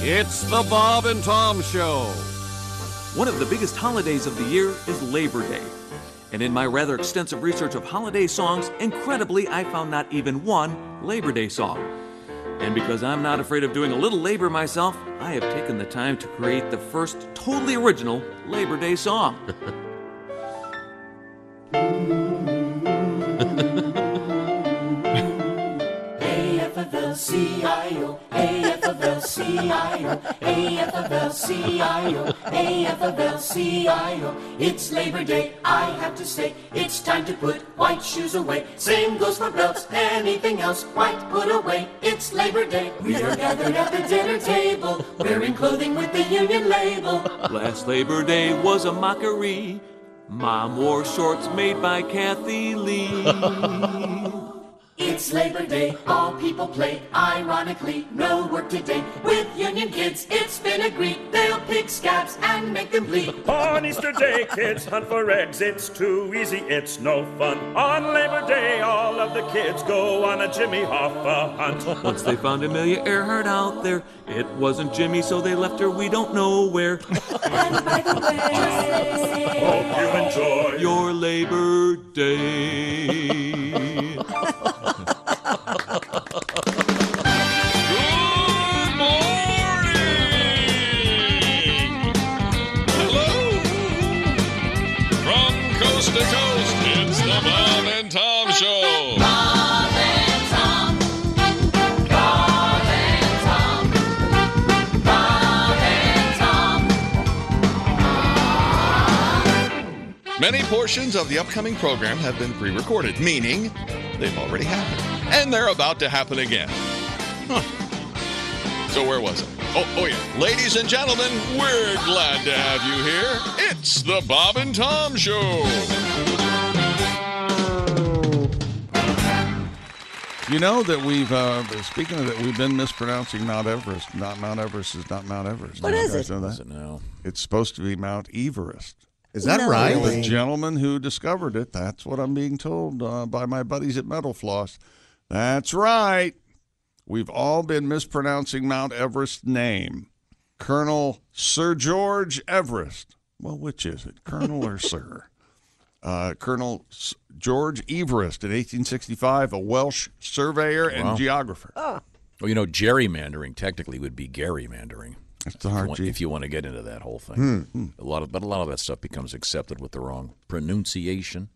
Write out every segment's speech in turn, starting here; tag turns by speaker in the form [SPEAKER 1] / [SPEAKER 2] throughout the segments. [SPEAKER 1] It's the Bob and Tom Show.
[SPEAKER 2] One of the biggest holidays of the year is Labor Day. And in my rather extensive research of holiday songs, incredibly, I found not even one Labor Day song. And because I'm not afraid of doing a little labor myself, I have taken the time to create the first totally original Labor Day song.
[SPEAKER 3] AFL-CIO, AFL-CIO, AFL-CIO, AFL-CIO. It's Labor Day, I have to say, it's time to put white shoes away. Same goes for belts, anything else, white put away. It's Labor Day, we are gathered at the dinner table, wearing clothing with the union label.
[SPEAKER 2] Last Labor Day was a mockery. Mom wore shorts made by Kathy Lee.
[SPEAKER 3] It's Labor Day, all people play. Ironically, no work today. With union kids, it's been agreed they'll pick scabs and make them bleed.
[SPEAKER 4] On Easter Day, kids hunt for eggs. It's too easy, it's no fun. On Labor Day, all of the kids go on a Jimmy Hoffa hunt.
[SPEAKER 2] Once they found Amelia Earhart out there, it wasn't Jimmy, so they left her. We don't know where.
[SPEAKER 3] And by the way,
[SPEAKER 4] Hope you enjoy.
[SPEAKER 2] Your Labor Day.
[SPEAKER 1] Good morning. Hello. From coast to coast, it's the Bob and Tom Show.
[SPEAKER 5] Many portions of the upcoming program have been pre recorded, meaning they've already happened. And they're about to happen again. Huh. So, where was it? Oh, oh, yeah. Ladies and gentlemen, we're glad to have you here. It's the Bob and Tom Show.
[SPEAKER 6] You know that we've uh, speaking of it, we've been mispronouncing Mount Everest. Not Mount Everest is not Mount Everest.
[SPEAKER 7] What
[SPEAKER 6] What is
[SPEAKER 7] is it?
[SPEAKER 6] It's supposed to be Mount Everest.
[SPEAKER 8] Is that
[SPEAKER 7] No
[SPEAKER 8] right?
[SPEAKER 6] The gentleman who discovered it. That's what I'm being told uh, by my buddies at Metal Floss. That's right. We've all been mispronouncing Mount Everest's name, Colonel Sir George Everest. Well, which is it, Colonel or Sir? uh, Colonel S- George Everest in 1865, a Welsh surveyor and geographer.
[SPEAKER 7] Oh,
[SPEAKER 9] Well, you know, gerrymandering technically would be gerrymandering.
[SPEAKER 6] That's the hard
[SPEAKER 9] If
[SPEAKER 6] G. Hmm.
[SPEAKER 9] you- If you want to get into that whole thing, a lot of but a lot of that stuff becomes accepted with the wrong pronunciation.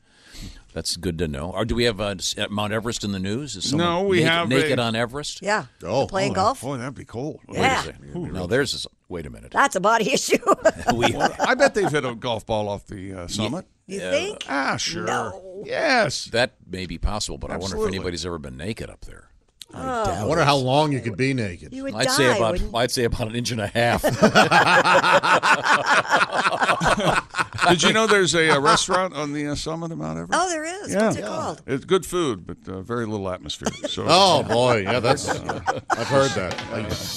[SPEAKER 9] That's good to know. Or do we have uh, s- at Mount Everest in the news? Is someone
[SPEAKER 6] No, we
[SPEAKER 9] naked,
[SPEAKER 6] have
[SPEAKER 9] naked
[SPEAKER 6] a-
[SPEAKER 9] on Everest.
[SPEAKER 7] Yeah.
[SPEAKER 8] Oh,
[SPEAKER 7] Playing
[SPEAKER 6] Oh,
[SPEAKER 7] golf.
[SPEAKER 6] Boy, that'd be cold.
[SPEAKER 7] Yeah.
[SPEAKER 9] Now there's this, wait a minute.
[SPEAKER 7] That's a body issue.
[SPEAKER 9] We,
[SPEAKER 6] I bet they've hit a golf ball off the uh, summit.
[SPEAKER 7] you think?
[SPEAKER 6] Ah, sure. Yes.
[SPEAKER 9] that may be possible, but I wonder
[SPEAKER 6] Absolutely.
[SPEAKER 9] if anybody's ever been naked up there.
[SPEAKER 8] Oh. I wonder how long you could be naked.
[SPEAKER 7] You would
[SPEAKER 9] I'd
[SPEAKER 7] die.
[SPEAKER 9] say about
[SPEAKER 7] wouldn't you?
[SPEAKER 9] I'd say about an inch and a half.
[SPEAKER 6] Did you know there's a, uh restaurant on the uh, summit of Mount Everest?
[SPEAKER 7] Oh, there is. What's it called?
[SPEAKER 6] It's good food, but uh, very little atmosphere. So
[SPEAKER 8] Oh boy, yeah, that's I've heard that.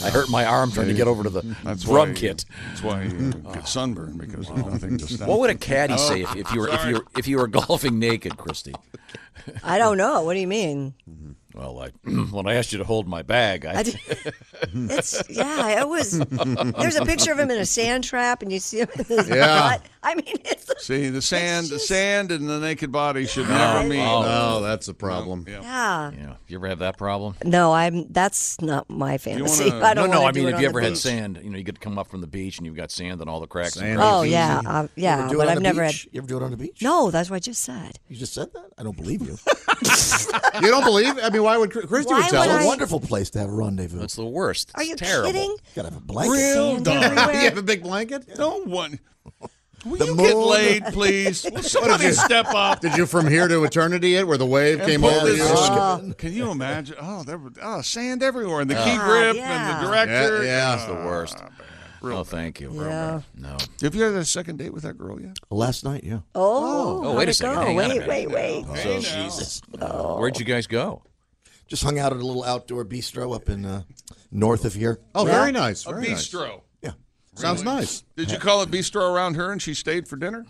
[SPEAKER 9] I hurt my arm trying to get over to the
[SPEAKER 6] that's
[SPEAKER 9] grub
[SPEAKER 6] why,
[SPEAKER 9] kit.
[SPEAKER 6] That's why you get sunburned because nothing just.
[SPEAKER 9] What would a caddy say
[SPEAKER 6] Oh,
[SPEAKER 9] if, if you were
[SPEAKER 8] Oh,
[SPEAKER 9] if you were, if you were golfing naked, Christy?
[SPEAKER 7] I don't know. What do you mean?
[SPEAKER 9] Well, I, when I asked you to hold my bag, I,
[SPEAKER 7] I d- it's yeah. It was. There's a picture of him in a sand trap, and you see him. In his
[SPEAKER 8] Yeah.
[SPEAKER 7] butt. I mean, it's
[SPEAKER 6] See the sand, the
[SPEAKER 7] just-
[SPEAKER 6] sand, and the naked body should never meet.
[SPEAKER 8] No, that's a problem.
[SPEAKER 7] yeah.
[SPEAKER 9] Oh, yeah. You ever have that problem?
[SPEAKER 7] No, I'm. That's not my fantasy.
[SPEAKER 6] wanna-
[SPEAKER 7] I don't.
[SPEAKER 9] no, no.
[SPEAKER 7] wanna
[SPEAKER 9] I
[SPEAKER 7] do
[SPEAKER 9] mean,
[SPEAKER 7] it
[SPEAKER 9] if
[SPEAKER 7] on
[SPEAKER 9] you
[SPEAKER 7] the
[SPEAKER 9] ever had
[SPEAKER 7] beach.
[SPEAKER 9] sand, you know, you could come up from the beach and you've got sand and all the cracks.
[SPEAKER 8] Sand. Mm-hmm.
[SPEAKER 9] And
[SPEAKER 7] Oh
[SPEAKER 8] Easy.
[SPEAKER 7] yeah, uh, yeah.
[SPEAKER 10] Do it
[SPEAKER 7] But
[SPEAKER 10] on
[SPEAKER 7] I've
[SPEAKER 10] the
[SPEAKER 7] never
[SPEAKER 10] beach?
[SPEAKER 7] had.
[SPEAKER 10] You ever do it on the beach?
[SPEAKER 7] No, that's what I just said.
[SPEAKER 10] You just said that? I don't believe you.
[SPEAKER 8] You don't believe? I mean, why would Chris- Christy
[SPEAKER 7] Why
[SPEAKER 8] would tell
[SPEAKER 7] would
[SPEAKER 10] It's a
[SPEAKER 8] us?
[SPEAKER 7] I-
[SPEAKER 10] wonderful place to have a rendezvous.
[SPEAKER 9] It's the worst.
[SPEAKER 7] Are
[SPEAKER 9] It's
[SPEAKER 7] you
[SPEAKER 9] terrible.
[SPEAKER 7] kidding?
[SPEAKER 10] you gotta have a blanket.
[SPEAKER 7] Sand everywhere.
[SPEAKER 8] You have a big blanket?
[SPEAKER 6] No one. Will
[SPEAKER 8] The
[SPEAKER 6] you get
[SPEAKER 8] moon.
[SPEAKER 6] laid, please? Will somebody step up?
[SPEAKER 8] Did you from here to eternity it where the wave
[SPEAKER 6] and
[SPEAKER 8] came
[SPEAKER 6] put
[SPEAKER 8] over
[SPEAKER 6] this-
[SPEAKER 8] you?
[SPEAKER 6] Can you imagine? Oh, there was oh, sand everywhere, and the key
[SPEAKER 7] Ah,
[SPEAKER 6] grip, and
[SPEAKER 7] yeah.
[SPEAKER 6] the
[SPEAKER 8] yeah,
[SPEAKER 6] director. Ah,
[SPEAKER 9] It's the
[SPEAKER 8] yeah.
[SPEAKER 9] worst. no, thank you.
[SPEAKER 7] Yeah.
[SPEAKER 9] No.
[SPEAKER 6] Have you had a second date with that girl yet?
[SPEAKER 10] Last night, yeah.
[SPEAKER 7] Oh,
[SPEAKER 9] Oh,
[SPEAKER 7] how'd
[SPEAKER 9] wait a
[SPEAKER 7] it
[SPEAKER 9] second.
[SPEAKER 7] go?
[SPEAKER 9] Hang on a
[SPEAKER 7] wait,
[SPEAKER 9] minute.
[SPEAKER 7] wait, wait.
[SPEAKER 10] Oh,
[SPEAKER 6] Oh,
[SPEAKER 9] So, Jesus. Oh. Where'd you guys go?
[SPEAKER 10] Just hung out at a little outdoor bistro up in uh, north of here.
[SPEAKER 8] Oh,
[SPEAKER 7] Yeah.
[SPEAKER 8] very nice. Very nice.
[SPEAKER 6] bistro.
[SPEAKER 10] Yeah.
[SPEAKER 8] Sounds nice.
[SPEAKER 6] Did you call it bistro around her and she stayed for dinner?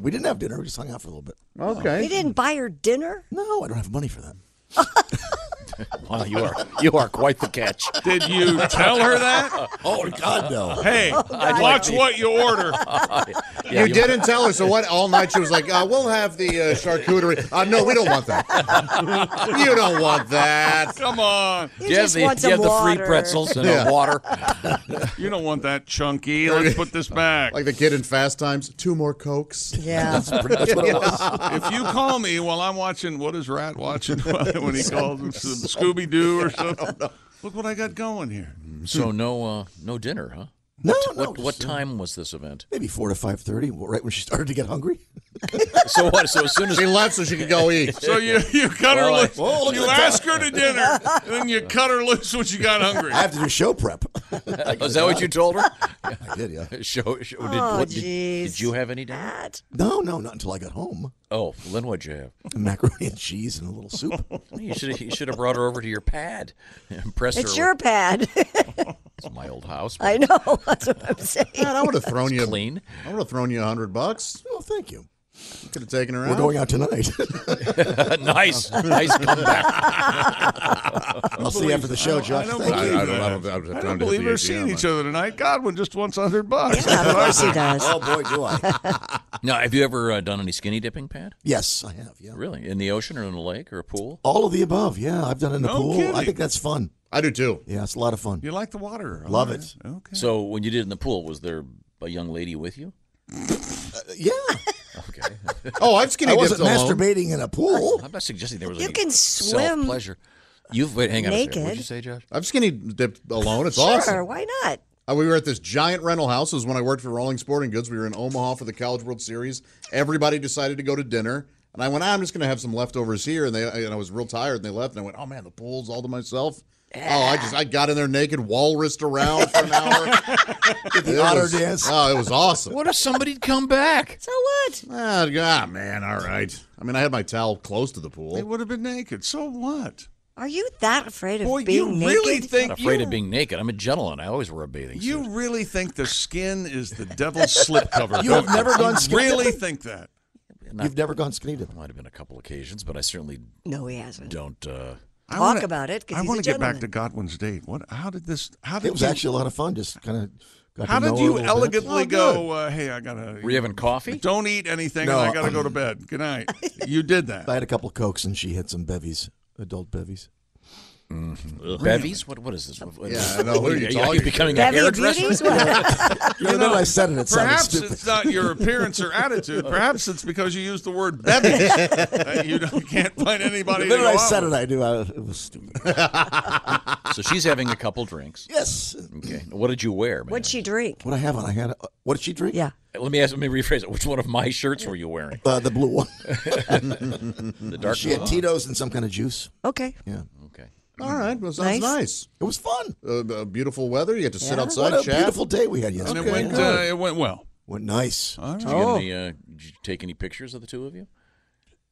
[SPEAKER 10] We didn't have dinner. We just hung out for a little bit.
[SPEAKER 7] You
[SPEAKER 8] Okay.
[SPEAKER 10] Oh,
[SPEAKER 7] didn't buy her dinner?
[SPEAKER 10] No, I don't have money for that.
[SPEAKER 9] Wow, you are you are quite the catch.
[SPEAKER 6] Did you tell her that?
[SPEAKER 3] Oh God, no.
[SPEAKER 6] Hey,
[SPEAKER 3] Oh, God.
[SPEAKER 6] watch what you order.
[SPEAKER 3] you, didn't tell her, so what? All night she was like, uh, "We'll have the uh, charcuterie." Uh, no, we don't want that. you don't want that.
[SPEAKER 6] Come on.
[SPEAKER 3] You You have just the- want you have some the free water. pretzels and a water.
[SPEAKER 6] you don't want that chunky. Let's put this back.
[SPEAKER 8] Like the kid in Fast Times, two more cokes.
[SPEAKER 6] That's pretty- if you call me while I'm watching, what is Rat watching when he calls him Scooby Doo or something? Look what I got going here.
[SPEAKER 9] So no uh, no dinner, huh?
[SPEAKER 3] No,
[SPEAKER 9] what,
[SPEAKER 3] no,
[SPEAKER 9] What, what
[SPEAKER 3] just, uh,
[SPEAKER 9] time was this event?
[SPEAKER 3] Maybe four to five thirty, right when she started to get hungry.
[SPEAKER 9] So what? So as soon as
[SPEAKER 3] She left so she could go eat.
[SPEAKER 6] So you you cut her
[SPEAKER 3] Well, I-
[SPEAKER 6] loose.
[SPEAKER 3] Whoa, look
[SPEAKER 6] you
[SPEAKER 3] at that.
[SPEAKER 6] ask her to dinner, and then you cut her loose when she got hungry.
[SPEAKER 3] I have to do show prep.
[SPEAKER 9] Is that what you told her?
[SPEAKER 3] I did, yeah.
[SPEAKER 9] Show, show, did,
[SPEAKER 7] Oh,
[SPEAKER 9] what, did,
[SPEAKER 7] jeez.
[SPEAKER 9] did you have any dinner?
[SPEAKER 3] No, no, not until I got home.
[SPEAKER 9] Oh, well, then what'd you have?
[SPEAKER 3] Macaroni and cheese and a little soup.
[SPEAKER 9] You should you should have brought her over to your pad. Impressed
[SPEAKER 7] It's
[SPEAKER 9] her.
[SPEAKER 7] your pad.
[SPEAKER 9] with my old house.
[SPEAKER 7] I know. That's what I'm saying.
[SPEAKER 8] Man, I would have thrown you
[SPEAKER 9] clean.
[SPEAKER 8] I would have thrown you a hundred bucks.
[SPEAKER 3] oh, thank you.
[SPEAKER 8] You Could have taken her
[SPEAKER 3] We're
[SPEAKER 8] out.
[SPEAKER 3] going out tonight.
[SPEAKER 9] nice, nice comeback.
[SPEAKER 3] I'll see you after the show, Josh.
[SPEAKER 6] I don't
[SPEAKER 3] Thank
[SPEAKER 6] believe
[SPEAKER 3] you.
[SPEAKER 8] I don't, I don't, I don't,
[SPEAKER 6] I don't believe we're seeing each other tonight. Godwin just wants a hundred bucks.
[SPEAKER 7] Yeah, of course he does.
[SPEAKER 3] Oh boy, do I!
[SPEAKER 9] Now, have you ever uh, done any skinny dipping, Pat?
[SPEAKER 3] Yes, I have. Yeah,
[SPEAKER 9] Really, in the ocean or in a lake or a pool?
[SPEAKER 3] all of the above. Yeah, I've done it in the
[SPEAKER 6] No
[SPEAKER 3] pool. I
[SPEAKER 6] kidding.
[SPEAKER 3] think that's fun.
[SPEAKER 8] I do too.
[SPEAKER 3] Yeah, it's a lot of fun.
[SPEAKER 6] You like the water?
[SPEAKER 3] Love
[SPEAKER 6] All
[SPEAKER 3] it.
[SPEAKER 6] right. Okay.
[SPEAKER 9] So, when you did it in the pool, was there a young lady with you?
[SPEAKER 3] Yeah,
[SPEAKER 9] Okay,
[SPEAKER 8] Oh, I've skinny
[SPEAKER 3] I
[SPEAKER 8] dipped
[SPEAKER 3] wasn't
[SPEAKER 8] alone.
[SPEAKER 3] masturbating in a pool.
[SPEAKER 9] I'm not suggesting there was.
[SPEAKER 7] You
[SPEAKER 9] any
[SPEAKER 7] can swim
[SPEAKER 9] Pleasure. You've wait, hang on. A second. What'd
[SPEAKER 7] naked.
[SPEAKER 9] you say, Josh?
[SPEAKER 8] I've skinny dipped alone. It's
[SPEAKER 7] Sure,
[SPEAKER 8] awesome.
[SPEAKER 7] why not?
[SPEAKER 8] Uh, We were at this giant rental house. It was when I worked for Rolling Sporting Goods. We were in Omaha for the College World Series. Everybody decided to go to dinner. And I went, "Ah, I'm just going to have some leftovers here. And they uh, and I was real tired. And they left. And I went, oh, man, the pool's all to myself. Oh, I just I got in there naked, walrused around for an hour. Did
[SPEAKER 3] the otter dance.
[SPEAKER 8] Oh, it was awesome.
[SPEAKER 9] What if somebody'd come back?
[SPEAKER 7] So what?
[SPEAKER 8] Ah, ah, man, all right. I mean, I had my towel close to the
[SPEAKER 6] They
[SPEAKER 8] pool.
[SPEAKER 6] would have been naked. So what?
[SPEAKER 7] Are you that afraid of
[SPEAKER 6] Boy, you
[SPEAKER 7] being naked?
[SPEAKER 6] really think
[SPEAKER 9] Not afraid
[SPEAKER 6] you,
[SPEAKER 9] of being naked. I'm a gentleman. I always wear a bathing suit.
[SPEAKER 6] you really think the skin is the devil's slipcover?
[SPEAKER 3] You have
[SPEAKER 6] don't
[SPEAKER 3] never done skin
[SPEAKER 6] Really
[SPEAKER 3] dipping?
[SPEAKER 6] think that?
[SPEAKER 9] Not-
[SPEAKER 3] You've never gone skinny dipping.
[SPEAKER 9] Might have been a couple occasions, but I certainly
[SPEAKER 7] No, he hasn't.
[SPEAKER 9] don't. Uh,
[SPEAKER 6] I
[SPEAKER 7] Talk
[SPEAKER 6] wanna-
[SPEAKER 7] about it, 'cause
[SPEAKER 6] I
[SPEAKER 7] he's a
[SPEAKER 6] wanna get back
[SPEAKER 7] gentleman.
[SPEAKER 6] to Godwin's date. What? How did this? How did
[SPEAKER 3] It was
[SPEAKER 6] you-
[SPEAKER 3] actually a lot of fun. Just kind of. Got
[SPEAKER 6] How
[SPEAKER 3] to know her
[SPEAKER 6] did
[SPEAKER 3] a
[SPEAKER 6] you
[SPEAKER 3] little bit.
[SPEAKER 6] elegantly
[SPEAKER 3] Oh, good.
[SPEAKER 6] go? Uh, hey, I gotta.
[SPEAKER 9] were you having coffee?
[SPEAKER 6] Don't eat anything,
[SPEAKER 3] No,
[SPEAKER 6] and I gotta go to bed. Good night. You did that.
[SPEAKER 3] I had a couple of cokes and she had some bevies, adult bevies.
[SPEAKER 9] Mm-hmm. Bevies? What? What is this? What- what-
[SPEAKER 8] Yeah, I know. What are you
[SPEAKER 9] Are
[SPEAKER 8] talking
[SPEAKER 9] you becoming a
[SPEAKER 7] Bevy of
[SPEAKER 9] hairdresser?
[SPEAKER 7] beauties? What?
[SPEAKER 3] You know, I said it. It sounded
[SPEAKER 6] Perhaps
[SPEAKER 3] stupid.
[SPEAKER 6] it's not your appearance or attitude. Perhaps it's because you use the word bevy. that you don't- can't find anybody.
[SPEAKER 3] The
[SPEAKER 6] to
[SPEAKER 3] minute
[SPEAKER 6] go
[SPEAKER 3] I
[SPEAKER 6] out
[SPEAKER 3] said
[SPEAKER 6] with.
[SPEAKER 3] it, I knew I, it was stupid.
[SPEAKER 9] So she's having a couple drinks.
[SPEAKER 3] yes.
[SPEAKER 9] Okay. What did you wear, man?
[SPEAKER 7] What'd she drink?
[SPEAKER 3] What I have on, I had. uh, What did she drink?
[SPEAKER 7] Yeah.
[SPEAKER 9] Let me ask. Let me rephrase it. Which one of my shirts were you wearing?
[SPEAKER 3] Uh, the blue one.
[SPEAKER 9] The dark
[SPEAKER 3] She had
[SPEAKER 9] one?
[SPEAKER 3] Tito's and some kind of juice.
[SPEAKER 7] Okay.
[SPEAKER 3] Yeah.
[SPEAKER 9] Okay.
[SPEAKER 8] All right. Well, sounds nice.
[SPEAKER 3] Nice. It was fun.
[SPEAKER 8] Uh, uh, beautiful weather. You get to sit outside,
[SPEAKER 3] what a
[SPEAKER 8] chat.
[SPEAKER 3] beautiful day we had
[SPEAKER 6] And
[SPEAKER 3] yesterday.
[SPEAKER 6] it went. Uh, it went well.
[SPEAKER 3] Went nice.
[SPEAKER 9] Did you, get any, uh, did you take any pictures of the two of you?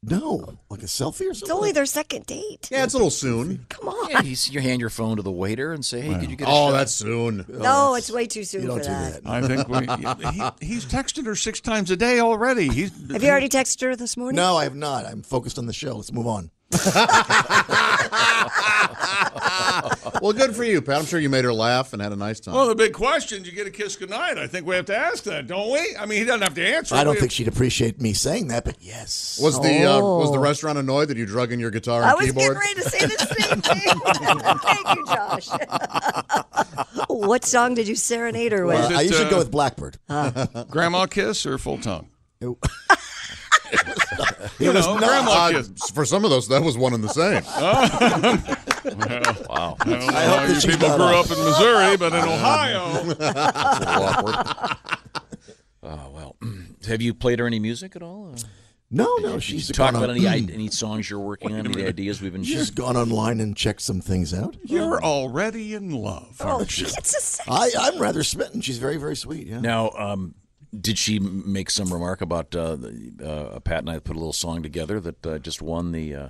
[SPEAKER 3] No, like a selfie or something.
[SPEAKER 7] It's only their second date.
[SPEAKER 8] Yeah, it's a little soon.
[SPEAKER 7] Come on.
[SPEAKER 9] Yeah, you, s- you hand your phone to the waiter and say, "Hey, could you get a
[SPEAKER 8] Oh,
[SPEAKER 9] shot? Uh,
[SPEAKER 8] that's soon.
[SPEAKER 7] No, it's way too soon
[SPEAKER 3] You don't
[SPEAKER 7] for
[SPEAKER 3] do
[SPEAKER 7] that.
[SPEAKER 3] that.
[SPEAKER 6] I think we, he, he's texted her six times a day already. He's
[SPEAKER 7] Have you already texted her this morning?
[SPEAKER 3] No, I have not. I'm focused on the show. Let's move on.
[SPEAKER 8] Well, good for you, Pat. I'm sure you made her laugh and had a nice time.
[SPEAKER 6] Well, the big question: You get a kiss goodnight. I think we have to ask that, don't we? I mean, he doesn't have to answer.
[SPEAKER 3] I don't
[SPEAKER 6] We-
[SPEAKER 3] think she'd appreciate me saying that, but yes.
[SPEAKER 8] was the uh, was the
[SPEAKER 7] Oh.
[SPEAKER 8] restaurant annoyed that you drug in your guitar and
[SPEAKER 7] I was
[SPEAKER 8] keyboard?
[SPEAKER 7] getting ready to say the same thing. Thank you, Josh. what song did you serenade her
[SPEAKER 3] Uh,
[SPEAKER 7] with?
[SPEAKER 6] it,
[SPEAKER 3] I usually
[SPEAKER 6] uh,
[SPEAKER 3] go with Blackbird.
[SPEAKER 6] grandma kiss or full tongue.
[SPEAKER 3] It-
[SPEAKER 6] You know, grandma
[SPEAKER 8] Uh,
[SPEAKER 6] kiss.
[SPEAKER 8] for some of those, that was one and the same.
[SPEAKER 9] wow,
[SPEAKER 6] I hope
[SPEAKER 3] that she
[SPEAKER 6] people
[SPEAKER 3] got
[SPEAKER 6] grew
[SPEAKER 3] off.
[SPEAKER 6] up in Missouri, but in Ohio.
[SPEAKER 9] that's a little awkward." oh well. Have you played her any music at all? Uh,
[SPEAKER 3] no, no,
[SPEAKER 9] did
[SPEAKER 3] she's
[SPEAKER 9] you talk
[SPEAKER 3] gone
[SPEAKER 9] about
[SPEAKER 3] on-
[SPEAKER 9] any i- any songs you're working on, any ideas we've been.
[SPEAKER 3] She's gone online and checked some things out.
[SPEAKER 6] You're already in love.
[SPEAKER 7] Oh, it's a sec-
[SPEAKER 3] I, I'm rather smitten. She's very, very sweet. Yeah.
[SPEAKER 9] Now, um, did she m- make some remark about uh, the- uh, Pat and I put a little song together that uh, just won the uh,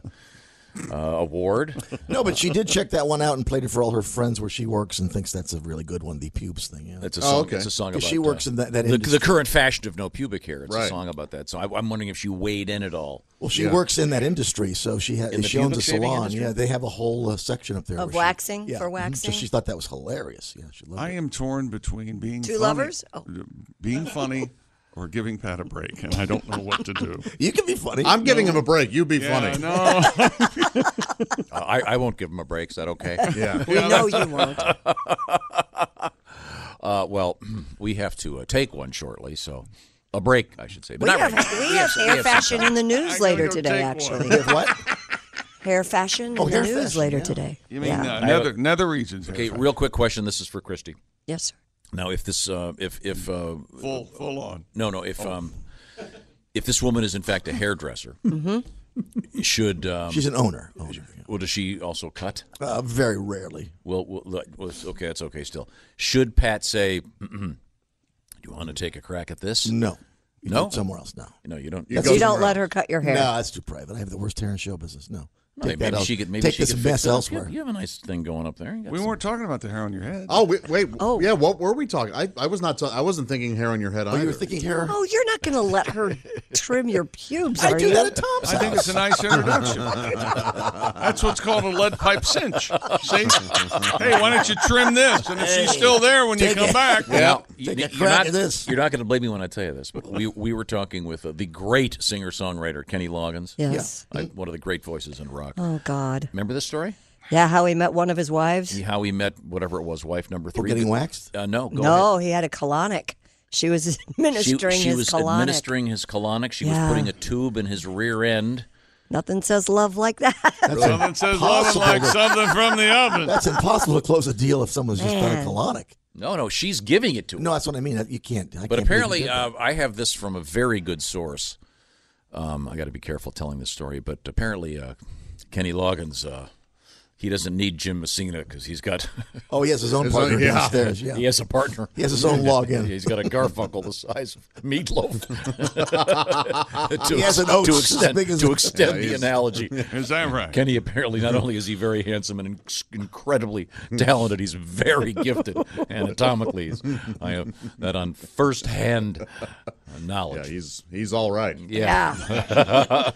[SPEAKER 9] uh, award.
[SPEAKER 3] No, but she did check that one out and played it for all her friends where she works and thinks that's a really good one, the pubes thing. Yeah.
[SPEAKER 9] It's a
[SPEAKER 3] Oh,
[SPEAKER 9] song.
[SPEAKER 3] okay.
[SPEAKER 9] It's a song
[SPEAKER 3] 'Cause
[SPEAKER 9] about
[SPEAKER 3] she works
[SPEAKER 9] uh,
[SPEAKER 3] in that, that
[SPEAKER 9] the,
[SPEAKER 3] industry.
[SPEAKER 9] the current fashion of no pubic hair. It's a
[SPEAKER 3] Right.
[SPEAKER 9] song about that. So I, I'm wondering if she weighed in at all.
[SPEAKER 3] Well, she works in that industry, so she ha-
[SPEAKER 9] In the
[SPEAKER 3] she owns a
[SPEAKER 9] pubic shaving
[SPEAKER 3] salon.
[SPEAKER 9] industry?
[SPEAKER 3] Yeah, they have a whole uh, section up there
[SPEAKER 7] Of
[SPEAKER 3] where she-
[SPEAKER 7] waxing?
[SPEAKER 3] yeah.
[SPEAKER 7] For
[SPEAKER 3] mhm.
[SPEAKER 7] waxing?
[SPEAKER 3] So she thought that was hilarious. Yeah, she loved
[SPEAKER 6] I am torn between being
[SPEAKER 7] Two
[SPEAKER 6] funny-
[SPEAKER 7] lovers? Oh.
[SPEAKER 6] being funny, or giving Pat a break, and I don't know what to do.
[SPEAKER 3] You can be funny.
[SPEAKER 8] I'm giving him a break. You be
[SPEAKER 6] Yeah,
[SPEAKER 8] funny.
[SPEAKER 6] No.
[SPEAKER 9] I, I won't give him a break. Is that okay?
[SPEAKER 8] Yeah.
[SPEAKER 7] We know you won't.
[SPEAKER 9] Uh, well, we have to uh, take one shortly, so a break, I should say. But
[SPEAKER 7] We
[SPEAKER 9] not
[SPEAKER 7] have,
[SPEAKER 9] really.
[SPEAKER 7] we have
[SPEAKER 9] we
[SPEAKER 7] hair
[SPEAKER 9] some
[SPEAKER 7] fashion
[SPEAKER 9] time.
[SPEAKER 7] in the news later
[SPEAKER 6] go
[SPEAKER 7] today,
[SPEAKER 6] take
[SPEAKER 7] actually.
[SPEAKER 3] it. what?
[SPEAKER 7] Hair fashion
[SPEAKER 3] Oh,
[SPEAKER 7] in
[SPEAKER 3] hair
[SPEAKER 7] the news
[SPEAKER 3] fashion,
[SPEAKER 7] later
[SPEAKER 3] yeah.
[SPEAKER 7] today.
[SPEAKER 6] You mean
[SPEAKER 7] yeah.
[SPEAKER 6] uh, nether nether regions?
[SPEAKER 9] Okay, real quick question. This is for Christy.
[SPEAKER 7] yes, sir.
[SPEAKER 9] Now, if this, uh, if if uh,
[SPEAKER 6] full full on.
[SPEAKER 9] no, no,
[SPEAKER 3] Oh.
[SPEAKER 9] if um, if this woman is in fact a hairdresser,
[SPEAKER 6] Mm-hmm.
[SPEAKER 9] should um,
[SPEAKER 3] She's an owner. owner yeah.
[SPEAKER 9] well, does she also cut?
[SPEAKER 3] uh, very rarely.
[SPEAKER 9] Well, well, like, well, it's- okay, that's okay. Still, should Pat say, "Mm-mm, "Do you want to take a crack at this?"
[SPEAKER 3] No. You
[SPEAKER 9] No?
[SPEAKER 3] do it somewhere else. No.
[SPEAKER 9] No, you don't.
[SPEAKER 7] You don't let her cut your hair.
[SPEAKER 3] No, that's too private. I have the worst hair in show business. No.
[SPEAKER 9] All right,
[SPEAKER 3] that
[SPEAKER 9] maybe
[SPEAKER 3] else-
[SPEAKER 9] she could. Maybe
[SPEAKER 3] take
[SPEAKER 9] she
[SPEAKER 3] this
[SPEAKER 9] could fix
[SPEAKER 3] mess
[SPEAKER 9] it up.
[SPEAKER 3] elsewhere.
[SPEAKER 9] You, you have a nice thing going up there. You got
[SPEAKER 6] We
[SPEAKER 9] some-
[SPEAKER 6] weren't talking about the hair on your head.
[SPEAKER 8] Oh wait, wait.
[SPEAKER 7] Oh.
[SPEAKER 8] yeah. What were we talking? I, I was not. Ta- I wasn't thinking hair on your head.
[SPEAKER 3] Oh, you
[SPEAKER 8] either.
[SPEAKER 3] were thinking hair?
[SPEAKER 7] Oh, you're not going to let her trim your pubes,
[SPEAKER 3] I
[SPEAKER 7] are
[SPEAKER 3] do
[SPEAKER 7] you?
[SPEAKER 3] that at Tom's
[SPEAKER 6] I think
[SPEAKER 3] house.
[SPEAKER 6] it's a nice introduction. That's what's called a lead pipe cinch. See? Hey, why don't you trim this? And if she's still there when you
[SPEAKER 3] Take
[SPEAKER 6] come
[SPEAKER 3] it.
[SPEAKER 6] back,
[SPEAKER 3] Yeah.
[SPEAKER 9] You-
[SPEAKER 3] Take a
[SPEAKER 9] you're
[SPEAKER 3] crack
[SPEAKER 9] not-
[SPEAKER 3] at this.
[SPEAKER 9] You're not going to blame me when I tell you this, but we, we were talking with uh, the great singer songwriter Kenny Loggins,
[SPEAKER 7] Yes.
[SPEAKER 9] uh, one of the great voices in rock.
[SPEAKER 7] Oh, God.
[SPEAKER 9] Remember this story?
[SPEAKER 7] Yeah, how he met one of his wives?
[SPEAKER 9] He- How he met whatever it was, wife number three.
[SPEAKER 3] getting waxed?
[SPEAKER 9] Uh,
[SPEAKER 6] Oh,
[SPEAKER 9] no, go
[SPEAKER 7] no, he had a colonic. She was
[SPEAKER 9] ahead. She,
[SPEAKER 7] administering
[SPEAKER 9] she
[SPEAKER 7] his
[SPEAKER 9] was
[SPEAKER 7] colonic.
[SPEAKER 9] administering his colonic. She
[SPEAKER 7] Yeah.
[SPEAKER 9] was putting a tube in his rear end.
[SPEAKER 7] Nothing says love like that.
[SPEAKER 3] That's
[SPEAKER 6] something says loving
[SPEAKER 3] impossible
[SPEAKER 6] like
[SPEAKER 3] to-
[SPEAKER 6] something from the oven.
[SPEAKER 3] That's impossible to close a deal if someone's just done a
[SPEAKER 7] Man.
[SPEAKER 3] colonic.
[SPEAKER 9] No, no, she's giving it to him.
[SPEAKER 3] No, that's what I mean. You can't. I can't
[SPEAKER 9] But
[SPEAKER 3] believe you
[SPEAKER 9] apparently,
[SPEAKER 3] did that.
[SPEAKER 9] uh, I have this from a very good source. Um, I got to be careful telling this story, but apparently, uh, Kenny Loggins, uh, he doesn't need Jim Messina because he's got
[SPEAKER 3] oh, he has his own
[SPEAKER 8] His own-
[SPEAKER 3] partner
[SPEAKER 8] yeah.
[SPEAKER 3] downstairs. Yeah.
[SPEAKER 9] he has a partner.
[SPEAKER 3] He has his own login.
[SPEAKER 9] He's got a Garfunkel the size of meatloaf. to
[SPEAKER 3] He has an oat
[SPEAKER 9] to
[SPEAKER 3] as
[SPEAKER 9] extend,
[SPEAKER 3] big as-
[SPEAKER 9] to extend the analogy.
[SPEAKER 6] Is that right?
[SPEAKER 9] Kenny apparently not only is he very handsome and inc- incredibly talented, he's very gifted anatomically. He's- I have that on first-hand
[SPEAKER 8] Yeah,
[SPEAKER 9] knowledge.
[SPEAKER 8] he's he's all right.
[SPEAKER 7] yeah. yeah,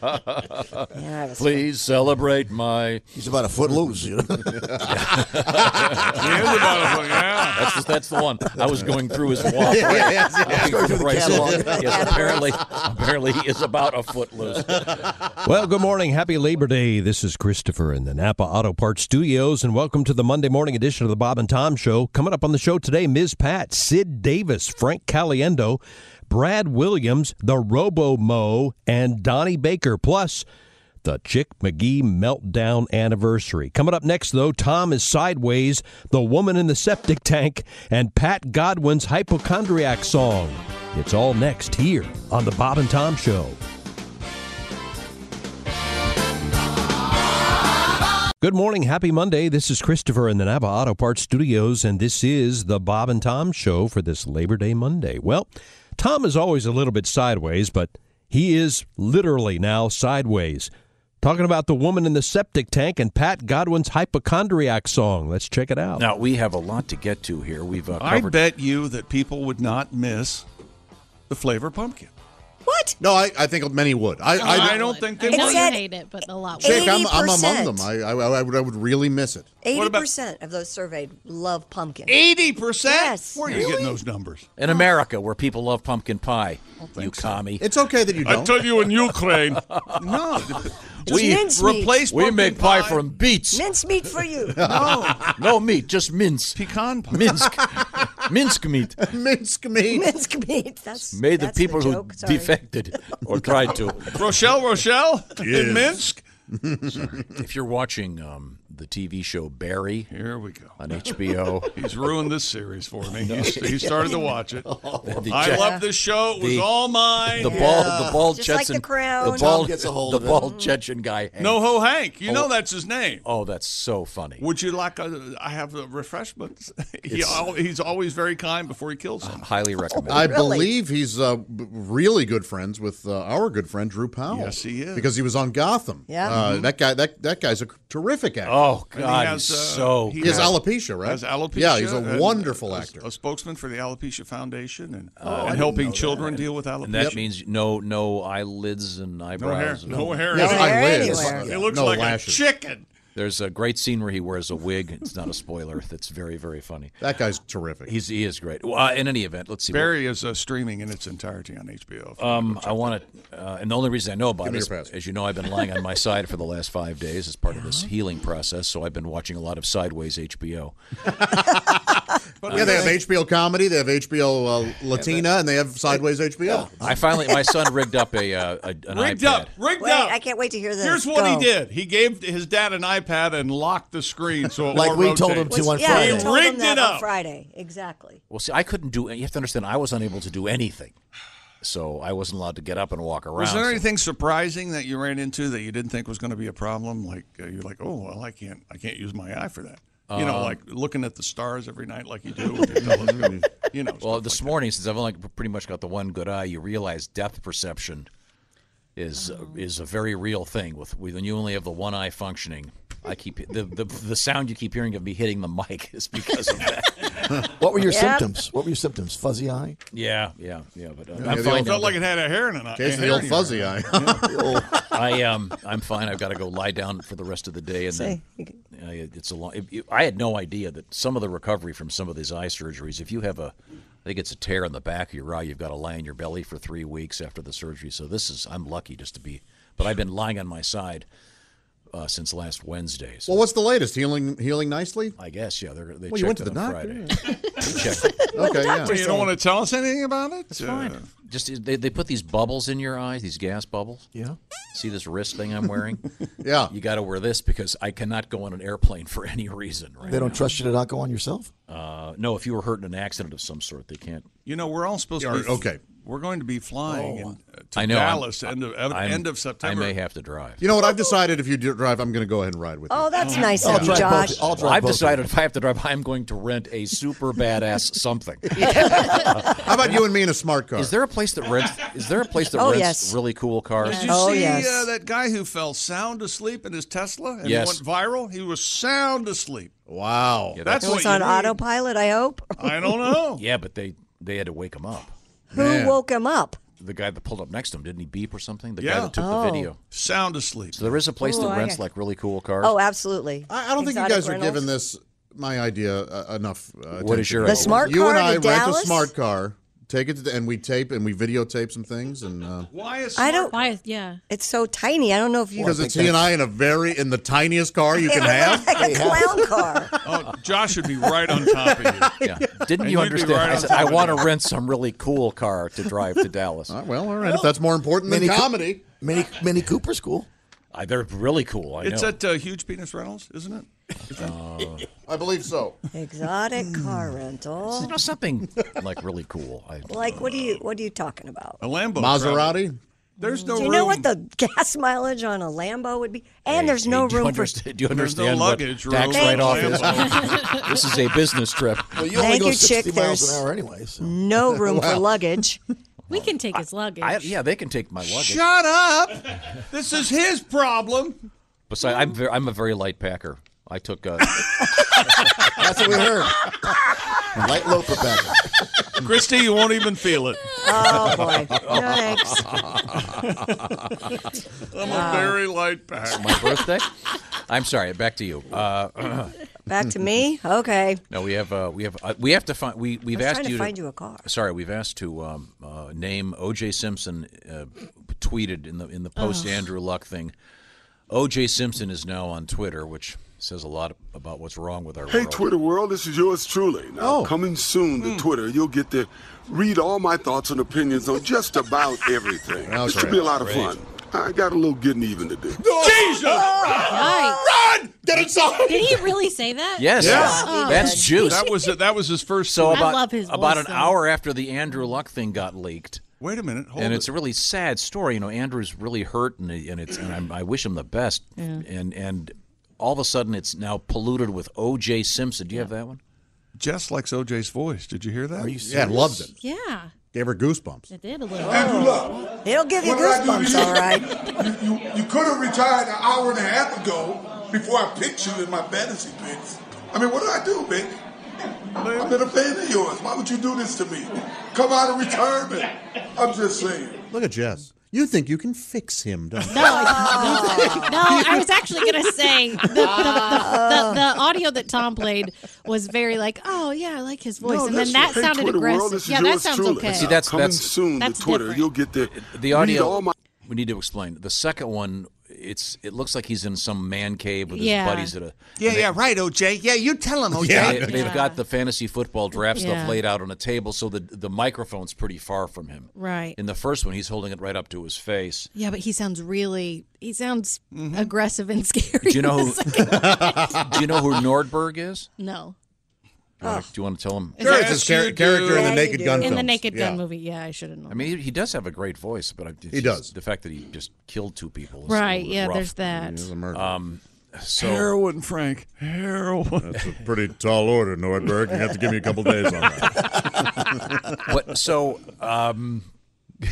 [SPEAKER 7] it was
[SPEAKER 9] Please celebrate my.
[SPEAKER 3] He's about a foot loose. You know?
[SPEAKER 6] He is about a- yeah.
[SPEAKER 9] That's the, that's the one I was going through his walk.
[SPEAKER 8] yes,
[SPEAKER 9] Looking for
[SPEAKER 3] through the
[SPEAKER 9] prices.
[SPEAKER 3] catalog.
[SPEAKER 9] Yes, apparently, apparently he is about a foot loose.
[SPEAKER 11] Well, good morning. Happy Labor Day. This is Christopher in the Napa Auto Parts Studios, and welcome to the Monday morning edition of the Bob and Tom Show. Coming up on the show today, Ms. Pat, Sid Davis, Frank Caliendo, Brad Williams, the Robo Mo, and Donnie Baker. Plus, the Chick McGee meltdown anniversary. Coming up next, though, Tom is sideways, the woman in the septic tank, and Pat Godwin's hypochondriac song. It's all next here on the Bob and Tom Show. Good morning. Happy Monday. This is Christopher in the Napa Auto Parts Studios, and this is the Bob and Tom Show for this Labor Day Monday. Well, Tom is always a little bit sideways, but he is literally now sideways. Talking about the woman in the septic tank and Pat Godwin's hypochondriac song. Let's check it out.
[SPEAKER 9] Now we have a lot to get to here. We've uh,
[SPEAKER 6] I
[SPEAKER 9] covered.
[SPEAKER 6] bet you that people would not miss the flavor pumpkin.
[SPEAKER 7] What?
[SPEAKER 8] No, I, I think many would. I I,
[SPEAKER 6] I don't think they
[SPEAKER 7] It
[SPEAKER 6] would.
[SPEAKER 7] said
[SPEAKER 12] hate it, but a lot.
[SPEAKER 7] Shake
[SPEAKER 8] Jake, I'm, I'm among
[SPEAKER 7] 80%.
[SPEAKER 8] them. I I, I, would, I would really miss it.
[SPEAKER 6] What about-
[SPEAKER 7] 80% of those surveyed love pumpkin.
[SPEAKER 6] Eighty percent.
[SPEAKER 7] Yes.
[SPEAKER 6] Where are you getting those numbers?
[SPEAKER 9] in America where people love pumpkin pie. you commie.
[SPEAKER 8] It's okay that you don't.
[SPEAKER 6] you in Ukraine. no,
[SPEAKER 7] mince meat.
[SPEAKER 6] replace.
[SPEAKER 9] We
[SPEAKER 6] pumpkin
[SPEAKER 9] make pie from beets.
[SPEAKER 7] Mincemeat for you.
[SPEAKER 6] no
[SPEAKER 9] No meat, just mince.
[SPEAKER 6] pecan pie.
[SPEAKER 9] Minsk. Minsk meat.
[SPEAKER 8] Minsk meat.
[SPEAKER 7] Mincemeat. That's
[SPEAKER 9] Made the
[SPEAKER 7] that's
[SPEAKER 9] people who
[SPEAKER 7] joke. Sorry.
[SPEAKER 9] defected or tried to.
[SPEAKER 6] Rochelle, Rochelle in Minsk.
[SPEAKER 9] If you're watching um, the TV show Barry.
[SPEAKER 6] Here we go
[SPEAKER 9] on HBO.
[SPEAKER 6] He's ruined this series for me. He, he started to watch it.
[SPEAKER 9] The
[SPEAKER 6] I
[SPEAKER 9] Jet-
[SPEAKER 6] love this show. It was
[SPEAKER 9] the-
[SPEAKER 6] all mine.
[SPEAKER 9] The bald, the bald Chechen, the bald, the bald
[SPEAKER 7] Mm.
[SPEAKER 9] Chechen guy. Hank.
[SPEAKER 6] No ho Hank. You know
[SPEAKER 9] Oh.
[SPEAKER 6] that's his name.
[SPEAKER 9] Oh, that's so funny.
[SPEAKER 6] Would you like a? I have a refreshments. He,
[SPEAKER 9] It's-
[SPEAKER 6] al- he's always very kind before he kills him.
[SPEAKER 9] Highly recommend.
[SPEAKER 8] I believe he's uh, b- really good friends with uh, our good friend Drew Powell.
[SPEAKER 6] Yes, he is.
[SPEAKER 8] because he was on Gotham.
[SPEAKER 6] Yeah.
[SPEAKER 8] uh,
[SPEAKER 6] Mhm.
[SPEAKER 8] that guy. That that guy's a terrific actor.
[SPEAKER 9] Oh
[SPEAKER 6] And he God, has, he's uh, so he
[SPEAKER 8] he has
[SPEAKER 6] has-
[SPEAKER 8] alopecia, right?
[SPEAKER 6] Has alopecia.
[SPEAKER 8] Yeah, he's a
[SPEAKER 6] and
[SPEAKER 8] wonderful
[SPEAKER 6] a-
[SPEAKER 8] actor.
[SPEAKER 6] A spokesman for the Alopecia Foundation and,
[SPEAKER 9] Oh, I
[SPEAKER 6] Uh, and
[SPEAKER 9] didn't
[SPEAKER 6] helping
[SPEAKER 9] know that.
[SPEAKER 6] children deal with alopecia.
[SPEAKER 9] And that means no, no eyelids and eyebrows. and-
[SPEAKER 6] No hair. No hair anywhere. It looks like a chicken.
[SPEAKER 9] There's a great scene where he wears a wig. It's not a spoiler. That's very, very funny.
[SPEAKER 8] That guy's terrific.
[SPEAKER 9] He's he is great. Well, uh, in any event, let's see. what-
[SPEAKER 6] Barry is uh, streaming in its entirety on HBO. if you wanna
[SPEAKER 9] Um,
[SPEAKER 6] go check
[SPEAKER 9] I want to, uh, and the only reason I know about
[SPEAKER 6] Give
[SPEAKER 9] it
[SPEAKER 6] me
[SPEAKER 9] is,
[SPEAKER 6] your password.
[SPEAKER 9] as you know, I've been lying on my side for the last five days as part of this healing process. So I've been watching a lot of Sideways HBO.
[SPEAKER 8] yeah, they have HBO comedy, they have HBO uh, Latina, and they have Sideways HBO.
[SPEAKER 9] I finally, my son rigged up a, uh, a an
[SPEAKER 6] Rigged
[SPEAKER 9] iPad.
[SPEAKER 6] up, rigged
[SPEAKER 7] Wait,
[SPEAKER 6] up.
[SPEAKER 7] I can't wait to hear this.
[SPEAKER 6] Here's what
[SPEAKER 7] Go.
[SPEAKER 6] he did. He gave his dad an iPad and locked the screen so it
[SPEAKER 3] Like
[SPEAKER 6] won't
[SPEAKER 3] we
[SPEAKER 6] rotate.
[SPEAKER 3] told him to on
[SPEAKER 7] yeah,
[SPEAKER 3] Friday.
[SPEAKER 7] we told him
[SPEAKER 6] rigged
[SPEAKER 7] that
[SPEAKER 6] it
[SPEAKER 7] on
[SPEAKER 6] up.
[SPEAKER 7] Friday. Exactly.
[SPEAKER 9] Well, see, I couldn't do. You have to understand, I was unable to do anything, so I wasn't allowed to get up and walk around.
[SPEAKER 6] Was there
[SPEAKER 9] so-
[SPEAKER 6] anything surprising that you ran into that you didn't think was going to be a problem? Like uh, you're like, oh well, I can't, I can't use my eye for that. You know,
[SPEAKER 9] Um,
[SPEAKER 6] like looking at the stars every night, like you do with your telescope. you know,
[SPEAKER 9] Well, this morning, since I've only pretty much got the one good eye, you realize depth perception is
[SPEAKER 6] Oh.
[SPEAKER 9] is a very real thing. With when you only have the one eye functioning, I keep the the, the sound you keep hearing of me hitting the mic is because of that.
[SPEAKER 3] What were your
[SPEAKER 9] Yeah.
[SPEAKER 3] symptoms? What were your symptoms? Fuzzy eye?
[SPEAKER 9] Yeah, yeah, yeah. But uh,
[SPEAKER 3] Yeah,
[SPEAKER 9] I'm
[SPEAKER 3] the
[SPEAKER 9] fine.
[SPEAKER 3] old-
[SPEAKER 9] now.
[SPEAKER 6] felt like it had a hair in it.
[SPEAKER 8] Case of the
[SPEAKER 6] hair
[SPEAKER 8] old
[SPEAKER 6] in it.
[SPEAKER 8] fuzzy eye.
[SPEAKER 9] I um, I'm fine. I've got to go lie down for the rest of the day, and then uh, it- it's a long. It, it- I had no idea that some of the recovery from some of these eye surgeries. If you have a, I think it's a tear in the back of your eye, you've got to lie in your belly for three weeks after the surgery. So this is, I'm lucky just to be. But I've been lying on my side uh, since last Wednesday. So
[SPEAKER 8] Well, what's the latest? Healing healing nicely?
[SPEAKER 9] I guess yeah. They're, they
[SPEAKER 8] well, you went to
[SPEAKER 9] checked
[SPEAKER 8] the
[SPEAKER 9] it on
[SPEAKER 8] doctor.
[SPEAKER 9] Friday.
[SPEAKER 8] What
[SPEAKER 9] Checked.
[SPEAKER 8] did the Okay, yeah. doctor
[SPEAKER 6] Well, you don't
[SPEAKER 8] say?
[SPEAKER 6] want to tell us anything about it. Uh,
[SPEAKER 9] It's fine. Just they, they put these bubbles in your eyes, these gas bubbles.
[SPEAKER 3] Yeah.
[SPEAKER 9] See this wrist thing I'm wearing?
[SPEAKER 8] yeah.
[SPEAKER 9] You got to wear this because I cannot go on an airplane for any reason. Right?
[SPEAKER 3] They don't trust you to not go on yourself?
[SPEAKER 9] Uh, no, if you were hurt in an accident of some sort, they can't.
[SPEAKER 6] You know, we're all supposed
[SPEAKER 9] Yeah,
[SPEAKER 6] to be
[SPEAKER 9] okay.
[SPEAKER 6] We're going to be flying in, uh, to
[SPEAKER 9] Oh, I know, I'm-
[SPEAKER 6] Dallas end of
[SPEAKER 9] I'm-
[SPEAKER 6] end of September.
[SPEAKER 9] I may have to drive.
[SPEAKER 8] You know what? I've decided if you do drive, I'm going to go ahead and ride with you.
[SPEAKER 7] Oh,
[SPEAKER 9] Mm-hmm.
[SPEAKER 7] that's nice
[SPEAKER 8] I'll
[SPEAKER 7] of you,
[SPEAKER 8] drive both-
[SPEAKER 7] Josh.
[SPEAKER 8] I'll drive
[SPEAKER 9] I've
[SPEAKER 8] both.
[SPEAKER 9] decided if I have to drive, I'm going to rent a super badass something.
[SPEAKER 8] How about you and me in a smart car?
[SPEAKER 9] Is there a place that rents? Is there a place that
[SPEAKER 6] Oh,
[SPEAKER 9] rents
[SPEAKER 6] yes.
[SPEAKER 9] really cool cars?
[SPEAKER 6] Did you
[SPEAKER 7] Oh,
[SPEAKER 6] see uh, that guy who fell sound asleep in his Tesla and
[SPEAKER 9] Yes.
[SPEAKER 6] went
[SPEAKER 9] Oh,
[SPEAKER 6] viral? He was sound asleep.
[SPEAKER 8] Wow,
[SPEAKER 6] that's
[SPEAKER 7] it
[SPEAKER 6] what
[SPEAKER 7] was
[SPEAKER 6] you
[SPEAKER 7] on
[SPEAKER 6] need.
[SPEAKER 7] autopilot. I hope.
[SPEAKER 9] Yeah, but they they had to wake him up.
[SPEAKER 7] Who woke him up?
[SPEAKER 9] The guy that pulled up next to him didn't he beep or something? The
[SPEAKER 6] Yeah.
[SPEAKER 9] guy that took
[SPEAKER 7] Oh.
[SPEAKER 9] the video.
[SPEAKER 6] Sound asleep.
[SPEAKER 9] So there is a place
[SPEAKER 7] Ooh,
[SPEAKER 9] that
[SPEAKER 7] I
[SPEAKER 9] rents
[SPEAKER 7] got-
[SPEAKER 9] like really cool cars.
[SPEAKER 7] Oh, absolutely.
[SPEAKER 8] I, I don't think you guys are giving this my idea uh, enough. Uh,
[SPEAKER 9] What is
[SPEAKER 8] attention.
[SPEAKER 9] your The idea? smart
[SPEAKER 8] You
[SPEAKER 9] car
[SPEAKER 8] and
[SPEAKER 9] to
[SPEAKER 8] I rent
[SPEAKER 9] Dallas?
[SPEAKER 8] a smart car, take it to the, and we tape and we videotape some things and. Uh,
[SPEAKER 6] Why is
[SPEAKER 7] I don't.
[SPEAKER 12] Why? Yeah.
[SPEAKER 7] It's so tiny. I don't know if you.
[SPEAKER 8] because it's he and I in a very in the tiniest car you can have.
[SPEAKER 7] Like a clown car.
[SPEAKER 6] Oh, Josh should be right on top of you.
[SPEAKER 9] Yeah. Didn't
[SPEAKER 6] And
[SPEAKER 9] you
[SPEAKER 6] you'd be
[SPEAKER 9] understand?
[SPEAKER 6] right
[SPEAKER 9] I
[SPEAKER 6] on
[SPEAKER 9] said
[SPEAKER 6] top
[SPEAKER 9] I
[SPEAKER 6] of
[SPEAKER 9] want to
[SPEAKER 6] it.
[SPEAKER 9] rent some really cool car to drive to Dallas.
[SPEAKER 8] well, all right. If that's more important than
[SPEAKER 3] Mini Coo-
[SPEAKER 8] comedy,
[SPEAKER 3] Mini Mini Cooper's cool.
[SPEAKER 9] I, Uh, they're really cool. I
[SPEAKER 6] It's
[SPEAKER 9] know. Uh,
[SPEAKER 6] at uh, Huge Penis Reynolds, isn't it?
[SPEAKER 8] I believe so.
[SPEAKER 7] Exotic car rental.
[SPEAKER 9] you know something like really cool. I,
[SPEAKER 7] Like what are you? What are you talking about?
[SPEAKER 6] A Lambo.
[SPEAKER 8] Maserati?
[SPEAKER 6] Travel. There's no
[SPEAKER 7] Do you
[SPEAKER 6] room.
[SPEAKER 7] know what the gas mileage on a Lambo would be? And there's no
[SPEAKER 9] do you
[SPEAKER 7] room for.
[SPEAKER 9] understand, do you
[SPEAKER 6] There's no
[SPEAKER 9] understand what
[SPEAKER 6] luggage room
[SPEAKER 9] tax
[SPEAKER 6] in a
[SPEAKER 9] write-off
[SPEAKER 6] Lambo.
[SPEAKER 9] is? this is a business trip.
[SPEAKER 3] Well, you only
[SPEAKER 7] Thank
[SPEAKER 3] go
[SPEAKER 7] you,
[SPEAKER 3] 60
[SPEAKER 7] chick.
[SPEAKER 3] miles
[SPEAKER 7] There's
[SPEAKER 3] an hour anyway. So.
[SPEAKER 7] no room for
[SPEAKER 9] Wow.
[SPEAKER 7] luggage.
[SPEAKER 12] We can take his luggage.
[SPEAKER 9] I, yeah, they can take my luggage.
[SPEAKER 6] Shut up! This is his problem.
[SPEAKER 9] Besides, I'm very, I'm a very light packer. I took uh,
[SPEAKER 3] That's what we heard. Light loafer packer.
[SPEAKER 6] Christy, you won't even feel it.
[SPEAKER 7] Oh boy! Yikes.
[SPEAKER 6] I'm
[SPEAKER 7] Wow.
[SPEAKER 6] a very light pack.
[SPEAKER 9] my birthday. I'm sorry. Back to you. Uh,
[SPEAKER 7] Back to me. Okay.
[SPEAKER 9] no, we have uh, we have uh, we have to find we we've
[SPEAKER 7] I was
[SPEAKER 9] asked
[SPEAKER 7] trying to
[SPEAKER 9] you
[SPEAKER 7] find you a car.
[SPEAKER 9] Sorry, we've asked to um, uh, name O.J. Simpson. Uh, tweeted in the in the post
[SPEAKER 12] Ugh.
[SPEAKER 9] Andrew Luck thing. O.J. Simpson is now on Twitter, which says a lot about what's wrong with our
[SPEAKER 13] Hey,
[SPEAKER 9] world.
[SPEAKER 13] Twitter world, this is yours truly.
[SPEAKER 14] Oh.
[SPEAKER 13] Now, coming soon to
[SPEAKER 14] Hmm.
[SPEAKER 13] Twitter, you'll get to read all my thoughts and opinions on just about everything.
[SPEAKER 8] That's
[SPEAKER 13] this should be a
[SPEAKER 8] right.
[SPEAKER 13] lot of
[SPEAKER 8] Great.
[SPEAKER 13] fun. I got a little getting even to do.
[SPEAKER 6] Jesus!
[SPEAKER 12] Yikes.
[SPEAKER 6] Run!
[SPEAKER 10] in! Get inside!
[SPEAKER 12] Did he really say that?
[SPEAKER 9] Yes,
[SPEAKER 12] Oh,
[SPEAKER 9] that's juice.
[SPEAKER 6] That was that was his first.
[SPEAKER 9] So
[SPEAKER 12] I
[SPEAKER 9] about
[SPEAKER 12] love his
[SPEAKER 9] about
[SPEAKER 12] voice,
[SPEAKER 9] an
[SPEAKER 12] though.
[SPEAKER 9] hour after the Andrew Luck thing got leaked.
[SPEAKER 6] Wait a minute, hold
[SPEAKER 9] and
[SPEAKER 6] it.
[SPEAKER 9] it's a really sad story. You know, Andrew's really hurt, and and it's and I'm, I wish him the best.
[SPEAKER 6] Yeah.
[SPEAKER 9] And and all of a sudden, it's now polluted with O.J. Simpson. Do you have that one?
[SPEAKER 6] Jess likes OJ's voice. Did you hear that?
[SPEAKER 9] Are you
[SPEAKER 8] Yeah, loves it.
[SPEAKER 12] Yeah.
[SPEAKER 8] Gave her goosebumps.
[SPEAKER 12] It did a little.
[SPEAKER 10] Andrew
[SPEAKER 12] Luck.
[SPEAKER 7] It'll give
[SPEAKER 10] you What did I do goosebumps, to you? all
[SPEAKER 7] right.
[SPEAKER 10] You, you could have retired an hour and a half ago before I picked you in my fantasy picks. I mean, what did I do, Vic? I've been a fan of yours. Why would you do this to me? Come out of retirement. I'm just saying.
[SPEAKER 8] Look at Jess. You think you can fix him, don't you?
[SPEAKER 12] No, I- Oh. no, I was actually going to say the, the, the, the, the audio that Tom played was very like, oh, yeah, I like his voice.
[SPEAKER 13] No,
[SPEAKER 12] and then
[SPEAKER 13] that's right.
[SPEAKER 12] that
[SPEAKER 13] Hey,
[SPEAKER 12] sounded
[SPEAKER 13] Twitter world,
[SPEAKER 12] aggressive.
[SPEAKER 13] this is
[SPEAKER 12] yeah, that
[SPEAKER 13] yours
[SPEAKER 12] sounds
[SPEAKER 13] truly.
[SPEAKER 12] okay.
[SPEAKER 9] See, that's
[SPEAKER 13] Coming
[SPEAKER 9] that's
[SPEAKER 13] soon to
[SPEAKER 12] That's
[SPEAKER 13] Twitter.
[SPEAKER 12] different.
[SPEAKER 13] You'll get the
[SPEAKER 9] The
[SPEAKER 13] read
[SPEAKER 9] audio.
[SPEAKER 13] all my-
[SPEAKER 9] we need to explain the second one. It's it looks like he's in some man cave with
[SPEAKER 12] Yeah.
[SPEAKER 9] his buddies at a.
[SPEAKER 6] Yeah, yeah, right, OJ. Oh, Yeah, you tell him, OJ.
[SPEAKER 9] They, have got the fantasy football draft
[SPEAKER 12] Yeah.
[SPEAKER 9] stuff laid out on a table, so the the microphone's pretty far from him.
[SPEAKER 12] Right.
[SPEAKER 9] In the first one, he's holding it right up to his face.
[SPEAKER 12] Yeah, but he sounds really, he sounds
[SPEAKER 6] Mm-hmm.
[SPEAKER 12] aggressive and scary.
[SPEAKER 9] Do you know
[SPEAKER 12] in the
[SPEAKER 9] who?
[SPEAKER 12] second one.
[SPEAKER 9] do you know who Nordberg is?
[SPEAKER 12] No.
[SPEAKER 9] Do you wanna- do you want to tell him?
[SPEAKER 12] Oh. Is Sure, it's
[SPEAKER 8] his char- character in the Naked Gun
[SPEAKER 12] In the
[SPEAKER 8] films.
[SPEAKER 12] Naked
[SPEAKER 8] Yeah.
[SPEAKER 12] Gun movie. Yeah, I should have known.
[SPEAKER 9] I mean, he- he does have a great voice, but I, it's
[SPEAKER 8] He
[SPEAKER 9] just
[SPEAKER 8] does.
[SPEAKER 9] The fact that he just killed two people, is
[SPEAKER 12] Right,
[SPEAKER 9] a little
[SPEAKER 12] yeah,
[SPEAKER 9] rough.
[SPEAKER 12] there's that. He was a
[SPEAKER 9] Um, so
[SPEAKER 6] heroin, Frank. Heroin.
[SPEAKER 8] That's a pretty tall order, Nordberg. You have to give me a couple days on that.
[SPEAKER 9] what, so um, I,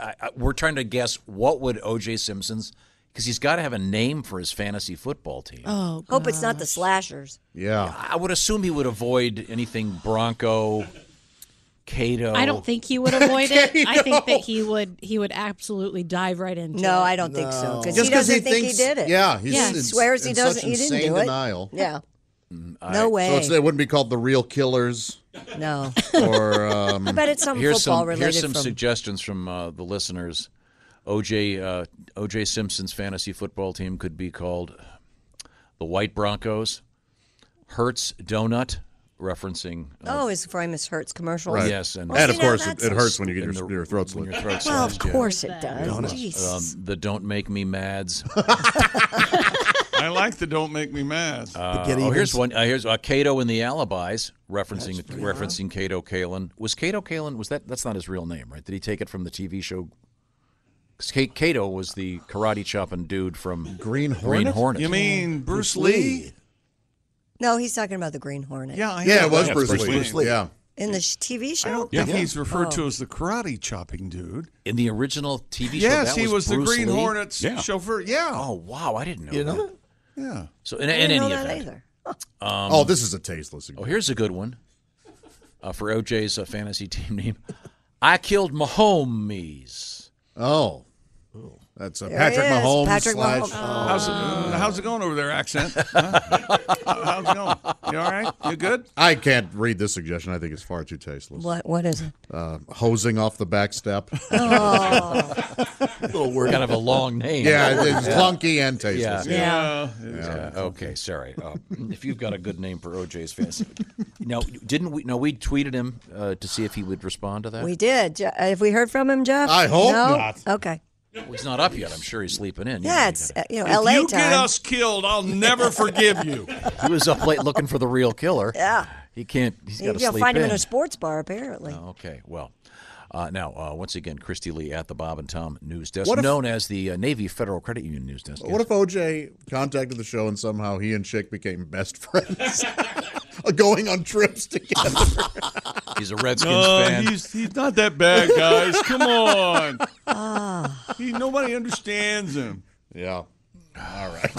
[SPEAKER 9] I, I- we're trying to guess what would O.J. Simpson's because he's got to have a name for his fantasy football team.
[SPEAKER 7] Oh, hope it's not the slashers.
[SPEAKER 8] Yeah,
[SPEAKER 9] I would assume he would avoid anything Bronco, Cato.
[SPEAKER 12] I don't think he would avoid it. I think that he would he would absolutely dive right into it.
[SPEAKER 7] No, I don't think so. Because
[SPEAKER 8] Just
[SPEAKER 7] he
[SPEAKER 8] 'cause
[SPEAKER 7] doesn't
[SPEAKER 8] he
[SPEAKER 7] think
[SPEAKER 8] thinks-
[SPEAKER 7] he did it.
[SPEAKER 8] yeah, he's
[SPEAKER 7] he
[SPEAKER 8] in-
[SPEAKER 7] swears he
[SPEAKER 8] in
[SPEAKER 7] doesn't.
[SPEAKER 8] such
[SPEAKER 7] he didn't
[SPEAKER 8] insane
[SPEAKER 7] do it.
[SPEAKER 8] denial.
[SPEAKER 7] Yeah.
[SPEAKER 8] Mm,
[SPEAKER 9] I-
[SPEAKER 7] no way.
[SPEAKER 8] So it's, it wouldn't be called the Real Killers.
[SPEAKER 7] No.
[SPEAKER 8] Or um,
[SPEAKER 7] I bet it's some
[SPEAKER 9] here's
[SPEAKER 7] football
[SPEAKER 9] some
[SPEAKER 7] related.
[SPEAKER 9] here's some
[SPEAKER 7] from,
[SPEAKER 9] suggestions from uh, the listeners. OJ uh, OJ Simpson's fantasy football team could be called the White Broncos, Hertz Donut, referencing
[SPEAKER 7] oh, his famous Hurts commercials.
[SPEAKER 9] Right. Yes, and-
[SPEAKER 7] Well,
[SPEAKER 9] And
[SPEAKER 7] see,
[SPEAKER 9] of
[SPEAKER 7] now
[SPEAKER 9] course it-
[SPEAKER 7] that's-
[SPEAKER 9] it hurts when you get your-
[SPEAKER 8] your, your throat slit.
[SPEAKER 9] your throat
[SPEAKER 7] Well, of
[SPEAKER 9] slashed, yeah.
[SPEAKER 7] course it does. Jesus.
[SPEAKER 9] Um, the Don't Make Me Mads.
[SPEAKER 6] I like the "Don't Make Me Mad."
[SPEAKER 9] Uh, oh, here's one. Uh, here's uh, Cato and the Alibis, referencing referencing Cato Kalin. Was Cato Kalin? Was that? That's not his real name, right? Did he take it from the TV show? 'Cause Ca- Cato was the karate chopping dude from Green Green
[SPEAKER 6] Hornet?
[SPEAKER 9] Hornet.
[SPEAKER 6] You mean Bruce Lee?
[SPEAKER 7] No, he's talking about the Green Hornet.
[SPEAKER 6] Yeah, I
[SPEAKER 8] Yeah,
[SPEAKER 6] know
[SPEAKER 8] it was
[SPEAKER 6] that.
[SPEAKER 8] Bruce Lee. Bruce Lee. Yeah.
[SPEAKER 7] In the sh- TV show. Oh.
[SPEAKER 6] I don't think he's referred to as the karate chopping dude.
[SPEAKER 9] In the original TV show,
[SPEAKER 6] Yes,
[SPEAKER 9] that
[SPEAKER 6] he was the
[SPEAKER 9] Bruce
[SPEAKER 6] Green
[SPEAKER 9] Lee?
[SPEAKER 6] Hornets chauffeur. Yeah.
[SPEAKER 9] Oh wow, I didn't know.
[SPEAKER 6] You
[SPEAKER 9] that.
[SPEAKER 6] know Yeah.
[SPEAKER 9] So in,
[SPEAKER 7] I
[SPEAKER 9] in
[SPEAKER 7] didn't know
[SPEAKER 9] any
[SPEAKER 7] that
[SPEAKER 9] event,
[SPEAKER 7] either.
[SPEAKER 9] um,
[SPEAKER 8] Oh, this is a tasteless.
[SPEAKER 9] Oh, here's a good one uh, for OJ's uh, fantasy team name. I killed Mahomes.
[SPEAKER 8] Oh, that's a
[SPEAKER 9] There
[SPEAKER 8] Patrick
[SPEAKER 9] it is,
[SPEAKER 8] Mahomes.
[SPEAKER 9] Patrick
[SPEAKER 8] slash, uh,
[SPEAKER 9] Mahomes.
[SPEAKER 7] Oh.
[SPEAKER 6] How's it, how's it going over there, accent? Huh? how's it going? You all right? You good?
[SPEAKER 8] I can't read this suggestion. I think it's far too tasteless.
[SPEAKER 7] What? What is it?
[SPEAKER 8] Uh, hosing off the back step.
[SPEAKER 7] Oh.
[SPEAKER 9] word. Kind of a long name.
[SPEAKER 8] Yeah, it's
[SPEAKER 9] Yeah.
[SPEAKER 8] clunky and tasteless.
[SPEAKER 9] Yeah.
[SPEAKER 7] Yeah.
[SPEAKER 9] Yeah, Okay. Sorry. Uh, if you've got a good name for OJ's fantasy, no, didn't we? No, we tweeted him uh, to see if he would respond to that.
[SPEAKER 7] We did. Je- Have we heard from him, Jeff?
[SPEAKER 9] I hope
[SPEAKER 7] no?
[SPEAKER 9] not.
[SPEAKER 7] Okay.
[SPEAKER 9] Well, he's not up yet. I'm sure he's sleeping in.
[SPEAKER 7] Yeah, it's uh, you know
[SPEAKER 6] if
[SPEAKER 7] LA
[SPEAKER 6] you
[SPEAKER 7] time.
[SPEAKER 6] get us killed, I'll never forgive you.
[SPEAKER 9] He was up late looking for the real killer.
[SPEAKER 7] Yeah.
[SPEAKER 9] He can't. He's got
[SPEAKER 7] You'll
[SPEAKER 9] to sleep
[SPEAKER 7] find him
[SPEAKER 9] in
[SPEAKER 7] in a sports bar, apparently.
[SPEAKER 9] Oh, Okay, well, uh, now uh, once again, Christy Lee at the Bob and Tom News Desk,
[SPEAKER 8] What if-
[SPEAKER 9] known as the uh, Navy Federal Credit Union News Desk.
[SPEAKER 8] What if OJ contacted the show and somehow he and Chick became best friends, going on trips together?
[SPEAKER 9] He's a Redskins
[SPEAKER 6] No,
[SPEAKER 9] fan.
[SPEAKER 6] he's he's not that bad, guys. Come on.
[SPEAKER 9] Uh.
[SPEAKER 6] He, nobody understands him.
[SPEAKER 8] Yeah. All right.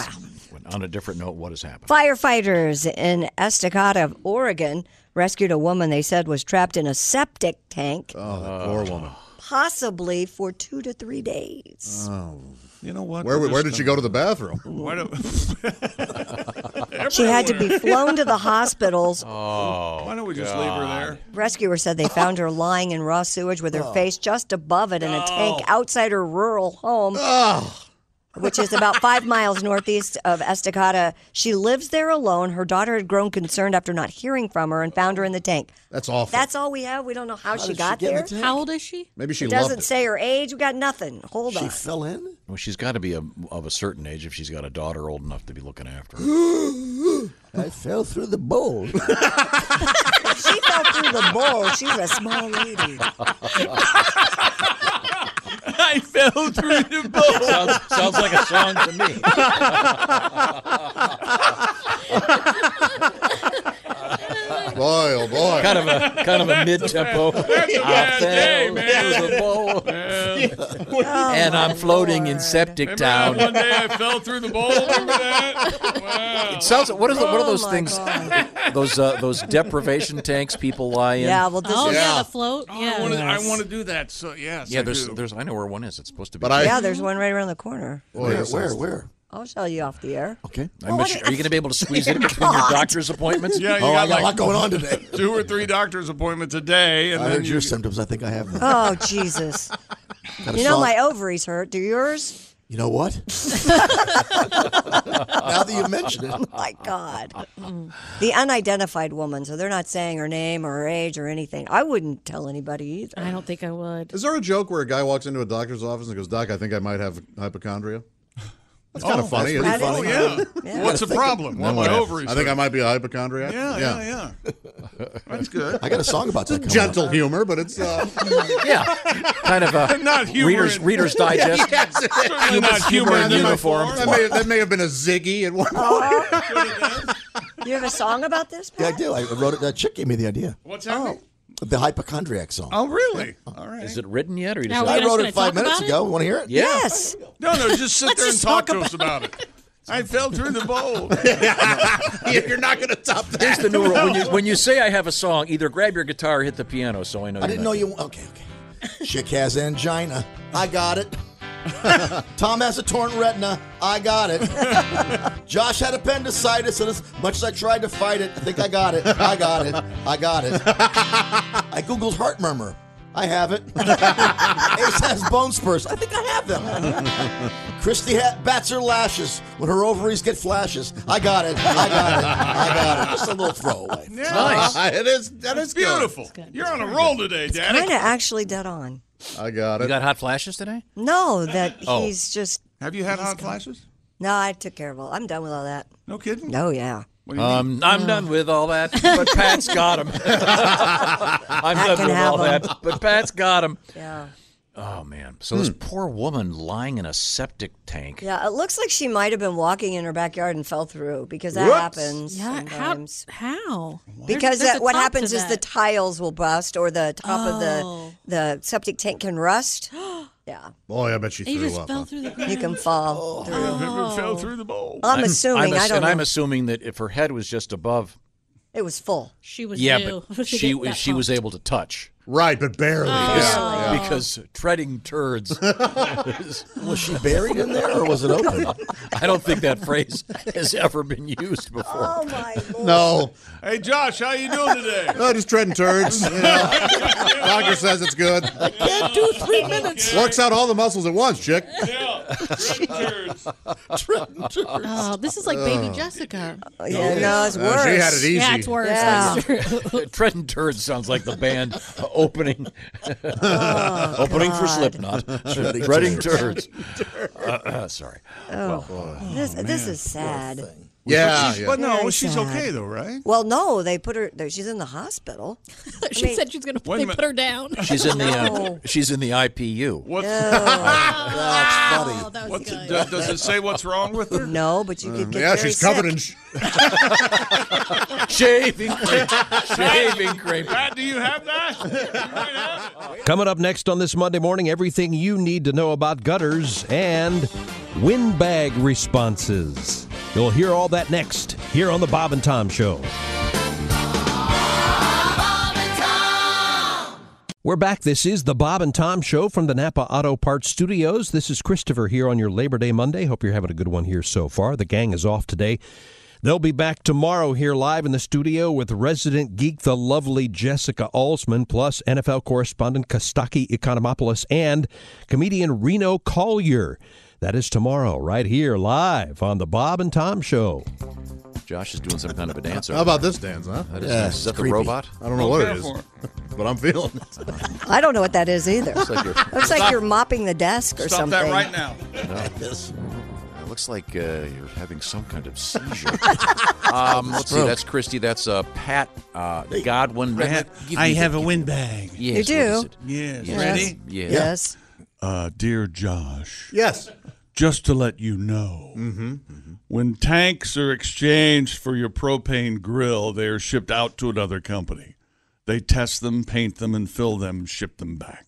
[SPEAKER 9] On a different note, what has happened?
[SPEAKER 7] Firefighters in Estacada, Oregon, rescued a woman they said was trapped in a septic tank,
[SPEAKER 8] Oh, that poor woman.
[SPEAKER 7] possibly for two to three days.
[SPEAKER 10] Oh,
[SPEAKER 6] You know what?
[SPEAKER 8] Where,
[SPEAKER 6] We're
[SPEAKER 8] where
[SPEAKER 6] just
[SPEAKER 8] did she go to the bathroom?
[SPEAKER 6] Why do
[SPEAKER 7] She had to be flown to the hospitals.
[SPEAKER 9] Oh,
[SPEAKER 6] Why don't we just leave her there?
[SPEAKER 7] Rescuers said they found her lying in
[SPEAKER 8] Oh.
[SPEAKER 7] raw sewage with her face just above it in a tank outside her rural home. which is about five miles northeast of Estacada. She lives there alone. Her daughter had grown concerned after not hearing from her and found her in the tank.
[SPEAKER 8] That's awful.
[SPEAKER 7] That's all we have. We don't know how,
[SPEAKER 8] How
[SPEAKER 7] she
[SPEAKER 8] did she
[SPEAKER 7] got
[SPEAKER 8] get in
[SPEAKER 7] there.
[SPEAKER 8] the tank? How
[SPEAKER 7] old is she?
[SPEAKER 8] Maybe she
[SPEAKER 7] it
[SPEAKER 8] loved
[SPEAKER 7] doesn't
[SPEAKER 8] it.
[SPEAKER 7] say her age. We got nothing. Hold on.
[SPEAKER 3] in.
[SPEAKER 9] Well, she's got to be a, of a certain age if she's got a daughter old enough to be looking after. her.
[SPEAKER 3] I fell through the bowl. she fell
[SPEAKER 7] through the bowl. She's a small lady.
[SPEAKER 9] I fell through the bowl. sounds, sounds like a song to me.
[SPEAKER 8] Boy, oh boy.
[SPEAKER 9] Kind of a kind of a mid tempo.
[SPEAKER 8] That's a bad day, man.
[SPEAKER 3] Oh,
[SPEAKER 9] and I'm floating in septic town.
[SPEAKER 15] One day I fell through the bowl. Remember that?
[SPEAKER 9] It sounds. What is the, what are
[SPEAKER 15] Oh
[SPEAKER 9] those
[SPEAKER 15] my
[SPEAKER 9] things? Those uh, those deprivation tanks people lie in.
[SPEAKER 15] Yeah, well,
[SPEAKER 12] this Oh, is- yeah, the float,
[SPEAKER 15] Oh,
[SPEAKER 12] yeah.
[SPEAKER 15] I want to
[SPEAKER 12] Yes.
[SPEAKER 15] do that. So yes.
[SPEAKER 9] Yeah,
[SPEAKER 15] I
[SPEAKER 9] there's
[SPEAKER 15] do.
[SPEAKER 9] there's I know where one is. It's supposed to be.
[SPEAKER 7] yeah, there's one right around the corner.
[SPEAKER 9] Where, Yes, where, that's-
[SPEAKER 3] where?
[SPEAKER 7] I'll show you off the air.
[SPEAKER 3] Okay.
[SPEAKER 9] I miss you. Are you going to be able to squeeze it in between your
[SPEAKER 7] God.
[SPEAKER 9] doctor's appointments? Oh,
[SPEAKER 15] Yeah, you got, like
[SPEAKER 3] today.
[SPEAKER 15] Two or three doctor's appointments a day, and
[SPEAKER 3] I
[SPEAKER 15] then
[SPEAKER 3] heard your symptoms. I think I have them.
[SPEAKER 7] Oh Jesus!
[SPEAKER 3] Got a
[SPEAKER 7] you know
[SPEAKER 3] song-
[SPEAKER 7] my ovaries hurt. Do yours?
[SPEAKER 3] You know what? now that you mention it.
[SPEAKER 7] Oh, my God. The unidentified woman, so they're not saying her name or her age or anything. I wouldn't tell anybody either.
[SPEAKER 12] I don't think I would.
[SPEAKER 8] Is there a joke where a guy walks into a doctor's office and goes, Doc, I think I might have hypochondria? That's kind of
[SPEAKER 6] Oh,
[SPEAKER 8] funny.
[SPEAKER 6] that's
[SPEAKER 8] isn't
[SPEAKER 6] pretty
[SPEAKER 8] it?
[SPEAKER 6] funny. Oh, yeah. Yeah. What's the
[SPEAKER 8] I think-
[SPEAKER 6] problem? Well,
[SPEAKER 8] Then
[SPEAKER 6] my
[SPEAKER 8] what?
[SPEAKER 6] ovaries
[SPEAKER 8] I think
[SPEAKER 6] hurt.
[SPEAKER 8] I might be a hypochondriac.
[SPEAKER 6] Yeah, yeah,
[SPEAKER 8] yeah.
[SPEAKER 6] That's good.
[SPEAKER 3] I got a song about that.
[SPEAKER 8] It's
[SPEAKER 3] coming up.
[SPEAKER 8] gentle humor, but it's uh,
[SPEAKER 9] yeah, kind of a
[SPEAKER 8] Not humor
[SPEAKER 9] readers
[SPEAKER 8] in-
[SPEAKER 9] Reader's Digest.
[SPEAKER 8] Yes, it is.
[SPEAKER 9] Certainly not Cupid's humor humor in in uniform.
[SPEAKER 8] That may, that may have been a Ziggy at one point.
[SPEAKER 7] You have a song about this?
[SPEAKER 3] Yeah, I do. I wrote it. That chick gave me the idea.
[SPEAKER 7] What's happening?
[SPEAKER 3] The hypochondriac song.
[SPEAKER 6] Oh, really? All right.
[SPEAKER 9] Is it written yet, or you
[SPEAKER 3] Now
[SPEAKER 9] just
[SPEAKER 3] we're I wrote it five minutes ago.
[SPEAKER 9] We
[SPEAKER 3] Want to hear it?
[SPEAKER 7] Yes.
[SPEAKER 6] No, no, just sit
[SPEAKER 3] Let's
[SPEAKER 6] there and
[SPEAKER 3] just
[SPEAKER 6] talk,
[SPEAKER 3] talk
[SPEAKER 6] to us about it. I fell through the bowl.
[SPEAKER 8] You're not going to top that.
[SPEAKER 9] Here's the new rule: when you, when you say I have a song, either grab your guitar or hit the piano. So I know.
[SPEAKER 3] I didn't know you. Okay, okay. Chick has angina. I got it. Tom has a torn retina. I got it. Josh had appendicitis, and as much as I tried to fight it, I think I got it. I got it. I got it. I googled heart murmur. I have it. Ace has bone spurs. I think I have them. Christy ha- bats her lashes when her ovaries get flashes. I got it. I got it. I got it. Just a little throwaway.
[SPEAKER 6] Yeah.
[SPEAKER 8] Nice. It is. That is
[SPEAKER 6] beautiful. You're on a roll today, Daddy.
[SPEAKER 7] Kind of actually dead on.
[SPEAKER 8] I got
[SPEAKER 9] You got hot flashes today?
[SPEAKER 7] No, that
[SPEAKER 9] Oh.
[SPEAKER 7] he's just.
[SPEAKER 6] Have you had
[SPEAKER 7] he's
[SPEAKER 6] hot
[SPEAKER 7] gone.
[SPEAKER 6] flashes?
[SPEAKER 7] No, I took care of all. I'm done with all that.
[SPEAKER 6] No kidding.
[SPEAKER 7] No, Oh, yeah.
[SPEAKER 6] What do you
[SPEAKER 9] Um, I'm done with all that, but Pat's got him. I'm
[SPEAKER 7] Pat
[SPEAKER 9] done
[SPEAKER 7] can
[SPEAKER 9] with
[SPEAKER 7] have
[SPEAKER 9] all
[SPEAKER 7] 'em.
[SPEAKER 9] that, but Pat's got him.
[SPEAKER 7] Yeah.
[SPEAKER 9] Oh man! So this poor woman lying in a septic tank.
[SPEAKER 7] Yeah, it looks like she might have been walking in her backyard and fell through because that
[SPEAKER 9] Whoops.
[SPEAKER 7] happens
[SPEAKER 12] Yeah, how?
[SPEAKER 7] sometimes.
[SPEAKER 12] How?
[SPEAKER 7] Because
[SPEAKER 12] There's- there's
[SPEAKER 7] that,
[SPEAKER 12] a
[SPEAKER 7] what
[SPEAKER 12] top to
[SPEAKER 7] happens is the
[SPEAKER 12] that.
[SPEAKER 7] tiles will bust or the top of
[SPEAKER 6] Oh.
[SPEAKER 7] the the septic tank can rust. yeah.
[SPEAKER 8] Boy, I bet she
[SPEAKER 7] You
[SPEAKER 8] threw
[SPEAKER 7] just
[SPEAKER 8] up.
[SPEAKER 7] fell
[SPEAKER 8] huh?
[SPEAKER 12] through the
[SPEAKER 7] You can fall.
[SPEAKER 6] Oh,
[SPEAKER 7] through.
[SPEAKER 6] fell through the bowl.
[SPEAKER 7] I'm,
[SPEAKER 9] I'm-
[SPEAKER 7] assuming.
[SPEAKER 9] I'm
[SPEAKER 7] I
[SPEAKER 9] ass-
[SPEAKER 7] don't
[SPEAKER 9] and
[SPEAKER 7] know.
[SPEAKER 9] I'm assuming that if her head was just above,
[SPEAKER 7] it was full.
[SPEAKER 12] She was
[SPEAKER 9] yeah,
[SPEAKER 12] new.
[SPEAKER 9] but she
[SPEAKER 12] That Oh,
[SPEAKER 9] she was able to touch.
[SPEAKER 8] Right, but barely.
[SPEAKER 9] Because, because treading turds.
[SPEAKER 3] Was she buried in there or was it open?
[SPEAKER 9] I don't think that phrase has ever been used before.
[SPEAKER 7] Oh my lord.
[SPEAKER 8] No.
[SPEAKER 6] Hey, Josh, how you doing today?
[SPEAKER 8] No, just treading turds. you know. Doctor says it's good. I
[SPEAKER 3] can't do three minutes.
[SPEAKER 8] Works out all the muscles at once, chick.
[SPEAKER 12] Oh, this is like
[SPEAKER 8] Oh.
[SPEAKER 12] baby Jessica. Oh,
[SPEAKER 7] yeah, no, it's
[SPEAKER 8] Uh,
[SPEAKER 7] worse.
[SPEAKER 8] she had it easy.
[SPEAKER 12] Yeah, it's worse.
[SPEAKER 7] Yeah.
[SPEAKER 9] Treading turds sounds like the band uh, opening
[SPEAKER 12] Oh,
[SPEAKER 9] opening for
[SPEAKER 7] God.
[SPEAKER 9] Slipknot.
[SPEAKER 3] Treading
[SPEAKER 9] Treading
[SPEAKER 3] Turds.
[SPEAKER 9] turds. Uh, sorry.
[SPEAKER 7] Oh,
[SPEAKER 9] Well,
[SPEAKER 7] this, this is sad.
[SPEAKER 9] Yeah,
[SPEAKER 6] She's-
[SPEAKER 9] yeah.
[SPEAKER 6] But no,
[SPEAKER 7] Very
[SPEAKER 6] she's
[SPEAKER 7] sad.
[SPEAKER 6] okay though, right?
[SPEAKER 7] Well, no, they put her. there- She's in the hospital.
[SPEAKER 12] she said she's gonna.
[SPEAKER 6] Wait a
[SPEAKER 12] They
[SPEAKER 6] minute.
[SPEAKER 12] put her down.
[SPEAKER 9] she's in the uh,
[SPEAKER 7] No.
[SPEAKER 9] she's in the IPU.
[SPEAKER 6] What's,
[SPEAKER 7] Oh,
[SPEAKER 12] Oh,
[SPEAKER 3] That's funny.
[SPEAKER 6] what's it, does, does it say what's wrong with her?
[SPEAKER 7] No, but you could get
[SPEAKER 8] yeah,
[SPEAKER 7] very
[SPEAKER 8] she's covered
[SPEAKER 7] sick.
[SPEAKER 8] in. Sh-
[SPEAKER 9] Shaving cream. Shaving cream.
[SPEAKER 6] Pat, do you have that?
[SPEAKER 11] Coming up next on this Monday morning, everything you need to know about gutters and windbag responses. You'll hear all that next here on the Bob and Tom Show. We're back. This is the Bob and Tom Show from the Napa Auto Parts Studios. This is Christopher here on your Labor Day Monday. Hope you're having a good one here so far. The gang is off today. They'll be back tomorrow here live in the studio with resident geek, the lovely Jessica Alsman, plus NFL correspondent Kostaki Economopoulos and comedian Reno Collier. That is tomorrow, right here, live on the Bob and Tom Show.
[SPEAKER 9] Josh is doing some kind of a dance.
[SPEAKER 11] How
[SPEAKER 9] over
[SPEAKER 11] about
[SPEAKER 9] there.
[SPEAKER 11] this dance, huh?
[SPEAKER 9] That is,
[SPEAKER 11] Yeah,
[SPEAKER 9] nice. is that
[SPEAKER 11] it's
[SPEAKER 9] the
[SPEAKER 11] creepy.
[SPEAKER 9] robot?
[SPEAKER 11] I don't know what it
[SPEAKER 9] is,
[SPEAKER 8] but I'm feeling
[SPEAKER 7] I don't know what that is either.
[SPEAKER 9] Looks like you're-
[SPEAKER 7] Looks like
[SPEAKER 9] Stop.
[SPEAKER 7] you're mopping the desk or something.
[SPEAKER 9] Yes. It looks like uh, you're having some kind of seizure. um, let's see.
[SPEAKER 15] Stroke.
[SPEAKER 9] That's Christy. That's uh, Pat uh, Godwin.
[SPEAKER 15] Pat,
[SPEAKER 9] Give me
[SPEAKER 15] I
[SPEAKER 9] the-
[SPEAKER 15] have a
[SPEAKER 9] give-
[SPEAKER 15] windbag.
[SPEAKER 9] Yes,
[SPEAKER 15] You
[SPEAKER 9] what is
[SPEAKER 15] do?
[SPEAKER 9] it?
[SPEAKER 15] Yes.
[SPEAKER 9] yes.
[SPEAKER 15] Ready?
[SPEAKER 9] Yes.
[SPEAKER 15] Yes.
[SPEAKER 6] Uh, dear Josh.
[SPEAKER 8] Yes.
[SPEAKER 6] Just to let you know,
[SPEAKER 8] Mm-hmm.
[SPEAKER 6] when tanks are exchanged for your propane grill, they are shipped out to another company. They test them, paint them, and fill them, and ship them back.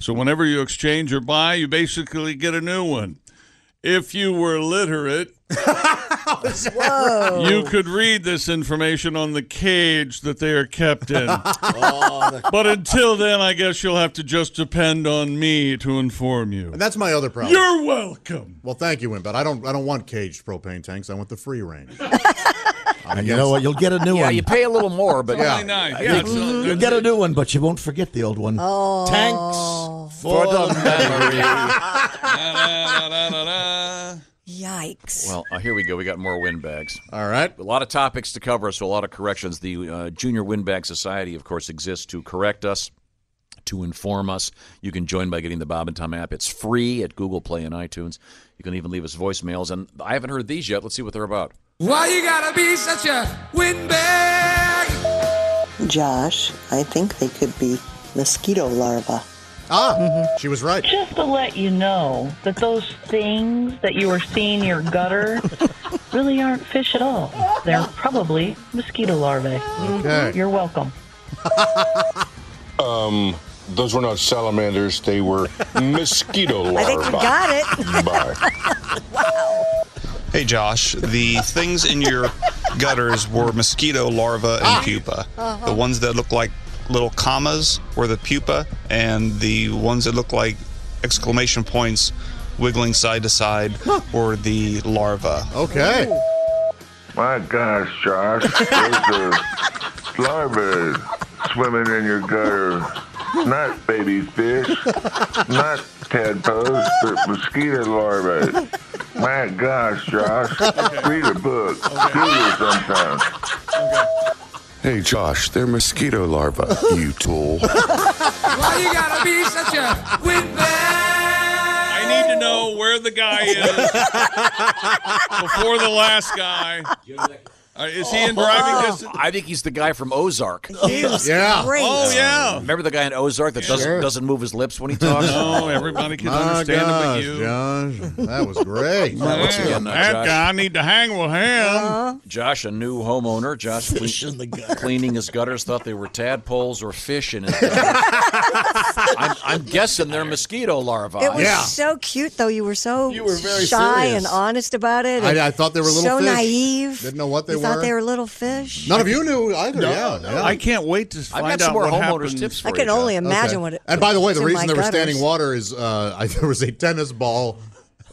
[SPEAKER 6] So whenever you exchange or buy, you basically get a new one. If you were literate,
[SPEAKER 14] Whoa.
[SPEAKER 6] you could read this information on the cage that they are kept in.
[SPEAKER 8] Oh,
[SPEAKER 6] but until then, I guess you'll have to just depend on me to inform you.
[SPEAKER 8] And that's my other problem.
[SPEAKER 6] You're welcome.
[SPEAKER 8] Well, thank you, Wimbad. I don't. I don't want caged propane tanks. I want the free range.
[SPEAKER 3] And you know what? You'll get a new
[SPEAKER 8] Yeah,
[SPEAKER 3] one.
[SPEAKER 8] you
[SPEAKER 9] pay a little more, but
[SPEAKER 8] Yeah.
[SPEAKER 3] Uh, You- you'll get a new one, but you won't forget the old one.
[SPEAKER 7] Oh.
[SPEAKER 3] Tanks for the memory.
[SPEAKER 7] Yikes.
[SPEAKER 9] Well, uh, here we go. We got more windbags.
[SPEAKER 8] All right.
[SPEAKER 9] A lot of topics to cover, so a lot of corrections. The uh, Junior Windbag Society, of course, exists to correct us, to inform us. You can join by getting the Bob and Tom app. It's free at Google Play and iTunes. You can even leave us voicemails. And I haven't heard these yet. Let's see what they're about.
[SPEAKER 16] Why you gotta be such a windbag?
[SPEAKER 17] Josh, I think they could be mosquito larvae.
[SPEAKER 8] Ah, she was right.
[SPEAKER 18] Just to let you know that those things that you are seeing in your gutter really aren't fish at all. They're probably mosquito larvae.
[SPEAKER 5] Okay.
[SPEAKER 18] You're welcome.
[SPEAKER 5] Um, those were not salamanders. They were mosquito larvae.
[SPEAKER 14] I think you got it.
[SPEAKER 5] Bye.
[SPEAKER 19] Hey Josh, the things in your gutters were mosquito larvae and pupa.
[SPEAKER 14] Uh-huh.
[SPEAKER 19] The ones that look like little commas were the pupa, and the ones that look like exclamation points wiggling side to side were the larvae.
[SPEAKER 8] Okay.
[SPEAKER 1] My gosh, Josh, those are larvae swimming in your gutter. Not baby fish, not tadpoles, but mosquito larvae. My gosh, Josh, read a book. Google sometimes.
[SPEAKER 10] Hey, Josh, they're mosquito larvae, you tool.
[SPEAKER 16] Why you gotta be such a windbag?
[SPEAKER 15] I need to know where the guy is before the last guy. Uh, is he in driving distance?
[SPEAKER 9] Oh, I think he's the guy from Ozark. Um,
[SPEAKER 15] He was Yeah. great. Oh, yeah.
[SPEAKER 9] Remember the guy in Ozark that doesn't
[SPEAKER 15] Sure.
[SPEAKER 9] doesn't move his lips when he talks?
[SPEAKER 15] No, everybody can
[SPEAKER 9] My
[SPEAKER 15] understand
[SPEAKER 9] gosh,
[SPEAKER 15] him
[SPEAKER 8] but you. That was great.
[SPEAKER 9] Yeah, once again, uh,
[SPEAKER 15] that
[SPEAKER 9] Josh-
[SPEAKER 15] guy, I need to hang with him.
[SPEAKER 16] Uh-huh.
[SPEAKER 9] Josh, a new homeowner, Josh cle- cleaning his gutters, thought they were tadpoles or fish in it. I'm, I'm guessing they're mosquito larvae.
[SPEAKER 7] It was so cute, though. You were so
[SPEAKER 9] You were very
[SPEAKER 7] shy
[SPEAKER 9] serious.
[SPEAKER 7] and honest about it. and
[SPEAKER 8] I, I thought they were little
[SPEAKER 7] so
[SPEAKER 8] fish.
[SPEAKER 7] naive.
[SPEAKER 8] Didn't know what they
[SPEAKER 7] you
[SPEAKER 8] were.
[SPEAKER 7] thought they were little fish.
[SPEAKER 8] None of you knew either.
[SPEAKER 7] No,
[SPEAKER 8] yeah,
[SPEAKER 7] no.
[SPEAKER 8] yeah.
[SPEAKER 7] I
[SPEAKER 6] can't wait to
[SPEAKER 7] find out what happens. I can only imagine what it-
[SPEAKER 8] And by the way,
[SPEAKER 7] it's
[SPEAKER 8] the
[SPEAKER 7] in my
[SPEAKER 8] reason there was standing
[SPEAKER 7] gutters.
[SPEAKER 8] water is uh, I, there was a tennis ball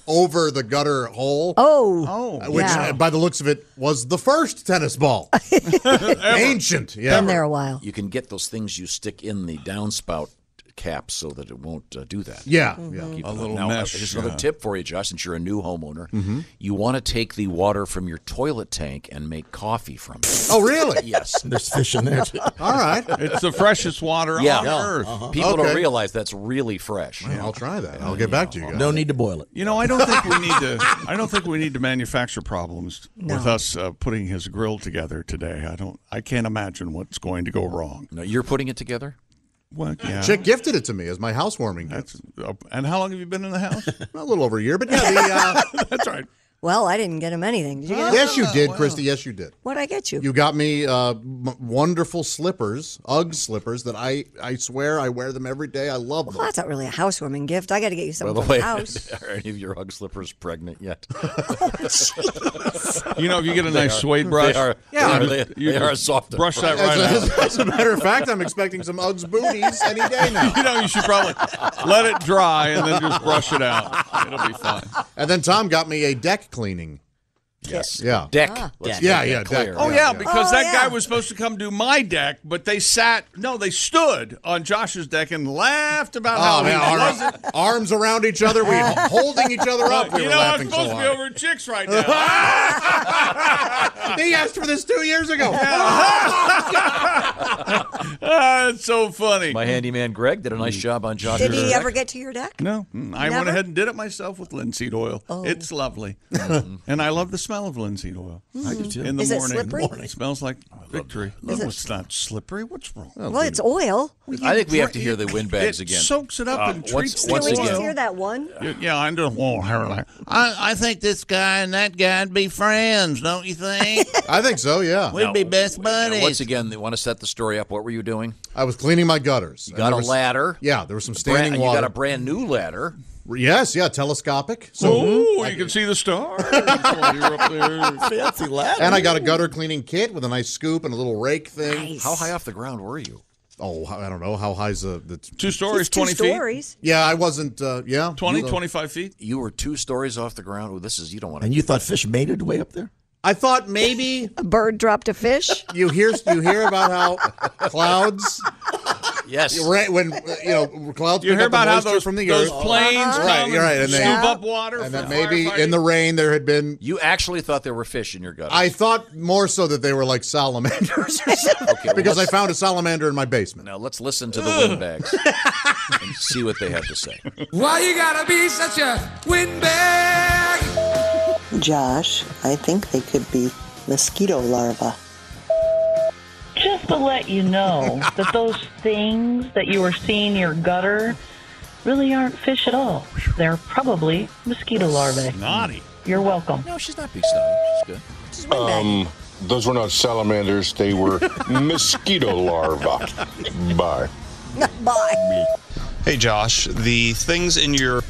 [SPEAKER 8] over the gutter hole.
[SPEAKER 7] Oh,
[SPEAKER 8] which
[SPEAKER 7] yeah.
[SPEAKER 8] uh, by the looks of it was the first tennis ball. Ancient. Yeah.
[SPEAKER 7] Been there a while.
[SPEAKER 9] You can get those things you stick in the downspout cap so that it won't uh, do that.
[SPEAKER 8] Yeah, Mhm.
[SPEAKER 7] Mm-hmm.
[SPEAKER 8] yeah.
[SPEAKER 9] Keep
[SPEAKER 8] A
[SPEAKER 9] it up.
[SPEAKER 8] little
[SPEAKER 9] now, uh,
[SPEAKER 8] mesh,
[SPEAKER 9] Here's another
[SPEAKER 8] yeah.
[SPEAKER 9] tip for you, Josh, since you're a new homeowner.
[SPEAKER 8] Mhm.
[SPEAKER 9] You want to take the water from your toilet tank and make coffee from it.
[SPEAKER 8] Oh, really?
[SPEAKER 9] yes.
[SPEAKER 3] There's fish in there. Too.
[SPEAKER 8] All right.
[SPEAKER 6] It's the freshest water
[SPEAKER 9] Yeah.
[SPEAKER 6] on
[SPEAKER 9] Yeah.
[SPEAKER 6] earth.
[SPEAKER 9] Uh-huh. People don't realize that's really fresh.
[SPEAKER 8] I'll try that. I'll get back to you guys.
[SPEAKER 3] No need to boil it.
[SPEAKER 6] You know, I don't think we need to. I don't think we need to manufacture problems with
[SPEAKER 9] No.
[SPEAKER 6] us uh, putting his grill together today. I don't. I can't imagine what's going to go wrong.
[SPEAKER 9] No, you're putting it together.
[SPEAKER 6] What? Yeah. uh,
[SPEAKER 8] Chick gifted it to me as my housewarming gift.
[SPEAKER 6] and how long have you been in the house?
[SPEAKER 8] a little over a year, but yeah, the, uh,
[SPEAKER 6] that's right.
[SPEAKER 7] Well, I didn't get him anything. Did you get him?
[SPEAKER 8] Yes, you did, Christy. Yes, you did.
[SPEAKER 7] What'd I get you?
[SPEAKER 8] You got me uh, m- wonderful slippers, UGG slippers that I I swear I wear them every day. I love them.
[SPEAKER 7] Well, that's not really a housewarming gift. I got to get you
[SPEAKER 9] By
[SPEAKER 7] something
[SPEAKER 9] the
[SPEAKER 7] for
[SPEAKER 9] way,
[SPEAKER 7] the house.
[SPEAKER 9] are any of your hug slippers pregnant yet?
[SPEAKER 6] You know, if you get a
[SPEAKER 9] They
[SPEAKER 6] nice
[SPEAKER 9] are-
[SPEAKER 6] suede brush,
[SPEAKER 9] they are,
[SPEAKER 6] Yeah.
[SPEAKER 9] they are, they-
[SPEAKER 6] You
[SPEAKER 9] they are
[SPEAKER 6] just
[SPEAKER 9] soft. and
[SPEAKER 6] brush that
[SPEAKER 9] fresh.
[SPEAKER 6] right
[SPEAKER 8] As, as a matter of fact, I'm expecting some UGGs booties any day now.
[SPEAKER 6] you know, you should probably let it dry and then just brush it out. It'll be fine.
[SPEAKER 8] And then Tom got me a deck cleaning
[SPEAKER 7] kit.
[SPEAKER 8] Yeah.
[SPEAKER 9] Deck.
[SPEAKER 7] Ah.
[SPEAKER 9] Let's
[SPEAKER 8] Yeah,
[SPEAKER 9] make
[SPEAKER 8] yeah,
[SPEAKER 9] that clear.
[SPEAKER 8] deck.
[SPEAKER 6] Oh yeah, because
[SPEAKER 7] Oh,
[SPEAKER 6] that
[SPEAKER 7] yeah.
[SPEAKER 6] guy was supposed to come do my deck, but they sat no, they stood on Josh's deck and laughed about how
[SPEAKER 8] Oh,
[SPEAKER 6] he
[SPEAKER 8] man, our-
[SPEAKER 6] wasn't.
[SPEAKER 8] arms around each other, we holding each other up. We
[SPEAKER 6] you
[SPEAKER 8] were
[SPEAKER 6] know, I'm
[SPEAKER 8] laughing
[SPEAKER 6] supposed
[SPEAKER 8] so
[SPEAKER 6] to be
[SPEAKER 8] hard.
[SPEAKER 6] over at chicks right now.
[SPEAKER 8] They asked for this two years ago.
[SPEAKER 6] Ah, it's so funny.
[SPEAKER 9] My handyman Greg did a
[SPEAKER 8] Mm.
[SPEAKER 9] nice job on Josh.
[SPEAKER 7] Did he ever get to your deck?
[SPEAKER 6] No, Mm, I
[SPEAKER 7] Never? Oh.
[SPEAKER 6] went ahead and did it myself with linseed oil. It's lovely,
[SPEAKER 9] Mm.
[SPEAKER 6] and I love the smell of linseed oil.
[SPEAKER 7] I do too.
[SPEAKER 6] In the
[SPEAKER 7] Mm. Is it
[SPEAKER 6] morning,
[SPEAKER 7] slippery?
[SPEAKER 6] it smells like victory.
[SPEAKER 7] Is
[SPEAKER 6] no,
[SPEAKER 7] it-
[SPEAKER 6] it's not slippery. What's wrong?
[SPEAKER 7] Well, it's oil.
[SPEAKER 9] I think we have to hear the windbags
[SPEAKER 6] it
[SPEAKER 9] again.
[SPEAKER 6] soaks it up
[SPEAKER 9] Uh,
[SPEAKER 6] and
[SPEAKER 9] once-
[SPEAKER 6] treats
[SPEAKER 9] once
[SPEAKER 6] the
[SPEAKER 7] Did you
[SPEAKER 6] oil.
[SPEAKER 7] hear that one?
[SPEAKER 6] Yeah, yeah, I don't. Oh, Caroline.
[SPEAKER 20] I, I think this guy and that guy'd be friends, don't you think?
[SPEAKER 8] I think so, yeah.
[SPEAKER 20] We'd be best
[SPEAKER 9] Now,
[SPEAKER 20] buddies.
[SPEAKER 9] once again, they want to set the story up. What were you doing?
[SPEAKER 8] I was cleaning my gutters.
[SPEAKER 9] You got a
[SPEAKER 8] There was-
[SPEAKER 9] ladder.
[SPEAKER 8] Yeah, there was some
[SPEAKER 9] Brand-
[SPEAKER 8] standing
[SPEAKER 9] you
[SPEAKER 8] water.
[SPEAKER 9] got a brand new ladder.
[SPEAKER 8] Yes, yeah, telescopic. mm-hmm.
[SPEAKER 6] oh, you can see the stars. while you're up there.
[SPEAKER 8] fancy ladder. And I got a gutter cleaning kit with a nice scoop and a little rake thing.
[SPEAKER 9] How high off the ground were you?
[SPEAKER 8] Oh, I don't know. How high's the, the
[SPEAKER 6] two stories,
[SPEAKER 7] It's two 20 feet? stories.
[SPEAKER 8] Yeah, I wasn't. Uh, yeah,
[SPEAKER 6] 20,
[SPEAKER 8] You know.
[SPEAKER 6] 25 feet.
[SPEAKER 9] You were two stories off the ground. Oh, this is you don't want to.
[SPEAKER 3] And you thought fish mated way up there?
[SPEAKER 8] I thought maybe
[SPEAKER 7] A bird dropped a fish.
[SPEAKER 8] you hear you hear about how clouds.
[SPEAKER 9] Yes.
[SPEAKER 8] Right when you know clouds.
[SPEAKER 6] You
[SPEAKER 8] pick
[SPEAKER 6] hear
[SPEAKER 8] up the
[SPEAKER 6] about how
[SPEAKER 8] moisture
[SPEAKER 6] those,
[SPEAKER 8] from the
[SPEAKER 6] those
[SPEAKER 8] earth.
[SPEAKER 6] planes
[SPEAKER 8] Right,
[SPEAKER 6] come
[SPEAKER 8] you're right,
[SPEAKER 6] and
[SPEAKER 8] and
[SPEAKER 6] scoop
[SPEAKER 8] they-
[SPEAKER 6] up water
[SPEAKER 8] and
[SPEAKER 6] for
[SPEAKER 8] then maybe
[SPEAKER 6] firefighting?
[SPEAKER 8] in the rain there had been.
[SPEAKER 9] You actually thought there were fish in your gutter.
[SPEAKER 8] I thought more so that they were like salamanders or something
[SPEAKER 9] well,
[SPEAKER 8] because I
[SPEAKER 9] let's-
[SPEAKER 8] found a salamander in my basement.
[SPEAKER 9] Now let's listen to the windbags and see what they have to say.
[SPEAKER 16] Why you gotta be such a windbag?
[SPEAKER 17] Josh, I think they could be mosquito larvae.
[SPEAKER 18] Just to let you know that those things that you are seeing in your gutter really aren't fish at all. They're probably mosquito larvae.
[SPEAKER 6] Snotty.
[SPEAKER 18] You're welcome.
[SPEAKER 9] No, she's not being snotty. She's good.
[SPEAKER 5] Um, those were not salamanders. They were mosquito larvae. Bye.
[SPEAKER 7] Bye.
[SPEAKER 19] Hey, Josh, the things in your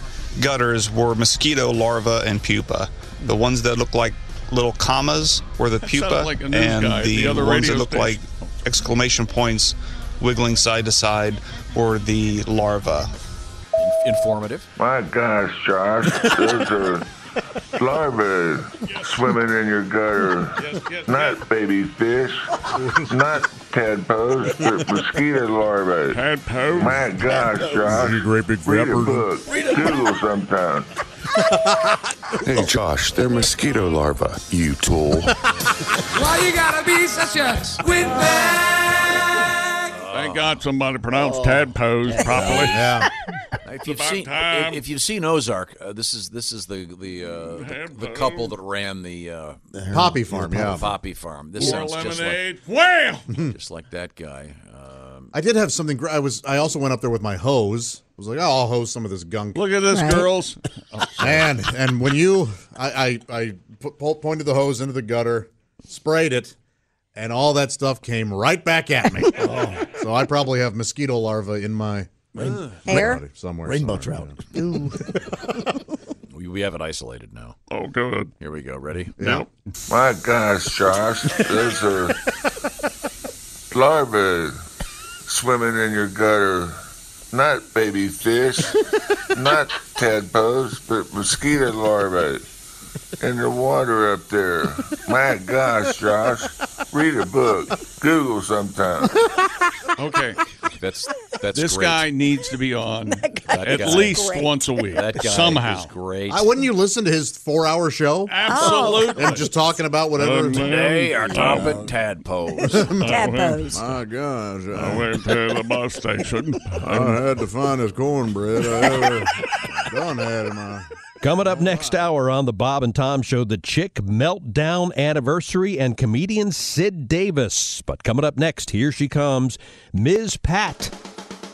[SPEAKER 19] gutters were mosquito larvae and pupa. The ones that look like little commas were the
[SPEAKER 6] That
[SPEAKER 19] pupa,
[SPEAKER 6] sounded like a news
[SPEAKER 19] and
[SPEAKER 6] guy at
[SPEAKER 19] the,
[SPEAKER 6] the other
[SPEAKER 19] ones that
[SPEAKER 6] radio
[SPEAKER 19] look like exclamation points wiggling side to side were the larvae.
[SPEAKER 9] Informative.
[SPEAKER 1] My gosh, Josh, there's a larvae swimming in your gutter. not baby fish, not tadpoles, but mosquito larvae. Tadpoles? My gosh, Josh.
[SPEAKER 5] You great big
[SPEAKER 1] Read a
[SPEAKER 5] rapper.
[SPEAKER 1] book. Google sometime.
[SPEAKER 5] Hey, Josh, they're mosquito larvae. You tool.
[SPEAKER 16] Why you gotta be such a windbag?
[SPEAKER 9] Oh.
[SPEAKER 6] Thank God somebody pronounced tadpoles properly.
[SPEAKER 8] Yeah.
[SPEAKER 9] If you've
[SPEAKER 6] about
[SPEAKER 9] seen
[SPEAKER 6] time.
[SPEAKER 9] if you've seen Ozark, uh, this is this is the the uh, the, the couple that ran the uh,
[SPEAKER 8] Poppy farm,
[SPEAKER 9] the
[SPEAKER 8] yeah.
[SPEAKER 9] poppy farm. This
[SPEAKER 6] Or
[SPEAKER 9] sounds just like
[SPEAKER 6] lemonade. Wham!
[SPEAKER 9] just like that guy. Um,
[SPEAKER 8] I did have something. gr- I was. I also went up there with my hose. I was like, oh, I'll hose some of this gunk. Oh,
[SPEAKER 6] Look at this,
[SPEAKER 7] Right.
[SPEAKER 6] girls.
[SPEAKER 8] Man, and when you, I, I, I pu- pu- pointed the hose into the gutter, sprayed it, and all that stuff came right back at me. Oh. So I probably have mosquito larvae in my
[SPEAKER 7] Hair.
[SPEAKER 8] somewhere.
[SPEAKER 3] Rainbow
[SPEAKER 8] somewhere,
[SPEAKER 3] trout.
[SPEAKER 7] Ooh.
[SPEAKER 9] we, we have it isolated now.
[SPEAKER 6] Oh, good.
[SPEAKER 9] Here we go. Ready?
[SPEAKER 8] Yeah.
[SPEAKER 1] My gosh, Josh, there's a larvae swimming in your gutter. Not baby fish, not tadpoles, but mosquito larvae in the water up there. My gosh, Josh, read a book, Google sometime.
[SPEAKER 6] Okay.
[SPEAKER 9] That's that's
[SPEAKER 6] this
[SPEAKER 9] great.
[SPEAKER 6] guy needs to be on
[SPEAKER 9] That
[SPEAKER 6] at
[SPEAKER 9] guy-
[SPEAKER 6] least
[SPEAKER 7] great.
[SPEAKER 6] once a week.
[SPEAKER 9] that guy
[SPEAKER 6] somehow.
[SPEAKER 9] is great.
[SPEAKER 8] I, wouldn't you listen to his four-hour show
[SPEAKER 6] Absolutely.
[SPEAKER 8] and just talking about whatever?
[SPEAKER 9] Oh,
[SPEAKER 6] Um,
[SPEAKER 9] Today
[SPEAKER 3] Uh,
[SPEAKER 9] are topping tadpoles.
[SPEAKER 7] Tadpoles.
[SPEAKER 8] My gosh, uh,
[SPEAKER 6] I went to the bus station.
[SPEAKER 8] had the finest cornbread I ever done had in my.
[SPEAKER 11] Coming up next hour on the Bob and Tom Show, the Chick Meltdown Anniversary and comedian Sid Davis. But coming up next, here she comes, Ms. Pat.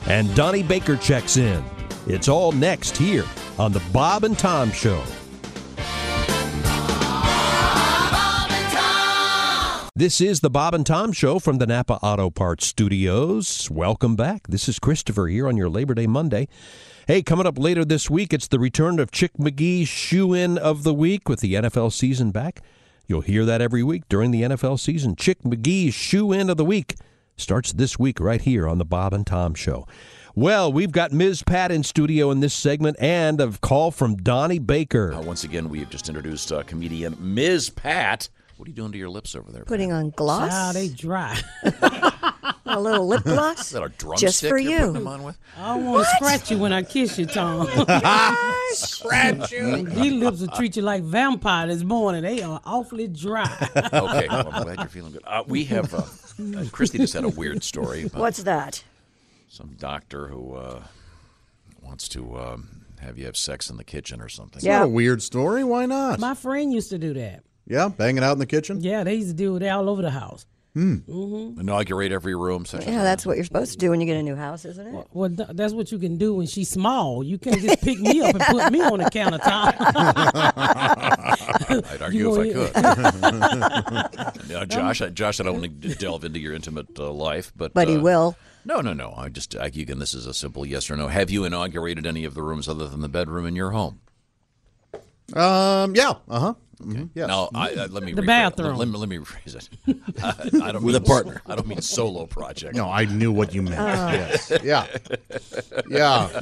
[SPEAKER 11] And Donnie Baker checks in. It's all next here on the Bob and Tom Show. This is the Bob and Tom Show from the Napa Auto Parts Studios. Welcome back. This is Christopher here on your Labor Day Monday. Hey, coming up later this week, it's the return of Chick McGee's shoe in of the week with the NFL season back. You'll hear that every week during the NFL season. Chick McGee's shoe in of the week. Starts this week right here on the Bob and Tom Show. Well, we've got Ms. Pat in studio in this segment and a call from Donnie Baker.
[SPEAKER 9] Uh, Once again, we have just introduced uh, comedian Ms. Pat. What are you doing to your lips over there?
[SPEAKER 7] Putting on gloss.
[SPEAKER 4] Ah, they dry.
[SPEAKER 7] a little lip gloss.
[SPEAKER 9] Is that a drum
[SPEAKER 7] Just
[SPEAKER 9] stick
[SPEAKER 7] for
[SPEAKER 9] you're
[SPEAKER 7] you.
[SPEAKER 9] putting them on with?
[SPEAKER 4] I want to scratch you when I kiss you, Tom.
[SPEAKER 9] Scratch you.
[SPEAKER 4] These lips will treat you like vampire this morning. They are awfully dry.
[SPEAKER 9] okay, well, I'm glad you're feeling good. Uh, we have uh, uh, Christy just had a weird story. About
[SPEAKER 7] What's that?
[SPEAKER 9] Some doctor who uh, wants to um, have you have sex in the kitchen or something.
[SPEAKER 8] It's not a weird story. Why not?
[SPEAKER 4] My friend used to do that.
[SPEAKER 8] Yeah, banging out in the kitchen.
[SPEAKER 4] Yeah, they used to do it all over the house.
[SPEAKER 8] Hmm.
[SPEAKER 4] hmm
[SPEAKER 9] Inaugurate every room. Such
[SPEAKER 7] Yeah, that's what you're supposed to do when you get a new house, isn't it?
[SPEAKER 4] Well, th- that's what you can do when she's small. You can't just pick me up and put me on the countertop.
[SPEAKER 9] I'd argue
[SPEAKER 4] You
[SPEAKER 9] if I could. now, Josh, I, Josh, I don't want to delve into your intimate uh, life, but
[SPEAKER 7] But he
[SPEAKER 9] uh,
[SPEAKER 7] will.
[SPEAKER 9] No, no, no. I just I, you can. This is a simple yes or no. Have you inaugurated any of the rooms other than the bedroom in your home?
[SPEAKER 8] Um. Yeah. Uh huh. Yes. Mm-hmm.
[SPEAKER 9] No, I, I, let me
[SPEAKER 8] The
[SPEAKER 9] rephrase-
[SPEAKER 8] bathroom.
[SPEAKER 9] Let, me let me rephrase it. Uh, I, I don't
[SPEAKER 8] With
[SPEAKER 9] mean,
[SPEAKER 8] a partner.
[SPEAKER 9] I don't mean solo project.
[SPEAKER 21] No, I knew what you meant.
[SPEAKER 9] Oh.
[SPEAKER 8] Yes. Yeah. Yeah.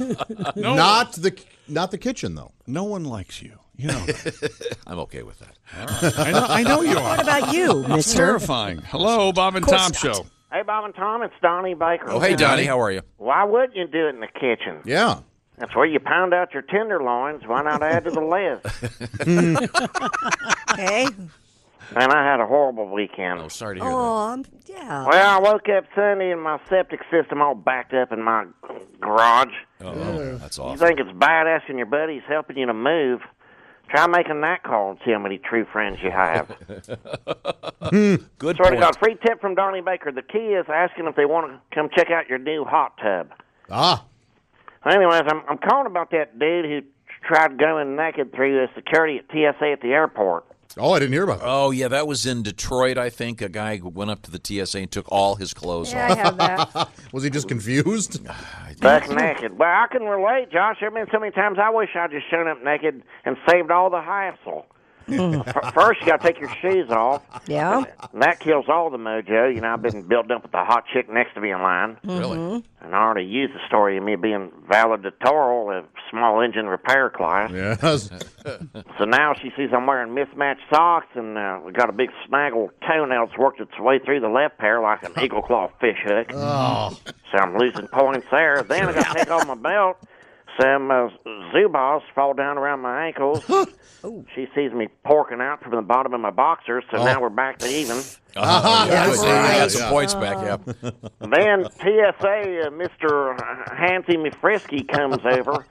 [SPEAKER 9] No.
[SPEAKER 8] Not the not the kitchen though.
[SPEAKER 6] No one likes you. You know.
[SPEAKER 9] I'm okay with that.
[SPEAKER 6] I know, I know you are.
[SPEAKER 9] What about you,
[SPEAKER 6] It's
[SPEAKER 9] mister?
[SPEAKER 6] terrifying. Hello, Bob and
[SPEAKER 9] Of course
[SPEAKER 6] Tom
[SPEAKER 9] not.
[SPEAKER 6] Show.
[SPEAKER 22] Hey, Bob and Tom, it's Donnie Baker.
[SPEAKER 9] Oh, hey, Donnie, how are you?
[SPEAKER 22] Why would you do it in the kitchen?
[SPEAKER 8] Yeah.
[SPEAKER 22] That's where you pound out your tenderloins. Why not add to the list?
[SPEAKER 7] hey.
[SPEAKER 22] And I had a horrible weekend.
[SPEAKER 9] Oh, sorry
[SPEAKER 7] Oh, I'm, yeah.
[SPEAKER 22] Well, I woke up Sunday and my septic system all backed up in my garage.
[SPEAKER 9] Oh, that's
[SPEAKER 22] You
[SPEAKER 9] awful.
[SPEAKER 22] think it's badass and your buddy's helping you to move? Try making that call and see how many true friends you have.
[SPEAKER 9] Good
[SPEAKER 16] Hmm.
[SPEAKER 22] Swear
[SPEAKER 9] point.
[SPEAKER 22] to God, free tip from Donnie Baker. The key is asking if they want to come check out your new hot tub.
[SPEAKER 8] Ah.
[SPEAKER 22] Anyways, I'm, I'm calling about that dude who tried going naked through the security at TSA at the airport.
[SPEAKER 8] Oh, I didn't hear about that.
[SPEAKER 9] Oh, yeah, that was in Detroit, I think. A guy went up to the TSA and took all his clothes off.
[SPEAKER 22] Yeah, I have that.
[SPEAKER 8] Was he just confused? Uh,
[SPEAKER 22] Buck naked. Well, I can relate, Josh. There have been so many times I wish I'd just shown up naked and saved all the hassle. F- First, you got to take your shoes off.
[SPEAKER 7] Yeah.
[SPEAKER 22] And that kills all the mojo. You know, I've been building up with the hot chick next to me in line.
[SPEAKER 7] Mm-hmm. Really?
[SPEAKER 22] And I already used the story of me being valedictorial of small engine repair class.
[SPEAKER 8] Yes.
[SPEAKER 22] So now she sees I'm wearing mismatched socks, and uh, we got a big snaggle toenails worked its way through the left pair like an eagle claw fish hook.
[SPEAKER 8] Oh.
[SPEAKER 22] So I'm losing points there. Then I got to take off my belt. Some uh, Zubas fall down around my ankles. she sees me porking out from the bottom of my boxers, so
[SPEAKER 9] Oh.
[SPEAKER 22] now we're back to even.
[SPEAKER 9] Uh-huh, yeah,
[SPEAKER 22] That's
[SPEAKER 9] good. You
[SPEAKER 22] right.
[SPEAKER 9] got some points back, yeah.
[SPEAKER 22] Then TSA, uh, Mr. Hansie McFrisky comes over,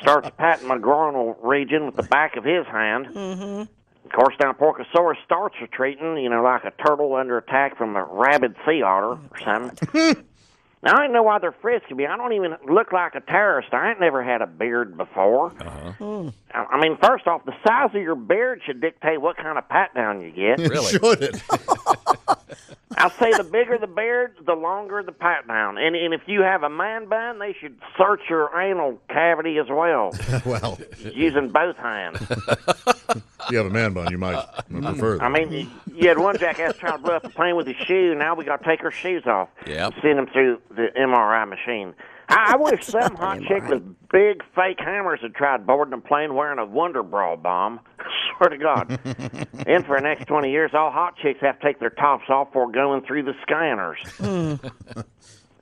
[SPEAKER 22] starts patting my groinal region with the back of his hand.
[SPEAKER 16] Mm-hmm.
[SPEAKER 22] Of course, now Porcosaurus starts retreating, you know, like a turtle under attack from a rabid sea otter or something. now, I don't know why they're frisking me. I don't even look like a terrorist. I ain't never had a beard before.
[SPEAKER 9] Uh-huh.
[SPEAKER 16] Mm.
[SPEAKER 22] I I mean, first off, the size of your beard should dictate what kind of pat down you get.
[SPEAKER 16] It Really? should.
[SPEAKER 22] I'll say the bigger the beard, the longer the pat down. And, and if you have a man bun, they should search your anal cavity as well,
[SPEAKER 8] well,
[SPEAKER 22] using both hands.
[SPEAKER 8] you have a man bun. You might prefer that.
[SPEAKER 22] I mean, y- you had one jackass trying to blow up a plane with his shoe. Now we got to take her shoes off.
[SPEAKER 9] Yep.
[SPEAKER 22] Send them through the MRI machine. I, I wish some hot chick with big fake hammers had tried boarding a plane wearing a Wonder Bra bomb. Swear to God. and for the next 20 years, all hot chicks have to take their tops off before going through the scanners.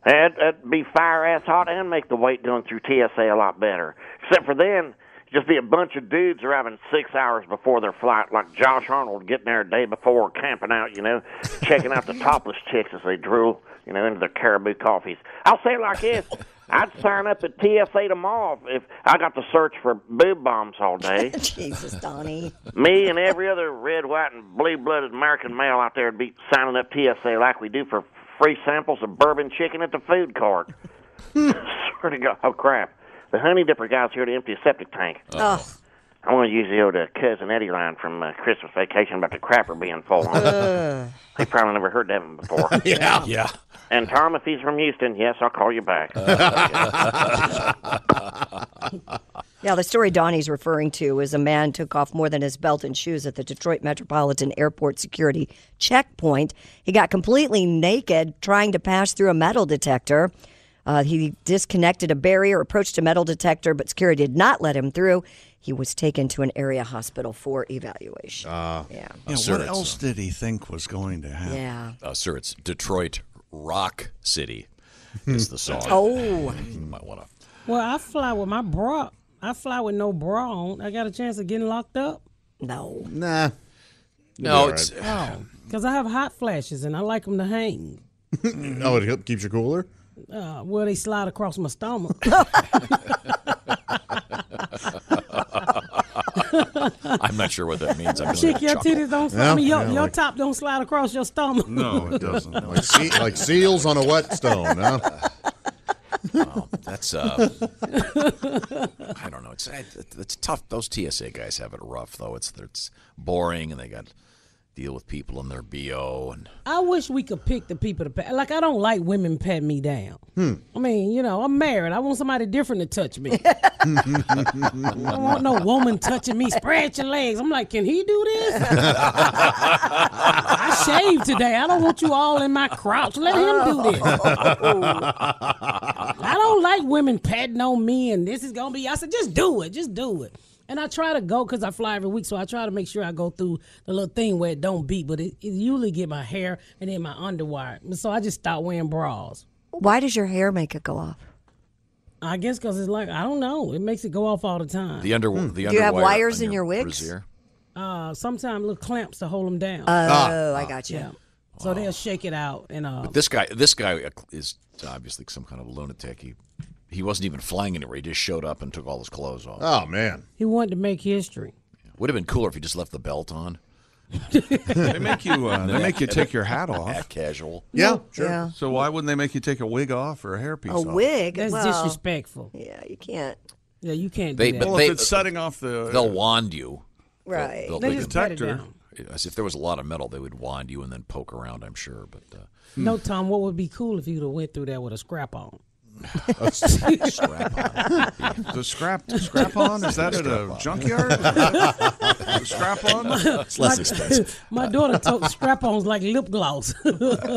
[SPEAKER 22] That'd, that'd be fire ass hot and make the wait going through TSA a lot better. Except for then, just be a bunch of dudes arriving six hours before their flight, like Josh Arnold getting there a day before, camping out, you know, checking out the topless chicks as they drool, you know, into their caribou coffees. I'll say it like this. I'd sign up at TSA tomorrow if I got to search for boob bombs all day.
[SPEAKER 7] Jesus, Donnie.
[SPEAKER 22] Me and every other red, white, and blue blooded American male out there would be signing up TSA like we do for free samples of bourbon chicken at the food court. Swear to God. Oh, crap. The honey dipper guy's here to empty a septic tank.
[SPEAKER 7] Oh.
[SPEAKER 22] I want to use the old uh, Cousin Eddie line from uh, Christmas Vacation about the crapper being full.
[SPEAKER 16] Ugh.
[SPEAKER 22] they probably never heard that one before.
[SPEAKER 16] Yeah.
[SPEAKER 9] Yeah.
[SPEAKER 22] And Tom, if he's from Houston, yes, I'll call you back.
[SPEAKER 7] Yeah, the story Donnie's referring to is a man took off more than his belt and shoes at the Detroit Metropolitan Airport security checkpoint. He got completely naked trying to pass through a metal detector. Uh, he disconnected a barrier, approached a metal detector, but security did not let him through. He was taken to an area hospital for evaluation.
[SPEAKER 6] Uh,
[SPEAKER 7] yeah.
[SPEAKER 6] yeah
[SPEAKER 9] Sir,
[SPEAKER 6] what
[SPEAKER 9] it's,
[SPEAKER 6] else did he think was going to happen?
[SPEAKER 7] Yeah.
[SPEAKER 9] Uh, sir, it's Detroit Rock City is the
[SPEAKER 8] Hmm.
[SPEAKER 9] song.
[SPEAKER 7] Oh.
[SPEAKER 9] You might want to.
[SPEAKER 5] Well, I fly with my bra. I fly with no bra on. I got a chance of getting locked up.
[SPEAKER 7] No.
[SPEAKER 8] Nah.
[SPEAKER 9] No, it's.
[SPEAKER 5] Because Oh. I have hot flashes and I like them to hang.
[SPEAKER 8] Oh, it help- keeps you cooler.
[SPEAKER 5] Uh, well, they slide across my stomach.
[SPEAKER 9] I'm not sure what that means. I'm just
[SPEAKER 5] Chick,
[SPEAKER 9] gonna
[SPEAKER 5] your
[SPEAKER 9] chuckle.
[SPEAKER 5] titties don't.
[SPEAKER 8] Yeah,
[SPEAKER 5] I mean, your,
[SPEAKER 8] yeah,
[SPEAKER 5] your
[SPEAKER 8] like-
[SPEAKER 5] top don't slide across your stomach.
[SPEAKER 8] like, se- like seals on a whetstone. Huh?
[SPEAKER 9] That's uh, I don't know. It's it- it's tough. Those TSA guys have it rough though. It's it's boring, and they got to deal with people in their bo. And
[SPEAKER 5] I wish we could pick the people to pat. Like I don't like women pat me down.
[SPEAKER 8] Hmm.
[SPEAKER 5] I mean, you know, I'm married. I want somebody different to touch me. I don't want no woman touching me. Spread your legs. I'm like, can he do this? I shaved today. I don't want you all in my crotch. Let him do this. I don't like women patting on me and this is gonna be. I said, just do it, just do it. And I try to go because I fly every week, so I try to make sure I go through the little thing where it don't beat, but it, it usually get my hair and then my underwire. So I just start wearing bras.
[SPEAKER 7] Why does your hair make it go off?
[SPEAKER 5] I guess because it's like I don't know, it makes it go off all the time.
[SPEAKER 9] the under the
[SPEAKER 7] Hmm. Do you have
[SPEAKER 9] underwire
[SPEAKER 7] wires
[SPEAKER 9] on
[SPEAKER 7] in your wigs?
[SPEAKER 9] brassiere.
[SPEAKER 5] Uh, sometimes little clamps to hold them down.
[SPEAKER 7] Oh, Ah. I got you.
[SPEAKER 5] Yeah. So they'll shake it out and uh,
[SPEAKER 9] But this guy, this guy is obviously some kind of lunatic. He he wasn't even flying anywhere. He just showed up and took all his clothes off.
[SPEAKER 8] Oh man,
[SPEAKER 5] he wanted to make history.
[SPEAKER 9] would have been cooler if he just left the belt on.
[SPEAKER 6] They make you. Uh, they make you take your hat off.
[SPEAKER 9] Act casual.
[SPEAKER 6] Yeah,
[SPEAKER 7] sure. Yeah.
[SPEAKER 6] So why wouldn't they make you take a wig off or a hairpiece?
[SPEAKER 7] A
[SPEAKER 6] off?
[SPEAKER 7] wig?
[SPEAKER 5] That's
[SPEAKER 7] Well,
[SPEAKER 5] disrespectful.
[SPEAKER 7] Yeah, you can't.
[SPEAKER 5] Yeah, you can't
[SPEAKER 9] They,
[SPEAKER 5] do that.
[SPEAKER 9] but
[SPEAKER 6] Well,
[SPEAKER 9] they,
[SPEAKER 6] if it's setting off the
[SPEAKER 9] they'll wand you. They'll-
[SPEAKER 7] Right.
[SPEAKER 9] they'll-
[SPEAKER 5] They
[SPEAKER 9] they
[SPEAKER 5] just
[SPEAKER 9] can-
[SPEAKER 5] pat it Protector. down.
[SPEAKER 9] Yes, if there was a lot of metal, they would wand you and then poke around. I'm sure, but uh,
[SPEAKER 5] No, Tom. What would be cool if you'd have went through that with a scrap on?
[SPEAKER 6] the scrap scrap on is that at a
[SPEAKER 9] Scrap-on.
[SPEAKER 6] junkyard? scrap on.
[SPEAKER 9] It's less expensive.
[SPEAKER 5] My daughter told scrap-ons like lip gloss.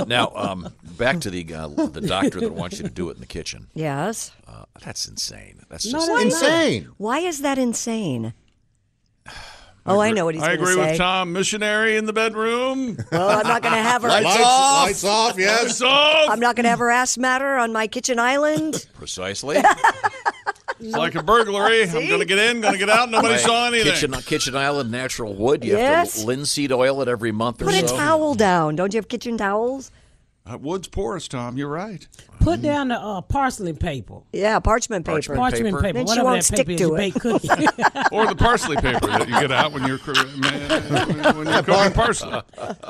[SPEAKER 9] now um, back to the uh, the doctor that wants you to do it in the kitchen.
[SPEAKER 7] Yes.
[SPEAKER 9] Uh, that's insane. That's
[SPEAKER 7] No,
[SPEAKER 9] just
[SPEAKER 7] they're not. Why is that insane? Oh, I know what he's
[SPEAKER 6] I
[SPEAKER 7] going to
[SPEAKER 6] agree
[SPEAKER 7] say.
[SPEAKER 6] with Tom. Missionary in the bedroom.
[SPEAKER 7] Oh, I'm not going to have her.
[SPEAKER 6] Lights
[SPEAKER 7] ass-
[SPEAKER 6] off. Lights off, yes. Lights off.
[SPEAKER 7] I'm not going to have her ass matter on my kitchen island.
[SPEAKER 9] precisely.
[SPEAKER 6] It's like a burglary. I'm going to get in, going to get out. Nobody
[SPEAKER 9] Right.
[SPEAKER 6] saw anything.
[SPEAKER 9] Kitchen, kitchen island natural wood. You
[SPEAKER 7] Yes.
[SPEAKER 9] have to linseed oil it every month or
[SPEAKER 7] Put
[SPEAKER 9] so.
[SPEAKER 7] a towel down. Don't you have kitchen towels?
[SPEAKER 6] Uh, wood's porous, Tom. You're right.
[SPEAKER 5] Put down the uh, parsley paper.
[SPEAKER 7] Yeah, parchment paper.
[SPEAKER 6] Parchment
[SPEAKER 5] Parchment
[SPEAKER 6] paper.
[SPEAKER 5] paper.
[SPEAKER 6] Then she
[SPEAKER 5] Whatever
[SPEAKER 6] won't
[SPEAKER 5] that
[SPEAKER 6] stick
[SPEAKER 5] paper is,
[SPEAKER 6] to
[SPEAKER 5] you
[SPEAKER 6] it.
[SPEAKER 5] bake cookies.
[SPEAKER 6] Or the parsley paper that you get out when you're cr- man, when you're cooking parsley.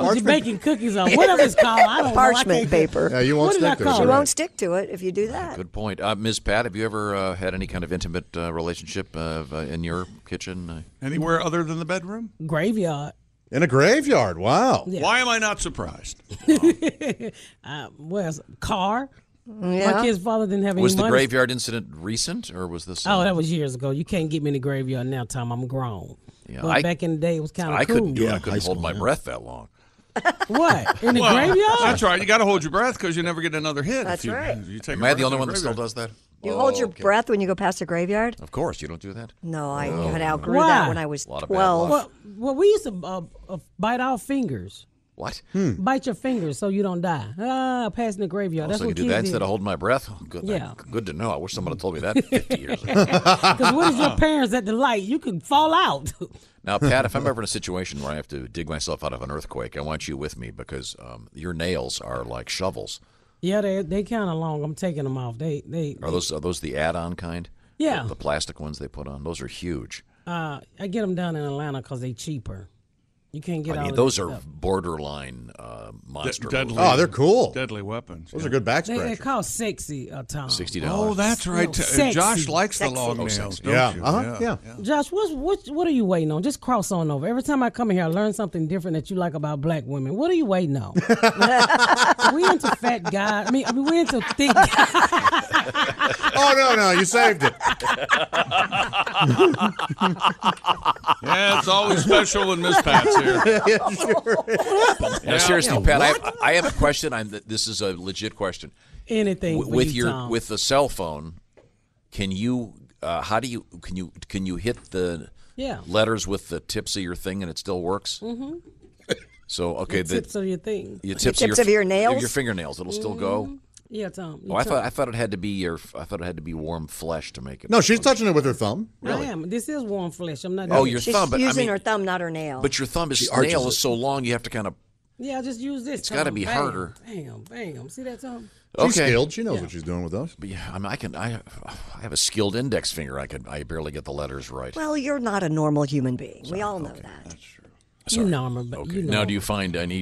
[SPEAKER 5] You're baking cookies on whatever it's called. I don't know. I
[SPEAKER 7] Parchment
[SPEAKER 5] can't-
[SPEAKER 7] paper.
[SPEAKER 9] Yeah, you won't
[SPEAKER 7] What did
[SPEAKER 9] stick
[SPEAKER 7] I
[SPEAKER 9] to it,
[SPEAKER 7] call
[SPEAKER 9] you're
[SPEAKER 7] You
[SPEAKER 9] right.
[SPEAKER 7] won't stick to it if you do that.
[SPEAKER 9] Good point, uh, Ms. Pat. Have you ever uh, had any kind of intimate uh, relationship uh, uh, in your kitchen? Uh,
[SPEAKER 6] Anywhere other than the bedroom?
[SPEAKER 5] Graveyard.
[SPEAKER 8] In a graveyard. Wow.
[SPEAKER 6] Why am I not surprised?
[SPEAKER 5] Uh, well, it's a car.
[SPEAKER 7] Yeah.
[SPEAKER 5] My kid's father didn't have any
[SPEAKER 9] was the
[SPEAKER 5] money.
[SPEAKER 9] graveyard incident recent, or was this? uh,
[SPEAKER 5] Oh, that was years ago. You can't get me in the graveyard now, Tom. I'm grown.
[SPEAKER 9] Yeah,
[SPEAKER 5] but
[SPEAKER 9] I-
[SPEAKER 5] back in the day, it was kind of
[SPEAKER 9] I
[SPEAKER 5] cool.
[SPEAKER 9] couldn't do it. I couldn't hold my breath that long.
[SPEAKER 5] What in the
[SPEAKER 6] Well,
[SPEAKER 5] graveyard?
[SPEAKER 6] That's right. You got to hold your breath because you never get another hit.
[SPEAKER 7] That's
[SPEAKER 6] if you,
[SPEAKER 7] right.
[SPEAKER 6] You take
[SPEAKER 9] Am
[SPEAKER 6] a
[SPEAKER 9] I
[SPEAKER 6] breath
[SPEAKER 9] the only
[SPEAKER 6] in
[SPEAKER 9] one that still
[SPEAKER 6] graveyard.
[SPEAKER 9] does that?
[SPEAKER 7] You
[SPEAKER 9] Oh,
[SPEAKER 7] hold your
[SPEAKER 9] okay.
[SPEAKER 7] breath when you go past a graveyard?
[SPEAKER 9] Of course, you don't do that.
[SPEAKER 7] No, I
[SPEAKER 9] No.
[SPEAKER 7] kind of outgrew
[SPEAKER 9] Why?
[SPEAKER 7] that when I was
[SPEAKER 9] A lot of bad
[SPEAKER 7] twelve.
[SPEAKER 9] luck.
[SPEAKER 5] Well, well, we used to uh, uh, bite our fingers. Hmm.
[SPEAKER 9] What?
[SPEAKER 5] Bite your fingers so you don't die. Ah, passing the graveyard.
[SPEAKER 9] Oh,
[SPEAKER 5] That's
[SPEAKER 9] so you
[SPEAKER 5] what
[SPEAKER 9] do
[SPEAKER 5] kids
[SPEAKER 9] that instead
[SPEAKER 5] did.
[SPEAKER 9] of holding my breath. Oh, good.
[SPEAKER 5] Yeah.
[SPEAKER 9] Good to know. I wish somebody told me that 50 years ago.
[SPEAKER 5] Because what is your parents at the light? You could fall out.
[SPEAKER 9] Now, Pat, if I'm ever in a situation where I have to dig myself out of an earthquake, I want you with me because um, your nails are like shovels.
[SPEAKER 5] yeah, they they kind of long. I'm taking them off. They they.
[SPEAKER 9] Are those are those the add-on kind?
[SPEAKER 5] Yeah.
[SPEAKER 9] The, the plastic ones they put on. Those are huge.
[SPEAKER 5] Uh, I get them down in Atlanta because they cheaper.
[SPEAKER 4] You can't get
[SPEAKER 9] I
[SPEAKER 4] all
[SPEAKER 9] mean,
[SPEAKER 4] of
[SPEAKER 9] those
[SPEAKER 4] that
[SPEAKER 9] are
[SPEAKER 4] stuff.
[SPEAKER 9] borderline uh, monster.
[SPEAKER 6] deadly-
[SPEAKER 9] movies.
[SPEAKER 6] Oh, they're
[SPEAKER 8] cool.
[SPEAKER 6] Deadly weapons.
[SPEAKER 8] Those are good back
[SPEAKER 4] They, they call sexy a Tom.
[SPEAKER 9] Sixty
[SPEAKER 6] Oh, that's right.
[SPEAKER 4] No,
[SPEAKER 6] Uh,
[SPEAKER 4] sexy.
[SPEAKER 6] Josh likes the long
[SPEAKER 4] Oh,
[SPEAKER 6] nails.
[SPEAKER 4] sexy.
[SPEAKER 6] Don't
[SPEAKER 8] Yeah.
[SPEAKER 6] You?
[SPEAKER 8] Uh-huh. Yeah.
[SPEAKER 4] Josh, what's what? What are you waiting on? Just cross on over. Every time I come in here, I learn something different that you like about black women. What are you waiting on? we into fat guys. I mean, I mean, we into thick.
[SPEAKER 8] Oh no, no, you saved it.
[SPEAKER 6] yeah, it's always special when Miss Pat's here.
[SPEAKER 8] yeah, sure.
[SPEAKER 9] Now,
[SPEAKER 6] Yeah.
[SPEAKER 9] seriously,
[SPEAKER 6] Yeah,
[SPEAKER 9] Pat, I have, I have a question. I'm, this is a legit question.
[SPEAKER 4] Anything
[SPEAKER 9] W-
[SPEAKER 4] for
[SPEAKER 9] with
[SPEAKER 4] you,
[SPEAKER 9] your
[SPEAKER 4] Tom.
[SPEAKER 9] with the cell phone, can you? Uh, how do you can you can you hit the
[SPEAKER 4] Yeah.
[SPEAKER 9] letters with the tips of your thing and it still works?
[SPEAKER 4] Mm-hmm.
[SPEAKER 9] So okay,
[SPEAKER 4] The tips of your thing.
[SPEAKER 9] Your
[SPEAKER 4] The
[SPEAKER 9] tips,
[SPEAKER 4] tips
[SPEAKER 9] your,
[SPEAKER 4] of your nails?
[SPEAKER 9] your fingernails. It'll still go.
[SPEAKER 4] Yeah, Tom.
[SPEAKER 9] Oh, I thought I thought it had to be your. I thought it had to be warm flesh to make it.
[SPEAKER 8] No, she's touching it with her thumb.
[SPEAKER 4] I am. This is warm flesh. I'm not.
[SPEAKER 9] Oh, your
[SPEAKER 7] She's
[SPEAKER 9] thumb, but I
[SPEAKER 7] using
[SPEAKER 9] mean-
[SPEAKER 7] her thumb, not her nail.
[SPEAKER 9] But your thumb is
[SPEAKER 7] She arches
[SPEAKER 9] nail
[SPEAKER 7] it.
[SPEAKER 9] is so long, you have to kind of.
[SPEAKER 4] Yeah, I just use this.
[SPEAKER 9] It's gotta
[SPEAKER 4] Tom.
[SPEAKER 9] be
[SPEAKER 4] Bam,
[SPEAKER 9] harder.
[SPEAKER 4] Bam, bam. See that, Tom?
[SPEAKER 9] Okay.
[SPEAKER 8] She's skilled. She knows what she's doing with those.
[SPEAKER 9] But yeah, I mean, I can. I, I have a skilled index finger. I could. I barely get the letters right.
[SPEAKER 7] Well, you're not a normal human being. we all know that.
[SPEAKER 9] Sorry.
[SPEAKER 4] normal, but
[SPEAKER 9] okay. now, do you find any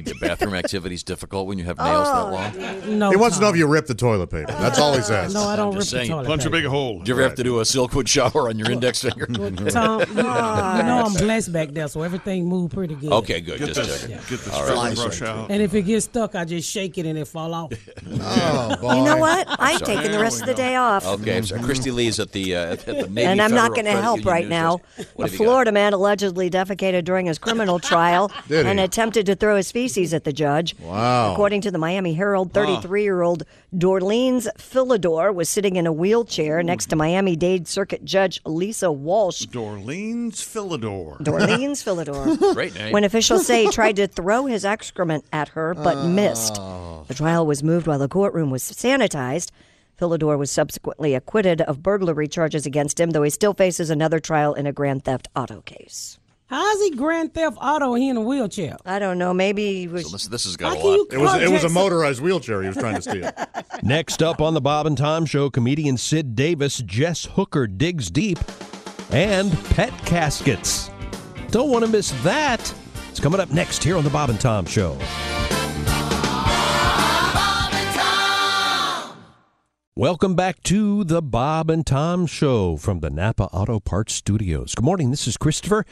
[SPEAKER 9] bathroom activities difficult when you have
[SPEAKER 7] Oh,
[SPEAKER 9] nails that long?
[SPEAKER 4] No,
[SPEAKER 8] he wants to know if you ripped the toilet paper. That's all he says.
[SPEAKER 4] No, I don't rip the toilet paper.
[SPEAKER 9] big
[SPEAKER 6] hole.
[SPEAKER 9] Do you ever have to do a Silkwood shower on your index finger?
[SPEAKER 4] Tom, you, you know Uh, I'm blessed back there, so everything moved pretty good.
[SPEAKER 9] Okay, good.
[SPEAKER 6] Get
[SPEAKER 9] Just
[SPEAKER 6] this-
[SPEAKER 9] checking.
[SPEAKER 6] get this
[SPEAKER 9] All
[SPEAKER 6] fly brush out.
[SPEAKER 4] And if it gets stuck, I just shake it and it fall off.
[SPEAKER 9] Oh,
[SPEAKER 7] You know what?
[SPEAKER 9] I'm
[SPEAKER 7] I've
[SPEAKER 9] sorry.
[SPEAKER 7] taken the
[SPEAKER 9] There
[SPEAKER 7] rest
[SPEAKER 9] we
[SPEAKER 7] of the
[SPEAKER 9] go.
[SPEAKER 7] day off.
[SPEAKER 9] Okay, so Christy Lee's at the uh, at the Navy
[SPEAKER 7] and I'm not
[SPEAKER 9] Federal
[SPEAKER 7] going to
[SPEAKER 9] Credit
[SPEAKER 7] help
[SPEAKER 9] Union
[SPEAKER 7] right
[SPEAKER 9] News
[SPEAKER 7] now.
[SPEAKER 9] Desk.
[SPEAKER 7] A
[SPEAKER 9] What have you got?
[SPEAKER 7] Florida man allegedly defecated during his criminal trial
[SPEAKER 9] Did he?
[SPEAKER 7] and attempted to throw his feces at the judge.
[SPEAKER 9] Wow.
[SPEAKER 7] According to the Miami Herald,
[SPEAKER 9] Huh.
[SPEAKER 7] 33 year old Dorleans Philidor was sitting in a wheelchair next to Miami Dade Circuit Judge Lisa Walsh.
[SPEAKER 6] Dorleans Philidor.
[SPEAKER 7] Dorleans Philidor.
[SPEAKER 9] Great name.
[SPEAKER 7] When officials say he tried to throw his excrement at her but
[SPEAKER 9] Oh.
[SPEAKER 7] missed. The trial was moved while the courtroom was sanitized. Philidor was subsequently acquitted of burglary charges against him, though he still faces another trial in a grand theft auto case.
[SPEAKER 4] How's he Grand Theft Auto? He in a wheelchair.
[SPEAKER 7] I don't know. Maybe he was.
[SPEAKER 9] this, has got
[SPEAKER 7] a
[SPEAKER 8] lot. It was it was a
[SPEAKER 7] contact-
[SPEAKER 8] motorized wheelchair he was trying to steal.
[SPEAKER 11] Next up on the Bob and Tom Show, comedian Sid Davis, Jess Hooker digs deep, and pet caskets. Don't want to miss that. It's coming up next here on the Bob and Tom Show. Welcome back to the Bob and Tom Show from the Napa Auto Parts Studios. Good morning. This is Christopher.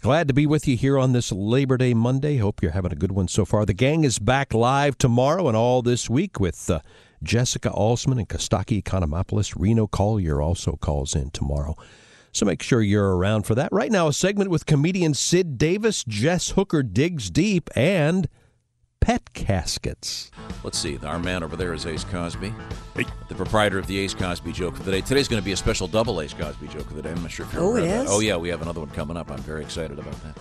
[SPEAKER 11] Glad to be with you here on this Labor Day Monday. Hope you're having a good one so far. The gang is back live tomorrow and all this week with uh, Jessica Alsman and Kostaki Economopoulos. Reno Collier also calls in tomorrow. So make sure you're around for that. Right now, a segment with comedian Sid Davis, Jess Hooker digs deep, and pet caskets.
[SPEAKER 9] Let's see. Our man over there is Ace Cosby, the proprietor of the Ace Cosby joke of the day. Today's going to be a special double Ace Cosby joke of the day. I'm not sure if you're
[SPEAKER 7] Oh,
[SPEAKER 9] aware
[SPEAKER 7] it
[SPEAKER 9] of that.
[SPEAKER 7] is?
[SPEAKER 9] Oh yeah, we have another one coming up. I'm very excited about that.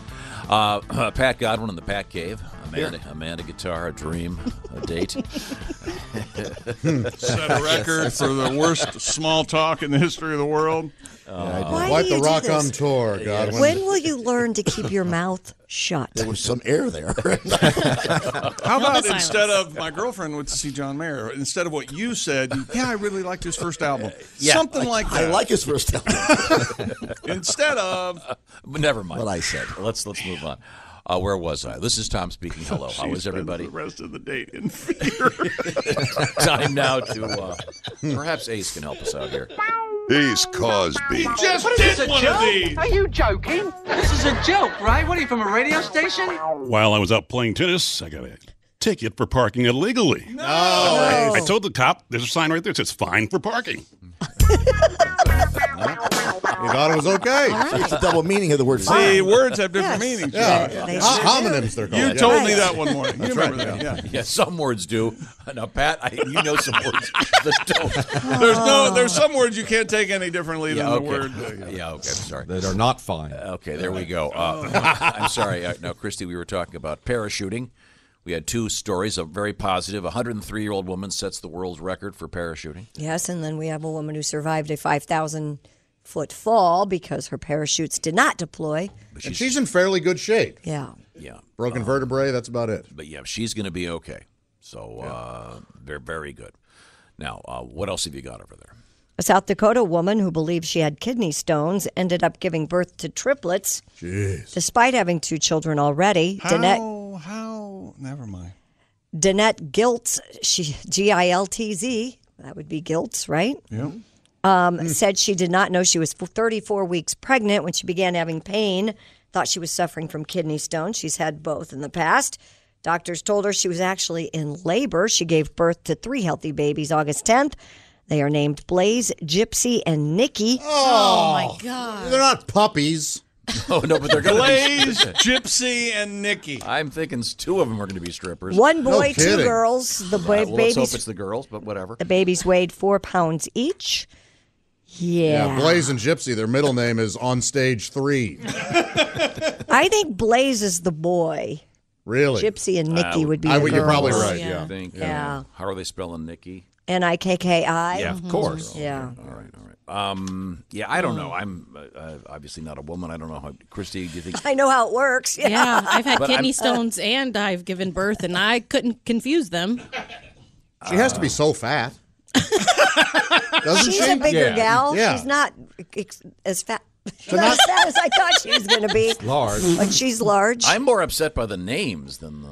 [SPEAKER 9] Uh, Pat Godwin in the Pat Cave. Amanda, Amanda guitar, a dream, a date.
[SPEAKER 6] Set a record for the worst small talk in the history of the world.
[SPEAKER 9] Oh.
[SPEAKER 7] Why do
[SPEAKER 8] Wipe
[SPEAKER 7] you
[SPEAKER 8] the
[SPEAKER 7] do
[SPEAKER 8] rock
[SPEAKER 7] this?
[SPEAKER 8] on tour, Godwin.
[SPEAKER 7] When will you learn to keep your mouth shut?
[SPEAKER 3] There was some air there.
[SPEAKER 6] How about instead of my girlfriend went to see John Mayer, instead of what you said, you, yeah, I really liked his first album.
[SPEAKER 3] Yeah,
[SPEAKER 6] Something
[SPEAKER 3] I-
[SPEAKER 6] like,
[SPEAKER 3] I
[SPEAKER 6] that.
[SPEAKER 3] like his first album.
[SPEAKER 6] instead of
[SPEAKER 9] But never mind. What I said. Let's let's move on. Uh, where was I? This is Tom speaking. Hello.
[SPEAKER 6] She
[SPEAKER 9] How is
[SPEAKER 6] spends
[SPEAKER 9] everybody?
[SPEAKER 6] The rest of the date in fear.
[SPEAKER 9] Time now to uh, perhaps Ace can help us out here.
[SPEAKER 5] Ace Cosby.
[SPEAKER 6] just
[SPEAKER 16] What is
[SPEAKER 6] did
[SPEAKER 16] this, a
[SPEAKER 6] one
[SPEAKER 16] joke?
[SPEAKER 6] of these.
[SPEAKER 16] Are you joking? This is a joke, right? What are you from a radio station?
[SPEAKER 2] While I was out playing tennis, I got a ticket for parking illegally. No. I told the cop, there's a sign right there that says fine for parking.
[SPEAKER 8] You thought it was okay.
[SPEAKER 3] It's the double meaning of the word.
[SPEAKER 6] See,
[SPEAKER 3] fine.
[SPEAKER 6] words have different meanings.
[SPEAKER 3] Yeah.
[SPEAKER 6] John.
[SPEAKER 3] They sure Homonyms, do. they're called.
[SPEAKER 6] You
[SPEAKER 3] Yeah.
[SPEAKER 6] told me
[SPEAKER 3] Right.
[SPEAKER 6] that one morning. You
[SPEAKER 3] That's
[SPEAKER 6] remember
[SPEAKER 3] right,
[SPEAKER 6] that? Yeah.
[SPEAKER 9] Yeah, some words do. Now, Pat, I, you know some words that don't.
[SPEAKER 6] There's no. There's some words you can't take any differently
[SPEAKER 9] Yeah,
[SPEAKER 6] than
[SPEAKER 9] okay.
[SPEAKER 6] the word. uh,
[SPEAKER 9] Yeah, okay, I'm sorry.
[SPEAKER 11] That are not fine.
[SPEAKER 9] Okay, there we go.
[SPEAKER 6] Oh.
[SPEAKER 9] Uh, I'm sorry. Uh, now, Christy, we were talking about parachuting. We had two stories, a very positive. A 103 year old woman sets the world's record for parachuting.
[SPEAKER 7] Yes, and then we have a woman who survived a 5,000 foot fall because her parachutes did not deploy.
[SPEAKER 8] And she's in fairly good shape.
[SPEAKER 7] Yeah.
[SPEAKER 9] Yeah. Uh,
[SPEAKER 8] Broken vertebrae, that's about it.
[SPEAKER 9] But yeah, she's going to be okay. So uh, they're very good. Now, uh, what else have you got over there?
[SPEAKER 7] A South Dakota woman who believed she had kidney stones ended up giving birth to triplets
[SPEAKER 6] Jeez.
[SPEAKER 7] despite having two children already. Danette
[SPEAKER 6] How? How? Never mind.
[SPEAKER 7] Danette Giltz, she G I L T Z, that would be Giltz, right?
[SPEAKER 6] Yep.
[SPEAKER 7] Um,
[SPEAKER 6] Mm.
[SPEAKER 7] Said she did not know she was 34 weeks pregnant when she began having pain. Thought she was suffering from kidney stones. She's had both in the past. Doctors told her she was actually in labor. She gave birth to three healthy babies August 10th. They are named Blaze, Gypsy, and Nikki.
[SPEAKER 8] Oh,
[SPEAKER 7] my
[SPEAKER 8] God. They're not puppies.
[SPEAKER 9] Oh no, but they're gonna
[SPEAKER 6] Blaze,
[SPEAKER 9] be
[SPEAKER 6] Gypsy, and Nikki.
[SPEAKER 9] I'm thinking s- two of them are going to be strippers.
[SPEAKER 7] One boy, two girls. The
[SPEAKER 9] Yeah,
[SPEAKER 7] boy,
[SPEAKER 9] well, let's hope it's
[SPEAKER 7] babies,
[SPEAKER 9] the girls, but whatever.
[SPEAKER 7] the babies weighed four pounds each. Yeah.
[SPEAKER 8] Yeah. Blaze and Gypsy, their middle name is on stage three.
[SPEAKER 7] I think Blaze is the boy.
[SPEAKER 8] Really?
[SPEAKER 7] Gypsy and Nikki would be.
[SPEAKER 8] I
[SPEAKER 7] the
[SPEAKER 8] would- you're probably
[SPEAKER 7] girls.
[SPEAKER 8] right, yeah.
[SPEAKER 9] Uh, Think, uh,
[SPEAKER 7] Yeah.
[SPEAKER 9] How are they spelling Nikki?
[SPEAKER 7] N i k k i. Mm-hmm.
[SPEAKER 9] Yeah, of course.
[SPEAKER 7] Yeah.
[SPEAKER 9] All right, all right. Um, yeah, I don't know. I'm uh, uh, obviously not a woman. I don't know how. Christy, do you think?
[SPEAKER 7] I know how it works. Yeah,
[SPEAKER 12] Yeah, I've had
[SPEAKER 9] But I'm-
[SPEAKER 12] kidney stones and I've given birth, and I couldn't confuse them.
[SPEAKER 8] She has to be so fat. Doesn't
[SPEAKER 7] She's
[SPEAKER 8] she?
[SPEAKER 7] a bigger
[SPEAKER 8] Yeah.
[SPEAKER 7] gal.
[SPEAKER 8] Yeah.
[SPEAKER 7] She's not ex- as fat.
[SPEAKER 9] So
[SPEAKER 7] not
[SPEAKER 9] not-
[SPEAKER 7] as fat as I thought she was going to be. But she's large.
[SPEAKER 9] I'm more upset by the names than the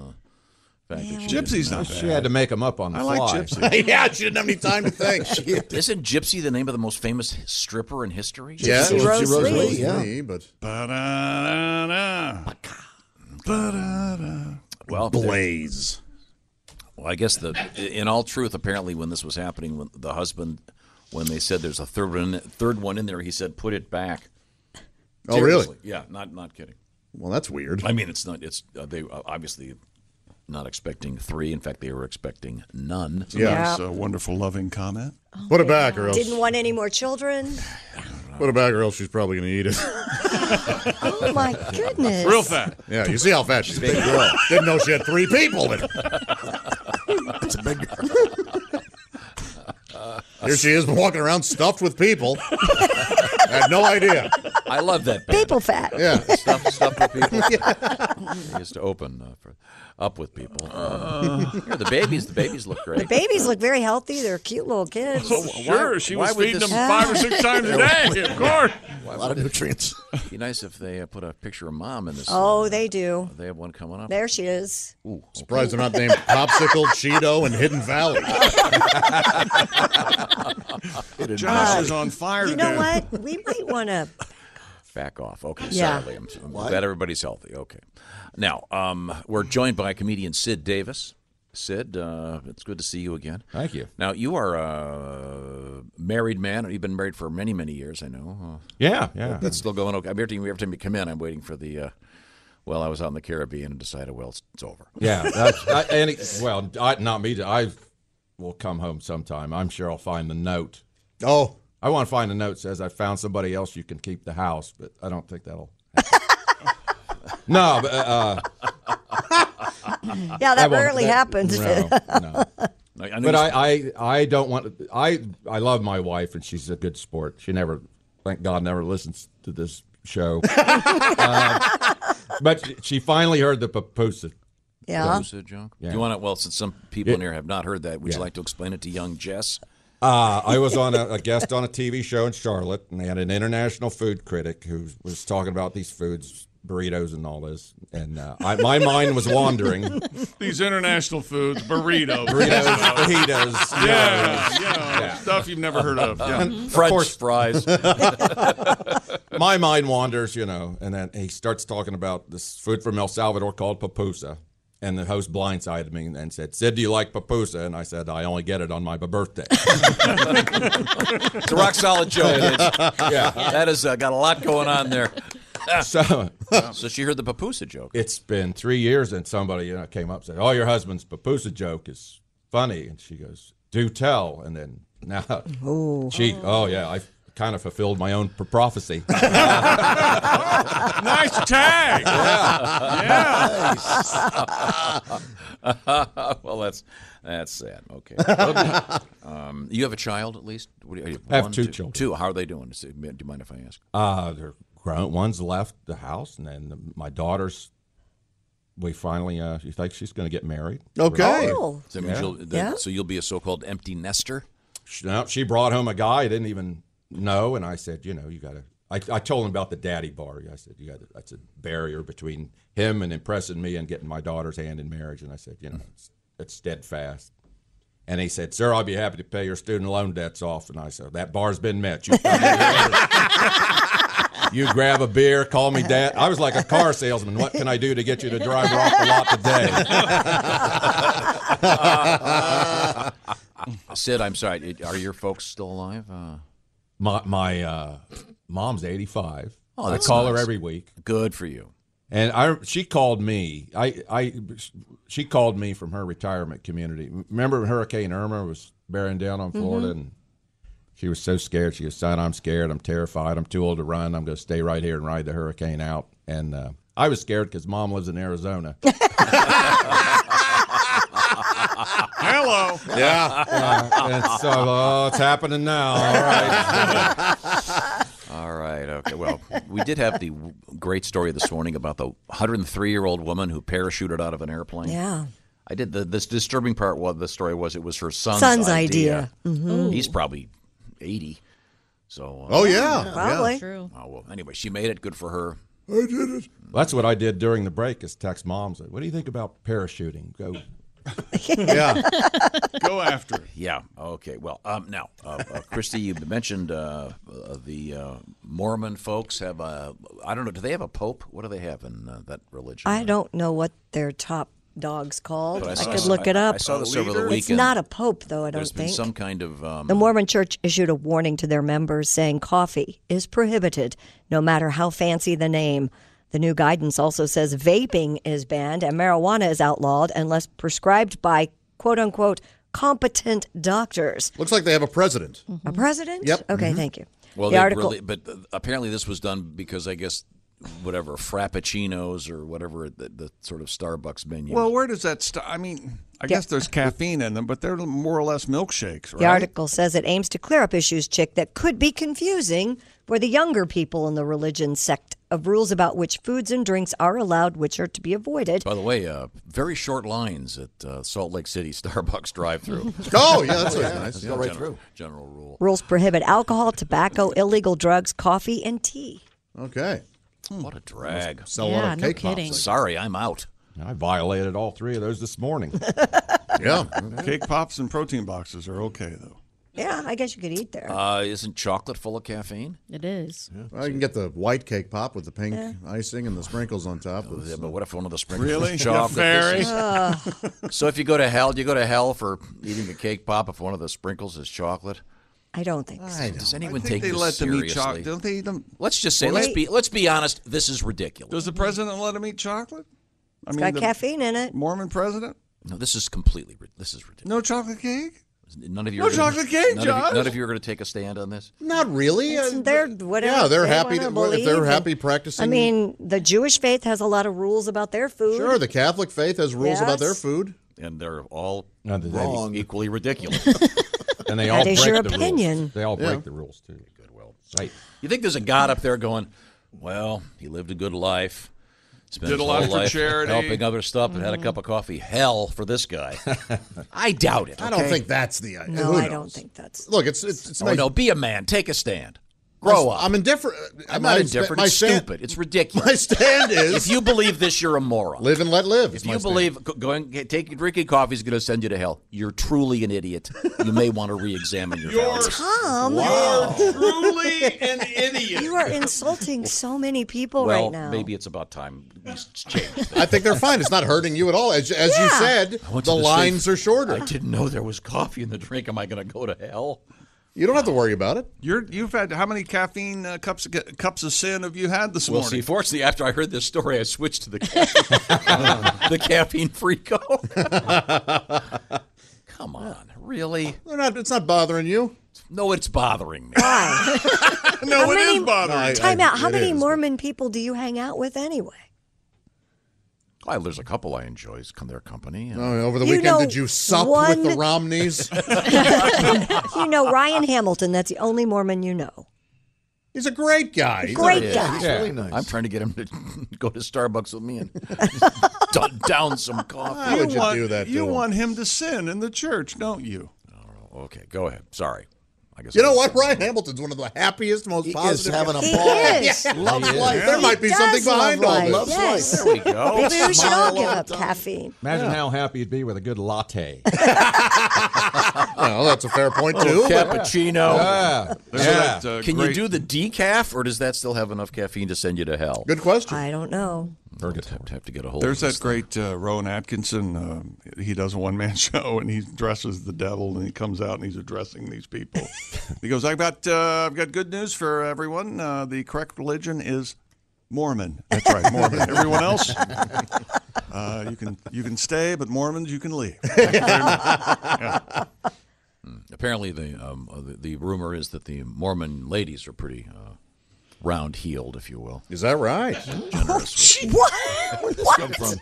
[SPEAKER 9] fact that she
[SPEAKER 23] Gypsy's not She bad. had to make 'em up on the I like fly. Gypsy.
[SPEAKER 8] yeah, she didn't have any time to think.
[SPEAKER 9] Isn't Gypsy the name of the most famous stripper in history?
[SPEAKER 8] Yeah, Gypsy Gypsy Rose Rose Lee, Lee, yeah. Lee,
[SPEAKER 9] but
[SPEAKER 6] Ba-da-da-da. Ba-da-da.
[SPEAKER 9] well,
[SPEAKER 8] Blaze.
[SPEAKER 9] Well, I guess the in all truth, apparently, when this was happening, when the husband, when they said there's a third one, third one in there, he said put it back.
[SPEAKER 8] Oh, really?
[SPEAKER 9] Seriously. Yeah, not not kidding.
[SPEAKER 8] Well, that's weird.
[SPEAKER 9] I mean, it's not. It's uh, they uh, obviously not expecting three. In fact, they were expecting none.
[SPEAKER 6] Yeah. That's a wonderful, loving comment.
[SPEAKER 7] Oh,
[SPEAKER 8] Put it back, or else.
[SPEAKER 7] Didn't want any more children.
[SPEAKER 8] Put it back, or else she's probably going to eat it.
[SPEAKER 7] Oh my goodness.
[SPEAKER 8] Real fat. Yeah, you see how fat she's. Big girl. Didn't know she had three people in her. That's a big girl. Here she is walking around stuffed with people. I had no idea.
[SPEAKER 9] I love that.
[SPEAKER 7] People fat.
[SPEAKER 8] Yeah.
[SPEAKER 9] Stuff, stuff with people.
[SPEAKER 7] Yeah.
[SPEAKER 9] I used to open uh, for, up with people. Uh, here, the babies, the babies look great.
[SPEAKER 7] The babies look very healthy. They're cute little kids.
[SPEAKER 9] Oh, why- Sure, she why was would feeding this- them five or six times a day, of course.
[SPEAKER 8] A lot of nutrients.
[SPEAKER 9] Be nice if they uh, put a picture of mom in this.
[SPEAKER 7] Oh,
[SPEAKER 9] uh,
[SPEAKER 7] they do.
[SPEAKER 9] They have one coming up.
[SPEAKER 7] There she is.
[SPEAKER 9] Ooh, okay.
[SPEAKER 8] Surprised they're not named Popsicle, Cheeto, and Hidden Valley.
[SPEAKER 6] Josh is on fire
[SPEAKER 7] You know
[SPEAKER 6] today.
[SPEAKER 7] what? We might want to.
[SPEAKER 9] Back off. Okay,
[SPEAKER 7] Yeah.
[SPEAKER 9] sorry. I'm, I'm
[SPEAKER 7] What?
[SPEAKER 9] glad everybody's healthy. Okay. Now, um, we're joined by comedian Sid Davis. Sid, uh, it's good to see you again.
[SPEAKER 23] Thank you.
[SPEAKER 9] Now, you are a married man. You've been married for many, many years, I know. Uh,
[SPEAKER 23] Yeah, yeah.
[SPEAKER 9] That's still going okay. I'm Every time, every time you come in, I'm waiting for the, uh, well, I was out in the Caribbean and decided, well, it's, it's over.
[SPEAKER 23] Yeah, that's, I, and it, well, I, not me. I will come home sometime. I'm sure I'll find the note.
[SPEAKER 8] Oh,
[SPEAKER 23] I want to find a note that says I found somebody else. You can keep the house, but I don't think that'll. happen. no, but uh,
[SPEAKER 7] Yeah, that
[SPEAKER 23] won't-
[SPEAKER 7] rarely happens.
[SPEAKER 23] No, no.
[SPEAKER 9] I know
[SPEAKER 23] but
[SPEAKER 9] you-
[SPEAKER 23] I, I, I don't want. I, I love my wife, and she's a good sport. She never, thank God, never listens to this show. Uh, but she finally heard the papusa.
[SPEAKER 7] Yeah.
[SPEAKER 9] Those, uh, junk.
[SPEAKER 23] Yeah.
[SPEAKER 9] Do you want to, well, since some people in here have not heard that, would you
[SPEAKER 23] Yeah.
[SPEAKER 9] like to explain it to young Jess?
[SPEAKER 23] Uh, I was on a, a guest on a TV show in Charlotte, and they had an international food critic who was talking about these foods, burritos, and all this. And uh, I, my mind was wandering.
[SPEAKER 15] These international foods, burritos,
[SPEAKER 23] Burritos, fajitas,
[SPEAKER 15] yeah,
[SPEAKER 23] gyros.
[SPEAKER 15] you know,
[SPEAKER 23] Yeah.
[SPEAKER 15] stuff you've never heard of. Yeah.
[SPEAKER 23] And of course- my mind wanders, you know, and then he starts talking about this food from El Salvador called papusa. And the host blindsided me and said, Sid, do you like papusa? And I said, I only get it on my b- birthday.
[SPEAKER 9] It's a rock solid joke. kids.
[SPEAKER 23] Yeah.
[SPEAKER 9] That has uh, got a lot going on there.
[SPEAKER 23] So,
[SPEAKER 9] so she heard the papusa joke.
[SPEAKER 23] It's been three years, and somebody you know came up and said, "Oh, your husband's papusa joke is funny," and she goes, "Do tell." And then now she, oh yeah, I kind of fulfilled my own p- prophecy.
[SPEAKER 15] nice tag.
[SPEAKER 9] Yeah. well, that's that's sad. Okay. um, you have a child at least? What do you-
[SPEAKER 23] I have
[SPEAKER 9] one,
[SPEAKER 23] two children.
[SPEAKER 9] Two. How are they doing? Is it- Do you mind if I ask?
[SPEAKER 23] Uh, they're grown. One's left the house, and then the- my daughter's. We finally, uh, she thinks she's going to get married.
[SPEAKER 9] So, that means
[SPEAKER 23] Yeah.
[SPEAKER 9] you'll, that- so you'll be a so-called empty nester.
[SPEAKER 23] She, no, she brought home a guy I didn't even know, and I said, you know, you gotta. I, I told him about the daddy bar. I said, you got to that's a barrier between him and impressing me and getting my daughter's hand in marriage. And I said, you know, it's, it's steadfast. And he said, sir, I'll be happy to pay your student loan debts off. And I said, that bar's been met. You come you grab a beer, call me dad. I was like a car salesman. What can I do to get you to drive her off the lot today?
[SPEAKER 9] Sid, I'm sorry. it- Are your folks still alive? Uh,
[SPEAKER 23] my my uh, mom's 85.
[SPEAKER 9] Oh,
[SPEAKER 23] I
[SPEAKER 9] that's
[SPEAKER 23] call her
[SPEAKER 9] nice.
[SPEAKER 23] every week.
[SPEAKER 9] Good for you.
[SPEAKER 23] And I, she called me. I, I, she called me from her retirement community. Remember when Hurricane Irma was bearing down on Florida,
[SPEAKER 14] Mhm.
[SPEAKER 23] and she was so scared. She goes, "Son, I'm scared. I'm terrified. I'm too old to run. I'm going to stay right here and ride the hurricane out." And uh, I was scared because Mom lives in Arizona.
[SPEAKER 16] Hello.
[SPEAKER 23] Yeah. and so, oh, it's happening now. All right.
[SPEAKER 9] All right. Okay. Well, we did have the w- great story this morning about the 103 year old woman who parachuted out of an airplane.
[SPEAKER 7] Yeah.
[SPEAKER 9] I did the this disturbing part. What the story was, it was her son's,
[SPEAKER 7] Son's
[SPEAKER 9] idea.
[SPEAKER 7] idea. Mhm.
[SPEAKER 9] He's probably 80. So.
[SPEAKER 23] Oh, yeah, Yeah, probably. yeah.
[SPEAKER 9] True. Oh well. Anyway, she made it. Good for her.
[SPEAKER 23] I did it. That's what I did during the break. Is text moms. What do you think about parachuting? Go.
[SPEAKER 9] Yeah.
[SPEAKER 23] Go after it.
[SPEAKER 9] Yeah. Okay. Well, um, now, uh, uh, Christy, you mentioned uh, uh, the uh, Mormon folks have a. I don't know. Do they have a pope? What do they have in uh, that religion?
[SPEAKER 7] I don't know what their top dog's called.
[SPEAKER 9] But I
[SPEAKER 7] I,
[SPEAKER 9] saw
[SPEAKER 7] could
[SPEAKER 9] some-
[SPEAKER 7] look it
[SPEAKER 9] I- I
[SPEAKER 7] up.
[SPEAKER 9] saw this over the
[SPEAKER 7] It's
[SPEAKER 9] weekend.
[SPEAKER 7] not a pope, though. I don't
[SPEAKER 9] There's
[SPEAKER 7] think
[SPEAKER 9] been some kind of. Um,
[SPEAKER 7] the Mormon Church issued a warning to their members saying coffee is prohibited, no matter how fancy the name. The new guidance also says vaping is banned and marijuana is outlawed unless prescribed by quote unquote competent doctors.
[SPEAKER 8] Looks like they have a president.
[SPEAKER 7] A president?
[SPEAKER 8] Yep.
[SPEAKER 7] Okay,
[SPEAKER 8] Mhm.
[SPEAKER 7] thank you.
[SPEAKER 9] well,
[SPEAKER 7] the
[SPEAKER 9] they
[SPEAKER 7] article.
[SPEAKER 9] really- but uh, apparently this was done because I guess whatever frappuccinos or whatever the, the sort of Starbucks menu.
[SPEAKER 6] Well, where does that start? I mean, I guess there's caffeine in them, but they're more or less milkshakes, right?
[SPEAKER 7] The article says it aims to clear up issues, Chick, that could be confusing for the younger people in the religion sect of rules about which foods and drinks are allowed, which are to be avoided.
[SPEAKER 9] By the way, uh, very short lines at uh, Salt Lake City Starbucks drive-through.
[SPEAKER 7] Oh, yeah, that's always
[SPEAKER 8] nice.
[SPEAKER 9] Yeah,
[SPEAKER 8] Go right
[SPEAKER 9] general, General rule.
[SPEAKER 7] Rules prohibit alcohol, tobacco, illegal drugs, coffee, and tea.
[SPEAKER 8] Okay.
[SPEAKER 9] What a drag.
[SPEAKER 7] Sell a lot Yeah, of no cake pops, kidding. I guess.
[SPEAKER 9] Sorry, I'm out.
[SPEAKER 23] I violated all three of those this morning.
[SPEAKER 8] yeah.
[SPEAKER 6] Cake pops and protein boxes are okay, though.
[SPEAKER 7] Yeah, I guess you could eat there.
[SPEAKER 9] Uh, isn't chocolate full of caffeine?
[SPEAKER 7] It is.
[SPEAKER 8] I can get the white cake pop with the pink
[SPEAKER 7] Yeah.
[SPEAKER 8] icing and the sprinkles on top.
[SPEAKER 9] yeah, but what if one of the sprinkles
[SPEAKER 8] Really?
[SPEAKER 9] was chocolate?
[SPEAKER 8] Very.
[SPEAKER 9] This is- so if you go to hell, you go to hell for eating a cake pop if one of the sprinkles is chocolate.
[SPEAKER 7] I don't think so.
[SPEAKER 9] Does anyone
[SPEAKER 6] I think
[SPEAKER 9] take
[SPEAKER 6] they
[SPEAKER 9] this
[SPEAKER 6] let them eat
[SPEAKER 9] seriously?
[SPEAKER 6] chocolate. Don't they eat them?
[SPEAKER 9] Let's just say,
[SPEAKER 6] Well,
[SPEAKER 9] let's
[SPEAKER 6] they-
[SPEAKER 9] be let's be honest. This is ridiculous.
[SPEAKER 6] Does the president let them eat chocolate? I
[SPEAKER 7] It's got
[SPEAKER 6] the
[SPEAKER 7] caffeine in it.
[SPEAKER 6] Mormon president?
[SPEAKER 9] No, this is completely ri- this is ridiculous.
[SPEAKER 6] No chocolate cake?
[SPEAKER 9] None of you
[SPEAKER 6] No
[SPEAKER 9] are gonna-
[SPEAKER 6] chocolate cake,
[SPEAKER 9] none of you-
[SPEAKER 6] Josh.
[SPEAKER 9] none of you are going to take a stand on this.
[SPEAKER 8] Not really.
[SPEAKER 7] It's
[SPEAKER 8] Uh,
[SPEAKER 7] their- whatever
[SPEAKER 8] yeah, they're
[SPEAKER 7] they wanna
[SPEAKER 8] happy. that- if they're
[SPEAKER 7] believe,
[SPEAKER 8] happy
[SPEAKER 7] and-
[SPEAKER 8] practicing.
[SPEAKER 7] I mean, the Jewish faith has a lot of rules about their food.
[SPEAKER 8] sure, the Catholic faith has rules about their
[SPEAKER 7] Yes.
[SPEAKER 8] food.
[SPEAKER 9] And they're all
[SPEAKER 23] they-
[SPEAKER 9] wrong, equally ridiculous.
[SPEAKER 23] and they
[SPEAKER 7] That
[SPEAKER 23] all
[SPEAKER 7] is
[SPEAKER 23] break
[SPEAKER 7] your
[SPEAKER 23] the
[SPEAKER 7] opinion.
[SPEAKER 23] Rules. They all
[SPEAKER 9] Yeah.
[SPEAKER 23] break the rules too. Good well. Right.
[SPEAKER 9] You think there's a God up there going, "Well, he lived a good life, spent
[SPEAKER 6] Did
[SPEAKER 9] his
[SPEAKER 6] a lot
[SPEAKER 9] whole
[SPEAKER 6] for
[SPEAKER 9] life
[SPEAKER 6] charity."
[SPEAKER 9] helping other stuff, and had
[SPEAKER 7] Mm-hmm.
[SPEAKER 9] a cup of coffee." Hell for this guy. I doubt it.
[SPEAKER 8] I don't think that's the idea.
[SPEAKER 7] No,
[SPEAKER 8] Who
[SPEAKER 7] I don't
[SPEAKER 8] knows?
[SPEAKER 7] think that's.
[SPEAKER 8] Look, it's it's, it's
[SPEAKER 9] Oh,
[SPEAKER 8] nice-
[SPEAKER 9] no, be a man. Take a stand. Grow
[SPEAKER 8] I'm-
[SPEAKER 9] up.
[SPEAKER 8] I'm indifferent.
[SPEAKER 9] I'm
[SPEAKER 8] My
[SPEAKER 9] not
[SPEAKER 8] sta-
[SPEAKER 9] indifferent.
[SPEAKER 8] my
[SPEAKER 9] It's
[SPEAKER 8] stand-
[SPEAKER 9] stupid. It's ridiculous.
[SPEAKER 8] My stand is-
[SPEAKER 9] if you believe this, you're a moron.
[SPEAKER 8] Live and let live. is
[SPEAKER 9] If
[SPEAKER 8] my
[SPEAKER 9] you
[SPEAKER 8] stand.
[SPEAKER 9] believe go- going get- taking drinking coffee is going to send you to hell, you're truly an idiot. You may want to re-examine your values.
[SPEAKER 7] Tom,
[SPEAKER 9] You're
[SPEAKER 7] truly an idiot. You are insulting so many people
[SPEAKER 9] well,
[SPEAKER 7] right now.
[SPEAKER 9] maybe it's about time we s- change.
[SPEAKER 8] I think they're fine. It's not hurting you at all. As, as you
[SPEAKER 7] Yeah.
[SPEAKER 8] said,
[SPEAKER 9] I went
[SPEAKER 8] the,
[SPEAKER 9] to the
[SPEAKER 8] lines
[SPEAKER 9] safe-
[SPEAKER 8] are shorter.
[SPEAKER 9] I didn't know there was coffee in the drink. Am I going to go to hell?
[SPEAKER 8] You don't have to worry about it.
[SPEAKER 6] You're, you've had how many caffeine uh, cups of, cups of sin have you had this
[SPEAKER 9] Well, see,
[SPEAKER 6] morning?
[SPEAKER 9] fortunately, after I heard this story, I switched to the caffeine, the caffeine free coke. Come on, really?
[SPEAKER 8] They're not. It's not bothering you.
[SPEAKER 9] No, it's bothering me.
[SPEAKER 7] Why?
[SPEAKER 8] no,
[SPEAKER 7] How
[SPEAKER 8] it is
[SPEAKER 7] many-
[SPEAKER 8] bothering. me.
[SPEAKER 7] Time out. How
[SPEAKER 9] it
[SPEAKER 7] many
[SPEAKER 9] is, but-
[SPEAKER 7] Mormon people do you hang out with anyway?
[SPEAKER 9] Oh, there's a couple I enjoy. Come their company.
[SPEAKER 8] Oh, over the
[SPEAKER 7] You
[SPEAKER 8] weekend,
[SPEAKER 7] know
[SPEAKER 8] did you sup
[SPEAKER 7] one-
[SPEAKER 8] with the Romneys?
[SPEAKER 7] you know Ryan Hamilton. That's the only Mormon you know.
[SPEAKER 8] He's a great guy.
[SPEAKER 7] He's Great not- guy.
[SPEAKER 8] He's
[SPEAKER 9] Yeah.
[SPEAKER 8] really nice.
[SPEAKER 9] I'm trying to get him to go to Starbucks with me and d- down some coffee.
[SPEAKER 6] want, you want him to sin in the church, don't you?
[SPEAKER 9] Oh, okay. Go ahead. Sorry. I guess
[SPEAKER 8] You
[SPEAKER 9] I
[SPEAKER 8] know
[SPEAKER 9] was-
[SPEAKER 8] what? Ryan Hamilton's one of the happiest, most
[SPEAKER 9] He is
[SPEAKER 8] positive.
[SPEAKER 9] having a
[SPEAKER 8] guys.
[SPEAKER 9] ball. He
[SPEAKER 8] Yeah.
[SPEAKER 9] is.
[SPEAKER 8] Loves
[SPEAKER 9] He is.
[SPEAKER 8] life. There
[SPEAKER 9] He
[SPEAKER 8] might be
[SPEAKER 7] does
[SPEAKER 8] something
[SPEAKER 7] love
[SPEAKER 8] behind all
[SPEAKER 7] life.
[SPEAKER 8] this.
[SPEAKER 7] Loves Yes. life. There we go. Maybe
[SPEAKER 3] Oh,
[SPEAKER 7] we should
[SPEAKER 8] Smile
[SPEAKER 7] all
[SPEAKER 8] a
[SPEAKER 7] give
[SPEAKER 8] long
[SPEAKER 7] up
[SPEAKER 8] time.
[SPEAKER 7] caffeine.
[SPEAKER 23] Imagine how happy you'd be with a good latte.
[SPEAKER 8] well, that's a fair point
[SPEAKER 9] Little
[SPEAKER 8] too. but-
[SPEAKER 9] Cappuccino.
[SPEAKER 8] Yeah. There's that, uh,
[SPEAKER 9] Can you
[SPEAKER 8] great-
[SPEAKER 9] do the decaf, or does that still have enough caffeine to send you to hell?
[SPEAKER 8] Good question.
[SPEAKER 7] I don't know.
[SPEAKER 9] We'll have, have to get a hold.
[SPEAKER 6] There's
[SPEAKER 9] of this
[SPEAKER 6] that great uh, Rowan Atkinson. Um he does a one man show and he dresses the devil and he comes out and he's addressing these people. he goes, "I've got uh, I've got good news for everyone. Uh, the correct religion is Mormon. That's right, Mormon. everyone else, uh, you can you can stay, but Mormons you can leave." Thank you very much. Yeah.
[SPEAKER 9] Mm. Apparently, the, um, uh, the the rumor is that the Mormon ladies are pretty uh, round heeled, if you will.
[SPEAKER 8] Is that right?
[SPEAKER 7] what?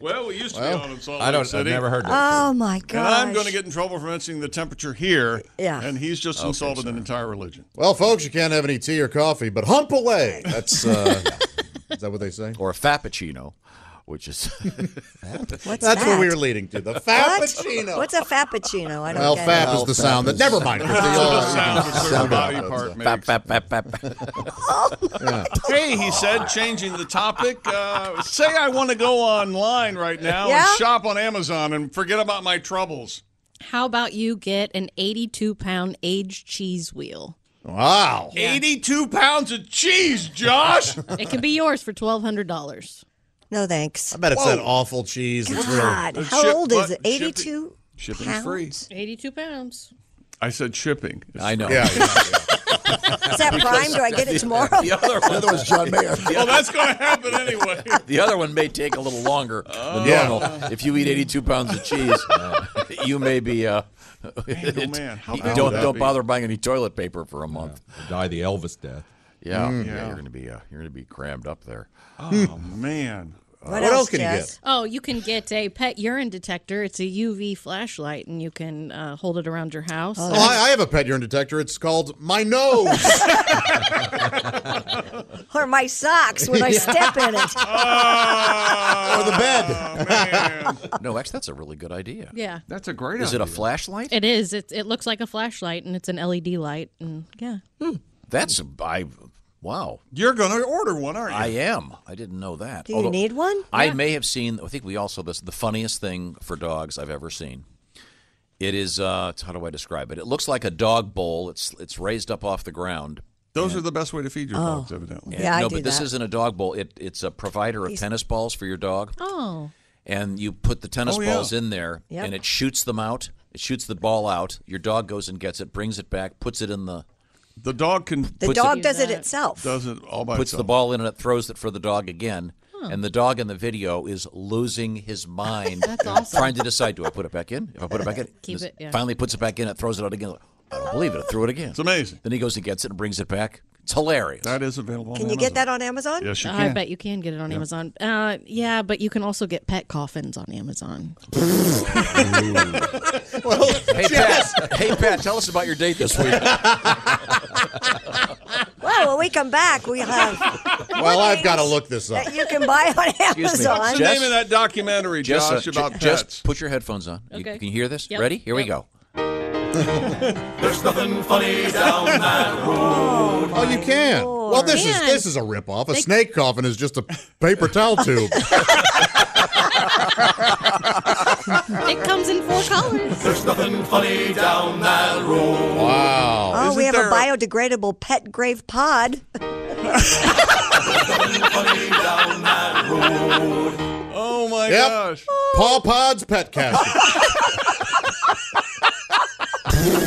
[SPEAKER 6] Well, we used
[SPEAKER 8] to be Well, on in Salt
[SPEAKER 23] I don't- Lake I've City. never heard
[SPEAKER 7] that. Oh, my
[SPEAKER 6] And I'm
[SPEAKER 7] gosh.
[SPEAKER 6] going to get in trouble for mentioning the temperature here.
[SPEAKER 7] Yeah.
[SPEAKER 6] And he's just
[SPEAKER 8] Okay,
[SPEAKER 6] insulted an entire religion.
[SPEAKER 8] Well, folks, you can't have any tea or coffee, but hump away. That's uh, is that what they say?
[SPEAKER 9] Or a fappuccino, which is that's
[SPEAKER 7] What's
[SPEAKER 8] what
[SPEAKER 7] that?
[SPEAKER 8] we were leading to. The fat.
[SPEAKER 7] Fappuccino. What's a fappuccino? I don't
[SPEAKER 8] Well,
[SPEAKER 7] get
[SPEAKER 8] fap
[SPEAKER 7] it.
[SPEAKER 8] is the sound that. Never mind.
[SPEAKER 7] That's
[SPEAKER 8] You're
[SPEAKER 7] the
[SPEAKER 8] right.
[SPEAKER 7] sound a certain body part
[SPEAKER 9] Fap, fap, fap, fap.
[SPEAKER 16] Oh.
[SPEAKER 8] Yeah.
[SPEAKER 6] Hey, he said, changing the topic. Uh, say I want to go online right now
[SPEAKER 12] Yeah?
[SPEAKER 6] and shop on Amazon and forget about my troubles.
[SPEAKER 12] How about you get an 82 pound aged cheese wheel?
[SPEAKER 8] Wow.
[SPEAKER 6] 82 pounds of cheese, Josh.
[SPEAKER 12] It can be yours for twelve hundred dollars.
[SPEAKER 7] No thanks.
[SPEAKER 8] I bet it's
[SPEAKER 12] Whoa.
[SPEAKER 8] that awful cheese. It's
[SPEAKER 7] God,
[SPEAKER 8] really.
[SPEAKER 7] how old is it?
[SPEAKER 6] shipping-
[SPEAKER 7] 82
[SPEAKER 6] shipping's
[SPEAKER 7] pounds?
[SPEAKER 6] free.
[SPEAKER 12] Eighty-two pounds.
[SPEAKER 6] I said shipping.
[SPEAKER 9] I know.
[SPEAKER 6] Yeah,
[SPEAKER 7] Is that Prime? Do I get it tomorrow?
[SPEAKER 9] The other one,
[SPEAKER 3] was John Mayer.
[SPEAKER 9] Well,
[SPEAKER 6] that's going to happen anyway.
[SPEAKER 9] The other one may take a little longer than
[SPEAKER 6] Yeah.
[SPEAKER 9] normal. If you eat 82 pounds of cheese, you may be. Uh,
[SPEAKER 6] oh, man. How
[SPEAKER 9] you
[SPEAKER 6] bad
[SPEAKER 9] don't
[SPEAKER 6] would that
[SPEAKER 9] don't
[SPEAKER 6] be?
[SPEAKER 9] bother buying any toilet paper for a month.
[SPEAKER 23] Die the Elvis death.
[SPEAKER 9] Yeah,
[SPEAKER 23] Mm.
[SPEAKER 9] yeah,
[SPEAKER 23] Yeah.
[SPEAKER 9] you're gonna be uh, you're gonna be crammed up there.
[SPEAKER 6] Oh man,
[SPEAKER 7] What What else, else can you Jess?
[SPEAKER 12] Oh, you can get a pet urine detector. It's a UV flashlight, and you can uh, hold it around your house.
[SPEAKER 8] Oh, I, I have a pet urine detector. It's called my nose.
[SPEAKER 7] Or my socks when I step in it.
[SPEAKER 9] or
[SPEAKER 8] the bed.
[SPEAKER 6] Oh,
[SPEAKER 9] no, actually, that's a really good idea.
[SPEAKER 12] Yeah.
[SPEAKER 6] That's a great
[SPEAKER 9] Is it a flashlight?
[SPEAKER 12] It is. It, it looks like a flashlight, and it's an LED light. And yeah,
[SPEAKER 9] That's I. Wow.
[SPEAKER 6] You're going to order one, aren't you?
[SPEAKER 9] I am. I didn't know that.
[SPEAKER 7] Do you need one?
[SPEAKER 9] I
[SPEAKER 7] Yeah.
[SPEAKER 9] may have seen. I think we all saw this. The funniest thing for dogs I've ever seen. It is. Uh, how do I describe it? It looks like a dog bowl. It's it's raised up off the ground.
[SPEAKER 6] Those are the best way to feed your dogs,
[SPEAKER 7] Oh.
[SPEAKER 6] evidently.
[SPEAKER 9] And- no, but this isn't a dog bowl. It it's a provider of
[SPEAKER 12] He's-
[SPEAKER 9] tennis balls for your dog.
[SPEAKER 12] Oh.
[SPEAKER 9] And you put the tennis
[SPEAKER 12] Oh, yeah.
[SPEAKER 9] balls in there,
[SPEAKER 12] Yep.
[SPEAKER 9] and it shoots them out. It shoots the ball out. Your dog goes and gets it, brings it back, puts it in the.
[SPEAKER 6] The dog can.
[SPEAKER 7] The dog does it itself.
[SPEAKER 6] Does it all by
[SPEAKER 9] puts the
[SPEAKER 6] itself.
[SPEAKER 9] ball in and it throws it for the dog again.
[SPEAKER 7] Huh.
[SPEAKER 9] And the dog in the video is losing his mind,
[SPEAKER 12] That's awesome.
[SPEAKER 9] trying to decide: Do I put it back in? If I put it back in,
[SPEAKER 12] Keep
[SPEAKER 9] this-
[SPEAKER 12] it, yeah.
[SPEAKER 9] Finally, puts it back in. It throws it out again. I don't believe it. It threw it again. It's
[SPEAKER 6] amazing.
[SPEAKER 9] Then he goes and gets it and brings it back. It's hilarious.
[SPEAKER 6] That is available.
[SPEAKER 7] Can you get that on Amazon? Uh,
[SPEAKER 9] Yes,
[SPEAKER 12] I bet you can get it on
[SPEAKER 9] Yeah.
[SPEAKER 12] Amazon. Uh, yeah, but you can also get pet coffins on Amazon.
[SPEAKER 9] hey
[SPEAKER 7] Yes.
[SPEAKER 9] Pat, hey Pat, tell us about your date this week.
[SPEAKER 7] Well, when we come back, we have.
[SPEAKER 8] Well, I've got to look this up.
[SPEAKER 7] that you can buy on
[SPEAKER 9] Excuse me.
[SPEAKER 7] Amazon.
[SPEAKER 9] What's the name
[SPEAKER 6] Name of that documentary,
[SPEAKER 9] Just, uh,
[SPEAKER 6] Josh, about
[SPEAKER 9] ju-
[SPEAKER 6] pets.
[SPEAKER 9] just put your headphones on. You- You,
[SPEAKER 6] Okay.
[SPEAKER 9] can hear this.
[SPEAKER 6] Yep.
[SPEAKER 9] Ready? Here we go.
[SPEAKER 16] There's nothing funny down that road.
[SPEAKER 8] Oh, you can. Well, this
[SPEAKER 16] Man.
[SPEAKER 8] is this is a ripoff. A
[SPEAKER 16] They-
[SPEAKER 8] snake coffin is just a paper towel tube.
[SPEAKER 12] it comes in four colors.
[SPEAKER 16] There's nothing funny down that road.
[SPEAKER 8] Wow.
[SPEAKER 7] Oh, we have a biodegradable pet grave pod.
[SPEAKER 6] Oh my
[SPEAKER 8] Yep.
[SPEAKER 6] gosh.
[SPEAKER 8] Paw Pod's pet casket.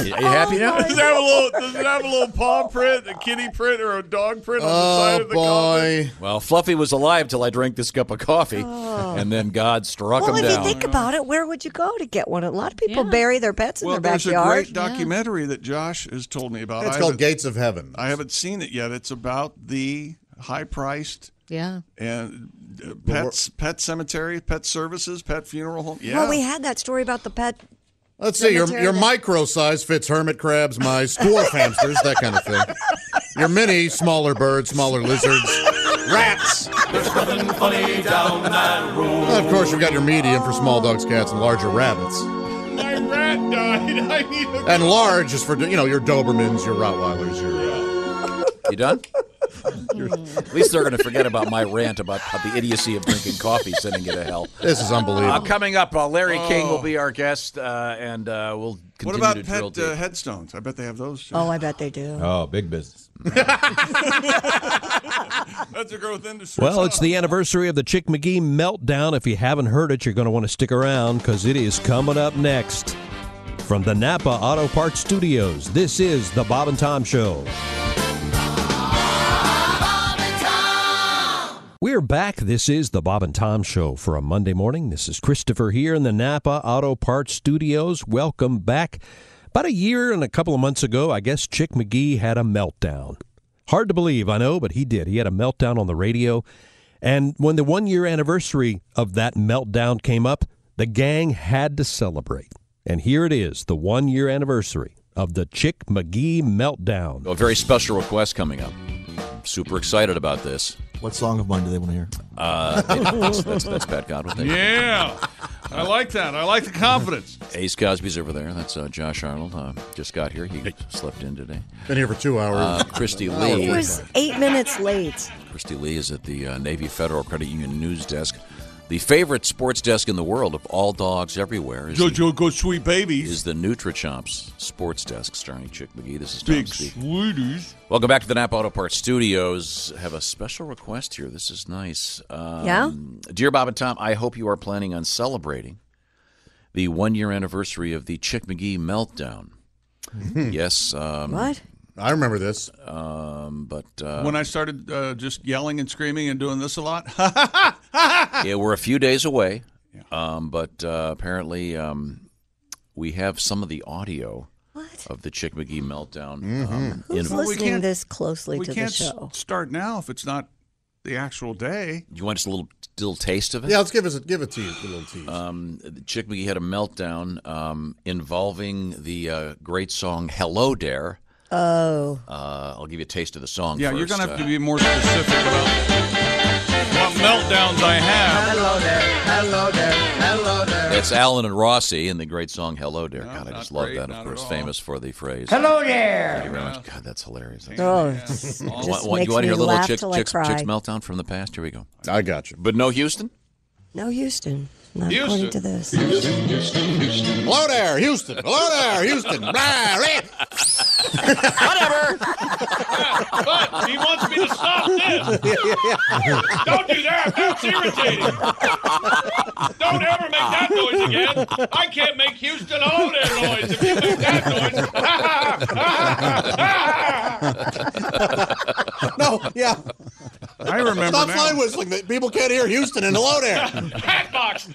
[SPEAKER 9] you
[SPEAKER 12] Oh,
[SPEAKER 9] happy now?
[SPEAKER 6] Does it have a little? Does it have a little paw print, a kitty print, or a dog print on
[SPEAKER 3] Uh,
[SPEAKER 6] the side of the
[SPEAKER 8] boy.
[SPEAKER 9] Well, Fluffy was alive till I drank this cup of coffee,
[SPEAKER 7] Oh.
[SPEAKER 9] and then God struck
[SPEAKER 7] well,
[SPEAKER 9] him
[SPEAKER 7] if
[SPEAKER 9] down.
[SPEAKER 7] you think about it, where would you go to get one? A lot of people bury their pets in
[SPEAKER 6] Well,
[SPEAKER 7] their
[SPEAKER 6] there's
[SPEAKER 7] backyard.
[SPEAKER 6] a great documentary that Josh has told me about.
[SPEAKER 8] It's
[SPEAKER 6] I
[SPEAKER 8] called
[SPEAKER 6] haven't-
[SPEAKER 8] Gates of Heaven.
[SPEAKER 6] I haven't seen it yet. It's about the high-priced
[SPEAKER 12] Yeah.
[SPEAKER 6] and uh, pets, pet cemetery, pet services, pet funeral home. Yeah.
[SPEAKER 7] Well, we had that story about the pet.
[SPEAKER 8] Let's see, your
[SPEAKER 7] cemetery
[SPEAKER 8] your
[SPEAKER 7] that-
[SPEAKER 8] micro size fits hermit crabs, mice, dwarf hamsters, that kind of thing. Your mini, smaller birds, smaller lizards, rats.
[SPEAKER 16] There's nothing funny down that road.
[SPEAKER 8] Of course, you've got your medium for small dogs, cats, and larger rabbits.
[SPEAKER 16] My
[SPEAKER 15] rat died. I need a
[SPEAKER 8] And large is for you know your Dobermans, your Rottweilers, your.
[SPEAKER 9] You done? At least they're going to forget about my rant about the idiocy of drinking coffee, sending you to hell.
[SPEAKER 8] This is unbelievable.
[SPEAKER 9] Uh, coming up, uh, Larry King will
[SPEAKER 6] Oh.
[SPEAKER 9] be our guest, uh, and uh, we'll
[SPEAKER 6] What
[SPEAKER 9] continue
[SPEAKER 6] about
[SPEAKER 9] to drill
[SPEAKER 6] pet uh,
[SPEAKER 9] deep.
[SPEAKER 6] headstones? I bet they have those. too.
[SPEAKER 7] Oh, I bet they do.
[SPEAKER 23] Oh, big business.
[SPEAKER 6] Oh. That's a growth industry.
[SPEAKER 11] Well, it's the anniversary of the Chick McGee meltdown. If you haven't heard it, you're going to want to stick around because it is coming up next. From the Napa Auto Parts Studios, this is The Bob and Tom Show. We're back. This is the Bob and Tom Show for a Monday morning. This is Christopher here in the Napa Auto Parts Studios. Welcome back. About a year and a couple of months ago, I guess Chick McGee had a meltdown. Hard to believe, I know, but he did. He had a meltdown on the radio. And when the one year anniversary of that meltdown came up, the gang had to celebrate. And here it is the one year anniversary of the Chick McGee meltdown.
[SPEAKER 9] A very special request coming up. Super excited about this.
[SPEAKER 3] What song of mine do they want to hear?
[SPEAKER 9] Uh, that's, that's, that's Pat Godwin. Thank you.
[SPEAKER 15] Yeah. I like that. I like the confidence.
[SPEAKER 9] Ace Cosby's over there. That's uh, Josh Arnold. Uh, just got here. He slept in today.
[SPEAKER 8] Been here for two hours.
[SPEAKER 9] Uh, Christy
[SPEAKER 7] Oh,
[SPEAKER 9] Lee.
[SPEAKER 7] he was eight minutes late.
[SPEAKER 9] Christy Lee is at the uh, Navy Federal Credit Union News Desk. The favorite sports desk in the world of all dogs everywhere is
[SPEAKER 15] Jojo Go Sweet Babies
[SPEAKER 9] is the NutriChops Sports Desk starring Chick McGee. This is Tom
[SPEAKER 15] Big
[SPEAKER 9] speaking.
[SPEAKER 15] sweeties.
[SPEAKER 9] Welcome back to the Nap Auto Parts Studios. Have a special request here. This is nice. Um,
[SPEAKER 7] Yeah?
[SPEAKER 9] Dear Bob and Tom, I hope you are planning on celebrating the one year anniversary of the Chick McGee meltdown. yes. Um,
[SPEAKER 7] What?
[SPEAKER 8] I remember this.
[SPEAKER 9] Um, but uh,
[SPEAKER 6] when I started uh, just yelling and screaming and doing this a lot.
[SPEAKER 9] yeah, we're a few days away, um, but uh, apparently um, we have some of the audio of the Chick McGee meltdown.
[SPEAKER 8] Mm-hmm.
[SPEAKER 9] Um,
[SPEAKER 7] Who's
[SPEAKER 6] Well, we
[SPEAKER 7] listening
[SPEAKER 6] can't-
[SPEAKER 7] this closely
[SPEAKER 6] we
[SPEAKER 7] to the
[SPEAKER 6] can't s-
[SPEAKER 7] show?
[SPEAKER 6] start now if it's not the actual day.
[SPEAKER 9] you want just a little little taste of it?
[SPEAKER 8] Yeah, let's give us a give a tease, a little tease.
[SPEAKER 9] Um, Chick McGee had a meltdown um, involving the uh, great song "Hello Dare."
[SPEAKER 7] Oh.
[SPEAKER 9] Uh, I'll give you a taste of the song.
[SPEAKER 6] Yeah, you
[SPEAKER 9] first.
[SPEAKER 6] you're gonna have
[SPEAKER 9] Uh,
[SPEAKER 6] to be more specific about what meltdowns I have.
[SPEAKER 16] Hello there, hello there, hello there.
[SPEAKER 9] It's Alan and Rossi and the great song "Hello Dare." God, I just love that. Of course, famous for the phrase
[SPEAKER 16] Hello there.
[SPEAKER 9] Thank you very much. God, that's hilarious. That's
[SPEAKER 16] Oh,
[SPEAKER 9] great.
[SPEAKER 16] it's-
[SPEAKER 9] You
[SPEAKER 16] it
[SPEAKER 9] want-
[SPEAKER 16] just
[SPEAKER 9] want-
[SPEAKER 16] makes
[SPEAKER 9] you
[SPEAKER 16] me
[SPEAKER 9] want to hear a little
[SPEAKER 16] laugh
[SPEAKER 9] Chick,
[SPEAKER 16] till I
[SPEAKER 9] Chick's,
[SPEAKER 16] cry.
[SPEAKER 9] Chick's meltdown from the past? Here we go.
[SPEAKER 8] I got you.
[SPEAKER 9] But no Houston.
[SPEAKER 7] No, Houston. Not
[SPEAKER 9] Houston.
[SPEAKER 7] according to this.
[SPEAKER 8] Hello there, Houston. Hello there, Houston. eh. Blah, blah.
[SPEAKER 16] Whatever.
[SPEAKER 15] but he wants me to stop this. Don't do that. That's irritating. Don't ever make that noise again. I can't make Houston own that noise if you make that noise.
[SPEAKER 8] no, yeah.
[SPEAKER 6] I remember
[SPEAKER 8] Stop
[SPEAKER 6] now.
[SPEAKER 8] fly whistling. that People can't hear Houston and hello there.
[SPEAKER 15] Box.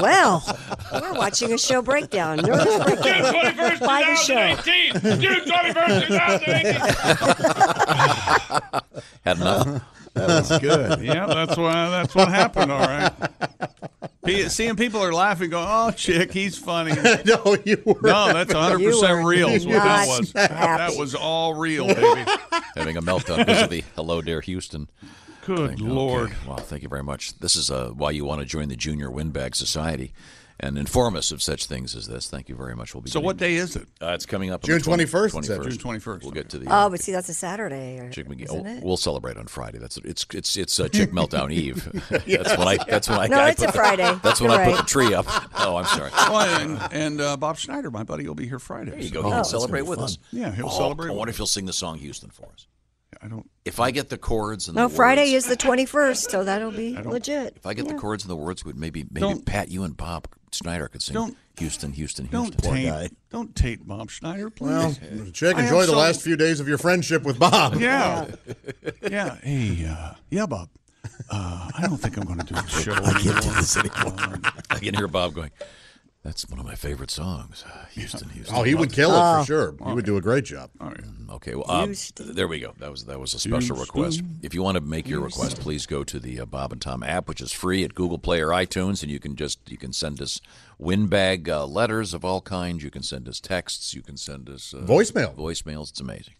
[SPEAKER 7] well, we're watching a show breakdown. You're the breakdown by the show.
[SPEAKER 15] June 21st, 2018.
[SPEAKER 9] Had enough.
[SPEAKER 6] That was good. yeah, that's why. That's what happened. All right. P- Seeing people are laughing, going, "Oh, chick, he's funny."
[SPEAKER 8] no, you were.
[SPEAKER 6] No, that's 100 percent
[SPEAKER 9] You were
[SPEAKER 6] real. Is what that
[SPEAKER 9] not
[SPEAKER 6] was.
[SPEAKER 9] happy.
[SPEAKER 6] That was all real, baby.
[SPEAKER 9] having a meltdown because of the Hello Dear Houston.
[SPEAKER 6] Good
[SPEAKER 9] thing. Okay.
[SPEAKER 6] Lord.
[SPEAKER 9] Wow, thank you very much. This is uh, why you want to join the Junior Windbag Society and inform us of such things as this. Thank you very much. We'll be
[SPEAKER 6] So
[SPEAKER 9] getting-
[SPEAKER 6] what day is it?
[SPEAKER 9] Uh, it's coming up on
[SPEAKER 6] June
[SPEAKER 9] the 20
[SPEAKER 6] 21st, it said.
[SPEAKER 9] 21st.
[SPEAKER 6] June 21st.
[SPEAKER 9] We'll get to the.
[SPEAKER 7] Oh, but see, that's a Saturday. Or,
[SPEAKER 9] Chick McGee.
[SPEAKER 7] isn't
[SPEAKER 9] Oh,
[SPEAKER 7] it?
[SPEAKER 9] we'll celebrate on Friday. That's it's it's it's uh, Chick Meltdown Eve.
[SPEAKER 7] Yes.
[SPEAKER 9] That's when I. That's when I.
[SPEAKER 7] No,
[SPEAKER 9] I
[SPEAKER 7] it's
[SPEAKER 9] put
[SPEAKER 7] a
[SPEAKER 9] the-
[SPEAKER 7] Friday.
[SPEAKER 9] that's when
[SPEAKER 7] You're
[SPEAKER 9] I put
[SPEAKER 7] right.
[SPEAKER 9] the tree up. Oh, I'm sorry.
[SPEAKER 6] Well, and and uh, Bob Schneider, my buddy, will be here Friday.
[SPEAKER 9] There you go. He can celebrate with us.
[SPEAKER 6] Yeah, he'll
[SPEAKER 9] Oh,
[SPEAKER 6] celebrate.
[SPEAKER 9] I
[SPEAKER 6] with
[SPEAKER 9] wonder if he'll sing the song Houston for us.
[SPEAKER 6] I don't.
[SPEAKER 9] If I get the chords and
[SPEAKER 7] No,
[SPEAKER 9] the
[SPEAKER 7] Oh, Friday
[SPEAKER 9] words-
[SPEAKER 7] is the 21st, so that'll be legit.
[SPEAKER 9] If I get
[SPEAKER 7] Yeah.
[SPEAKER 9] the chords and the words, would maybe maybe
[SPEAKER 6] Don't-
[SPEAKER 9] Pat, you and Bob Snyder could sing
[SPEAKER 6] Don't-
[SPEAKER 9] Houston, Houston, Houston.
[SPEAKER 6] Don't taint, don't taint Bob Schneider, please.
[SPEAKER 8] Well, Chick,
[SPEAKER 6] I
[SPEAKER 8] enjoy
[SPEAKER 6] have
[SPEAKER 8] the
[SPEAKER 6] so-
[SPEAKER 8] last few days of your friendship with Bob.
[SPEAKER 6] Yeah. yeah. Hey, uh, yeah, Bob. Uh, I don't think I'm going to do the show. I can't do this anymore.
[SPEAKER 9] I can hear Bob going. That's one of my favorite songs, uh, Houston, Houston.
[SPEAKER 8] Oh, he would kill
[SPEAKER 9] Uh,
[SPEAKER 8] it for sure. He would do a great job.
[SPEAKER 9] Okay, well, um, there we go. That was that was a special
[SPEAKER 8] Houston.
[SPEAKER 9] request. If you want to make your request, please go to the uh, Bob and Tom app, which is free at Google Play or iTunes, and you can just you can send us windbag uh, letters of all kinds. You can send us texts. You can send us uh,
[SPEAKER 8] Voicemail.
[SPEAKER 9] Voicemails. It's amazing.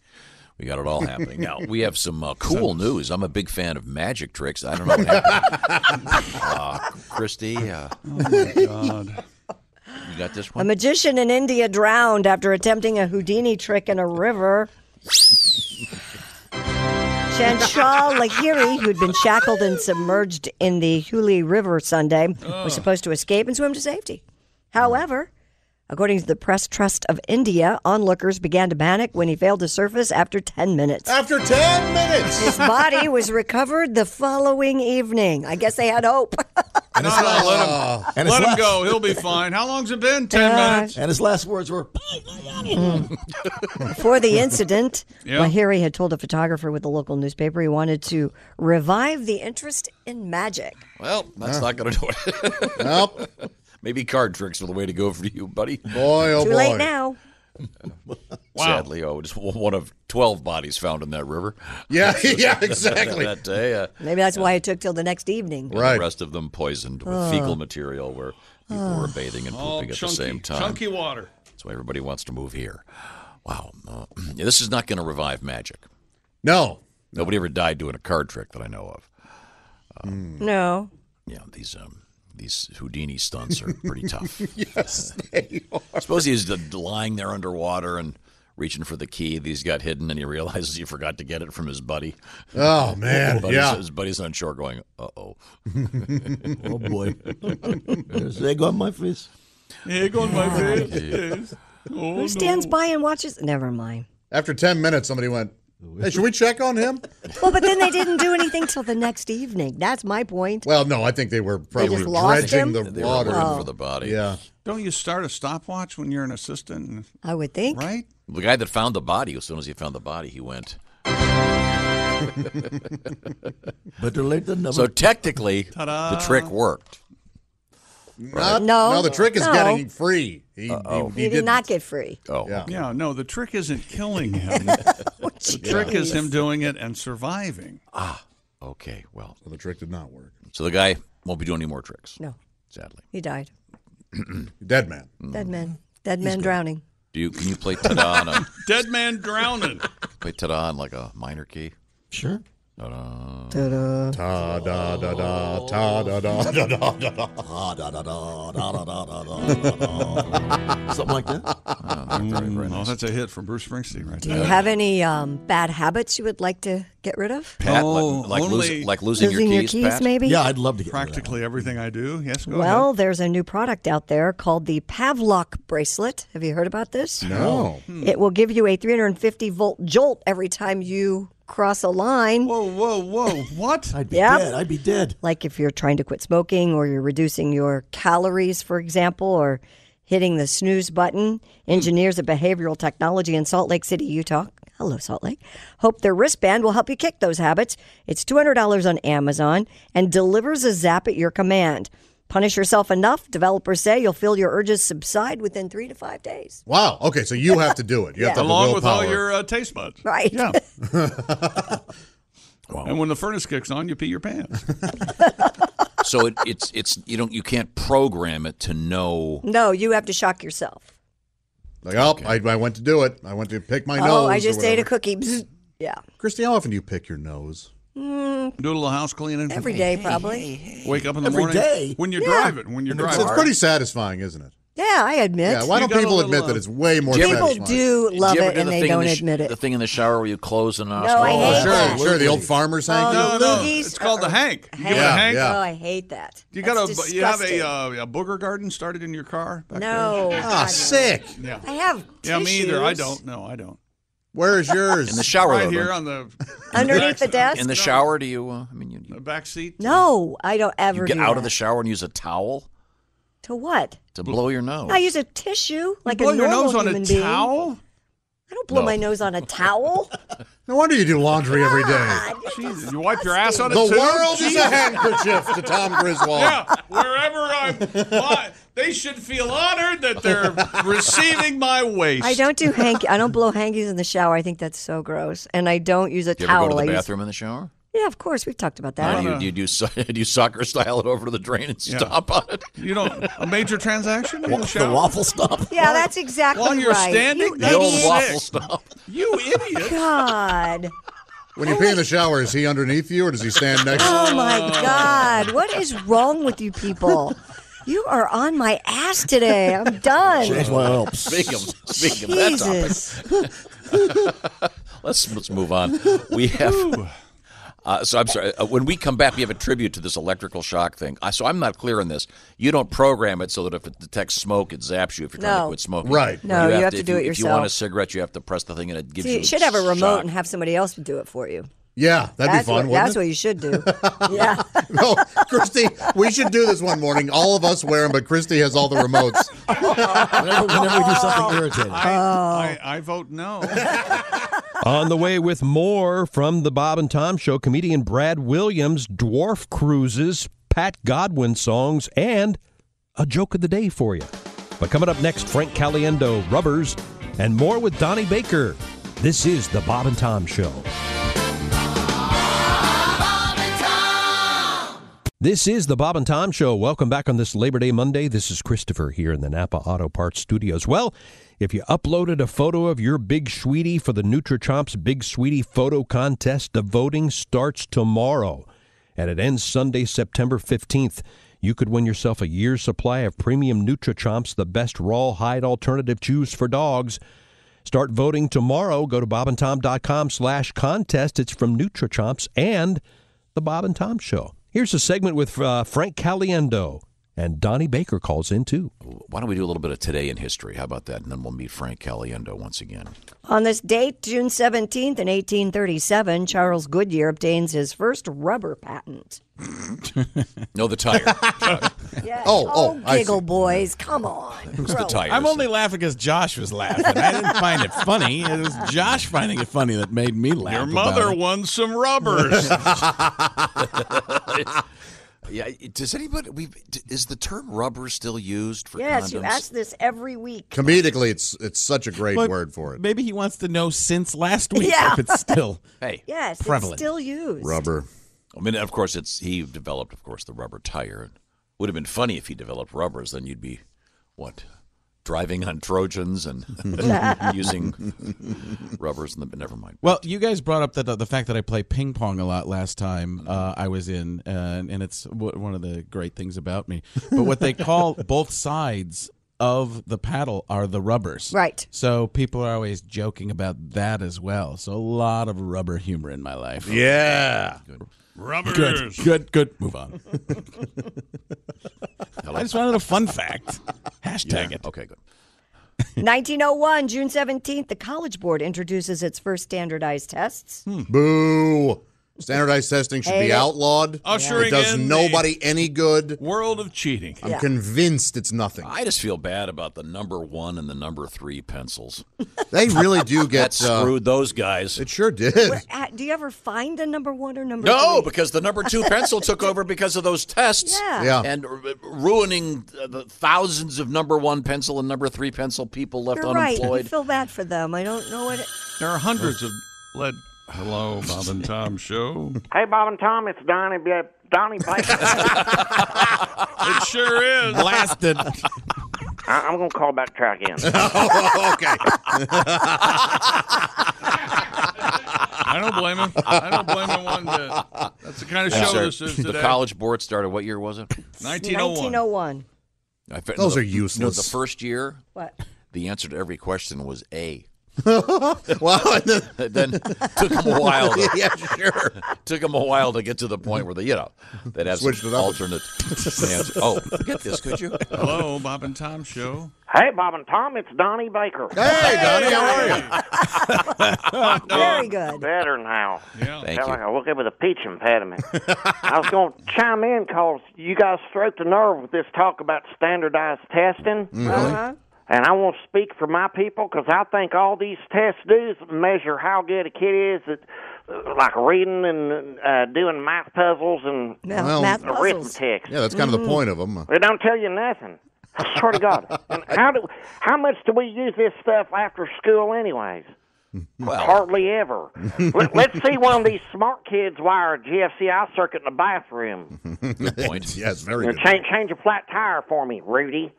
[SPEAKER 9] We got it all happening. Now, we have some uh, cool news. I'm a big fan of magic tricks. I don't know what happened. uh, Christy, uh,
[SPEAKER 7] my God.
[SPEAKER 9] you got this
[SPEAKER 7] A
[SPEAKER 9] one?
[SPEAKER 7] magician in India drowned after attempting a Houdini trick in a river. Chanchal Lahiri, who'd been shackled and submerged in the Huli River Sunday, was supposed to escape and swim to safety. However, according to the Press Trust of India, onlookers began to panic when he failed to surface after 10 minutes.
[SPEAKER 3] After 10 minutes.
[SPEAKER 7] His body was recovered the following evening. I guess they had hope.
[SPEAKER 3] And it's like,
[SPEAKER 6] let him, let him go. He'll be fine. How long's it been? Ten
[SPEAKER 7] Yeah.
[SPEAKER 6] minutes.
[SPEAKER 3] And his last words were,
[SPEAKER 7] Hmm. Before the incident,
[SPEAKER 6] Yeah.
[SPEAKER 7] Lahiri had told a photographer with the local newspaper he wanted to revive the interest in magic.
[SPEAKER 9] Well, that's
[SPEAKER 7] Huh.
[SPEAKER 9] not going to do it.
[SPEAKER 8] nope.
[SPEAKER 9] Maybe card tricks are the way to go for you, buddy.
[SPEAKER 8] Boy,
[SPEAKER 7] Too late now.
[SPEAKER 9] oh Sadly, oh, just one of 12 bodies found in that river.
[SPEAKER 8] Yeah, yeah, exactly.
[SPEAKER 9] that day. Uh,
[SPEAKER 7] Maybe that's why it took till the next evening.
[SPEAKER 9] and The rest of them poisoned with
[SPEAKER 7] Ugh.
[SPEAKER 9] fecal material where people were bathing and
[SPEAKER 6] All
[SPEAKER 9] pooping at
[SPEAKER 6] Oh, chunky-
[SPEAKER 9] the same time.
[SPEAKER 6] chunky water.
[SPEAKER 9] That's why everybody wants to move here. Wow. Uh, yeah, this is not going to revive magic.
[SPEAKER 8] No.
[SPEAKER 9] Nobody ever died doing a card trick that I know of. Uh, Hmm.
[SPEAKER 7] No.
[SPEAKER 9] Yeah, these um, these Houdini stunts are pretty tough.
[SPEAKER 8] yes, they are.
[SPEAKER 9] Suppose he's d- lying there underwater and reaching for the key that he's got hidden, and he realizes he forgot to get it from his buddy.
[SPEAKER 8] Oh, man,
[SPEAKER 9] buddy's,
[SPEAKER 8] yeah.
[SPEAKER 9] his buddy's on shore going, "Uh oh,
[SPEAKER 3] oh boy, they got my face.
[SPEAKER 6] Egg on my Oh,
[SPEAKER 8] face.
[SPEAKER 7] Who stands by and watches? Never mind.
[SPEAKER 8] After 10 minutes, somebody went, hey, should we check on him?
[SPEAKER 7] Well, but then they didn't do anything till the next evening. That's my point.
[SPEAKER 8] Well, no, I think they were probably
[SPEAKER 7] just lost
[SPEAKER 8] dredging
[SPEAKER 7] him?
[SPEAKER 8] the
[SPEAKER 7] They
[SPEAKER 9] were
[SPEAKER 8] water.
[SPEAKER 9] looking for the body."
[SPEAKER 8] Yeah.
[SPEAKER 6] Don't you start a stopwatch when you're an assistant?
[SPEAKER 7] I would think.
[SPEAKER 6] Right?
[SPEAKER 9] The guy that found the body, as soon as he found the body, he went.
[SPEAKER 3] Better late than never.
[SPEAKER 9] So technically,
[SPEAKER 3] Ta-da.
[SPEAKER 9] the trick worked.
[SPEAKER 8] Not- No. no, the trick is No. getting free. He-
[SPEAKER 6] Uh-oh.
[SPEAKER 7] He, did not get free.
[SPEAKER 9] Oh.
[SPEAKER 6] Yeah. no, the trick isn't killing him. the trick is
[SPEAKER 7] Oh, jeez.
[SPEAKER 6] him doing it and surviving.
[SPEAKER 9] Ah, okay. Well,
[SPEAKER 8] so the trick did not work.
[SPEAKER 9] So the guy won't be doing any more tricks.
[SPEAKER 7] No.
[SPEAKER 9] Sadly. Mm.
[SPEAKER 7] He died.
[SPEAKER 8] Dead man.
[SPEAKER 7] Dead man. Dead man drowning.
[SPEAKER 9] Do you, can you play ta-da on a,
[SPEAKER 6] Dead man drowning.
[SPEAKER 9] play ta-da on like a minor key?
[SPEAKER 3] Sure.
[SPEAKER 9] Ta-da.
[SPEAKER 7] Ta-da.
[SPEAKER 8] da da da ta da da da da da da.
[SPEAKER 3] Ah, da, da, da, da, da, da, da, da, da. Something like that. Mm.
[SPEAKER 6] Oh, that's a hit from Bruce Springsteen right
[SPEAKER 7] Do
[SPEAKER 6] there.
[SPEAKER 7] you have any um, bad habits you would like to get rid of?
[SPEAKER 9] Pat,
[SPEAKER 6] Oh,
[SPEAKER 9] like, like, losing,
[SPEAKER 6] only-
[SPEAKER 9] like losing,
[SPEAKER 7] Losing
[SPEAKER 9] your
[SPEAKER 7] your
[SPEAKER 9] keys,
[SPEAKER 7] keys,
[SPEAKER 9] Pat?
[SPEAKER 7] maybe? Yeah, I'd
[SPEAKER 3] love to get
[SPEAKER 6] practically everything I do. Yes, go
[SPEAKER 7] well, there's a new product out there called the Pavlok bracelet. Have you heard about this?
[SPEAKER 6] No. Hmm.
[SPEAKER 7] It will give you a 350 volt jolt every time you cross a line.
[SPEAKER 6] Whoa, whoa, whoa! What?
[SPEAKER 3] I'd
[SPEAKER 6] be
[SPEAKER 3] dead. I'd be dead.
[SPEAKER 7] Like if you're trying to quit smoking or you're reducing your calories, for example, or hitting the snooze button.
[SPEAKER 6] Hmm.
[SPEAKER 7] Engineers of behavioral technology in Salt Lake City, Utah. Hello, Salt Lake. Hope their wristband will help you kick those habits. It's $200 on Amazon and delivers a zap at your command. Punish yourself enough, developers say you'll feel your urges subside within three to five days.
[SPEAKER 8] Wow. Okay, so you have to do it. You have to have the
[SPEAKER 6] Along with all
[SPEAKER 8] willpower.
[SPEAKER 6] your uh, taste buds.
[SPEAKER 7] Right.
[SPEAKER 6] Yeah. And when the furnace kicks on, you pee your pants.
[SPEAKER 9] So it, it's it's you don't you can't program it to know.
[SPEAKER 7] No, you have to shock yourself.
[SPEAKER 8] Like, oh, I, I went to do it. I went to pick my nose.
[SPEAKER 7] oh, I
[SPEAKER 8] or
[SPEAKER 7] just ate a
[SPEAKER 8] whatever.
[SPEAKER 7] cookie. Bzzz. Yeah.
[SPEAKER 8] Christy, how often do you pick your nose?
[SPEAKER 7] Mm,
[SPEAKER 6] Do a little house cleaning
[SPEAKER 7] every day, probably.
[SPEAKER 6] Wake up in the
[SPEAKER 8] Every
[SPEAKER 6] morning.
[SPEAKER 8] day?
[SPEAKER 6] When you're
[SPEAKER 8] Yeah.
[SPEAKER 6] driving. When you're
[SPEAKER 8] It's,
[SPEAKER 6] driving.
[SPEAKER 8] it's pretty satisfying, isn't it?
[SPEAKER 7] Yeah, I admit.
[SPEAKER 8] Yeah, why don't people admit that it's way more
[SPEAKER 7] People
[SPEAKER 8] satisfying?
[SPEAKER 7] do love
[SPEAKER 9] uh, you ever
[SPEAKER 7] it
[SPEAKER 9] do
[SPEAKER 7] and
[SPEAKER 9] the
[SPEAKER 7] they
[SPEAKER 9] thing in
[SPEAKER 7] don't
[SPEAKER 9] the sh-
[SPEAKER 7] admit it.
[SPEAKER 9] The thing in the shower where you close the nostril.
[SPEAKER 7] I
[SPEAKER 8] Oh,
[SPEAKER 7] hate
[SPEAKER 8] sure,
[SPEAKER 7] that.
[SPEAKER 8] sure. The old farmer's hank.
[SPEAKER 7] Oh,
[SPEAKER 6] No,
[SPEAKER 7] the
[SPEAKER 6] no.
[SPEAKER 7] loogies
[SPEAKER 6] It's called the
[SPEAKER 7] are-
[SPEAKER 6] hank. You
[SPEAKER 7] Hank.
[SPEAKER 6] got a hank?
[SPEAKER 7] Oh, I hate that.
[SPEAKER 6] You got
[SPEAKER 7] That's
[SPEAKER 6] a you have a
[SPEAKER 7] disgusting.
[SPEAKER 6] uh, a booger garden started in your car? Back
[SPEAKER 7] No.
[SPEAKER 6] There?
[SPEAKER 7] Ah, God, no. sick.
[SPEAKER 6] Yeah.
[SPEAKER 7] I have
[SPEAKER 6] Yeah, me either. I
[SPEAKER 7] tissues.
[SPEAKER 6] don't. No, I don't.
[SPEAKER 8] Where is yours?
[SPEAKER 9] In the shower,
[SPEAKER 6] Right
[SPEAKER 9] though,
[SPEAKER 6] here
[SPEAKER 9] don't-
[SPEAKER 6] on the
[SPEAKER 7] Underneath the desk?
[SPEAKER 9] In the shower, do you? Uh, I mean, you, you
[SPEAKER 6] back seat.
[SPEAKER 7] No, I don't ever
[SPEAKER 9] get
[SPEAKER 7] do
[SPEAKER 9] out
[SPEAKER 7] that.
[SPEAKER 9] of the shower and use a towel
[SPEAKER 7] To what?
[SPEAKER 9] to blow your nose.
[SPEAKER 7] I use a tissue like
[SPEAKER 6] blow
[SPEAKER 7] a
[SPEAKER 6] your
[SPEAKER 7] normal
[SPEAKER 6] nose on a
[SPEAKER 7] human being.
[SPEAKER 6] towel?
[SPEAKER 7] I don't blow
[SPEAKER 9] No.
[SPEAKER 7] my nose on a towel.
[SPEAKER 8] No wonder you do laundry every day.
[SPEAKER 6] Jesus, you wipe your ass on it
[SPEAKER 8] The
[SPEAKER 6] too?
[SPEAKER 8] world is
[SPEAKER 6] Jesus.
[SPEAKER 8] a handkerchief to Tom Griswold.
[SPEAKER 6] Yeah, wherever I'm, why- they should feel honored that they're receiving my waste.
[SPEAKER 7] I don't do hanky. I don't blow hankies in the shower. I think that's so gross. And I don't use a
[SPEAKER 9] do you
[SPEAKER 7] towel.
[SPEAKER 9] ever go to
[SPEAKER 7] I
[SPEAKER 9] the
[SPEAKER 7] use-
[SPEAKER 9] bathroom in the shower?
[SPEAKER 7] Yeah, of course. We've talked about
[SPEAKER 9] Or
[SPEAKER 7] that.
[SPEAKER 9] do you, do you do, so- do you soccer style it over to the drain and stop on it?
[SPEAKER 6] You don't a major transaction in the shower.
[SPEAKER 3] stop.
[SPEAKER 7] Yeah, that's exactly
[SPEAKER 6] While you're
[SPEAKER 7] right.
[SPEAKER 6] standing,
[SPEAKER 7] You
[SPEAKER 6] that's
[SPEAKER 7] idiot.
[SPEAKER 6] sick.
[SPEAKER 9] stop.
[SPEAKER 6] You
[SPEAKER 23] You idiot.
[SPEAKER 7] God.
[SPEAKER 8] When you pee in the shower, is he underneath you or does he stand next to you?
[SPEAKER 7] Oh my God. What is wrong with you people? You are on my ass today. I'm done.
[SPEAKER 9] Speaking of, speaking of that topic, let's let's move on. We have. Uh, so I'm sorry. Uh, when we come back, we have a tribute to this electrical shock thing. I, so I'm not clear on this. You don't program it so that if it detects smoke, it zaps you if you're trying
[SPEAKER 7] No.
[SPEAKER 9] to quit smoking.
[SPEAKER 7] Right. No, you have to
[SPEAKER 9] if
[SPEAKER 7] do it
[SPEAKER 9] If you want a
[SPEAKER 7] yourself.
[SPEAKER 9] cigarette, you have to press the thing and it gives
[SPEAKER 7] See,
[SPEAKER 9] you.
[SPEAKER 7] you should have a remote
[SPEAKER 9] shock.
[SPEAKER 7] and have somebody else do it for you.
[SPEAKER 8] Yeah, that'd
[SPEAKER 7] that's
[SPEAKER 8] be fun.
[SPEAKER 7] What, that's
[SPEAKER 8] wouldn't it?
[SPEAKER 7] what you should do. yeah.
[SPEAKER 8] No, Christy, we should do this one morning. All of us wear them, but Christy has all the remotes.
[SPEAKER 3] whenever, whenever we do something irritating.
[SPEAKER 6] I, I,
[SPEAKER 7] Oh.
[SPEAKER 6] I vote no.
[SPEAKER 11] On the way with more from the Bob and Tom Show, comedian Brad Williams, Dwarf Cruises, Pat Godwin songs, and a joke of the day for you. But coming up next, Frank Caliendo, Rubbers, and more with Donnie Baker. This is the Bob and Tom Show. This is the Bob and Tom Show. Welcome back on this Labor Day Monday. This is Christopher here in the Napa Auto Parts Studios. Well, if you uploaded a photo of your Big Sweetie for the NutriChomps Big Sweetie Photo Contest, the voting starts tomorrow and it ends Sunday, September 15th. You could win yourself a year's supply of premium NutriChomps, the best raw hide alternative chews for dogs. Start voting tomorrow. Go to bobandtom.com slash contest. It's from NutriChomps and the Bob and Tom Show. Here's a segment with uh, Frank Caliendo, and Donnie Baker calls in too.
[SPEAKER 9] Why don't we do a little bit of today in history? How about that? And then we'll meet Frank Caliendo once again.
[SPEAKER 7] On this date, June 17th, in 1837, Charles Goodyear obtains his first rubber patent.
[SPEAKER 9] No, the tire.
[SPEAKER 7] Yes.
[SPEAKER 9] Oh, oh, I
[SPEAKER 7] giggle
[SPEAKER 9] see.
[SPEAKER 7] boys, come on.
[SPEAKER 9] It was the
[SPEAKER 7] Grow
[SPEAKER 9] tires.
[SPEAKER 14] I'm only laughing because Josh was laughing. I didn't find it funny. It was Josh finding it funny that made me laugh.
[SPEAKER 6] Your
[SPEAKER 14] about
[SPEAKER 6] mother
[SPEAKER 14] it.
[SPEAKER 6] won some rubbers.
[SPEAKER 9] yeah. Does anybody? We is the term rubber still used for
[SPEAKER 7] Yes,
[SPEAKER 9] condoms?
[SPEAKER 7] you ask this every week.
[SPEAKER 8] Comedically, it's it's such a great
[SPEAKER 14] But
[SPEAKER 8] word for it.
[SPEAKER 14] Maybe he wants to know since last week
[SPEAKER 7] Yeah.
[SPEAKER 14] if it's still
[SPEAKER 9] hey
[SPEAKER 7] Yes,
[SPEAKER 14] prevalent.
[SPEAKER 7] it's still used.
[SPEAKER 8] Rubber.
[SPEAKER 9] I mean, of course, it's he developed, of course, the rubber tire. It would have been funny if he developed rubbers. Then you'd be what driving on Trojans and using rubbers. And the, never mind.
[SPEAKER 14] Well, you guys brought up that the, the fact that I play ping pong a lot last time uh, I was in, uh, and, and it's w- one of the great things about me. But what they call both sides of the paddle are the rubbers.
[SPEAKER 7] Right.
[SPEAKER 14] So people are always joking about that as well. So a lot of rubber humor in my life.
[SPEAKER 6] Yeah.
[SPEAKER 14] Good.
[SPEAKER 6] Rubbers.
[SPEAKER 14] Good. Good. Move on. I just wanted a fun fact. Hashtag it.
[SPEAKER 9] Okay. Good.
[SPEAKER 7] 1901, June 17th, the College Board introduces its first standardized tests.
[SPEAKER 8] Boo. Standardized testing should
[SPEAKER 7] Hate
[SPEAKER 8] be
[SPEAKER 7] it.
[SPEAKER 8] outlawed.
[SPEAKER 7] Ushering
[SPEAKER 8] it does
[SPEAKER 7] in
[SPEAKER 8] nobody any good.
[SPEAKER 9] World of cheating.
[SPEAKER 8] I'm convinced it's nothing.
[SPEAKER 9] I just feel bad about the number one and the number three pencils.
[SPEAKER 8] They really do get uh,
[SPEAKER 9] that screwed those guys. It
[SPEAKER 8] sure did.
[SPEAKER 7] Where- at- do you ever find a number one or number three?
[SPEAKER 9] No, because the number two pencil took over because of those tests
[SPEAKER 7] Yeah. Yeah.
[SPEAKER 9] and r- ruining uh, the thousands of number one pencil and number three pencil people left
[SPEAKER 7] You're right. I
[SPEAKER 9] unemployed.
[SPEAKER 7] feel bad for them. I don't know what. It,
[SPEAKER 6] There are hundreds of lead. Hello, Bob and Tom show.
[SPEAKER 22] Hey, Bob and Tom, it's Donnie, B- Donnie Baker.
[SPEAKER 6] It sure is.
[SPEAKER 14] Blasted.
[SPEAKER 22] I- I'm going to call back track in.
[SPEAKER 6] okay. I don't blame him. I don't blame him one bit. That's the kind of
[SPEAKER 9] I'm
[SPEAKER 6] show
[SPEAKER 9] sorry,
[SPEAKER 6] this is today.
[SPEAKER 9] The College Board started. What year was it?
[SPEAKER 6] 1901.
[SPEAKER 7] 1901.
[SPEAKER 9] I fe-
[SPEAKER 8] Those
[SPEAKER 9] no,
[SPEAKER 8] are
[SPEAKER 9] the- no,
[SPEAKER 8] useless.
[SPEAKER 9] the first year,
[SPEAKER 7] What?
[SPEAKER 9] the answer to every question was A.
[SPEAKER 8] wow. and then-
[SPEAKER 9] then took them a while. To,
[SPEAKER 8] Yeah, sure.
[SPEAKER 9] Took them a while to get to the point where they, you know, that have
[SPEAKER 8] Switched
[SPEAKER 9] some
[SPEAKER 8] it up.
[SPEAKER 9] alternate answer. Oh, forget this, could you?
[SPEAKER 6] Hello, Bob and Tom show.
[SPEAKER 22] Hey, Bob and Tom, it's Donnie Baker.
[SPEAKER 8] Hey, Donnie,
[SPEAKER 22] how are you?
[SPEAKER 7] Very good.
[SPEAKER 22] Better now.
[SPEAKER 6] Yeah.
[SPEAKER 9] Thank
[SPEAKER 22] Sound
[SPEAKER 9] you.
[SPEAKER 22] Like I woke up with a peach impediment. I was going to chime in because you guys stroked the nerve with this talk about standardized testing.
[SPEAKER 8] Mm-hmm.
[SPEAKER 7] Uh-huh.
[SPEAKER 22] And I want to speak for my people because I think all these tests do is measure how good a kid is at uh, like reading and uh, doing math puzzles and
[SPEAKER 7] Math- Well, math puzzles.
[SPEAKER 22] arithmetic.
[SPEAKER 8] Yeah, that's
[SPEAKER 7] Mm-hmm.
[SPEAKER 8] kind of the point of them.
[SPEAKER 22] They don't tell you nothing. I swear to God. And how do how much do we use this stuff after school, anyways? Hardly ever. Let, let's see one of these smart kids wire a GFCI circuit in the bathroom.
[SPEAKER 9] Good point.
[SPEAKER 8] yes, very
[SPEAKER 22] You know,
[SPEAKER 8] good.
[SPEAKER 22] change change a flat tire for me, Rudy.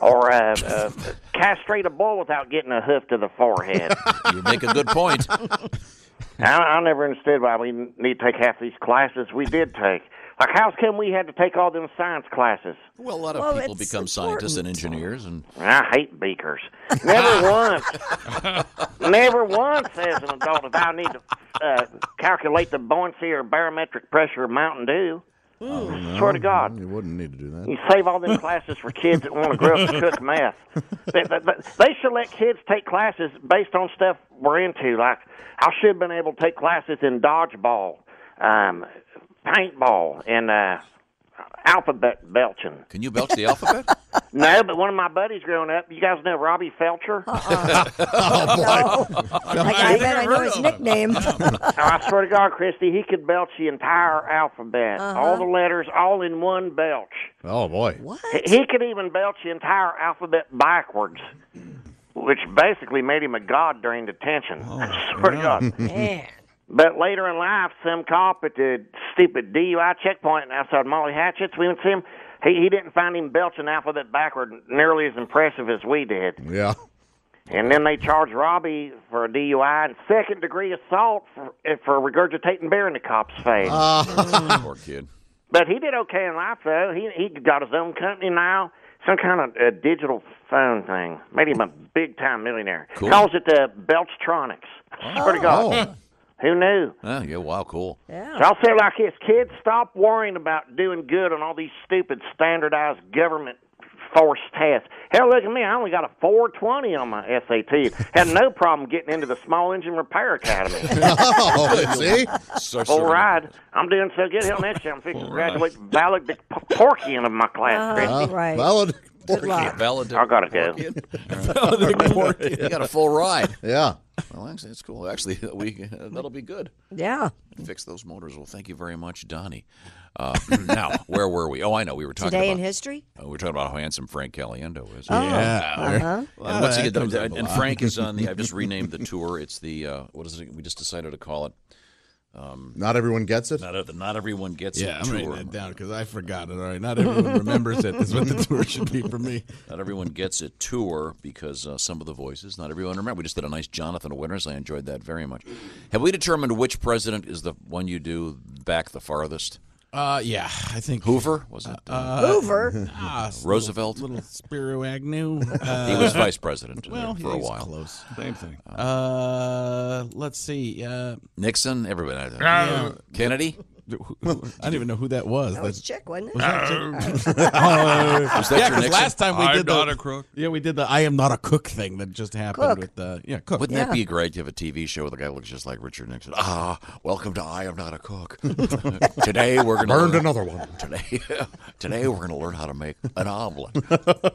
[SPEAKER 22] or uh, uh, castrate a bull without getting a hoof to the forehead.
[SPEAKER 9] You make a good point.
[SPEAKER 22] I, I never understood why we need to take half these classes we did take. Like, how come we had to take all them science classes?
[SPEAKER 9] Well, a lot of
[SPEAKER 22] Well,
[SPEAKER 9] people
[SPEAKER 22] it's
[SPEAKER 9] become scientists and engineers, and
[SPEAKER 22] I hate beakers. Never once, never once as an adult have I need to uh, calculate the buoyancy or barometric pressure of Mountain Dew. Swear to God.
[SPEAKER 8] Oh, You wouldn't need to do that.
[SPEAKER 22] You save all them classes for kids that want to grow up and cook meth. They, they, they should let kids take classes based on stuff we're into. Like, I should have been able to take classes in dodgeball, um, paintball, and uh, alphabet belching.
[SPEAKER 9] can you belch the alphabet?
[SPEAKER 22] No, but one of my buddies growing up, you guys know Robbie Felcher?
[SPEAKER 7] Uh-uh.
[SPEAKER 9] oh, boy.
[SPEAKER 22] Like,
[SPEAKER 7] I bet I know his nickname.
[SPEAKER 22] Oh, I swear to God, Christy, he could belch the entire alphabet,
[SPEAKER 7] Uh-huh.
[SPEAKER 22] all the letters, all in one belch.
[SPEAKER 8] Oh boy.
[SPEAKER 7] What?
[SPEAKER 22] He- He could even belch the entire alphabet backwards, which basically made him a god during detention.
[SPEAKER 9] Oh,
[SPEAKER 22] I swear to God.
[SPEAKER 7] Man.
[SPEAKER 22] But later in life, some cop at the stupid DUI checkpoint outside Molly Hatchett's, we went to him. He, he didn't find him belching alphabet backward nearly as impressive as we did.
[SPEAKER 8] Yeah.
[SPEAKER 22] And then they charged Robbie for a DUI and second degree assault for, eh, for regurgitating beer in the cop's face.
[SPEAKER 9] Poor kid.
[SPEAKER 22] But he did okay in life, though. He he got his own company now, some kind of uh, digital phone thing. Made him a big time millionaire.
[SPEAKER 9] Cool.
[SPEAKER 22] Calls it the Belchtronics. I Swear to God.
[SPEAKER 9] Oh.
[SPEAKER 22] Who knew?
[SPEAKER 9] Oh, yeah, wow, cool.
[SPEAKER 22] So I'll say it like this, kids, stop worrying about doing good on all these stupid standardized government forced tests. Hell, look at me. I only got a 420 on my SAT. Had no problem getting into the Small Engine Repair Academy.
[SPEAKER 8] oh, see?
[SPEAKER 22] All right. I'm doing so good. Hell, next year I'm fixing to graduate valedictorian of my class, Christy.
[SPEAKER 7] Uh, right.
[SPEAKER 8] Good luck.
[SPEAKER 22] I gotta go.
[SPEAKER 9] You got a full ride.
[SPEAKER 8] Yeah.
[SPEAKER 9] Well, actually, that's cool. Actually, we uh, that'll be good.
[SPEAKER 7] Yeah.
[SPEAKER 9] Fix those motors. Well, thank you very much, Donnie. Uh, now, where were we? Oh, I know. We were talking
[SPEAKER 7] Today in
[SPEAKER 9] about
[SPEAKER 7] history?
[SPEAKER 9] uh, we were talking about how handsome Frank Caliendo is.
[SPEAKER 7] Oh, Yeah. uh-huh.
[SPEAKER 9] And once
[SPEAKER 7] Well,
[SPEAKER 9] again,
[SPEAKER 7] that comes up a
[SPEAKER 9] and
[SPEAKER 7] lot.
[SPEAKER 9] Frank is on the. I've just renamed the tour. It's the uh, what is it? We just decided to call it. Um,
[SPEAKER 8] not everyone gets it.
[SPEAKER 9] Not, everyone gets
[SPEAKER 14] Yeah,
[SPEAKER 9] it.
[SPEAKER 14] I'm writing
[SPEAKER 9] tour.
[SPEAKER 14] that down because I forgot it. All right, not everyone remembers it. That's what the tour should be for me.
[SPEAKER 9] Not everyone gets a tour because uh, some of the voices, not everyone remember. We just did a nice Jonathan Winters. I enjoyed that very much. Have we determined which president is the one you do back the farthest?
[SPEAKER 14] Uh, yeah, I think
[SPEAKER 9] Hoover was it?
[SPEAKER 14] Uh,
[SPEAKER 7] Hoover?
[SPEAKER 14] Ah, s-
[SPEAKER 9] Roosevelt?
[SPEAKER 14] little Spiro Agnew. Uh,
[SPEAKER 9] he was vice president uh,
[SPEAKER 14] well,
[SPEAKER 9] for a
[SPEAKER 14] he was
[SPEAKER 9] while.
[SPEAKER 14] Close, same thing. Uh, let's see. Uh,
[SPEAKER 9] Nixon, everybody.
[SPEAKER 14] Yeah.
[SPEAKER 9] Kennedy.
[SPEAKER 14] I don't even know who that was.
[SPEAKER 7] That was Chick, wasn't it?
[SPEAKER 14] Was that Chick?
[SPEAKER 7] All right.
[SPEAKER 14] Oh,
[SPEAKER 7] Was that your
[SPEAKER 14] yeah, 'cause
[SPEAKER 7] Nixon?
[SPEAKER 14] last time we
[SPEAKER 7] Oh. I'm
[SPEAKER 14] did the,
[SPEAKER 7] not a crook.
[SPEAKER 14] Yeah, we did the I am not a cook thing that just happened
[SPEAKER 9] Cook.
[SPEAKER 14] with the yeah cook.
[SPEAKER 9] Wouldn't that be great to have a TV show with a guy who looks just like Richard Nixon? Ah, welcome to I Am Not a Cook. today we're going to
[SPEAKER 11] Burned another one.
[SPEAKER 9] Today, today we're going to learn how to make an omelet.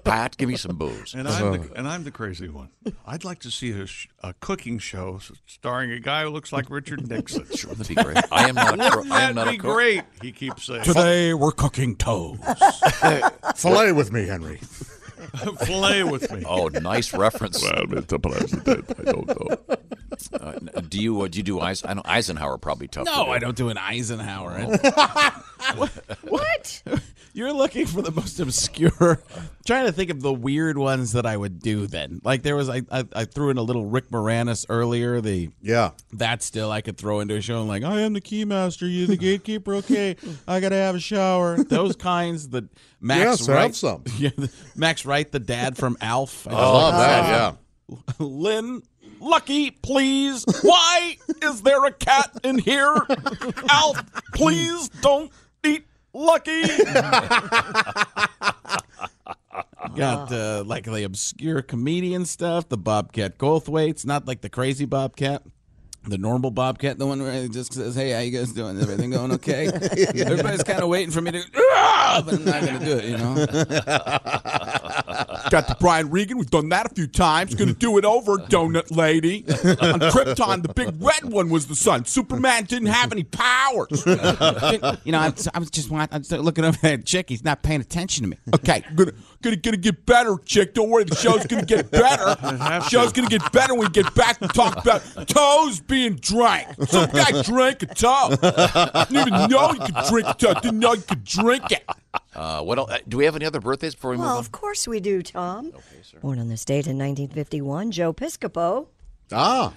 [SPEAKER 9] Pat, give me some booze.
[SPEAKER 6] And I'm the, and I'm the crazy one. I'd like to see a, sh- a cooking show s- starring a guy who looks like Richard Nixon.
[SPEAKER 9] Sure, that'd be great. I am not a
[SPEAKER 6] Wouldn't
[SPEAKER 9] cro- I am
[SPEAKER 6] that
[SPEAKER 9] not a
[SPEAKER 6] be
[SPEAKER 9] cook.
[SPEAKER 6] great? He keeps saying
[SPEAKER 14] Today we're cooking toes.
[SPEAKER 6] Fillet
[SPEAKER 8] with me, Henry.
[SPEAKER 6] Play with me.
[SPEAKER 9] Oh, nice reference.
[SPEAKER 8] I don't know.
[SPEAKER 9] Uh, n- do you? Uh, do you do Eisen- I know Eisenhower? Probably tough. to
[SPEAKER 14] No,
[SPEAKER 9] do.
[SPEAKER 14] I don't do an Eisenhower.
[SPEAKER 7] what?
[SPEAKER 14] You're looking for the most obscure. trying to think of the weird ones that I would do. Then, like there was, I, I, I threw in a little Rick Moranis earlier. The
[SPEAKER 8] yeah,
[SPEAKER 14] that still I could throw into a show. and like, I am the key master. You the gatekeeper. Okay, I gotta have a shower. Those kinds that Max
[SPEAKER 8] Yes, have
[SPEAKER 14] Wright,
[SPEAKER 8] some.
[SPEAKER 14] Yeah, the- Max Wright, the dad from Alf. I
[SPEAKER 8] I
[SPEAKER 14] just
[SPEAKER 8] love
[SPEAKER 14] like-
[SPEAKER 8] that. Yeah.
[SPEAKER 14] Lynn, Lucky, please. Why is there a cat in here? Alf, please don't eat Lucky. Got uh, like the obscure comedian stuff, the Bobcat Goldthwaits, not like the crazy Bobcat. The normal Bobcat, the one where he just says, "Hey, how you guys doing? Everything going okay?" Everybody's kind of waiting for me to, "Ah," but I'm not gonna do it, you know. Got the Brian Regan. We've done that a few times. Gonna do it over, Donut Lady. On Krypton, the big red one was the sun. Superman didn't have any powers. you know, I'm, I was just want, I'm just looking over at Chick. He's not paying attention to me. Okay, gonna
[SPEAKER 10] gonna gonna get better, chick. Don't worry, the show's gonna get better. show's gonna get better when we get back and talk about toes being drank. Some guy drank a toe. Didn't even know you could drink a toe. Didn't know you could drink it.
[SPEAKER 9] Oh. Uh, what else? Do we have any other birthdays before we move
[SPEAKER 7] Well,
[SPEAKER 9] on?
[SPEAKER 7] of course we do, Tom. Born on this date in 1951, Joe Piscopo.
[SPEAKER 8] Ah.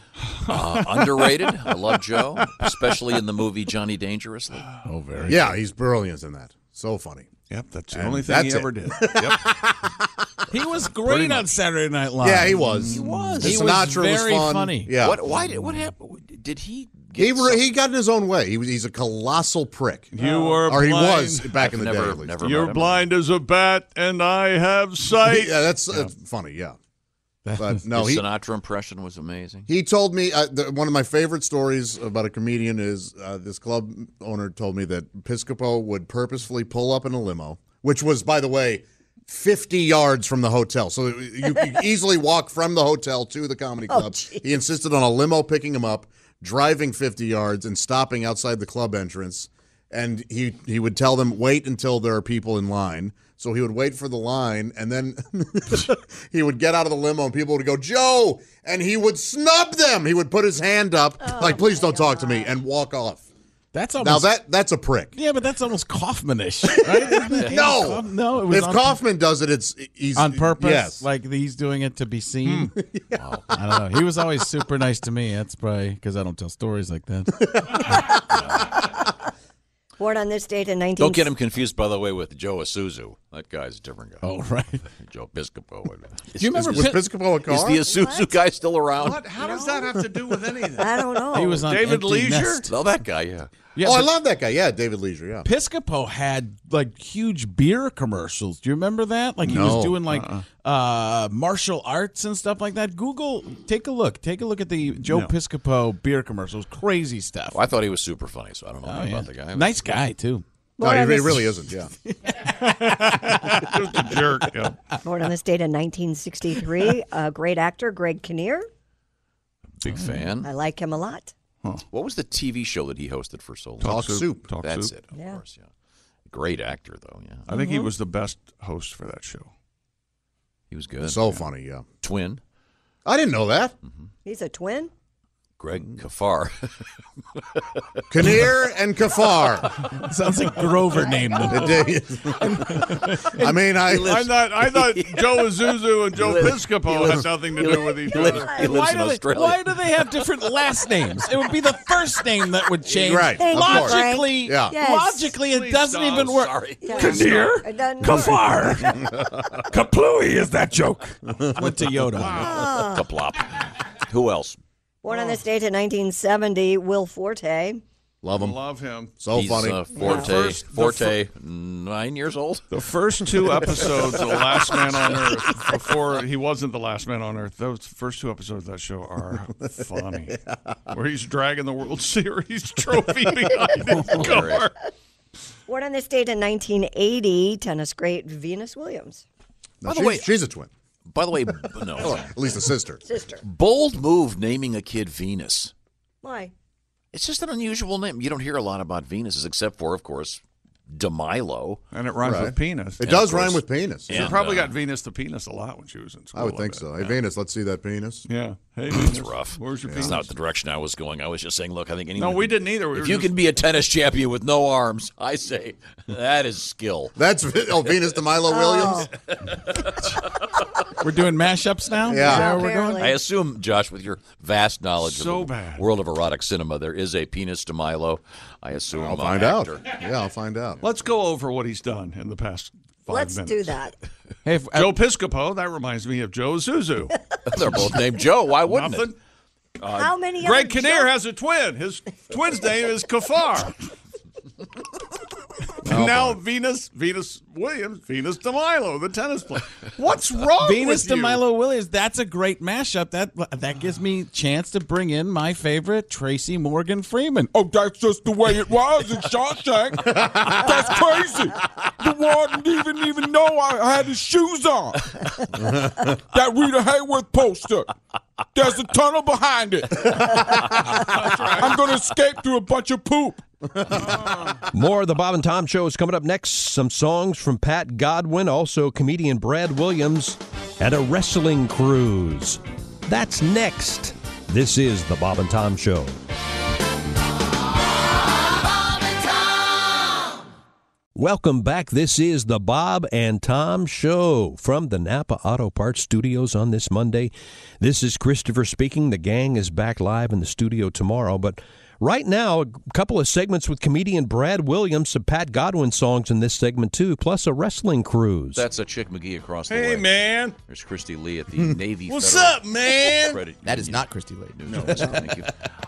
[SPEAKER 9] Uh, underrated. I love Joe, especially in the movie Johnny Dangerously. Oh, very.
[SPEAKER 8] Yeah, he's brilliant in that. So funny.
[SPEAKER 6] Yep, that's
[SPEAKER 9] the only thing he ever did.
[SPEAKER 8] Yep.
[SPEAKER 14] He was
[SPEAKER 8] Pretty
[SPEAKER 14] great on
[SPEAKER 8] much.
[SPEAKER 14] Saturday Night Live.
[SPEAKER 8] Yeah, he was.
[SPEAKER 14] He was.
[SPEAKER 8] And
[SPEAKER 14] He
[SPEAKER 8] Sinatra was,
[SPEAKER 14] very
[SPEAKER 8] fun.
[SPEAKER 14] funny.
[SPEAKER 8] Yeah.
[SPEAKER 9] What? Why did? What happened? Did he?
[SPEAKER 8] He, re- he got in his own way. He was, he's a colossal prick.
[SPEAKER 6] You were
[SPEAKER 8] or he
[SPEAKER 6] blind.
[SPEAKER 8] was back in the day. At least.
[SPEAKER 6] You're blind as a bat, and I have sight.
[SPEAKER 8] yeah, that's uh, funny. Yeah, but no, he
[SPEAKER 9] His Sinatra impression was amazing.
[SPEAKER 8] He told me uh, the, one of my favorite stories about a comedian is uh, this club owner told me that Piscopo would purposefully pull up in a limo, which was, by the way, 50 yards from the hotel. So uh, you could easily walk from the hotel to the comedy
[SPEAKER 7] Oh,
[SPEAKER 8] club. he insisted on a limo picking him up, driving 50 yards, and stopping outside the club entrance. And he, he would tell them, wait until there are people in line. So he would wait for the line, and then he would get out of the limo, and people would go, Joe! And he would snub them. He would put his hand up, like, please don't talk to me, and walk off.
[SPEAKER 14] That's
[SPEAKER 8] now
[SPEAKER 14] almost-
[SPEAKER 8] that that's a prick.
[SPEAKER 14] Yeah, but that's almost Kaufmanish, right? Isn't it?
[SPEAKER 8] No,
[SPEAKER 14] no. It was
[SPEAKER 8] if
[SPEAKER 14] on-
[SPEAKER 8] Kaufman does it, it's he's
[SPEAKER 14] on purpose.
[SPEAKER 8] Yes,
[SPEAKER 14] Like he's doing it to be seen. Wow. I don't know. He was always super nice to me. That's probably because I don't tell stories like that.
[SPEAKER 7] Born on this date in 19...
[SPEAKER 9] Don't get him confused, by the way, with Joe Asuzu. That guy's a different guy.
[SPEAKER 14] Oh, right.
[SPEAKER 9] Joe Piscopo.
[SPEAKER 14] Do you remember Was Pi- Piscopo a
[SPEAKER 9] Is
[SPEAKER 14] car?
[SPEAKER 9] the Isuzu guy still around?
[SPEAKER 6] What? How does that have to do with anything?
[SPEAKER 7] I don't know.
[SPEAKER 14] He was on
[SPEAKER 6] David
[SPEAKER 14] Empty
[SPEAKER 6] Leisure.
[SPEAKER 14] Nest.
[SPEAKER 9] Oh, that guy, yeah.
[SPEAKER 14] Yeah,
[SPEAKER 8] Hmm. oh, I
[SPEAKER 14] but-
[SPEAKER 8] love that guy. Yeah, David Leisure. Yeah.
[SPEAKER 14] Piscopo had like huge beer commercials. Do you remember that? Like he
[SPEAKER 8] No. Uh-uh.
[SPEAKER 14] was doing like uh martial arts and stuff like that. Google, take a look. Take a look at the Joe
[SPEAKER 9] No.
[SPEAKER 14] Piscopo beer commercials. Crazy stuff.
[SPEAKER 9] I thought he was super funny, so I don't know
[SPEAKER 14] Oh,
[SPEAKER 9] about
[SPEAKER 14] yeah.
[SPEAKER 9] the guy.
[SPEAKER 14] Nice guy too.
[SPEAKER 7] No, he- he
[SPEAKER 8] really isn't. Yeah.
[SPEAKER 9] Just a jerk. Yeah.
[SPEAKER 7] Born on this date in 1963, a great actor, Greg Kinnear.
[SPEAKER 9] Big fan.
[SPEAKER 7] I like him a lot.
[SPEAKER 9] What was the TV show that he hosted for so long?
[SPEAKER 6] Talk Soup. Talk
[SPEAKER 9] That's
[SPEAKER 6] Soup.
[SPEAKER 9] it. Of course, yeah. Great actor, though. Yeah.
[SPEAKER 6] I think he was the best host for that show.
[SPEAKER 9] He was good.
[SPEAKER 8] So funny, yeah.
[SPEAKER 9] Twin,
[SPEAKER 8] I didn't know that.
[SPEAKER 7] He's a twin?
[SPEAKER 9] Greg Kafar.
[SPEAKER 8] Kinnear and Kafar.
[SPEAKER 14] Sounds like Grover named them.
[SPEAKER 8] It did. I mean, I.
[SPEAKER 6] I thought I thought Joe Azuzu and Joe
[SPEAKER 8] He lives-
[SPEAKER 6] Piscopo
[SPEAKER 8] he
[SPEAKER 6] had
[SPEAKER 8] lives-
[SPEAKER 6] nothing to
[SPEAKER 8] he
[SPEAKER 6] do
[SPEAKER 8] lives-
[SPEAKER 6] with each
[SPEAKER 8] he lives-
[SPEAKER 6] other.
[SPEAKER 8] he lives in
[SPEAKER 14] do they-
[SPEAKER 8] Australia.
[SPEAKER 14] why do they have different last names? It would be the first name that would change.
[SPEAKER 8] Right, of course.
[SPEAKER 14] Logically,
[SPEAKER 8] Yeah. Yes.
[SPEAKER 14] logically, it
[SPEAKER 8] Please
[SPEAKER 14] doesn't
[SPEAKER 8] stop.
[SPEAKER 14] even work.
[SPEAKER 8] Sorry. Yeah.
[SPEAKER 10] Kinnear?
[SPEAKER 7] It doesn't
[SPEAKER 10] Kafar? Kaplooey is that joke.
[SPEAKER 14] Went to Yoda.
[SPEAKER 7] Ah.
[SPEAKER 9] Kaplop. Who else?
[SPEAKER 7] Born on this date in 1970, Will Forte.
[SPEAKER 8] Love him.
[SPEAKER 6] Love him.
[SPEAKER 8] So
[SPEAKER 9] He's,
[SPEAKER 8] funny.
[SPEAKER 9] Uh, Forte.
[SPEAKER 6] first- the
[SPEAKER 9] Forte. nine years old.
[SPEAKER 6] The first two episodes of Last Man on Earth before he wasn't the last man on earth. Those first two episodes of that show are funny. Where he's dragging the World Series trophy behind his car.
[SPEAKER 7] Born on this date in 1980, tennis great Venus Williams. Oh,
[SPEAKER 8] No, she's, she's a twin.
[SPEAKER 9] By the way, b- no.
[SPEAKER 8] Or at least a sister.
[SPEAKER 7] Sister.
[SPEAKER 9] Bold move naming a kid Venus.
[SPEAKER 7] Why?
[SPEAKER 9] It's just an unusual name. You don't hear a lot about Venuses, except for, of course, DeMilo.
[SPEAKER 6] And it rhymes with penis.
[SPEAKER 8] It does rhyme with penis. uh,
[SPEAKER 6] She probably got Venus the penis a lot when she was in school.
[SPEAKER 8] I would think so. Hey, Venus, let's see that penis.
[SPEAKER 6] Yeah. Hey,
[SPEAKER 9] It's rough.
[SPEAKER 6] Where's your
[SPEAKER 9] It's
[SPEAKER 6] penis?
[SPEAKER 9] not the direction I was going. I was just saying, look, I think anyone.
[SPEAKER 6] we
[SPEAKER 9] can-
[SPEAKER 6] didn't either. We
[SPEAKER 9] if
[SPEAKER 6] were
[SPEAKER 9] you
[SPEAKER 6] just-
[SPEAKER 9] can be a tennis champion with no arms, I say that is skill.
[SPEAKER 8] That's oh, Venus de Milo Williams.
[SPEAKER 14] We're doing mashups now. Is
[SPEAKER 8] Yeah.
[SPEAKER 14] that where we're going?
[SPEAKER 9] I assume, Josh, with your vast knowledge
[SPEAKER 6] So
[SPEAKER 9] of the
[SPEAKER 6] bad.
[SPEAKER 9] world of erotic cinema, there is a penis to Milo. I assume.
[SPEAKER 8] I'll
[SPEAKER 9] uh,
[SPEAKER 8] find
[SPEAKER 9] actor.
[SPEAKER 8] out. Yeah, I'll find out.
[SPEAKER 6] Let's go over what he's done in the past 5
[SPEAKER 7] Let's
[SPEAKER 6] minutes.
[SPEAKER 7] do that.
[SPEAKER 3] uh,
[SPEAKER 14] Hey, if-
[SPEAKER 6] Joe Piscopo, that reminds me of Joe Zuzu.
[SPEAKER 9] They're both named Joe. Why wouldn't
[SPEAKER 6] Nothing. Uh,
[SPEAKER 9] it?
[SPEAKER 7] How many
[SPEAKER 6] Greg
[SPEAKER 7] other
[SPEAKER 6] Kinnear
[SPEAKER 7] Joe-
[SPEAKER 6] has a twin. His twin's name is Kafar.
[SPEAKER 9] Oh,
[SPEAKER 6] and now Venus, Venus Williams, Venus DeMilo, the tennis player. What's wrong
[SPEAKER 14] Venus
[SPEAKER 6] with
[SPEAKER 14] de
[SPEAKER 6] you?
[SPEAKER 14] Milo Williams. That's a great mashup. That that gives me chance to bring in my favorite Tracy Morgan Freeman. Oh, that's just the way it was in Shawshank. that's crazy. The warden didn't even know I had his shoes on. that Rita Hayworth poster.
[SPEAKER 10] There's a tunnel behind it. I'm going to escape through a bunch of poop.
[SPEAKER 11] More of the Bob and Tom Show is coming up next. Some songs from Pat Godwin, also comedian Brad Williams, and a wrestling cruise. That's next. This is the Bob and Tom Show. Welcome back. This is the Bob and Tom Show from the Napa Auto Parts Studios on this Monday. This is Christopher speaking. The gang is back live in the studio tomorrow, but right now, a couple of segments with comedian Brad Williams, some Pat Godwin songs in this segment too, plus a wrestling cruise.
[SPEAKER 9] That's a Chick McGee across the
[SPEAKER 11] Hey,
[SPEAKER 9] way.
[SPEAKER 11] man.
[SPEAKER 9] There's Christy Lee at the
[SPEAKER 8] Hmm.
[SPEAKER 9] Navy.
[SPEAKER 13] What's
[SPEAKER 9] Federal
[SPEAKER 13] up, man?
[SPEAKER 9] Credit
[SPEAKER 13] That is
[SPEAKER 9] Union.
[SPEAKER 13] not Christy Lee.
[SPEAKER 9] News
[SPEAKER 13] No.
[SPEAKER 9] Service. thank you.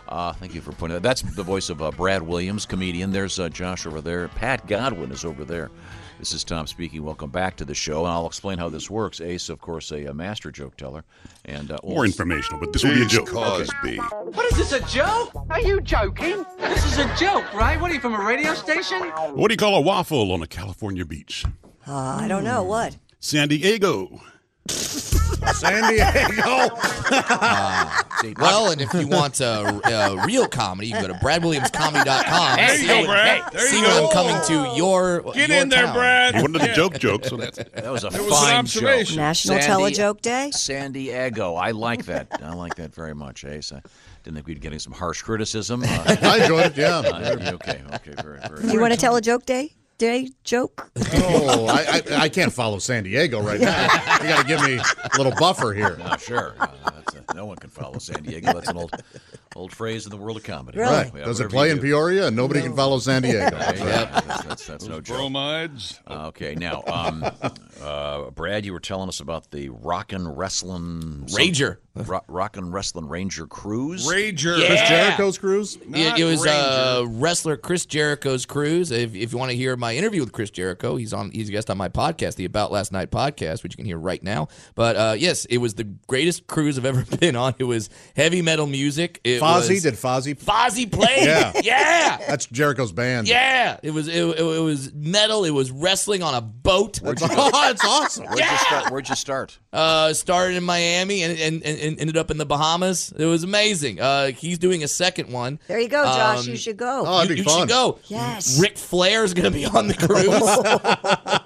[SPEAKER 9] Uh, thank you for pointing that. That's the voice of uh, Brad Williams, comedian. There's uh, Josh over there. Pat Godwin is over there. This is Tom speaking. Welcome back to the show, and I'll explain how this works. Ace, of course, a, uh master joke teller, and uh,
[SPEAKER 2] More informational, but this will be a
[SPEAKER 9] Ace
[SPEAKER 2] joke.
[SPEAKER 9] Cosby.
[SPEAKER 16] What is this, a joke? Are you joking? This is a joke, right? What are you, from a radio station?
[SPEAKER 2] What do you call a waffle on a California beach?
[SPEAKER 7] Uh, I don't know what.
[SPEAKER 2] San Diego.
[SPEAKER 7] San
[SPEAKER 13] Diego. Ah, well, and if you want uh, uh, real comedy, you can go to bradwilliamscomedy.com.
[SPEAKER 16] There you
[SPEAKER 13] See
[SPEAKER 16] go,
[SPEAKER 13] what-
[SPEAKER 16] Brad. There
[SPEAKER 13] see
[SPEAKER 16] you
[SPEAKER 13] when
[SPEAKER 16] go.
[SPEAKER 13] I'm coming to your
[SPEAKER 16] Get
[SPEAKER 13] your
[SPEAKER 16] in there,
[SPEAKER 13] town.
[SPEAKER 16] Brad.
[SPEAKER 2] He wanted a joke joke, so that's
[SPEAKER 9] That was a
[SPEAKER 13] It was an
[SPEAKER 9] fine
[SPEAKER 13] observation.
[SPEAKER 9] joke.
[SPEAKER 13] National
[SPEAKER 7] Telejoke
[SPEAKER 9] Day. San Diego. I like that. I like that very much, Ace. I didn't think we'd be getting some harsh criticism. Uh,
[SPEAKER 7] I enjoyed it, yeah.
[SPEAKER 9] uh, okay. Okay. Very. Very.
[SPEAKER 7] Do you want to tell a joke, Day? Day joke?
[SPEAKER 8] Oh, I, I, I can't follow San Diego right now. You got to give me a little buffer here.
[SPEAKER 9] No, sure. Uh, that's a, no one can follow San Diego. That's an old, old phrase in the world of comedy.
[SPEAKER 8] Really? Right. Does it
[SPEAKER 9] whatever
[SPEAKER 8] play
[SPEAKER 9] you
[SPEAKER 8] in
[SPEAKER 9] do.
[SPEAKER 8] Peoria? Nobody can follow San Diego.
[SPEAKER 9] Yeah,
[SPEAKER 8] That's right.
[SPEAKER 9] yeah, That's, that's, that's no joke.
[SPEAKER 6] Bromides.
[SPEAKER 9] Uh, okay, now, um, uh, Brad, you were telling us about the Rockin' Wrestling
[SPEAKER 13] Ranger.
[SPEAKER 9] Ro- Rockin' Wrestling Ranger Cruise.
[SPEAKER 13] Ranger.
[SPEAKER 9] Yeah.
[SPEAKER 13] Chris
[SPEAKER 8] Jericho's cruise.
[SPEAKER 13] Yeah, it was uh, wrestler Chris Jericho's cruise. If, if you want to hear my interview with Chris Jericho, he's on he's a guest on my podcast, the About Last Night podcast, which you can hear right now. But uh, yes, it was the greatest cruise I've ever been on. It was heavy metal music. It
[SPEAKER 8] Fozzy
[SPEAKER 13] was,
[SPEAKER 8] did Fozzy.
[SPEAKER 13] Fozzy played.
[SPEAKER 8] Yeah.
[SPEAKER 13] yeah.
[SPEAKER 8] That's Jericho's band.
[SPEAKER 13] Yeah, it was it, it was metal. It was wrestling on a boat.
[SPEAKER 9] Where'd you go?
[SPEAKER 13] That's awesome.
[SPEAKER 9] Where'd you start? Where'd you start?
[SPEAKER 13] Uh, started in Miami and, and, and- and ended up in the Bahamas. It was amazing. Uh, he's doing a second one.
[SPEAKER 7] There you go, Josh.
[SPEAKER 13] Um,
[SPEAKER 7] you should go.
[SPEAKER 13] you, you should go.
[SPEAKER 7] Yes.
[SPEAKER 13] Ric Flair's going to be on the cruise.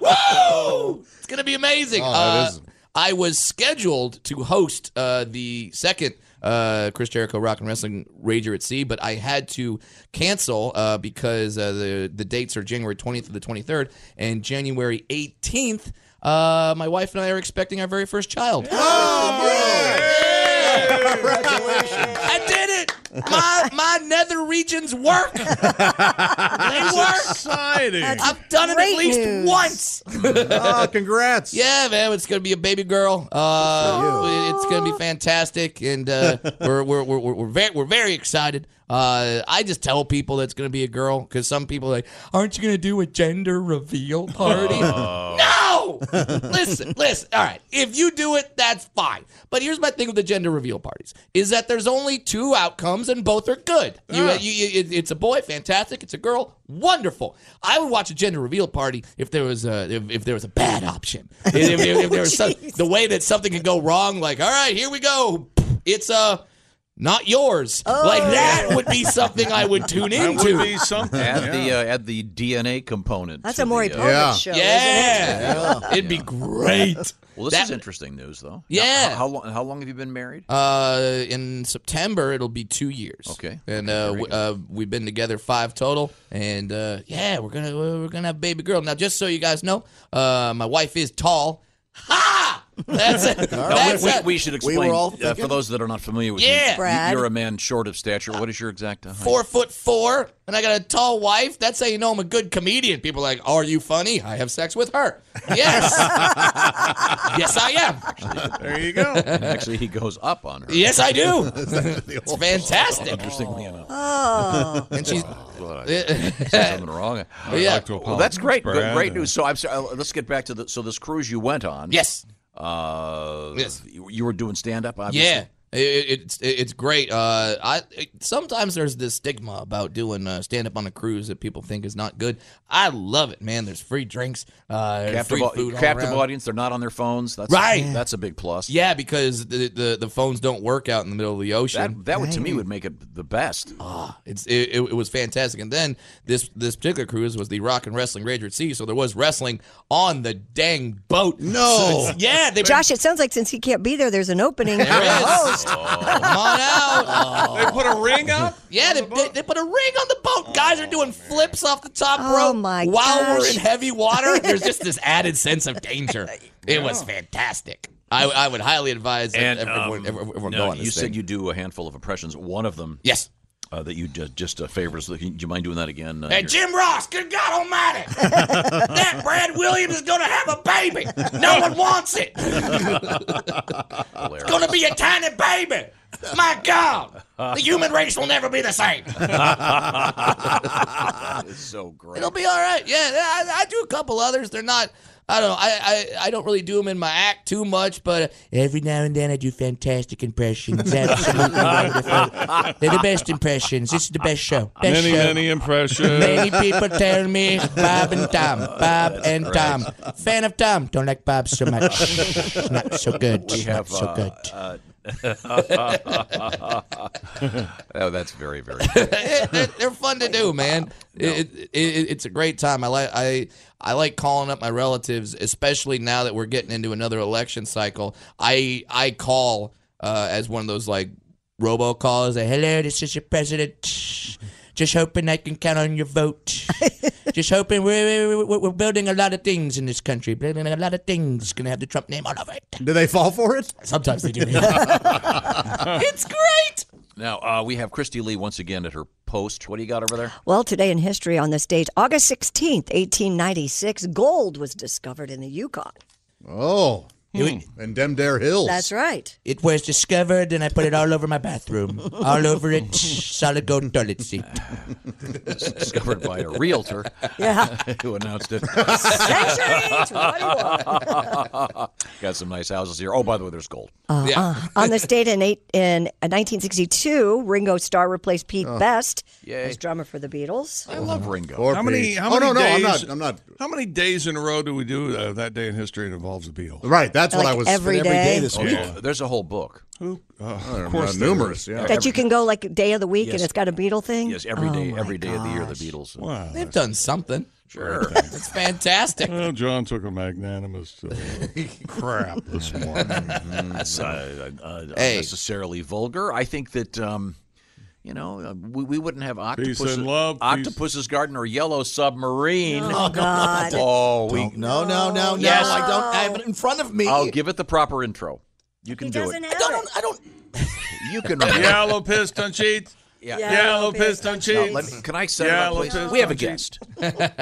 [SPEAKER 13] Woo! It's going to be amazing.
[SPEAKER 16] Oh,
[SPEAKER 10] Uh,
[SPEAKER 16] that is-
[SPEAKER 13] uh, I was scheduled to host uh, the second uh, Chris Jericho Rock and Wrestling Rager at Sea, but I had to cancel uh, because uh, the the dates are January 20th to the 23rd and January 18th. Uh, my wife and I are expecting our very first child. I did it. My my nether regions work. They work.
[SPEAKER 6] Exciting.
[SPEAKER 13] I've done it at
[SPEAKER 16] great
[SPEAKER 13] least
[SPEAKER 16] news.
[SPEAKER 13] once.
[SPEAKER 8] oh, congrats.
[SPEAKER 13] Yeah, man, it's gonna be a baby girl. Uh, it's gonna be fantastic, and uh, we're, we're we're we're we're very we're very excited. Uh, I just tell people that it's gonna be a girl because some people are like, aren't you gonna do a gender reveal party? Oh, No. listen, listen. All right, if you do it, that's fine. But here's my thing with the gender reveal parties: is that there's only two outcomes, and both are good. You, you, you- it- it's a boy, fantastic. It's a girl, wonderful. I would watch a gender reveal party if there was a if, if there was a bad option. If, if- if- if there was some- the way that something could go wrong, like all right, here we go. It's uh, not yours. Like that would be something I would tune
[SPEAKER 9] Oh, That
[SPEAKER 13] into.
[SPEAKER 9] would be something, Add the, uh, add the DNA component.
[SPEAKER 13] That's
[SPEAKER 9] to
[SPEAKER 13] a Maury
[SPEAKER 9] the, uh,
[SPEAKER 13] Povich Yeah. show, isn't it? Yeah. It'd be great.
[SPEAKER 9] Well, this
[SPEAKER 13] That-
[SPEAKER 9] is interesting news, though.
[SPEAKER 13] Yeah.
[SPEAKER 9] How, how long? How long have you been married?
[SPEAKER 13] Uh, in September it'll be two years.
[SPEAKER 9] Okay.
[SPEAKER 13] and uh, w- uh, we've been together five total, and uh, yeah, we're gonna we're gonna have a baby girl. Now, just so you guys know, uh, my wife is tall. Ha! That's it.
[SPEAKER 9] Now,
[SPEAKER 13] That's
[SPEAKER 9] we,
[SPEAKER 13] it.
[SPEAKER 9] we, we should explain uh, for those that are not familiar with
[SPEAKER 13] Yeah.
[SPEAKER 9] you.
[SPEAKER 13] Brad.
[SPEAKER 9] you. You're a man short of stature. What is your exact uh, height?
[SPEAKER 13] four foot four, and I got a tall wife. That's how you know I'm a good comedian. People are like, are you funny? I have sex with her. Yes, yes I am.
[SPEAKER 9] There you go. And actually, he goes up on her.
[SPEAKER 13] Yes, I do.
[SPEAKER 9] it's
[SPEAKER 13] fantastic.
[SPEAKER 9] Interestingly enough.
[SPEAKER 13] Oh. And she's-
[SPEAKER 9] Well, I- I said something wrong. Uh,
[SPEAKER 13] I would Yeah. like to
[SPEAKER 9] Well, that's great.
[SPEAKER 13] apologize,
[SPEAKER 9] Good, great
[SPEAKER 13] Brad.
[SPEAKER 9] news. So I'm sorry. uh, Let's get back to the. So this cruise you went on.
[SPEAKER 13] Yes.
[SPEAKER 9] Uh, yes. You, you were doing stand up, obviously.
[SPEAKER 13] Yeah. It, it, it's it, it's great. Uh, I it, sometimes there's this stigma about doing uh, stand up on a cruise that people think is not good. I love it, man. There's free drinks, uh, there's
[SPEAKER 9] Captive,
[SPEAKER 13] free food, all
[SPEAKER 9] captive
[SPEAKER 13] around.
[SPEAKER 9] audience. They're not on their phones. That's
[SPEAKER 13] Right.
[SPEAKER 9] That's a big plus.
[SPEAKER 13] Yeah, because the, the the phones don't work out in the middle of the ocean.
[SPEAKER 9] That- that would- to me, would make it the best.
[SPEAKER 13] Ah, it's it, it, it was fantastic. And then this this particular cruise was the Rock and Wrestling Rage at Sea, so there was wrestling on the dang boat. No, Oh. yeah, they
[SPEAKER 7] Josh, it sounds like since he can't be there, there's an opening for a host.
[SPEAKER 13] They put a ring up? Yeah, they, they, they put a ring on the boat. Guys are doing flips off the top
[SPEAKER 7] Oh,
[SPEAKER 13] rope
[SPEAKER 7] my
[SPEAKER 13] while we're
[SPEAKER 7] gosh.
[SPEAKER 13] in heavy water. There's just this added sense of danger. It was fantastic. I, I would highly advise that everyone,
[SPEAKER 9] um,
[SPEAKER 13] everyone, everyone
[SPEAKER 9] now,
[SPEAKER 13] go on
[SPEAKER 9] You
[SPEAKER 13] this
[SPEAKER 9] said
[SPEAKER 13] thing.
[SPEAKER 9] you do a handful of impressions. One of them,
[SPEAKER 13] yes,
[SPEAKER 9] uh, that you just just uh, favors. Do you mind doing that again? Uh,
[SPEAKER 13] Hey,
[SPEAKER 9] here?
[SPEAKER 13] Jim Ross, good God almighty. that Brad Williams is going to have a baby. No one wants it. It's going to be a tiny baby. My God. The human race will never be the same.
[SPEAKER 9] it's so great.
[SPEAKER 13] It'll be all right. Yeah, I, I do a couple others. They're not. I don't know. I, I, I don't really do them in my act too much, but every now and then I do fantastic impressions. Absolutely wonderful. They're the best impressions. This is the best show. Best
[SPEAKER 6] Many,
[SPEAKER 13] show.
[SPEAKER 6] many impressions.
[SPEAKER 13] Many people tell me Bob and Tom. Bob and
[SPEAKER 9] Oh, great.
[SPEAKER 13] Tom. Fan of Tom. Don't like Bob so much. Not so good.
[SPEAKER 9] We have
[SPEAKER 13] Not so
[SPEAKER 9] uh,
[SPEAKER 13] good.
[SPEAKER 9] uh, oh, that's very very. Good.
[SPEAKER 13] they're, they're fun to do, man. It, it, it, it's a great time. I like I I like calling up my relatives, especially now that we're getting into another election cycle. I I call uh, as one of those like robocallers. Like, Hello, this is your president. Just hoping I can count on your vote. Just hoping we're, we're, we're building a lot of things in this country. Building a lot of things. Gonna have the Trump name all over it.
[SPEAKER 3] Do they fall for it?
[SPEAKER 13] Sometimes they do. it's great.
[SPEAKER 9] Now uh, we have Christy Lee once again at her post. What do you got over there?
[SPEAKER 7] Well, today in history on this date, August 16th, 1896, gold was discovered in the Yukon.
[SPEAKER 3] Oh.
[SPEAKER 13] And Dem Dare Hills.
[SPEAKER 7] That's right.
[SPEAKER 13] It was discovered, and I put it all over my bathroom, all over it, solid gold toilet seat.
[SPEAKER 9] It's discovered by a realtor.
[SPEAKER 13] Yeah.
[SPEAKER 9] who announced it.
[SPEAKER 7] Century 21.
[SPEAKER 9] got some nice houses here. Oh, by the way, there's gold.
[SPEAKER 7] Uh, uh, on this date in, eight, in 1962, Ringo Starr replaced Pete
[SPEAKER 9] Oh.
[SPEAKER 7] Best
[SPEAKER 9] Yay.
[SPEAKER 7] as drummer for the Beatles.
[SPEAKER 9] I love Ringo.
[SPEAKER 6] How many? How
[SPEAKER 3] Oh,
[SPEAKER 6] many
[SPEAKER 3] no, no, I'm
[SPEAKER 6] days,
[SPEAKER 3] not- I'm not-
[SPEAKER 6] How many days in a row do we do uh, that day in history that involves the Beatles?
[SPEAKER 3] Right, that's what Like I was- every every day day? this
[SPEAKER 9] Oh,
[SPEAKER 3] week.
[SPEAKER 9] yeah. There's a whole book.
[SPEAKER 6] Who?
[SPEAKER 3] Of course there numerous, is. yeah.
[SPEAKER 7] That you can go like day of the week
[SPEAKER 9] Yes.
[SPEAKER 7] and it's got a Beatle thing? Uh-huh.
[SPEAKER 9] Yes, every day, every day of the year, the Beatles.
[SPEAKER 6] Wow.
[SPEAKER 13] Oh They've done something.
[SPEAKER 9] Sure.
[SPEAKER 13] It's fantastic.
[SPEAKER 6] Well, John took a magnanimous uh, crap this morning.
[SPEAKER 9] That's uh, uh, uh,
[SPEAKER 6] Hey.
[SPEAKER 9] unnecessarily vulgar. I think that um, you know uh, we, we wouldn't have octopus,
[SPEAKER 6] and love, peace-
[SPEAKER 9] octopus's garden, or yellow submarine.
[SPEAKER 3] Oh, God.
[SPEAKER 9] Oh, we
[SPEAKER 3] Don't- no, no, no, no.
[SPEAKER 9] Yes.
[SPEAKER 3] I don't I have it in front of me.
[SPEAKER 9] I'll give it the proper intro. You can do it.
[SPEAKER 3] I don't, I don't
[SPEAKER 9] You can.
[SPEAKER 6] Yellow piston sheets.
[SPEAKER 9] Yeah.
[SPEAKER 6] Yellow piston
[SPEAKER 9] No,
[SPEAKER 6] sheets.
[SPEAKER 9] let me- can I set it up,
[SPEAKER 6] Yellow
[SPEAKER 9] please?
[SPEAKER 6] piston
[SPEAKER 9] We have a
[SPEAKER 6] sheets.
[SPEAKER 9] guest.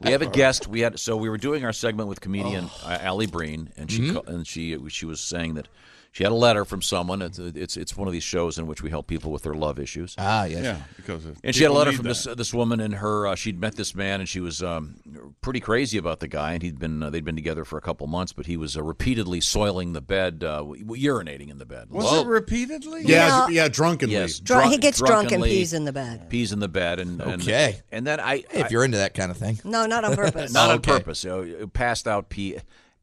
[SPEAKER 9] we have a guest. We had so we were doing our segment with comedian uh, Allie Breen, and she ca- and she uh, she was saying that she had a letter from someone. It's, it's it's one of these shows in which we help people with their love issues.
[SPEAKER 13] Ah,
[SPEAKER 6] Yeah, because of-
[SPEAKER 9] And she had a
[SPEAKER 6] people
[SPEAKER 9] letter
[SPEAKER 6] need
[SPEAKER 9] from
[SPEAKER 6] that.
[SPEAKER 9] this this woman and her. Uh, she'd met this man, and she was um, pretty crazy about the guy. And he'd been uh, they'd been together for a couple months, but he was uh, repeatedly soiling the bed, uh, w- urinating in the bed.
[SPEAKER 6] Was
[SPEAKER 9] Whoa.
[SPEAKER 6] it repeatedly?
[SPEAKER 7] Yeah,
[SPEAKER 3] yeah, drunkenly.
[SPEAKER 9] Yes,
[SPEAKER 7] Drunk- he
[SPEAKER 9] drunk-
[SPEAKER 7] gets drunk and
[SPEAKER 9] drunkenly
[SPEAKER 7] pees in the bed.
[SPEAKER 9] Pees in the bed, and, and
[SPEAKER 13] Okay.
[SPEAKER 9] and then I
[SPEAKER 13] Hey, if you're into that kind of thing.
[SPEAKER 7] No, not on purpose.
[SPEAKER 9] not on purpose. You know, passed out pee.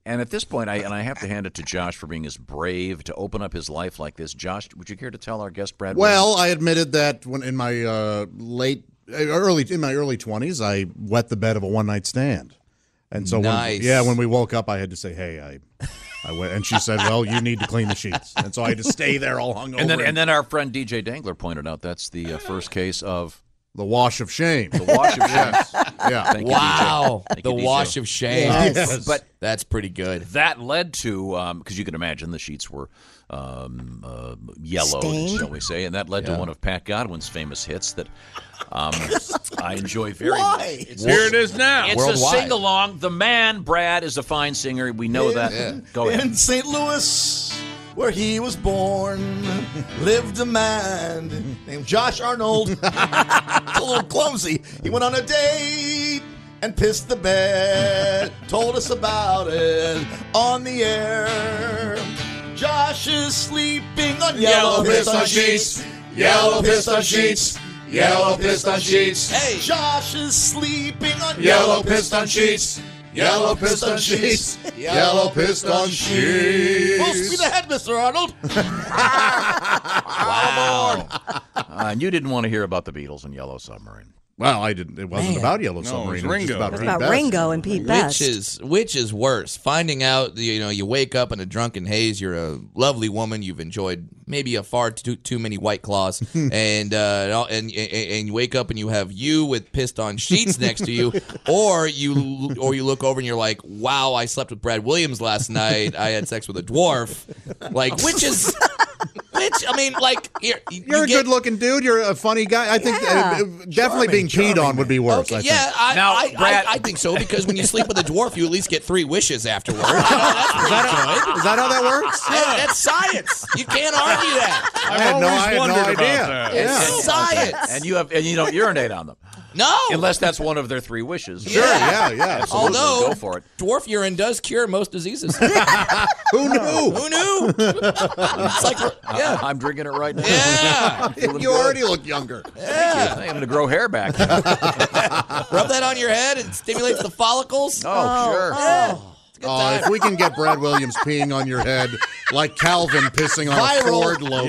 [SPEAKER 9] And at this point, I and I have to hand it to Josh for being as brave to open up his life like this. Josh, would you care to tell our guest Brad?
[SPEAKER 3] Well, I admitted that when in my uh, late uh, early in my early twenties, I wet the bed of a one night stand, and so
[SPEAKER 13] Nice.
[SPEAKER 3] when, yeah, when we woke up, I had to say, "Hey, I." I went, and she said, "Well, you need to clean the sheets," and so I had to stay there all hungover.
[SPEAKER 9] And then and then our friend DJ Dangler pointed out that's the uh, first case of
[SPEAKER 3] the wash of shame.
[SPEAKER 9] The wash of shame.
[SPEAKER 3] Yeah.
[SPEAKER 9] Thank you, DJ.
[SPEAKER 13] Wow.
[SPEAKER 9] Thank you,
[SPEAKER 13] the
[SPEAKER 9] DJ.
[SPEAKER 13] wash of shame.
[SPEAKER 9] Yes. But-
[SPEAKER 13] that's pretty good.
[SPEAKER 9] That led to because you can imagine the sheets were um, uh, yellow,
[SPEAKER 13] Stained?
[SPEAKER 9] shall we say, and that led
[SPEAKER 13] Yeah.
[SPEAKER 9] to one of Pat Godwin's famous hits that um, I enjoy very
[SPEAKER 6] Why?
[SPEAKER 9] much.
[SPEAKER 6] Here it is now.
[SPEAKER 9] It's
[SPEAKER 6] Worldwide.
[SPEAKER 9] a sing along. The man Brad is a fine singer. We know that. Go ahead.
[SPEAKER 3] In St. Louis, where he was born,
[SPEAKER 13] lived
[SPEAKER 3] a man named Josh Arnold. it's a
[SPEAKER 13] little
[SPEAKER 3] clumsy. He went on a date and pissed the bed. Told us about it on the air. Josh is sleeping on
[SPEAKER 17] Yellow piston sheets. Yellow piston sheets. Yellow piston sheets.
[SPEAKER 3] Hey, Josh is sleeping on
[SPEAKER 17] Yellow piston sheets. Yellow piston sheets. Yellow piston
[SPEAKER 3] Full
[SPEAKER 17] sheets.
[SPEAKER 3] speed ahead, Mr. Arnold.
[SPEAKER 9] Wow. Uh, and you didn't want to hear about the Beatles and Yellow Submarine.
[SPEAKER 8] Well, I didn't. It wasn't
[SPEAKER 9] Man.
[SPEAKER 8] about Yellow
[SPEAKER 9] No, it was
[SPEAKER 8] Submarine.
[SPEAKER 9] Ringo.
[SPEAKER 8] It was
[SPEAKER 9] It was
[SPEAKER 7] about
[SPEAKER 8] just about Pete Best.
[SPEAKER 7] Ringo and Pete
[SPEAKER 13] Which
[SPEAKER 7] Best.
[SPEAKER 13] is which is worse? Finding out you know you wake up in a drunken haze. You're a lovely woman. You've enjoyed maybe a far too too many white claws, and uh, and and and you wake up and you have you with pissed on sheets next to you, or you or you look over and you're like, wow, I slept with Brad Williams last night. I had sex with a dwarf. Like which is which? I mean, like here, you
[SPEAKER 8] You're a good-looking dude. You're a funny guy. I think
[SPEAKER 13] Yeah.
[SPEAKER 8] uh, definitely being peed on would be worse. I think.
[SPEAKER 13] yeah, I, I, I, I think so because when you sleep with a dwarf, you at least get three wishes afterwards. Is that,
[SPEAKER 8] is that how that works?
[SPEAKER 13] that's science. You can't argue that.
[SPEAKER 9] I had no- I had no idea.
[SPEAKER 13] It's
[SPEAKER 9] Yeah.
[SPEAKER 13] science. Oh.
[SPEAKER 9] And you have and you don't urinate on them.
[SPEAKER 13] No,
[SPEAKER 9] unless that's one of their three wishes. Absolutely.
[SPEAKER 13] Although
[SPEAKER 9] go for it.
[SPEAKER 13] dwarf urine does cure most diseases.
[SPEAKER 8] Who knew?
[SPEAKER 13] Who knew? It's like yeah.
[SPEAKER 9] I'm drinking it right now.
[SPEAKER 13] Yeah,
[SPEAKER 9] Feeling
[SPEAKER 13] You already
[SPEAKER 9] good.
[SPEAKER 8] look younger.
[SPEAKER 9] Thank you. I think I'm going to grow hair back.
[SPEAKER 13] Rub that on your head. It stimulates the follicles. Oh,
[SPEAKER 9] sure.
[SPEAKER 13] Yeah.
[SPEAKER 8] Oh,
[SPEAKER 3] Uh,
[SPEAKER 8] if we can get Brad Williams peeing on your head like Calvin pissing on a
[SPEAKER 13] Viral.
[SPEAKER 8] Ford logo.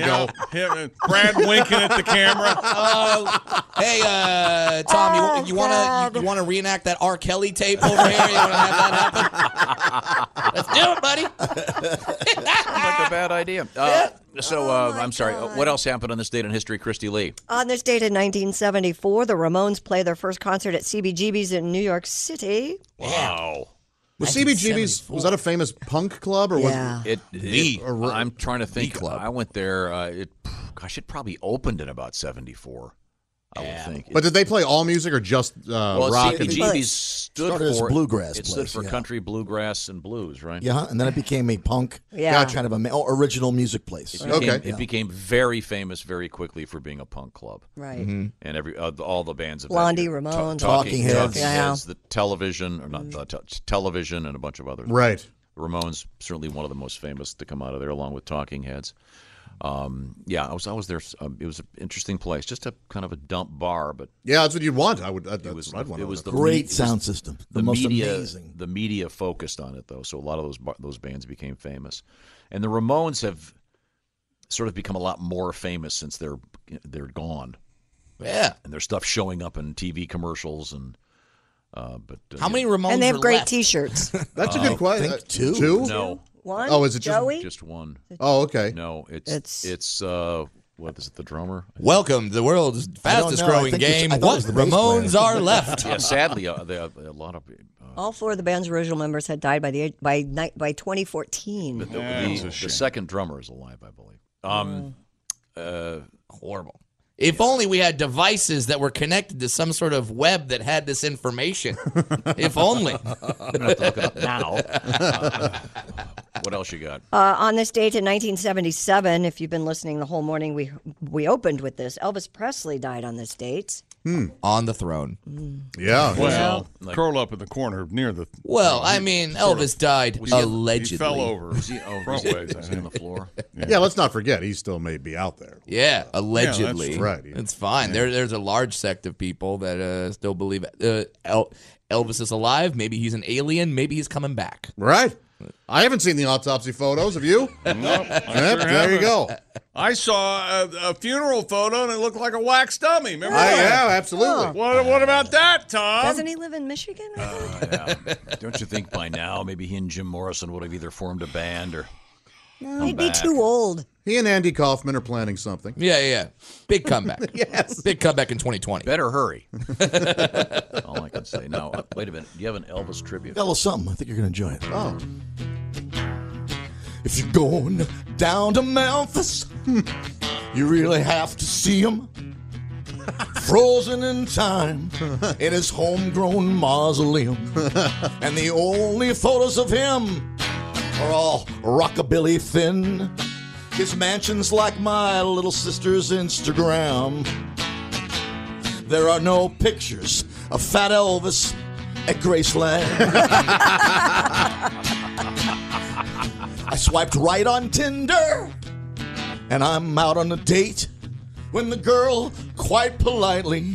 [SPEAKER 6] Yeah, him, Brad winking at the camera.
[SPEAKER 13] Uh, hey, uh, Tom, you, you want to you want to reenact that R. Kelly tape over here? You want to have that happen? Let's do it, buddy.
[SPEAKER 9] Sounds like a bad idea. Uh, So uh, I'm sorry. Uh, What else happened on this date in history, Christy Lee?
[SPEAKER 7] On this date in 1974, the Ramones play their first concert at CBGB's in New York City.
[SPEAKER 9] Wow.
[SPEAKER 8] Was CBGB's was that a famous punk club or
[SPEAKER 7] Yeah.
[SPEAKER 8] was
[SPEAKER 9] It, it- I'm trying to think. I went there. Uh, it, gosh, it probably opened in about '74. I would think.
[SPEAKER 8] But did they play all music or just uh,
[SPEAKER 9] well,
[SPEAKER 8] rock? and-
[SPEAKER 9] CBGB's stood
[SPEAKER 3] Started as
[SPEAKER 9] for
[SPEAKER 3] bluegrass
[SPEAKER 9] It stood
[SPEAKER 3] place,
[SPEAKER 9] for
[SPEAKER 3] yeah.
[SPEAKER 9] country, bluegrass, and blues, right?
[SPEAKER 3] Yeah, Uh-huh. and then it became a punk,
[SPEAKER 7] Yeah. Gotcha.
[SPEAKER 3] kind of a ma- oh, original music place.
[SPEAKER 9] It became, It became very famous very quickly for being a punk club.
[SPEAKER 7] Right.
[SPEAKER 8] Mm-hmm.
[SPEAKER 7] Mhm.
[SPEAKER 9] And every uh, all the bands. of that
[SPEAKER 7] Blondie,
[SPEAKER 9] era.
[SPEAKER 7] Ramones,
[SPEAKER 9] Talking
[SPEAKER 7] Talking
[SPEAKER 9] Heads,
[SPEAKER 7] Heads. Yeah. Mm-hmm.
[SPEAKER 9] Heads, the television, or not the t- television, and a bunch of others.
[SPEAKER 8] Right.
[SPEAKER 9] Ramones certainly one of the most famous to come out of there, along with Talking Heads. Um, yeah, I was I was there. Um, it was an interesting place, just a kind of a dump bar, but
[SPEAKER 8] yeah, that's what you'd want. I would. That's
[SPEAKER 9] it was
[SPEAKER 8] what I'd want.
[SPEAKER 9] it
[SPEAKER 8] out
[SPEAKER 9] was
[SPEAKER 8] of
[SPEAKER 9] the
[SPEAKER 8] it.
[SPEAKER 3] Great
[SPEAKER 9] me- it was
[SPEAKER 3] sound system.
[SPEAKER 9] The,
[SPEAKER 3] The most
[SPEAKER 9] media,
[SPEAKER 3] amazing.
[SPEAKER 9] The media focused on it though, so a lot of those bar- those bands became famous, and the Ramones have sort of become a lot more famous since they're they're gone.
[SPEAKER 13] Yeah.
[SPEAKER 9] and their stuff showing up in TV commercials and. Uh, but uh,
[SPEAKER 13] How many
[SPEAKER 9] yeah.
[SPEAKER 13] Ramones?
[SPEAKER 7] and they have
[SPEAKER 13] are
[SPEAKER 7] great
[SPEAKER 13] left?
[SPEAKER 7] T-shirts.
[SPEAKER 8] That's a
[SPEAKER 6] Oh,
[SPEAKER 8] good question.
[SPEAKER 13] uh,
[SPEAKER 3] think two.
[SPEAKER 8] Two?
[SPEAKER 9] No.
[SPEAKER 7] One?
[SPEAKER 8] Oh, is it just-
[SPEAKER 7] Joey?
[SPEAKER 9] Just one.
[SPEAKER 8] Oh, okay.
[SPEAKER 9] No, it's
[SPEAKER 7] It's-
[SPEAKER 9] it's, uh what is it? The drummer.
[SPEAKER 13] Welcome to the world's fastest growing game. What Ramones are left?
[SPEAKER 9] yeah, sadly, uh, they, uh, a lot of
[SPEAKER 8] Uh,
[SPEAKER 7] All four of the band's original members had died by the age, by night by 2014.
[SPEAKER 9] the, the, the second drummer is alive, I believe. Um, uh,
[SPEAKER 13] horrible. If only we had devices that were connected to some sort of web that had this information. if only.
[SPEAKER 9] I'm gonna have to look it up now. Uh, what else you got?
[SPEAKER 7] Uh, on this date in 1977, if you've been listening the whole morning, we we opened with this. Elvis Presley died on this date.
[SPEAKER 8] Hmm.
[SPEAKER 13] On the throne.
[SPEAKER 7] Hmm.
[SPEAKER 8] Yeah.
[SPEAKER 6] Well,
[SPEAKER 9] Like-
[SPEAKER 6] curl up in the corner near the. Mm.
[SPEAKER 13] Well, I mean,
[SPEAKER 6] Sort
[SPEAKER 13] Elvis died
[SPEAKER 6] was he-
[SPEAKER 13] allegedly.
[SPEAKER 6] He fell over.
[SPEAKER 9] Was he, oh,
[SPEAKER 6] front
[SPEAKER 9] was he-
[SPEAKER 6] ways, I
[SPEAKER 9] was he
[SPEAKER 6] think.
[SPEAKER 9] on the floor?
[SPEAKER 8] Yeah. let's not forget he still may be out there.
[SPEAKER 13] Yeah, allegedly.
[SPEAKER 8] that's right, yeah.
[SPEAKER 13] It's fine. There, there's a large sect of people that uh, still believe uh, El- Elvis is alive. Maybe he's an alien. Maybe he's coming back.
[SPEAKER 8] Right. I haven't seen the autopsy photos. Have you?
[SPEAKER 6] Nope, I
[SPEAKER 8] Yep,
[SPEAKER 6] sure
[SPEAKER 8] there
[SPEAKER 6] haven't.
[SPEAKER 8] you go.
[SPEAKER 6] I saw a, a funeral photo and it looked like a wax dummy. Remember?
[SPEAKER 8] I-
[SPEAKER 6] that?
[SPEAKER 8] yeah, absolutely.
[SPEAKER 6] What, what about that, Tom?
[SPEAKER 7] Doesn't he live in Michigan? Right now?
[SPEAKER 9] Yeah. Um, Don't you think by now maybe he and Jim Morrison would have either formed a band or?
[SPEAKER 6] Uh,
[SPEAKER 7] No, he'd be
[SPEAKER 9] back.
[SPEAKER 7] too old.
[SPEAKER 8] He and Andy Kaufman are planning something.
[SPEAKER 13] Yeah, yeah, yeah. Big comeback. yes. Big comeback in 2020.
[SPEAKER 9] Better hurry. All I can say. Now, uh, wait a minute. Do you have an Elvis tribute?
[SPEAKER 3] Got a little something. I think you're gonna enjoy it. Oh. If you're going down to Memphis, hmm, you really have to see him. Frozen in time in his homegrown mausoleum. And the only photos of him are all rockabilly thin. His mansion's like my little sister's Instagram. There are no pictures of Fat Elvis at Graceland. I swiped right on Tinder, and I'm out on a date when the girl quite politely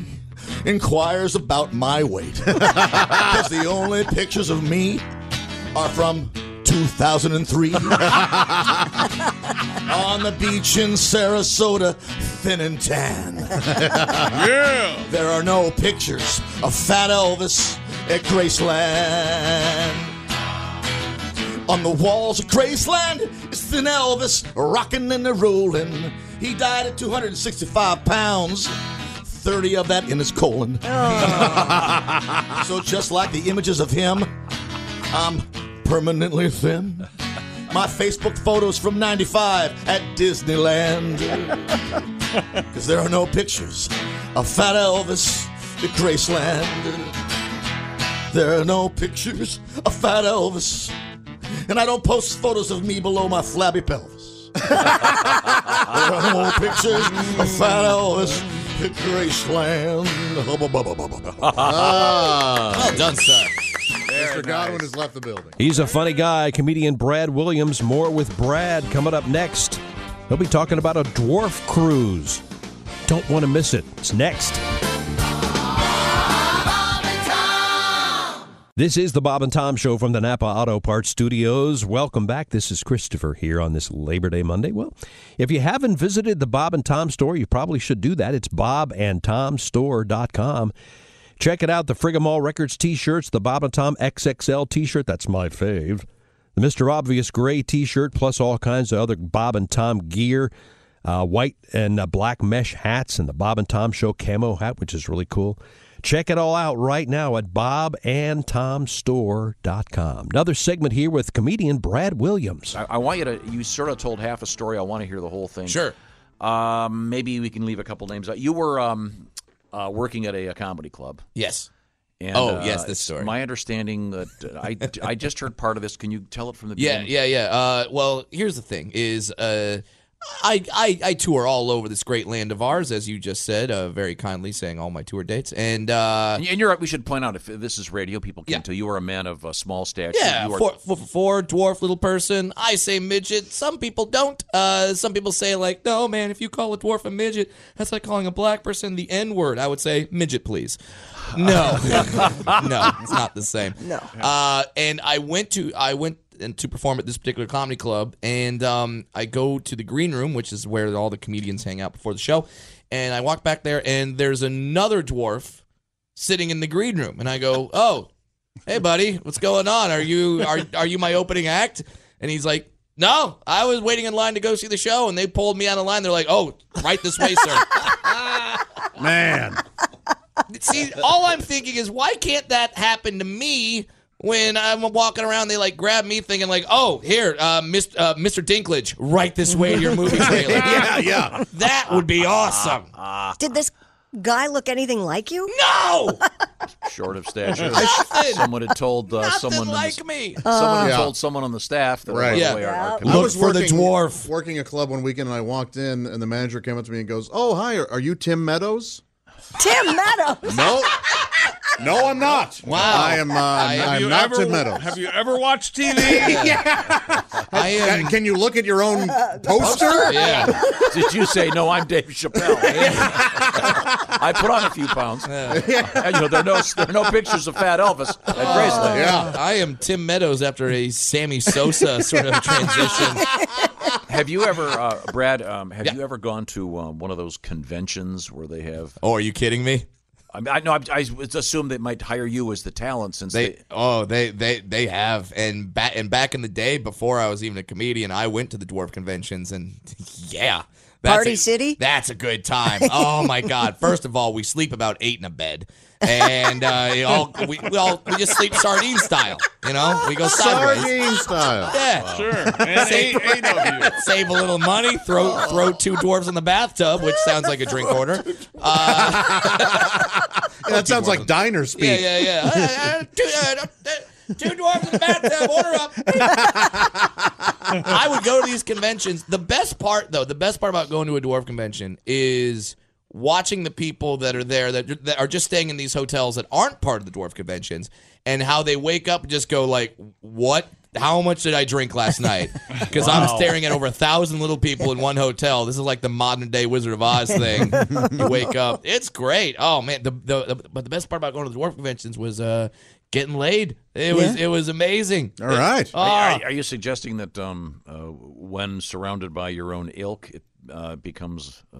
[SPEAKER 3] inquires about my weight. Because the only pictures of me are from 2003 on the beach in Sarasota, thin and tan.
[SPEAKER 17] Yeah.
[SPEAKER 3] There are no pictures of Fat Elvis at Graceland. On the walls of Graceland, it's thin Elvis rocking and a rolling. He died at 265 pounds, 30 of that in his colon. so just like the images of him, I'm permanently thin. My Facebook photos from 95 at Disneyland. Because there are no pictures of Fat Elvis at Graceland. There are no pictures of Fat Elvis. And I don't post photos of me below my flabby pelvis. there are no pictures of Fat Elvis at Graceland. Hubba bubba bubba.
[SPEAKER 11] Ah.
[SPEAKER 3] Well done, sir.
[SPEAKER 8] Mr. Godwin has left the building.
[SPEAKER 11] He's a funny guy, comedian Brad Williams. More with Brad coming up next. He'll be talking about a dwarf cruise. Don't want to miss it. It's next. This is the Bob and Tom Show from the Napa Auto Parts Studios. Welcome back. This is Christopher here on this Labor Day Monday. Well, if you haven't visited the Bob and Tom store, you probably should do that. It's bobandtomstore.com. Check it out the Brigham All Records t shirts, the Bob and Tom XXL t shirt, that's my fave, the Mr. Obvious Gray t shirt, plus all kinds of other Bob and Tom gear, uh, white and uh, black mesh hats, and the Bob and Tom Show camo hat, which is really cool. Check it all out right now at bobandtomstore.com. Another segment here with comedian Brad Williams.
[SPEAKER 9] I, I want you to. You sort of told half a story. I want to hear the whole thing.
[SPEAKER 11] Sure.
[SPEAKER 9] Um, maybe we can leave a couple names out. You were um, uh, working at a, a comedy club.
[SPEAKER 13] Yes.
[SPEAKER 9] And,
[SPEAKER 13] Oh,
[SPEAKER 9] uh,
[SPEAKER 13] yes, this
[SPEAKER 9] it's
[SPEAKER 13] story.
[SPEAKER 9] My understanding that uh, I I just heard part of this. Can you tell it from the
[SPEAKER 13] yeah,
[SPEAKER 9] beginning?
[SPEAKER 13] yeah, yeah. Uh, well, here's the thing: is uh, I, I I tour all over this great land of ours, as you just said, uh, very kindly saying all my tour dates, and uh,
[SPEAKER 9] And, and you're right. We should point out if this is radio, people can tell you are a man of uh, small stature.
[SPEAKER 13] Yeah,
[SPEAKER 9] you are,
[SPEAKER 13] four, four, four dwarf little person. I say midget. Some people don't. Uh, some people say like, no man, if you call a dwarf a midget, that's like calling a black person the N word. I would say midget, please. No, no, it's not the same. No. Uh, and I went to I went and to perform at this particular comedy club, and um, I go to the green room, which is where all the comedians hang out before the show. And I walk back there, and there's another dwarf sitting in the green room, and I go, "Oh, hey, buddy, what's going on? Are you are are you my opening act?" And he's like, "No, I was waiting in line to go see the show, and they pulled me out of line. They're like, oh, right this way, sir.'
[SPEAKER 6] Man.
[SPEAKER 13] See, all I'm thinking is, why can't that happen to me?" When I'm walking around, they like grab me, thinking like, "Oh, here, uh, Mr. Uh, Mr. Dinklage, right this way to your movie trailer."
[SPEAKER 3] Yeah, yeah. Uh,
[SPEAKER 13] that would be awesome.
[SPEAKER 7] Did this guy look anything like you?
[SPEAKER 13] No!
[SPEAKER 9] short of stature.
[SPEAKER 13] Nothing.
[SPEAKER 9] someone had told uh, someone in the-
[SPEAKER 13] like me.
[SPEAKER 9] Someone had
[SPEAKER 8] Yeah.
[SPEAKER 9] told someone on the staff that
[SPEAKER 8] Right.
[SPEAKER 9] by the way, our- our
[SPEAKER 8] I was
[SPEAKER 9] comedian-
[SPEAKER 8] working, Working a club one weekend, and I walked in, and the manager came up to me and goes, "Oh, hi, are, are you Tim Meadows?"
[SPEAKER 7] Tim Meadows.
[SPEAKER 8] no, no, I'm not.
[SPEAKER 13] Wow,
[SPEAKER 8] I am. Uh, I'm not Tim Meadows.
[SPEAKER 17] Have you ever watched TV?
[SPEAKER 13] I
[SPEAKER 8] am. Can you look at your own
[SPEAKER 17] poster?
[SPEAKER 8] poster?
[SPEAKER 17] Yeah.
[SPEAKER 9] Did you say no? I'm Dave Chappelle. I put on a few pounds. And, you know, there are no there are no pictures of Fat Elvis
[SPEAKER 13] Oh,
[SPEAKER 9] at Graceland.
[SPEAKER 13] I am Tim Meadows after a Sammy Sosa sort of transition.
[SPEAKER 9] Have you ever, uh, Brad? Um, have you ever gone to um, one of those conventions where they have?
[SPEAKER 13] Oh, are you kidding me?
[SPEAKER 9] I mean, I know. I, I assume they might hire you as the talent since
[SPEAKER 13] They, oh they they they have and back and back in the day before I was even a comedian, I went to the dwarf conventions and yeah.
[SPEAKER 7] Party
[SPEAKER 13] a-
[SPEAKER 7] City?
[SPEAKER 13] That's a good time. Oh my God! First of all, we sleep about eight in a bed, and uh, it all, we, we all we just sleep sardine style. You know, we go sideways.
[SPEAKER 8] Sardine style.
[SPEAKER 13] Yeah,
[SPEAKER 17] Sure. And eight, eight of you.
[SPEAKER 13] save a little money, throw throw two dwarves in the bathtub, which sounds like a drink order. Uh,
[SPEAKER 8] that sounds like diner speak.
[SPEAKER 13] Yeah, yeah, yeah. Uh, uh, two, uh, uh, two dwarves in the bathtub, order up. I would go to these conventions. The best part, though, the best part about going to a dwarf convention is watching the people that are there that, that are just staying in these hotels that aren't part of the dwarf conventions and how they wake up and just go like what how much did i drink last night because i'm
[SPEAKER 18] Wow.
[SPEAKER 13] staring at over a thousand little people in one hotel this is like the modern day wizard of oz thing you wake up it's great oh man the, the, the but the best part about going to the dwarf conventions was uh getting laid it was
[SPEAKER 9] Yeah.
[SPEAKER 13] it was amazing It-
[SPEAKER 9] Are,
[SPEAKER 13] Ah.
[SPEAKER 9] are- are you suggesting that um, uh, when surrounded by your own ilk, it uh, becomes uh,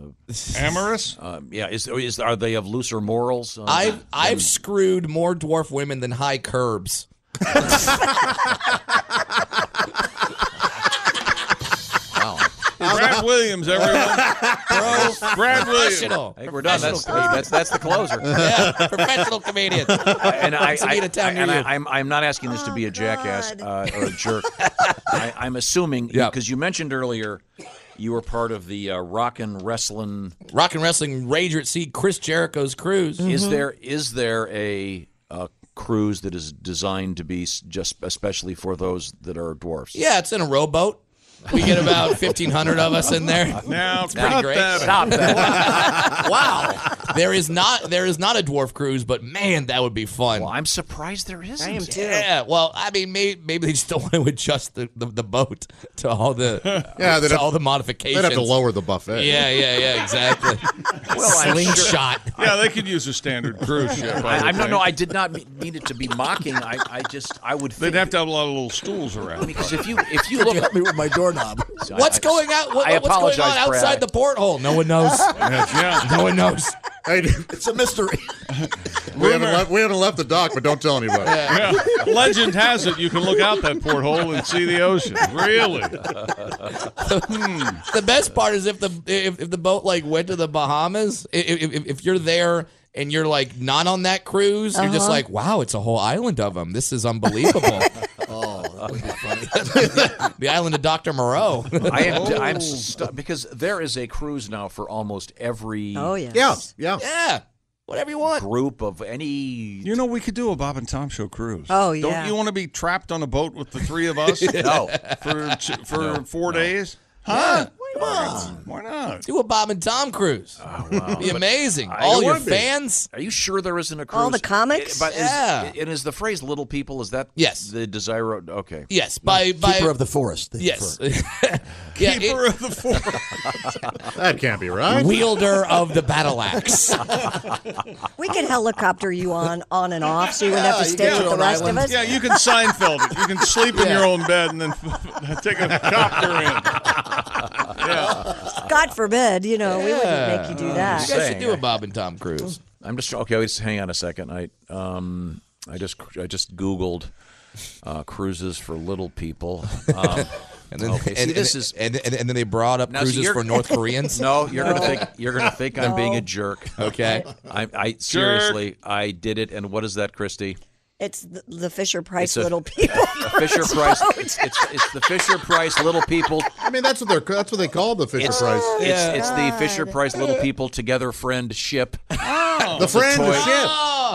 [SPEAKER 6] amorous?
[SPEAKER 9] Um, yeah. Is, or is are they of looser morals? Uh,
[SPEAKER 13] I've I've screwed more dwarf women than high curbs.
[SPEAKER 9] wow.
[SPEAKER 17] Brad Williams, everyone. Bro, Brad Williams.
[SPEAKER 13] Professional.
[SPEAKER 9] I think we're done. That's,
[SPEAKER 13] Professional
[SPEAKER 9] that's that's the closer.
[SPEAKER 13] Yeah, professional comedian.
[SPEAKER 9] And I,
[SPEAKER 13] It's a
[SPEAKER 9] I,
[SPEAKER 13] meet a town
[SPEAKER 9] I- and
[SPEAKER 13] near
[SPEAKER 9] I,
[SPEAKER 13] you.
[SPEAKER 9] I'm I'm not asking this to be a jackass uh, or a jerk. I, I'm assuming because you mentioned earlier you were part of the uh, rock and wrestling
[SPEAKER 13] rock and wrestling Rager at Sea Chris Jericho's cruise.
[SPEAKER 9] Is
[SPEAKER 13] Mhm.
[SPEAKER 9] there is there a, a cruise that is designed to be s- just especially for those that are dwarfs?
[SPEAKER 13] Yeah, it's in a rowboat. We get about fifteen hundred of us in there.
[SPEAKER 9] Now,
[SPEAKER 13] it's pretty
[SPEAKER 9] stop
[SPEAKER 13] great.
[SPEAKER 9] that. Stop that.
[SPEAKER 13] wow, there is not there is not a dwarf cruise, but man, that would be fun.
[SPEAKER 9] I'm surprised there isn't.
[SPEAKER 13] I am too. Yeah, well, I mean, maybe, maybe they just don't want to adjust the, the, the boat to all the
[SPEAKER 8] Yeah,
[SPEAKER 13] yeah,
[SPEAKER 8] they'd
[SPEAKER 13] to
[SPEAKER 8] have-
[SPEAKER 13] all the
[SPEAKER 8] they'd have to
[SPEAKER 13] modifications.
[SPEAKER 8] lower the buffet.
[SPEAKER 13] Yeah, yeah, yeah, exactly.
[SPEAKER 9] Well, I'm sure-
[SPEAKER 13] Slingshot.
[SPEAKER 6] Yeah, they could use a standard cruise ship. I,
[SPEAKER 9] I, I
[SPEAKER 6] would
[SPEAKER 9] no,
[SPEAKER 6] think.
[SPEAKER 9] no, I did not mean, mean it to be mocking. I, I just, I would.
[SPEAKER 6] They'd have to have a lot of little stools around.
[SPEAKER 9] Because if you, if you
[SPEAKER 3] Could
[SPEAKER 9] look,
[SPEAKER 3] you help me with my doorknob?
[SPEAKER 13] What's going on? What, what's
[SPEAKER 9] I
[SPEAKER 13] going on
[SPEAKER 9] apologize, Brad.
[SPEAKER 13] outside the porthole? No one knows. No one knows.
[SPEAKER 3] it's a mystery.
[SPEAKER 8] We haven't, left, we haven't left the dock, but don't tell anybody.
[SPEAKER 6] Yeah. Legend has it you can look out that porthole and see the ocean. Really?
[SPEAKER 13] the best part is if the if, if the boat like went to the Bahamas. i- If, if, if you're there and you're like not on that cruise, you're just
[SPEAKER 3] Uh-huh.
[SPEAKER 13] like, wow, it's a whole island of them. This is unbelievable.
[SPEAKER 3] Oh, that would be funny.
[SPEAKER 13] the island of Doctor Moreau.
[SPEAKER 9] I am,
[SPEAKER 6] Oh.
[SPEAKER 9] I'm stu- because there is a cruise now for almost every.
[SPEAKER 13] Oh, yes.
[SPEAKER 3] Yeah,
[SPEAKER 8] yeah,
[SPEAKER 13] yeah. Whatever you want.
[SPEAKER 9] Group of any
[SPEAKER 6] You know, we could do a Bob and Tom Show cruise.
[SPEAKER 9] Oh, yeah.
[SPEAKER 6] Don't you want to be trapped on a boat with the three of us? Oh.
[SPEAKER 9] No.
[SPEAKER 6] For, ch- for
[SPEAKER 9] No,
[SPEAKER 6] four days?
[SPEAKER 13] Huh?
[SPEAKER 6] Why not? Oh,
[SPEAKER 13] Do a Bob and Tom cruise.
[SPEAKER 9] Wow.
[SPEAKER 13] Be
[SPEAKER 9] But
[SPEAKER 13] amazing.
[SPEAKER 9] I-
[SPEAKER 13] All
[SPEAKER 9] it
[SPEAKER 13] your
[SPEAKER 9] would be.
[SPEAKER 13] fans.
[SPEAKER 9] Are you sure there isn't a cruise?
[SPEAKER 13] All the comics?
[SPEAKER 9] It- but is-
[SPEAKER 13] Yeah.
[SPEAKER 9] and is the phrase "little people" is that
[SPEAKER 13] yes
[SPEAKER 9] the desire? Okay.
[SPEAKER 13] Yes, by by
[SPEAKER 3] Keeper of the forest. they
[SPEAKER 13] Yes.
[SPEAKER 3] Yeah,
[SPEAKER 13] Keeper
[SPEAKER 6] of the
[SPEAKER 3] forest.
[SPEAKER 8] that can't be right.
[SPEAKER 13] Wielder of the battle axe.
[SPEAKER 7] We could helicopter you on, on and off, so you wouldn't have to stay with the rest of us.
[SPEAKER 6] Yeah, you can Seinfeld it. You can sleep in your own bed and then take a copter in.
[SPEAKER 7] God forbid, you know, we wouldn't make you do that.
[SPEAKER 13] You guys should do a Bob and Tom cruise.
[SPEAKER 9] I'm just okay. Wait, just hang on a second. I um I just I just googled uh, cruises for little people. Um,
[SPEAKER 13] And then,
[SPEAKER 9] okay, see,
[SPEAKER 13] and,
[SPEAKER 9] this
[SPEAKER 13] and-
[SPEAKER 9] is
[SPEAKER 13] and, and, and then they brought up
[SPEAKER 9] Now, see,
[SPEAKER 13] cruises
[SPEAKER 9] you're-
[SPEAKER 13] for North Koreans.
[SPEAKER 9] No, you're gonna
[SPEAKER 13] No.
[SPEAKER 9] think you're gonna think I'm being a jerk.
[SPEAKER 13] Okay.
[SPEAKER 9] I, I seriously I did it. And what is that, Christy?
[SPEAKER 7] It's the, the Fisher Price
[SPEAKER 9] It's a-
[SPEAKER 7] little people.
[SPEAKER 9] Fisher Price. It's, it's it's the Fisher Price little people.
[SPEAKER 8] I mean, that's what they're that's what they call the Fisher
[SPEAKER 9] It's,
[SPEAKER 8] Price.
[SPEAKER 9] it's, it's the Fisher Price little people together friend ship.
[SPEAKER 3] Oh.
[SPEAKER 8] The
[SPEAKER 9] It's a
[SPEAKER 8] friend
[SPEAKER 9] toy-
[SPEAKER 8] ship.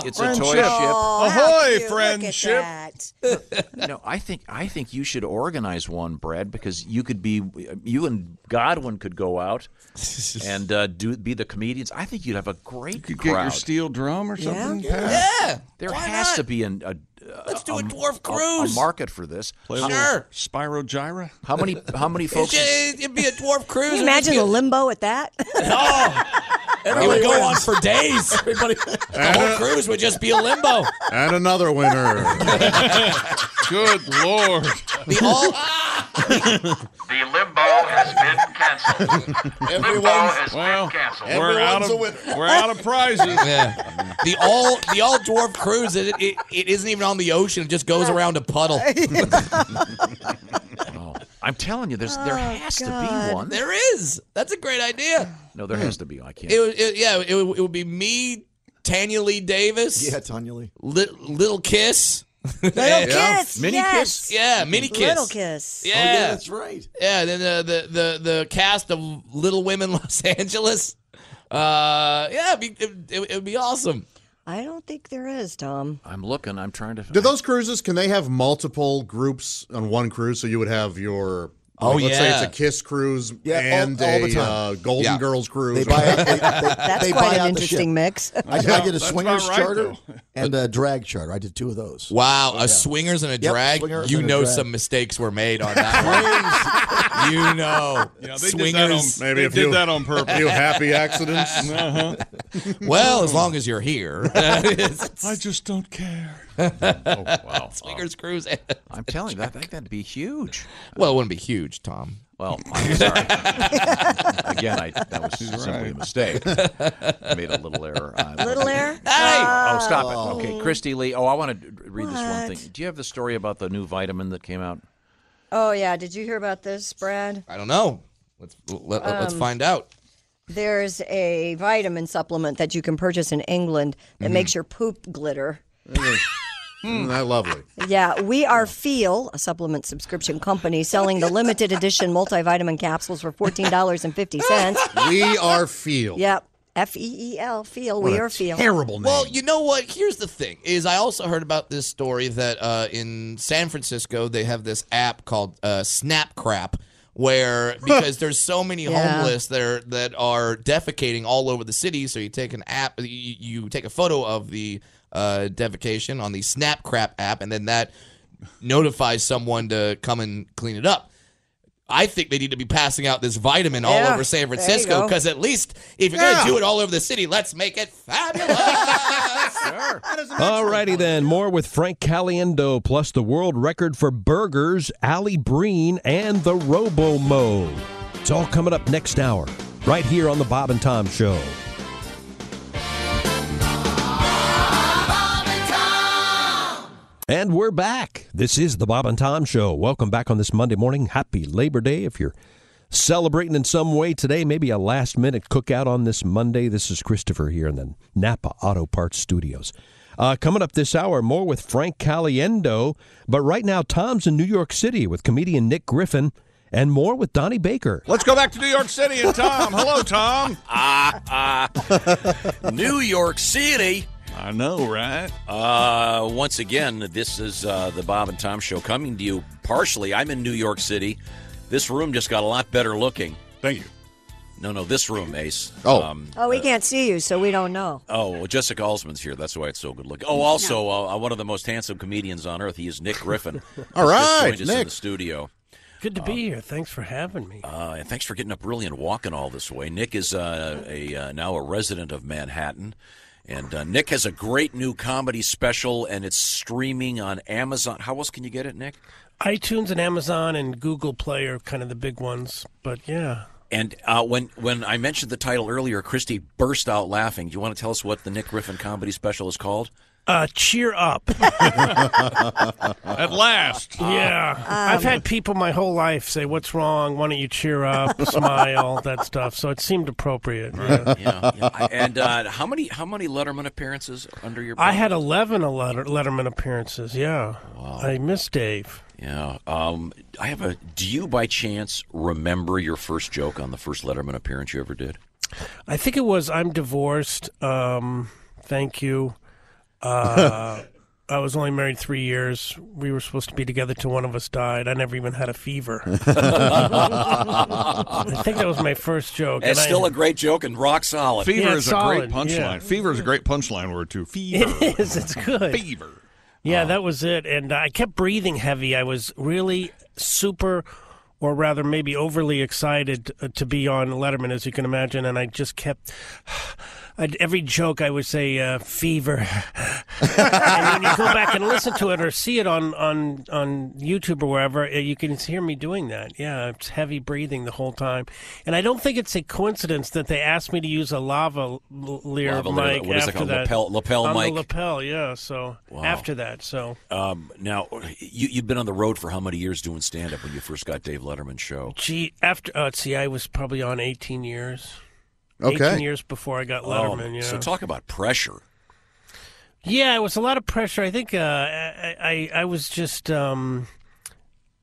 [SPEAKER 9] It's
[SPEAKER 8] Friend
[SPEAKER 9] a toy
[SPEAKER 8] ship.
[SPEAKER 9] ship.
[SPEAKER 8] Oh, how Ahoy, cute. Look at friendship. that.
[SPEAKER 9] no, I think I think you should organize one, Brad, because you could be you and Godwin could go out and uh, do be the comedians. I think you'd have a great
[SPEAKER 6] You could get
[SPEAKER 9] crowd.
[SPEAKER 6] your steel drum or something. Pat.
[SPEAKER 9] There has to be an, a let's do a, dwarf a,
[SPEAKER 13] cruise.
[SPEAKER 9] market for this.
[SPEAKER 6] Play a
[SPEAKER 9] How-
[SPEAKER 6] little Spyro Gyra.
[SPEAKER 9] How many how many
[SPEAKER 13] It
[SPEAKER 9] folks?
[SPEAKER 13] should, it'd be a dwarf cruise.
[SPEAKER 7] Can you imagine the limbo at that?
[SPEAKER 13] It would go on for days. Everybody, the whole
[SPEAKER 8] Uh,
[SPEAKER 13] cruise would just be a limbo.
[SPEAKER 8] And another winner.
[SPEAKER 6] Good lord.
[SPEAKER 13] The all
[SPEAKER 17] The limbo has been canceled. limbo has
[SPEAKER 6] well,
[SPEAKER 17] been canceled.
[SPEAKER 6] We're out of we're out of prizes.
[SPEAKER 13] yeah. The all the all dwarf cruise. It, it, it isn't even on the ocean. It just goes around a puddle.
[SPEAKER 9] I'm telling you, there's there has to be one.
[SPEAKER 13] There is. That's a great idea.
[SPEAKER 9] No, there has to be. I can't.
[SPEAKER 13] It, would- it yeah. It, would- it would be me, Tanya Lee Davis.
[SPEAKER 3] Yeah, Tanya Lee.
[SPEAKER 13] Li- little kiss. Little
[SPEAKER 7] Kiss, yes.
[SPEAKER 13] Yeah, mini kiss.
[SPEAKER 7] Little kiss.
[SPEAKER 13] Yeah, that's right. Yeah, then uh, the the the cast of Little Women Los Angeles. Uh, yeah, it'd be, it, it would be awesome.
[SPEAKER 7] I don't think there is, Tom.
[SPEAKER 9] I'm looking. I'm trying to.
[SPEAKER 8] Do those cruises can they have multiple groups on one cruise? So you would have your
[SPEAKER 3] Oh,
[SPEAKER 8] Like, Let's say it's
[SPEAKER 3] yeah.
[SPEAKER 8] a Kiss cruise
[SPEAKER 3] Yeah, all-
[SPEAKER 8] and
[SPEAKER 3] all
[SPEAKER 8] a
[SPEAKER 3] the time.
[SPEAKER 8] uh, Golden
[SPEAKER 3] Yeah.
[SPEAKER 8] Girls cruise.
[SPEAKER 3] They
[SPEAKER 8] or
[SPEAKER 3] buy out-
[SPEAKER 8] something.
[SPEAKER 3] they- they-
[SPEAKER 7] That's
[SPEAKER 3] they
[SPEAKER 7] quite an
[SPEAKER 3] buy out the
[SPEAKER 7] interesting
[SPEAKER 3] ship.
[SPEAKER 7] mix.
[SPEAKER 3] I, I did a swingers
[SPEAKER 7] right,
[SPEAKER 3] charter
[SPEAKER 7] though.
[SPEAKER 3] and a drag charter. I did two of those.
[SPEAKER 13] Wow,
[SPEAKER 3] Oh,
[SPEAKER 13] a
[SPEAKER 3] yeah.
[SPEAKER 13] swingers and a
[SPEAKER 3] Yep,
[SPEAKER 13] drag.
[SPEAKER 3] swingers
[SPEAKER 13] you
[SPEAKER 3] and a
[SPEAKER 13] know
[SPEAKER 3] drag.
[SPEAKER 13] some mistakes were made on that. one. you know,
[SPEAKER 3] Yeah,
[SPEAKER 6] they did that on-
[SPEAKER 13] swingers.
[SPEAKER 6] Maybe they a did few- that on purpose. a few happy accidents. Uh-huh.
[SPEAKER 13] Well, as long as you're here,
[SPEAKER 6] I just don't care.
[SPEAKER 13] wow. Swingers cruise. Oh, I'm telling you, I think that'd be huge. Well, it wouldn't be huge, Tom.
[SPEAKER 9] Well, I'm sorry. Again, I, that was simply a mistake. I made a little error. I-
[SPEAKER 7] Little error?
[SPEAKER 9] Hey! Oh, stop
[SPEAKER 7] Oh.
[SPEAKER 9] it. Okay, Christy Lee. Oh, I want to read this one thing. Do you have the story about the new vitamin that came out?
[SPEAKER 7] Oh yeah, did you hear about this, Brad?
[SPEAKER 13] I don't know. Let's let, let- let's
[SPEAKER 7] Um,
[SPEAKER 13] find out.
[SPEAKER 7] There's a vitamin supplement that you can purchase in England that
[SPEAKER 9] Mm-hmm.
[SPEAKER 3] Mhm.
[SPEAKER 7] makes your poop glitter.
[SPEAKER 8] Isn't that lovely?
[SPEAKER 7] Yeah, we are Feel, a supplement subscription company, selling the limited edition multivitamin capsules for fourteen dollars and fifty cents.
[SPEAKER 8] We are Feel.
[SPEAKER 7] Yep, F E E L, Feel. We are Feel.
[SPEAKER 13] Well, you know what? Here's the thing: is I also heard about this story that uh, in San Francisco they have this app called uh, Snap Crap, where because there's so many
[SPEAKER 3] Yeah.
[SPEAKER 13] homeless that are, that are defecating all over the city, so you take an app, you, you take a photo of the uh, defecation on the Snap Crap app, and then that notifies someone to come and clean it up. I think they need to be passing out this vitamin all
[SPEAKER 3] Yeah,
[SPEAKER 13] over San
[SPEAKER 3] there you
[SPEAKER 13] Francisco
[SPEAKER 3] go.
[SPEAKER 13] because at least if you're
[SPEAKER 3] Yeah.
[SPEAKER 13] going to do it all over the city, let's make it
[SPEAKER 11] All righty then, more with Frank Caliendo, plus the world record for burgers, Ali Breen, and the Robo Mo. It's all coming up next hour, right here on the Bob and Tom Show. And we're back. This is the Bob and Tom Show. Welcome back on this Monday morning. Happy Labor Day. If you're celebrating in some way today, maybe a last minute cookout on this Monday, this is Christopher here in the Napa Auto Parts Studios. Uh, coming up this hour, more with Frank Caliendo. But right now, Tom's in New York City with comedian Nick Griffin and more with Donnie Baker.
[SPEAKER 6] Let's go back to New York City and Tom. Hello, Tom.
[SPEAKER 9] Ah, ah. New York City.
[SPEAKER 6] I know, right?
[SPEAKER 9] Uh, once again, this is uh, the Bob and Tom Show coming to you partially. I'm in New York City. This room just got a lot better looking.
[SPEAKER 2] Thank you.
[SPEAKER 9] No, no, this room, Ace.
[SPEAKER 8] Oh.
[SPEAKER 9] Um,
[SPEAKER 7] Oh, we can't see you, so we don't know.
[SPEAKER 9] Oh, well, Jessica Allsman's here. That's why it's so good looking. Oh, also, uh, one of the most handsome comedians on earth. He is Nick Griffin.
[SPEAKER 8] All
[SPEAKER 9] He's
[SPEAKER 8] right,
[SPEAKER 9] just joined us in
[SPEAKER 8] Nick.
[SPEAKER 9] the studio.
[SPEAKER 18] Good to be here. Thanks for having me.
[SPEAKER 9] Uh, and thanks for getting up early and walking all this way. Nick is uh, a uh, now a resident of Manhattan, and uh, Nick has a great new comedy special, and it's streaming on Amazon. How else can you get it, Nick?
[SPEAKER 18] iTunes and Amazon and Google Play are kind of the big ones, but yeah.
[SPEAKER 9] And uh, when when I mentioned the title earlier, Christy burst out laughing. Do you want to tell us what the Nick Griffin comedy special is called?
[SPEAKER 18] Uh, cheer up.
[SPEAKER 6] At last.
[SPEAKER 18] Yeah. I've
[SPEAKER 9] Um,
[SPEAKER 18] had people my whole life say, What's wrong? Why don't you cheer up, smile, that stuff. So it seemed appropriate. Yeah.
[SPEAKER 9] Yeah, yeah. And uh, how many how many Letterman appearances under your?
[SPEAKER 18] I had 11 Letter- Letterman appearances. Yeah. I miss Dave.
[SPEAKER 9] Yeah. Um, I have a. Do you by chance remember your first joke on the first Letterman appearance you ever did?
[SPEAKER 18] I think it was I'm divorced. Um, thank you. Uh, I was only married three years. We were supposed to be together till one of us died. I never even had a fever. I think that was my first joke.
[SPEAKER 9] It's
[SPEAKER 18] and I-
[SPEAKER 9] still a great joke and rock solid.
[SPEAKER 6] Fever
[SPEAKER 18] Yeah,
[SPEAKER 6] is a
[SPEAKER 18] Oh, solid,
[SPEAKER 6] great punchline.
[SPEAKER 18] yeah.
[SPEAKER 6] Fever is a great punchline word too. Fever.
[SPEAKER 18] It is. It's good.
[SPEAKER 6] Fever.
[SPEAKER 18] Yeah,
[SPEAKER 9] Uh-huh.
[SPEAKER 18] that was it. And I kept breathing heavy. I was really super, or rather, maybe overly excited uh, to be on Letterman, as you can imagine. And I just kept. I'd, every joke I would say, uh, fever. and when you go back and listen to it or see it on, on, on YouTube or wherever, uh, you can hear me doing that. Yeah, it's heavy breathing the whole time. And I don't think it's a coincidence that they asked me to use a lava l- leer
[SPEAKER 9] Lava leer,
[SPEAKER 18] mic
[SPEAKER 9] what is it
[SPEAKER 18] after
[SPEAKER 9] called?
[SPEAKER 18] that.
[SPEAKER 9] Lapel- lapel
[SPEAKER 18] on the
[SPEAKER 9] mic?
[SPEAKER 18] lapel, yeah. So
[SPEAKER 9] Wow.
[SPEAKER 18] after that, so
[SPEAKER 9] Um, now, you, you've been on the road for how many years doing stand up when you first got Dave Letterman's show?
[SPEAKER 18] gee, after uh, see, I was probably on eighteen years.
[SPEAKER 9] Okay.
[SPEAKER 18] eighteen years before I got
[SPEAKER 9] Oh,
[SPEAKER 18] Letterman. yeah.
[SPEAKER 9] So talk about pressure.
[SPEAKER 18] Yeah, it was a lot of pressure. I think uh, I, I I was just um,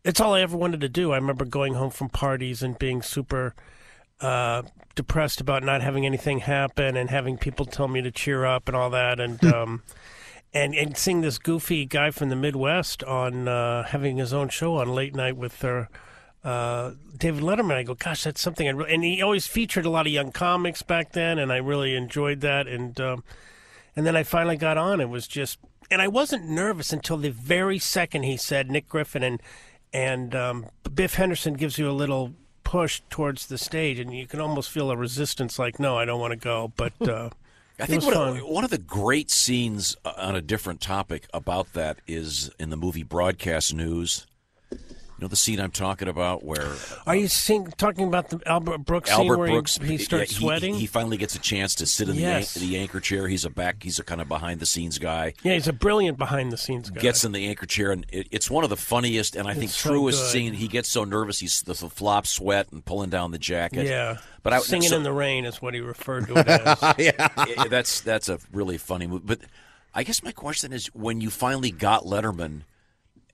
[SPEAKER 18] it's all I ever wanted to do. I remember going home from parties and being super uh, depressed about not having anything happen and having people tell me to cheer up and all that and. Um, And, and seeing this goofy guy from the Midwest on uh, having his own show on late night with uh, uh, David Letterman. I go, gosh, that's something I really. And he always featured a lot of young comics back then, and I really enjoyed that. And um, and then I finally got on. It was just, and I wasn't nervous until the very second he said Nick Griffin and and um, Biff Henderson gives you a little push towards the stage, and you can almost feel a resistance, like, no, I don't want to go. But uh,
[SPEAKER 9] I
[SPEAKER 18] it
[SPEAKER 9] think one
[SPEAKER 18] was fun.
[SPEAKER 9] of, one of the great scenes uh, on a different topic about that is in the movie Broadcast News. You know the scene I'm talking about where
[SPEAKER 18] Are you seeing, talking about the Albert Brooks scene
[SPEAKER 9] Albert
[SPEAKER 18] where he-
[SPEAKER 9] Brooks
[SPEAKER 18] he,
[SPEAKER 9] yeah,
[SPEAKER 18] starts sweating?
[SPEAKER 9] He, finally gets a chance to sit in
[SPEAKER 18] Yes.
[SPEAKER 9] the, an- the anchor chair. He's a back. He's a kind of behind the scenes guy.
[SPEAKER 18] yeah, he's a brilliant behind the scenes guy.
[SPEAKER 9] Gets in the anchor chair, and it, it's one of the funniest and I think
[SPEAKER 18] It's so
[SPEAKER 9] truest
[SPEAKER 18] good.
[SPEAKER 9] scene. He gets so nervous, he's the, the flop sweat and pulling down the jacket.
[SPEAKER 18] yeah,
[SPEAKER 9] but I,
[SPEAKER 18] singing
[SPEAKER 9] so-
[SPEAKER 18] in the rain is what he referred to it as.
[SPEAKER 9] Yeah, that's that's a really funny movie. But I guess my question is, when you finally got Letterman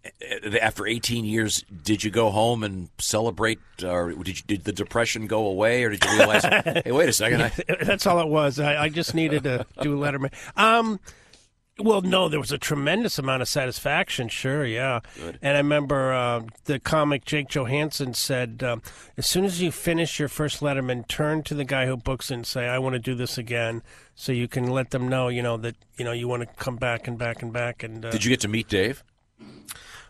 [SPEAKER 9] eh, after 18 years, did you go home and celebrate, or did you, did the depression go away, or did you realize, hey, wait a second, I,
[SPEAKER 18] That's all it was. I, I just needed to do Letterman. Um, well, no, there was a tremendous amount of satisfaction. Sure, yeah. And I remember uh, the comic Jake Johansson said, um, as soon as you finish your first Letterman, turn to the guy who books it and say, "I want to do this again," so you can let them know, you know, that you know you want to come back and back and back. And uh,
[SPEAKER 9] did you get to meet Dave?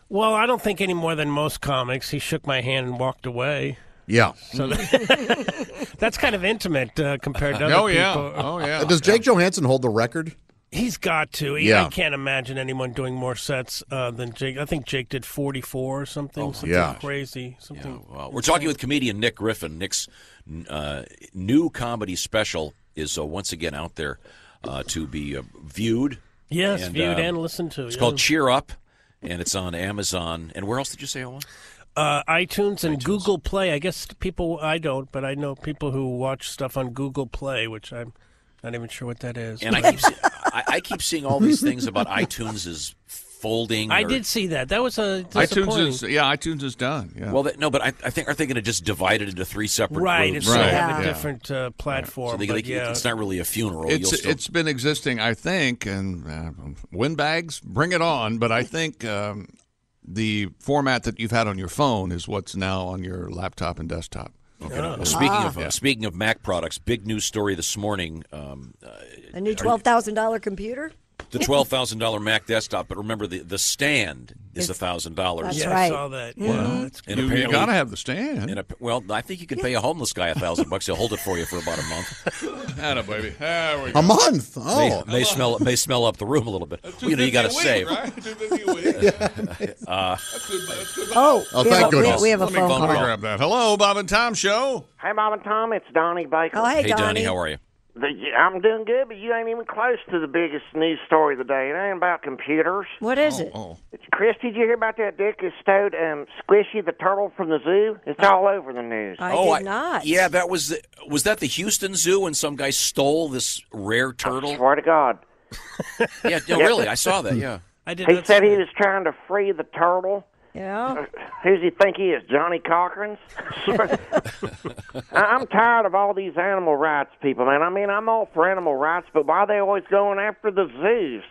[SPEAKER 18] Well, I don't think any more than most comics. He shook my hand and walked away.
[SPEAKER 8] Yeah.
[SPEAKER 18] So that's kind of intimate uh, compared to
[SPEAKER 9] Oh,
[SPEAKER 18] other people.
[SPEAKER 8] Uh, Does Jake Johansson hold the record?
[SPEAKER 18] He's got to. He-
[SPEAKER 8] Yeah.
[SPEAKER 18] I can't imagine anyone doing more sets uh, than Jake. I think Jake did 44 or something. something
[SPEAKER 9] yeah.
[SPEAKER 18] crazy. Something.
[SPEAKER 9] Oh, Well, we're talking with comedian Nick Griffin. Nick's uh, new comedy special is uh, once again out there uh, to be uh, viewed.
[SPEAKER 18] Yes, viewed
[SPEAKER 9] uh,
[SPEAKER 18] and listened to,
[SPEAKER 9] It's
[SPEAKER 18] yeah.
[SPEAKER 9] called Cheer Up, and it's on Amazon. And where else did you say it was?
[SPEAKER 18] Uh, iTunes and Google Play. I guess people, I don't, but I know people who watch stuff on Google Play, which I'm not even sure what that is.
[SPEAKER 9] And I keep, see, I, I keep seeing all these things about iTunes is folding.
[SPEAKER 18] I
[SPEAKER 9] or-
[SPEAKER 18] did see that. That was a
[SPEAKER 6] iTunes
[SPEAKER 18] disappointing.
[SPEAKER 6] is yeah, iTunes is done. Yeah.
[SPEAKER 9] Well, that, no, but I, I think are they going to just divide it into three separate
[SPEAKER 18] right.
[SPEAKER 9] groups?
[SPEAKER 18] It's right. a different uh, platform.
[SPEAKER 9] So they-
[SPEAKER 18] but
[SPEAKER 9] they-
[SPEAKER 18] yeah.
[SPEAKER 9] it's not really a funeral.
[SPEAKER 6] It's
[SPEAKER 9] You'll still-
[SPEAKER 6] it's been existing, I think, and uh, windbags bring it on. But I think um, the format that you've had on your phone is what's now on your laptop and desktop.
[SPEAKER 9] Okay.
[SPEAKER 7] Ah.
[SPEAKER 9] Well, speaking of uh, speaking of Mac products, big news story this morning: um, uh,
[SPEAKER 7] A new twelve thousand dollar computer.
[SPEAKER 9] the twelve thousand dollar Mac desktop. But remember, the the stand is thousand dollars.
[SPEAKER 7] That's Yeah, I right. Mm-hmm. saw
[SPEAKER 9] Mm-hmm.
[SPEAKER 7] that. Yeah,
[SPEAKER 6] Wow. that's You- you gotta have the stand.
[SPEAKER 9] And ap- well, I think you can pay a homeless guy a thousand bucks. He'll hold it for you for about a month.
[SPEAKER 6] Atta baby, there we
[SPEAKER 9] A
[SPEAKER 6] go.
[SPEAKER 9] month? May, may smell may smell up the room a little bit. you know, you got
[SPEAKER 6] $2.50
[SPEAKER 9] to save.
[SPEAKER 6] Oh. a week, right?
[SPEAKER 9] uh,
[SPEAKER 7] Oh, we have a- we- We, have a
[SPEAKER 6] Let me-
[SPEAKER 7] phone
[SPEAKER 6] let me
[SPEAKER 7] call.
[SPEAKER 6] grab that. Hello, Bob and Tom Show.
[SPEAKER 22] Hey, Mom and Tom, it's Donnie Baker.
[SPEAKER 7] Oh, hey,
[SPEAKER 9] hey, Donnie, how are you?
[SPEAKER 22] The, I'm doing good, but you ain't even close to the biggest news story of the day. It ain't about computers.
[SPEAKER 7] What
[SPEAKER 9] Oh,
[SPEAKER 7] is it?
[SPEAKER 22] Chris, did you hear about that dick who stowed um, Squishy the turtle from the zoo? It's all over the news.
[SPEAKER 9] oh, Yeah, that was the, was that the Houston Zoo when some guy stole this rare turtle?
[SPEAKER 22] swear to God.
[SPEAKER 9] yeah, no,
[SPEAKER 22] Yeah.
[SPEAKER 9] really, I saw that. Yeah,
[SPEAKER 18] I
[SPEAKER 9] did
[SPEAKER 22] He
[SPEAKER 9] not
[SPEAKER 22] said he was trying to free the turtle.
[SPEAKER 7] Yeah.
[SPEAKER 22] Who does he think he is, Johnny Cochran's? I- I'm tired of all these animal rights people, man. I mean, I'm all for animal rights, but why are they always going after the zoos?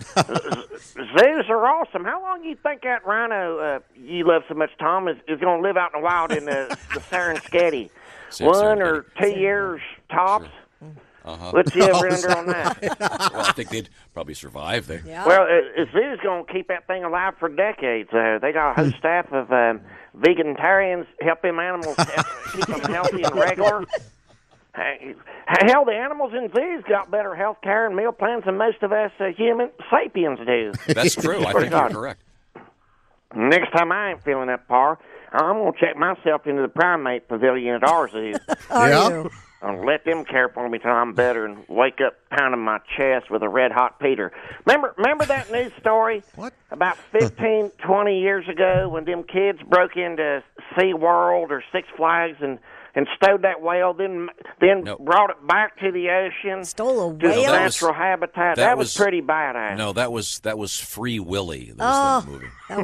[SPEAKER 22] Z- zoos are awesome. How long do you think that rhino uh, you love so much, Tom, is, is going to live out in the wild in the, the Serengeti?
[SPEAKER 9] Ser-
[SPEAKER 22] One or two years tops?
[SPEAKER 9] Uh-huh.
[SPEAKER 22] What's the over under on that?
[SPEAKER 9] well, I think they'd probably survive there.
[SPEAKER 22] Well, uh, a zoo's going to keep that thing alive for decades. Uh, they got a whole staff of um, vegetarians helping animals uh, keep them healthy and regular. Hey, Hell, the animals in zoos got better health care and meal plans than most of us uh, human sapiens do.
[SPEAKER 9] That's true. I
[SPEAKER 22] Swear to
[SPEAKER 9] think you're
[SPEAKER 22] God.
[SPEAKER 9] correct.
[SPEAKER 22] Next time I ain't feeling up par, I'm going to check myself into the primate pavilion at our zoo.
[SPEAKER 7] Are Yeah. you?
[SPEAKER 22] And let them care for me till I'm better and wake up pounding my chest with a red hot Peter. Remember, remember that news story? What? About 15, 20 years ago when them kids broke into SeaWorld or Six Flags and and stowed that whale, then then
[SPEAKER 9] Nope.
[SPEAKER 22] brought it back to the ocean, stole a to
[SPEAKER 9] whale?
[SPEAKER 22] its
[SPEAKER 9] No, that was-
[SPEAKER 22] natural habitat.
[SPEAKER 9] that
[SPEAKER 22] Uh, That,
[SPEAKER 9] was-
[SPEAKER 22] was, pretty badass.
[SPEAKER 9] No, that was that was Free Willy. That was
[SPEAKER 7] Oh,
[SPEAKER 9] the movie.
[SPEAKER 7] that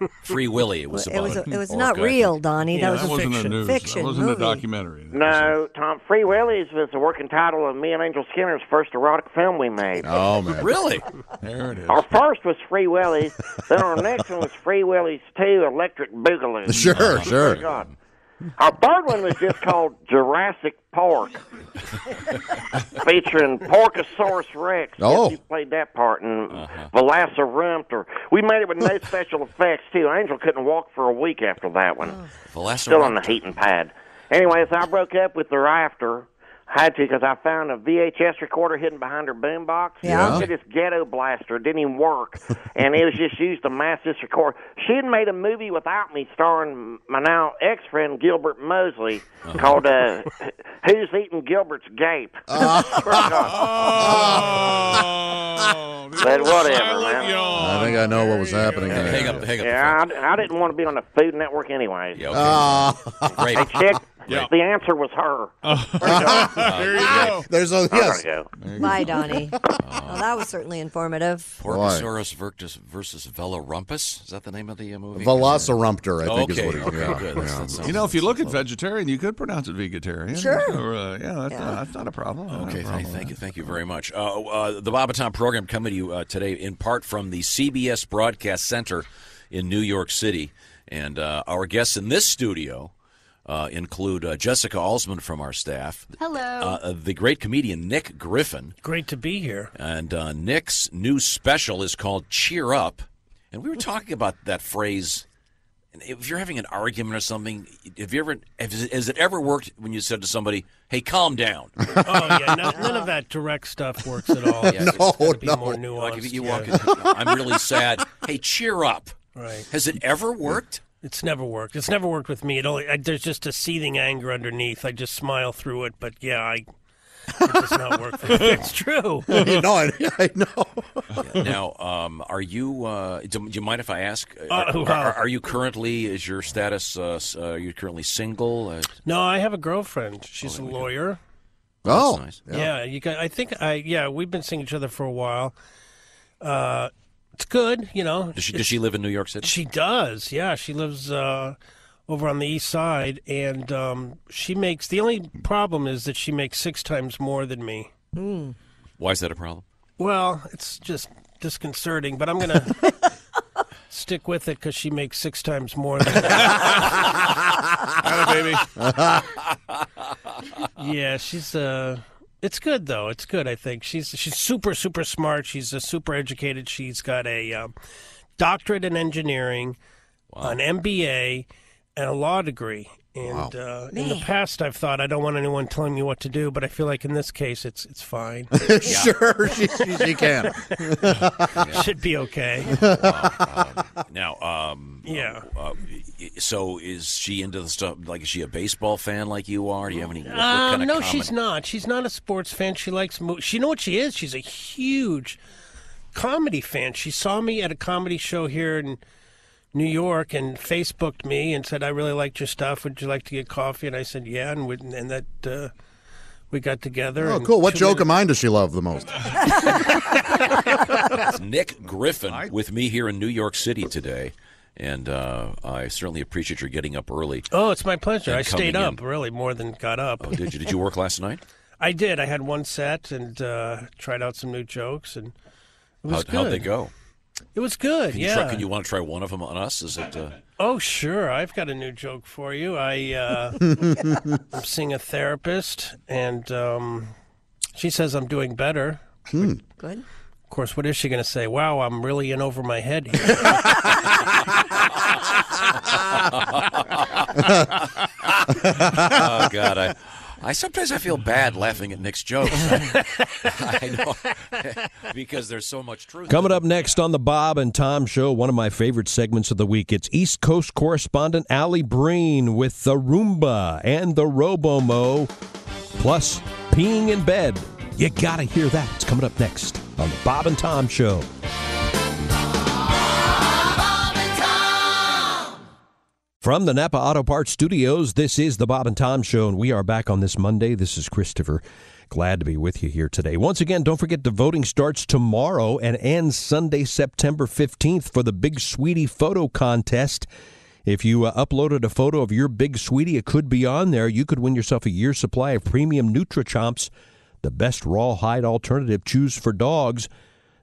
[SPEAKER 7] wa-
[SPEAKER 9] Free Willy. It Oh, was
[SPEAKER 7] It
[SPEAKER 9] about.
[SPEAKER 7] was- it was
[SPEAKER 9] an
[SPEAKER 7] not
[SPEAKER 9] orca.
[SPEAKER 7] real, Donnie. That Yeah, was that a
[SPEAKER 6] wasn't a fiction- news- that
[SPEAKER 7] fiction
[SPEAKER 6] wasn't a movie.
[SPEAKER 7] documentary.
[SPEAKER 22] No, Tom. Free Willies was the working title of me and Angel Skinner's first erotic film we made.
[SPEAKER 6] Oh man,
[SPEAKER 22] Really?
[SPEAKER 6] There it is.
[SPEAKER 22] Our first was Free Willies. then our next one was Free Willies Two: Electric Boogaloo.
[SPEAKER 8] Sure,
[SPEAKER 22] Oh, my
[SPEAKER 8] sure.
[SPEAKER 22] God. Our third one was just called Jurassic Park, featuring Porcosaurus Rex. Guess
[SPEAKER 17] Oh.
[SPEAKER 22] who played that part in
[SPEAKER 8] Uh-huh.
[SPEAKER 22] Velociraptor. We made it with no special effects too. Angel couldn't walk for a week after that one. Still on the heating pad. Anyways, I broke up with her after. Had to because I found a VHS recorder hidden behind her boombox.
[SPEAKER 17] Yeah.
[SPEAKER 22] Look at This ghetto blaster it didn't even work, and it was just used to mask this record. She had made a movie without me, starring my now ex friend Gilbert Mosley, called uh, "Who's Eating Gilbert's Gape." but whatever, man.
[SPEAKER 8] I think I know what was happening. there.
[SPEAKER 22] Yeah, I, I didn't want to be on the Food Network anyway. Yeah,
[SPEAKER 8] Ah. Great.
[SPEAKER 22] Hey, chick,
[SPEAKER 8] Yeah.
[SPEAKER 22] the answer was her.
[SPEAKER 8] There you go. There's a yes.
[SPEAKER 7] Bye, Donnie. well, that was certainly informative.
[SPEAKER 9] Porcosaurus versus, versus Velorumpus. Is that the name of the uh, movie?
[SPEAKER 8] Velociraptor, I
[SPEAKER 9] Oh,
[SPEAKER 8] think
[SPEAKER 9] okay,
[SPEAKER 8] is what it
[SPEAKER 9] okay,
[SPEAKER 8] is.
[SPEAKER 9] good. That's- that sounds-
[SPEAKER 6] You know, if you look at vegetarian, you could pronounce it vegetarian.
[SPEAKER 9] Sure.
[SPEAKER 6] Or, uh, yeah, that's, Not, that's not a problem.
[SPEAKER 9] Okay, thank, thank you, thank you very much. Uh, uh, the Bob and Tom program coming to you uh, today in part from the CBS Broadcast Center in New York City, and uh, our guests in this studio uh, include uh, Jessica Alsman from our staff,
[SPEAKER 18] Hello.
[SPEAKER 9] uh, uh, the great comedian Nick Griffin,
[SPEAKER 18] Great to be here.
[SPEAKER 9] and uh, Nick's new special is called Cheer Up, and we were talking about that phrase. And If you're having an argument or something, have you ever has it- has it ever worked when you said to somebody, "Hey, calm down"?
[SPEAKER 18] Oh yeah, no, none of that direct stuff works at all.
[SPEAKER 9] Yeah,
[SPEAKER 18] It's
[SPEAKER 9] it's
[SPEAKER 18] gotta
[SPEAKER 9] gotta
[SPEAKER 18] be more nuanced.
[SPEAKER 9] Like if you
[SPEAKER 18] yeah.
[SPEAKER 9] walk in, I'm really sad. Hey, cheer up.
[SPEAKER 18] Right.
[SPEAKER 9] Has it ever worked?
[SPEAKER 18] It's never worked. It's never worked with me. It only I, there's just a seething anger underneath. I just smile through it, but yeah, I it does not work. For me. It's true.
[SPEAKER 9] know. Now, um, are you? Uh, do, do you mind if I ask?
[SPEAKER 18] Uh,
[SPEAKER 9] are,
[SPEAKER 18] wow.
[SPEAKER 9] are- are you currently? Is your status? Uh, s- uh, are you currently single? Uh,
[SPEAKER 18] No, I have a girlfriend. She's a lawyer.
[SPEAKER 9] Oh, that's
[SPEAKER 18] yeah.
[SPEAKER 9] nice.
[SPEAKER 18] You guys, I think I yeah we've been seeing each other for a while. Uh, it's good, you know.
[SPEAKER 9] does she? Does she live in New York City?
[SPEAKER 18] She does. Yeah, she lives uh, over on the east side, and um, she makes. The only problem is that she makes six times more than me. Hmm.
[SPEAKER 9] Why is that a problem?
[SPEAKER 18] Well, it's just disconcerting, but I'm gonna stick with it because she makes six times more than me. yeah, she's uh it's good though. It's good. I think she's she's super super smart. She's uh, super educated. She's got a um, doctorate in engineering, an MBA, and a law degree. And uh, in the past, I've thought I don't want anyone telling me what to do, but I feel like in this case, it's it's fine.
[SPEAKER 8] Sure, she- she- she can.
[SPEAKER 18] Should be okay.
[SPEAKER 9] Wow. Um, now, um,
[SPEAKER 18] Yeah.
[SPEAKER 9] Uh, so, is she into the stuff? Like, is she a baseball fan like you are? Do you have any? what
[SPEAKER 18] Um,
[SPEAKER 9] kind of
[SPEAKER 18] no,
[SPEAKER 9] common-
[SPEAKER 18] she's not. She's not a sports fan. She likes. Mo- she know what she is. She's a huge comedy fan. She saw me at a comedy show here in New York and Facebooked me and said, "I really liked your stuff. Would you like to get coffee?" And I said, "Yeah." And we, and that uh, we got together.
[SPEAKER 8] Oh,
[SPEAKER 18] and
[SPEAKER 8] cool. What
[SPEAKER 18] two
[SPEAKER 8] joke
[SPEAKER 18] minutes-
[SPEAKER 8] of mine does she love the most?
[SPEAKER 9] It's Nick Griffin with me here in New York City today, and uh, I certainly appreciate your getting up early.
[SPEAKER 18] Oh, it's my pleasure.
[SPEAKER 9] And
[SPEAKER 18] I stayed
[SPEAKER 9] coming in.
[SPEAKER 18] up really more than got up.
[SPEAKER 9] Oh, did you did you work last night?
[SPEAKER 18] I did. I had one set and uh, tried out some new jokes and. It was
[SPEAKER 9] How'd, how'd they
[SPEAKER 18] good.
[SPEAKER 9] go?
[SPEAKER 18] It was good.
[SPEAKER 9] Can
[SPEAKER 18] yeah.
[SPEAKER 9] you try, can you want to try one of them on us? Is it? Uh,
[SPEAKER 18] Oh, sure. I've got a new joke for you. I uh, I'm seeing a therapist, and um, she says I'm doing better.
[SPEAKER 7] Good.
[SPEAKER 18] Of course, what is she going to say? Wow, I'm really in over my head here.
[SPEAKER 9] oh God, I, I sometimes I feel bad laughing at Nick's jokes. I, know because there's so much truth.
[SPEAKER 11] Coming up next on the Bob and Tom Show, one of my favorite segments of the week. It's East Coast correspondent Allie Breen with the Roomba and the Robomo, plus peeing in bed. You gotta hear that. It's coming up next on the Bob and Tom Show. From the Napa Auto Parts Studios, this is the Bob and Tom Show, and we are back on this Monday. This is Christopher. Glad to be with you here today. Once again, don't forget the voting starts tomorrow and ends Sunday, September 15th for the Big Sweetie Photo Contest. If you uh, uploaded a photo of your Big Sweetie, it could be on there. You could win yourself a year's supply of premium NutriChomps, the best rawhide alternative choose for dogs.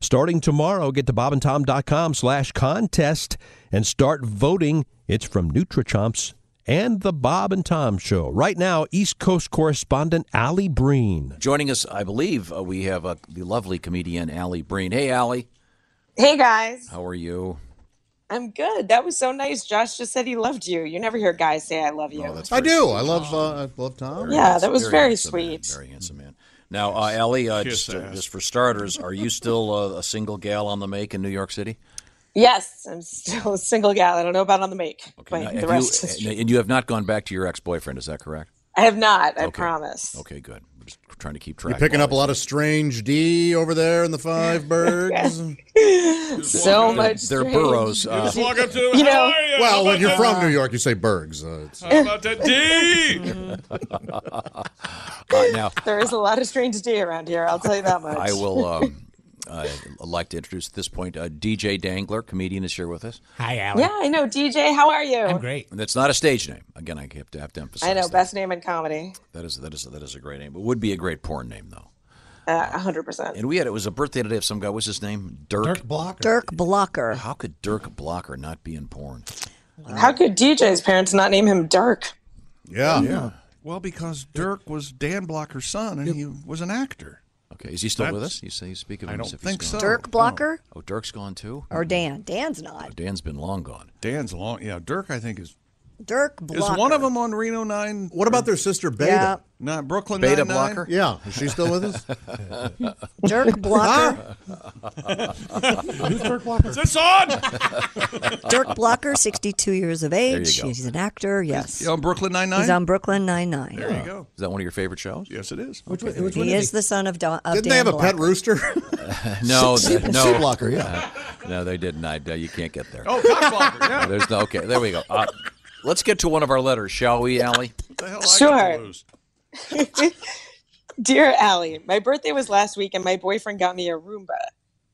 [SPEAKER 11] Starting tomorrow, get to bobandtom.com slash contest and start voting. It's from NutriChomps and the Bob and Tom Show. Right now, East Coast correspondent Ali Breen.
[SPEAKER 9] Joining us, I believe, uh, we have uh, the lovely comedian Allie Breen. Hey, Allie,
[SPEAKER 19] Hey guys,
[SPEAKER 9] how are you?
[SPEAKER 19] I'm good. That was so nice. Josh just said he loved you. You never hear guys say I love you.
[SPEAKER 9] Oh,
[SPEAKER 8] I do. I love uh, I love Tom.
[SPEAKER 19] yeah, that was very,
[SPEAKER 9] handsome
[SPEAKER 19] sweet.
[SPEAKER 9] Very handsome man. Now, uh, Allie, uh, just, uh, just for starters, are you still uh, a single gal on the make in New York City?
[SPEAKER 19] Yes, I'm still a single gal. I don't know about on the make,
[SPEAKER 9] Now,
[SPEAKER 19] but
[SPEAKER 9] have
[SPEAKER 19] the
[SPEAKER 9] you-
[SPEAKER 19] rest is
[SPEAKER 9] and- and you have not gone back to your ex boyfriend, is that correct?
[SPEAKER 19] I have not. I promise.
[SPEAKER 9] Okay, good. We're just trying to keep
[SPEAKER 8] You're
[SPEAKER 9] track.
[SPEAKER 8] picking up a lot of strange D over there in the five birds.
[SPEAKER 19] So much.
[SPEAKER 9] They're
[SPEAKER 19] strange.
[SPEAKER 9] burrows.
[SPEAKER 8] uh,
[SPEAKER 19] Just
[SPEAKER 8] walk
[SPEAKER 19] up to you know.
[SPEAKER 8] well, when you're from New York, you say bergs. Uh, it's-
[SPEAKER 19] How about that D?
[SPEAKER 9] uh, now,
[SPEAKER 19] There is a lot of strange D around here. I'll tell you that much.
[SPEAKER 9] I will um, uh, like to introduce at this point uh, DJ Dangler, comedian, is here with us. Hi,
[SPEAKER 19] yeah, I know. DJ, how are you? I'm
[SPEAKER 9] great. And that's not a stage name. Again, I have to have to emphasize.
[SPEAKER 19] I know. Best name in comedy.
[SPEAKER 9] That is that is that is a great name. It would be a great porn name though.
[SPEAKER 19] Uh, 100%.
[SPEAKER 9] And we had it was a birthday today of some guy. What's his name? Dirk. Dirk
[SPEAKER 19] Blocker.
[SPEAKER 7] Dirk Blocker.
[SPEAKER 9] How could Dirk Blocker not be in porn?
[SPEAKER 19] How could DJ's parents not name him Dirk?
[SPEAKER 8] Yeah.
[SPEAKER 6] Yeah. Well, because Dirk was Dan Blocker's son, and he was an actor.
[SPEAKER 9] Okay, is he still with
[SPEAKER 6] That's-
[SPEAKER 9] us? You say you speak of
[SPEAKER 6] I
[SPEAKER 9] him.
[SPEAKER 6] don't
[SPEAKER 9] as if
[SPEAKER 6] think
[SPEAKER 9] he's
[SPEAKER 6] so.
[SPEAKER 9] gone.
[SPEAKER 7] Dirk Blocker
[SPEAKER 9] Oh, Dirk's gone too.
[SPEAKER 7] or Dan? Dan's not.
[SPEAKER 9] Dan's been long gone.
[SPEAKER 6] Dan's long. Yeah, Dirk, I think, is.
[SPEAKER 7] Dirk
[SPEAKER 6] Is
[SPEAKER 7] Blocker.
[SPEAKER 6] one of them on Reno 9?
[SPEAKER 8] What about their sister Beta?
[SPEAKER 7] Yeah.
[SPEAKER 6] Not Brooklyn
[SPEAKER 8] Beta
[SPEAKER 6] 99?
[SPEAKER 8] Blocker? Yeah. Is she still with us?
[SPEAKER 7] Dirk Blocker.
[SPEAKER 8] Who's Dirk Blocker?
[SPEAKER 6] Is this on?
[SPEAKER 7] Dirk Blocker, 62 years of
[SPEAKER 9] you
[SPEAKER 7] age.
[SPEAKER 9] go.
[SPEAKER 7] He's an actor. Yes.
[SPEAKER 6] on Brooklyn Nine-Nine?
[SPEAKER 7] He's on Brooklyn Nine Nine.
[SPEAKER 9] you go. Is that one of your favorite shows?
[SPEAKER 6] Yes, it is.
[SPEAKER 7] Which, he is the son of, Don, of Dan
[SPEAKER 8] Didn't they have a pet
[SPEAKER 7] Blocker.
[SPEAKER 8] rooster?
[SPEAKER 9] no,
[SPEAKER 8] C-
[SPEAKER 9] the-
[SPEAKER 8] C-
[SPEAKER 9] no.
[SPEAKER 8] C blocker, yeah.
[SPEAKER 9] Uh, no, they didn't. I, uh, you can't get there.
[SPEAKER 6] Oh, cock blocker. Yeah.
[SPEAKER 9] There's no. Okay, there we go. Uh, let's get to one of our letters, shall we, Allie?
[SPEAKER 19] Sure. Dear Allie, my birthday was last week and my boyfriend got me a Roomba.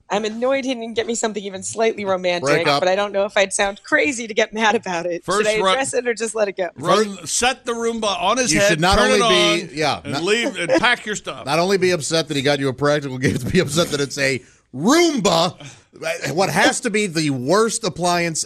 [SPEAKER 19] I'm annoyed he didn't get me something even slightly romantic,
[SPEAKER 6] Break up.
[SPEAKER 19] but I don't know if I'd sound crazy to get mad about it.
[SPEAKER 6] First
[SPEAKER 19] Should I
[SPEAKER 6] run-
[SPEAKER 19] address it or just let it go?
[SPEAKER 6] Run, set the Roomba on his
[SPEAKER 8] You
[SPEAKER 6] head.
[SPEAKER 8] should not
[SPEAKER 6] turn
[SPEAKER 8] only
[SPEAKER 6] it
[SPEAKER 8] be-
[SPEAKER 6] on,
[SPEAKER 8] yeah,
[SPEAKER 6] and
[SPEAKER 8] not-
[SPEAKER 6] leave and pack your stuff.
[SPEAKER 8] Not only be upset that he got you a practical gift, be upset that it's a Roomba, what has to be the worst appliance.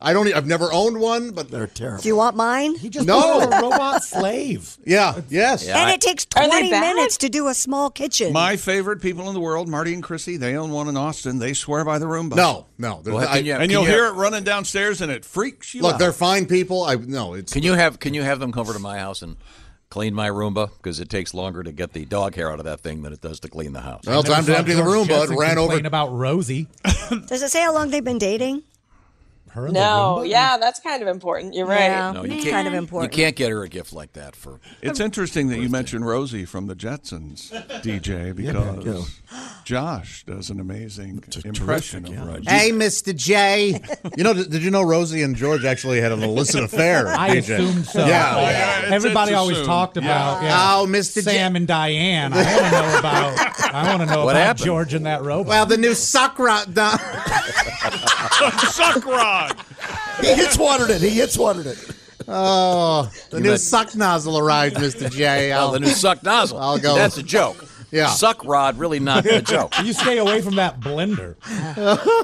[SPEAKER 8] I don't. e, I've never owned one, but they're terrible.
[SPEAKER 7] Do you want mine? He
[SPEAKER 8] just No. bought a robot
[SPEAKER 7] slave.
[SPEAKER 8] Yeah. Yes.
[SPEAKER 7] and it takes
[SPEAKER 19] Are they
[SPEAKER 7] 20
[SPEAKER 19] bad?
[SPEAKER 7] minutes to do a small kitchen.
[SPEAKER 6] My favorite people in the world, Marty and Chrissy, they own one in Austin. They swear by the Roomba.
[SPEAKER 8] No, no, there's Well, not- can you-
[SPEAKER 6] and
[SPEAKER 8] can
[SPEAKER 6] you'll
[SPEAKER 8] you-
[SPEAKER 6] hear it running downstairs, and it freaks you
[SPEAKER 8] Look,
[SPEAKER 6] out.
[SPEAKER 8] they're fine people. I no. It's
[SPEAKER 9] Can you have Can you have them come over to my house and clean my Roomba? Because it takes longer to get the dog hair out of that thing than it does to clean the house.
[SPEAKER 8] Well, time to empty the room, bud. Ran over.
[SPEAKER 20] about Rosie.
[SPEAKER 7] Does it say how long they've been dating?
[SPEAKER 20] Her
[SPEAKER 19] No, yeah, that's kind of important. You're right.
[SPEAKER 7] Yeah, No, you it's can't- kind of important.
[SPEAKER 9] You can't get her a gift like that for.
[SPEAKER 6] It's interesting that you mentioned Rosie from the Jetsons, DJ, because Josh does an amazing impression of Rosie.
[SPEAKER 8] Mr. J. you know, did, did you know Rosie and George actually had an illicit affair?
[SPEAKER 20] I
[SPEAKER 8] DJ?
[SPEAKER 20] assumed so. Oh,
[SPEAKER 8] Yeah.
[SPEAKER 20] Everybody
[SPEAKER 8] it's
[SPEAKER 20] always
[SPEAKER 8] assumed.
[SPEAKER 20] talked about
[SPEAKER 8] Yeah.
[SPEAKER 20] yeah,
[SPEAKER 8] Oh, Mr. J-
[SPEAKER 20] Sam and Diane. I want to know about. I want to know
[SPEAKER 8] What
[SPEAKER 20] about
[SPEAKER 8] happened?
[SPEAKER 20] George and that robot.
[SPEAKER 8] Well, the new sock rod.
[SPEAKER 6] suck rod.
[SPEAKER 3] He hits watered it. He hits watered it.
[SPEAKER 8] Oh, the
[SPEAKER 9] You
[SPEAKER 8] new
[SPEAKER 9] bet.
[SPEAKER 8] suck nozzle arrived, Mr. J.
[SPEAKER 9] Well,
[SPEAKER 8] I'll-
[SPEAKER 9] the new suck nozzle.
[SPEAKER 8] I'll go.
[SPEAKER 9] That's a joke.
[SPEAKER 8] Yeah.
[SPEAKER 9] Suck rod, really not a joke.
[SPEAKER 20] you stay away from that blender.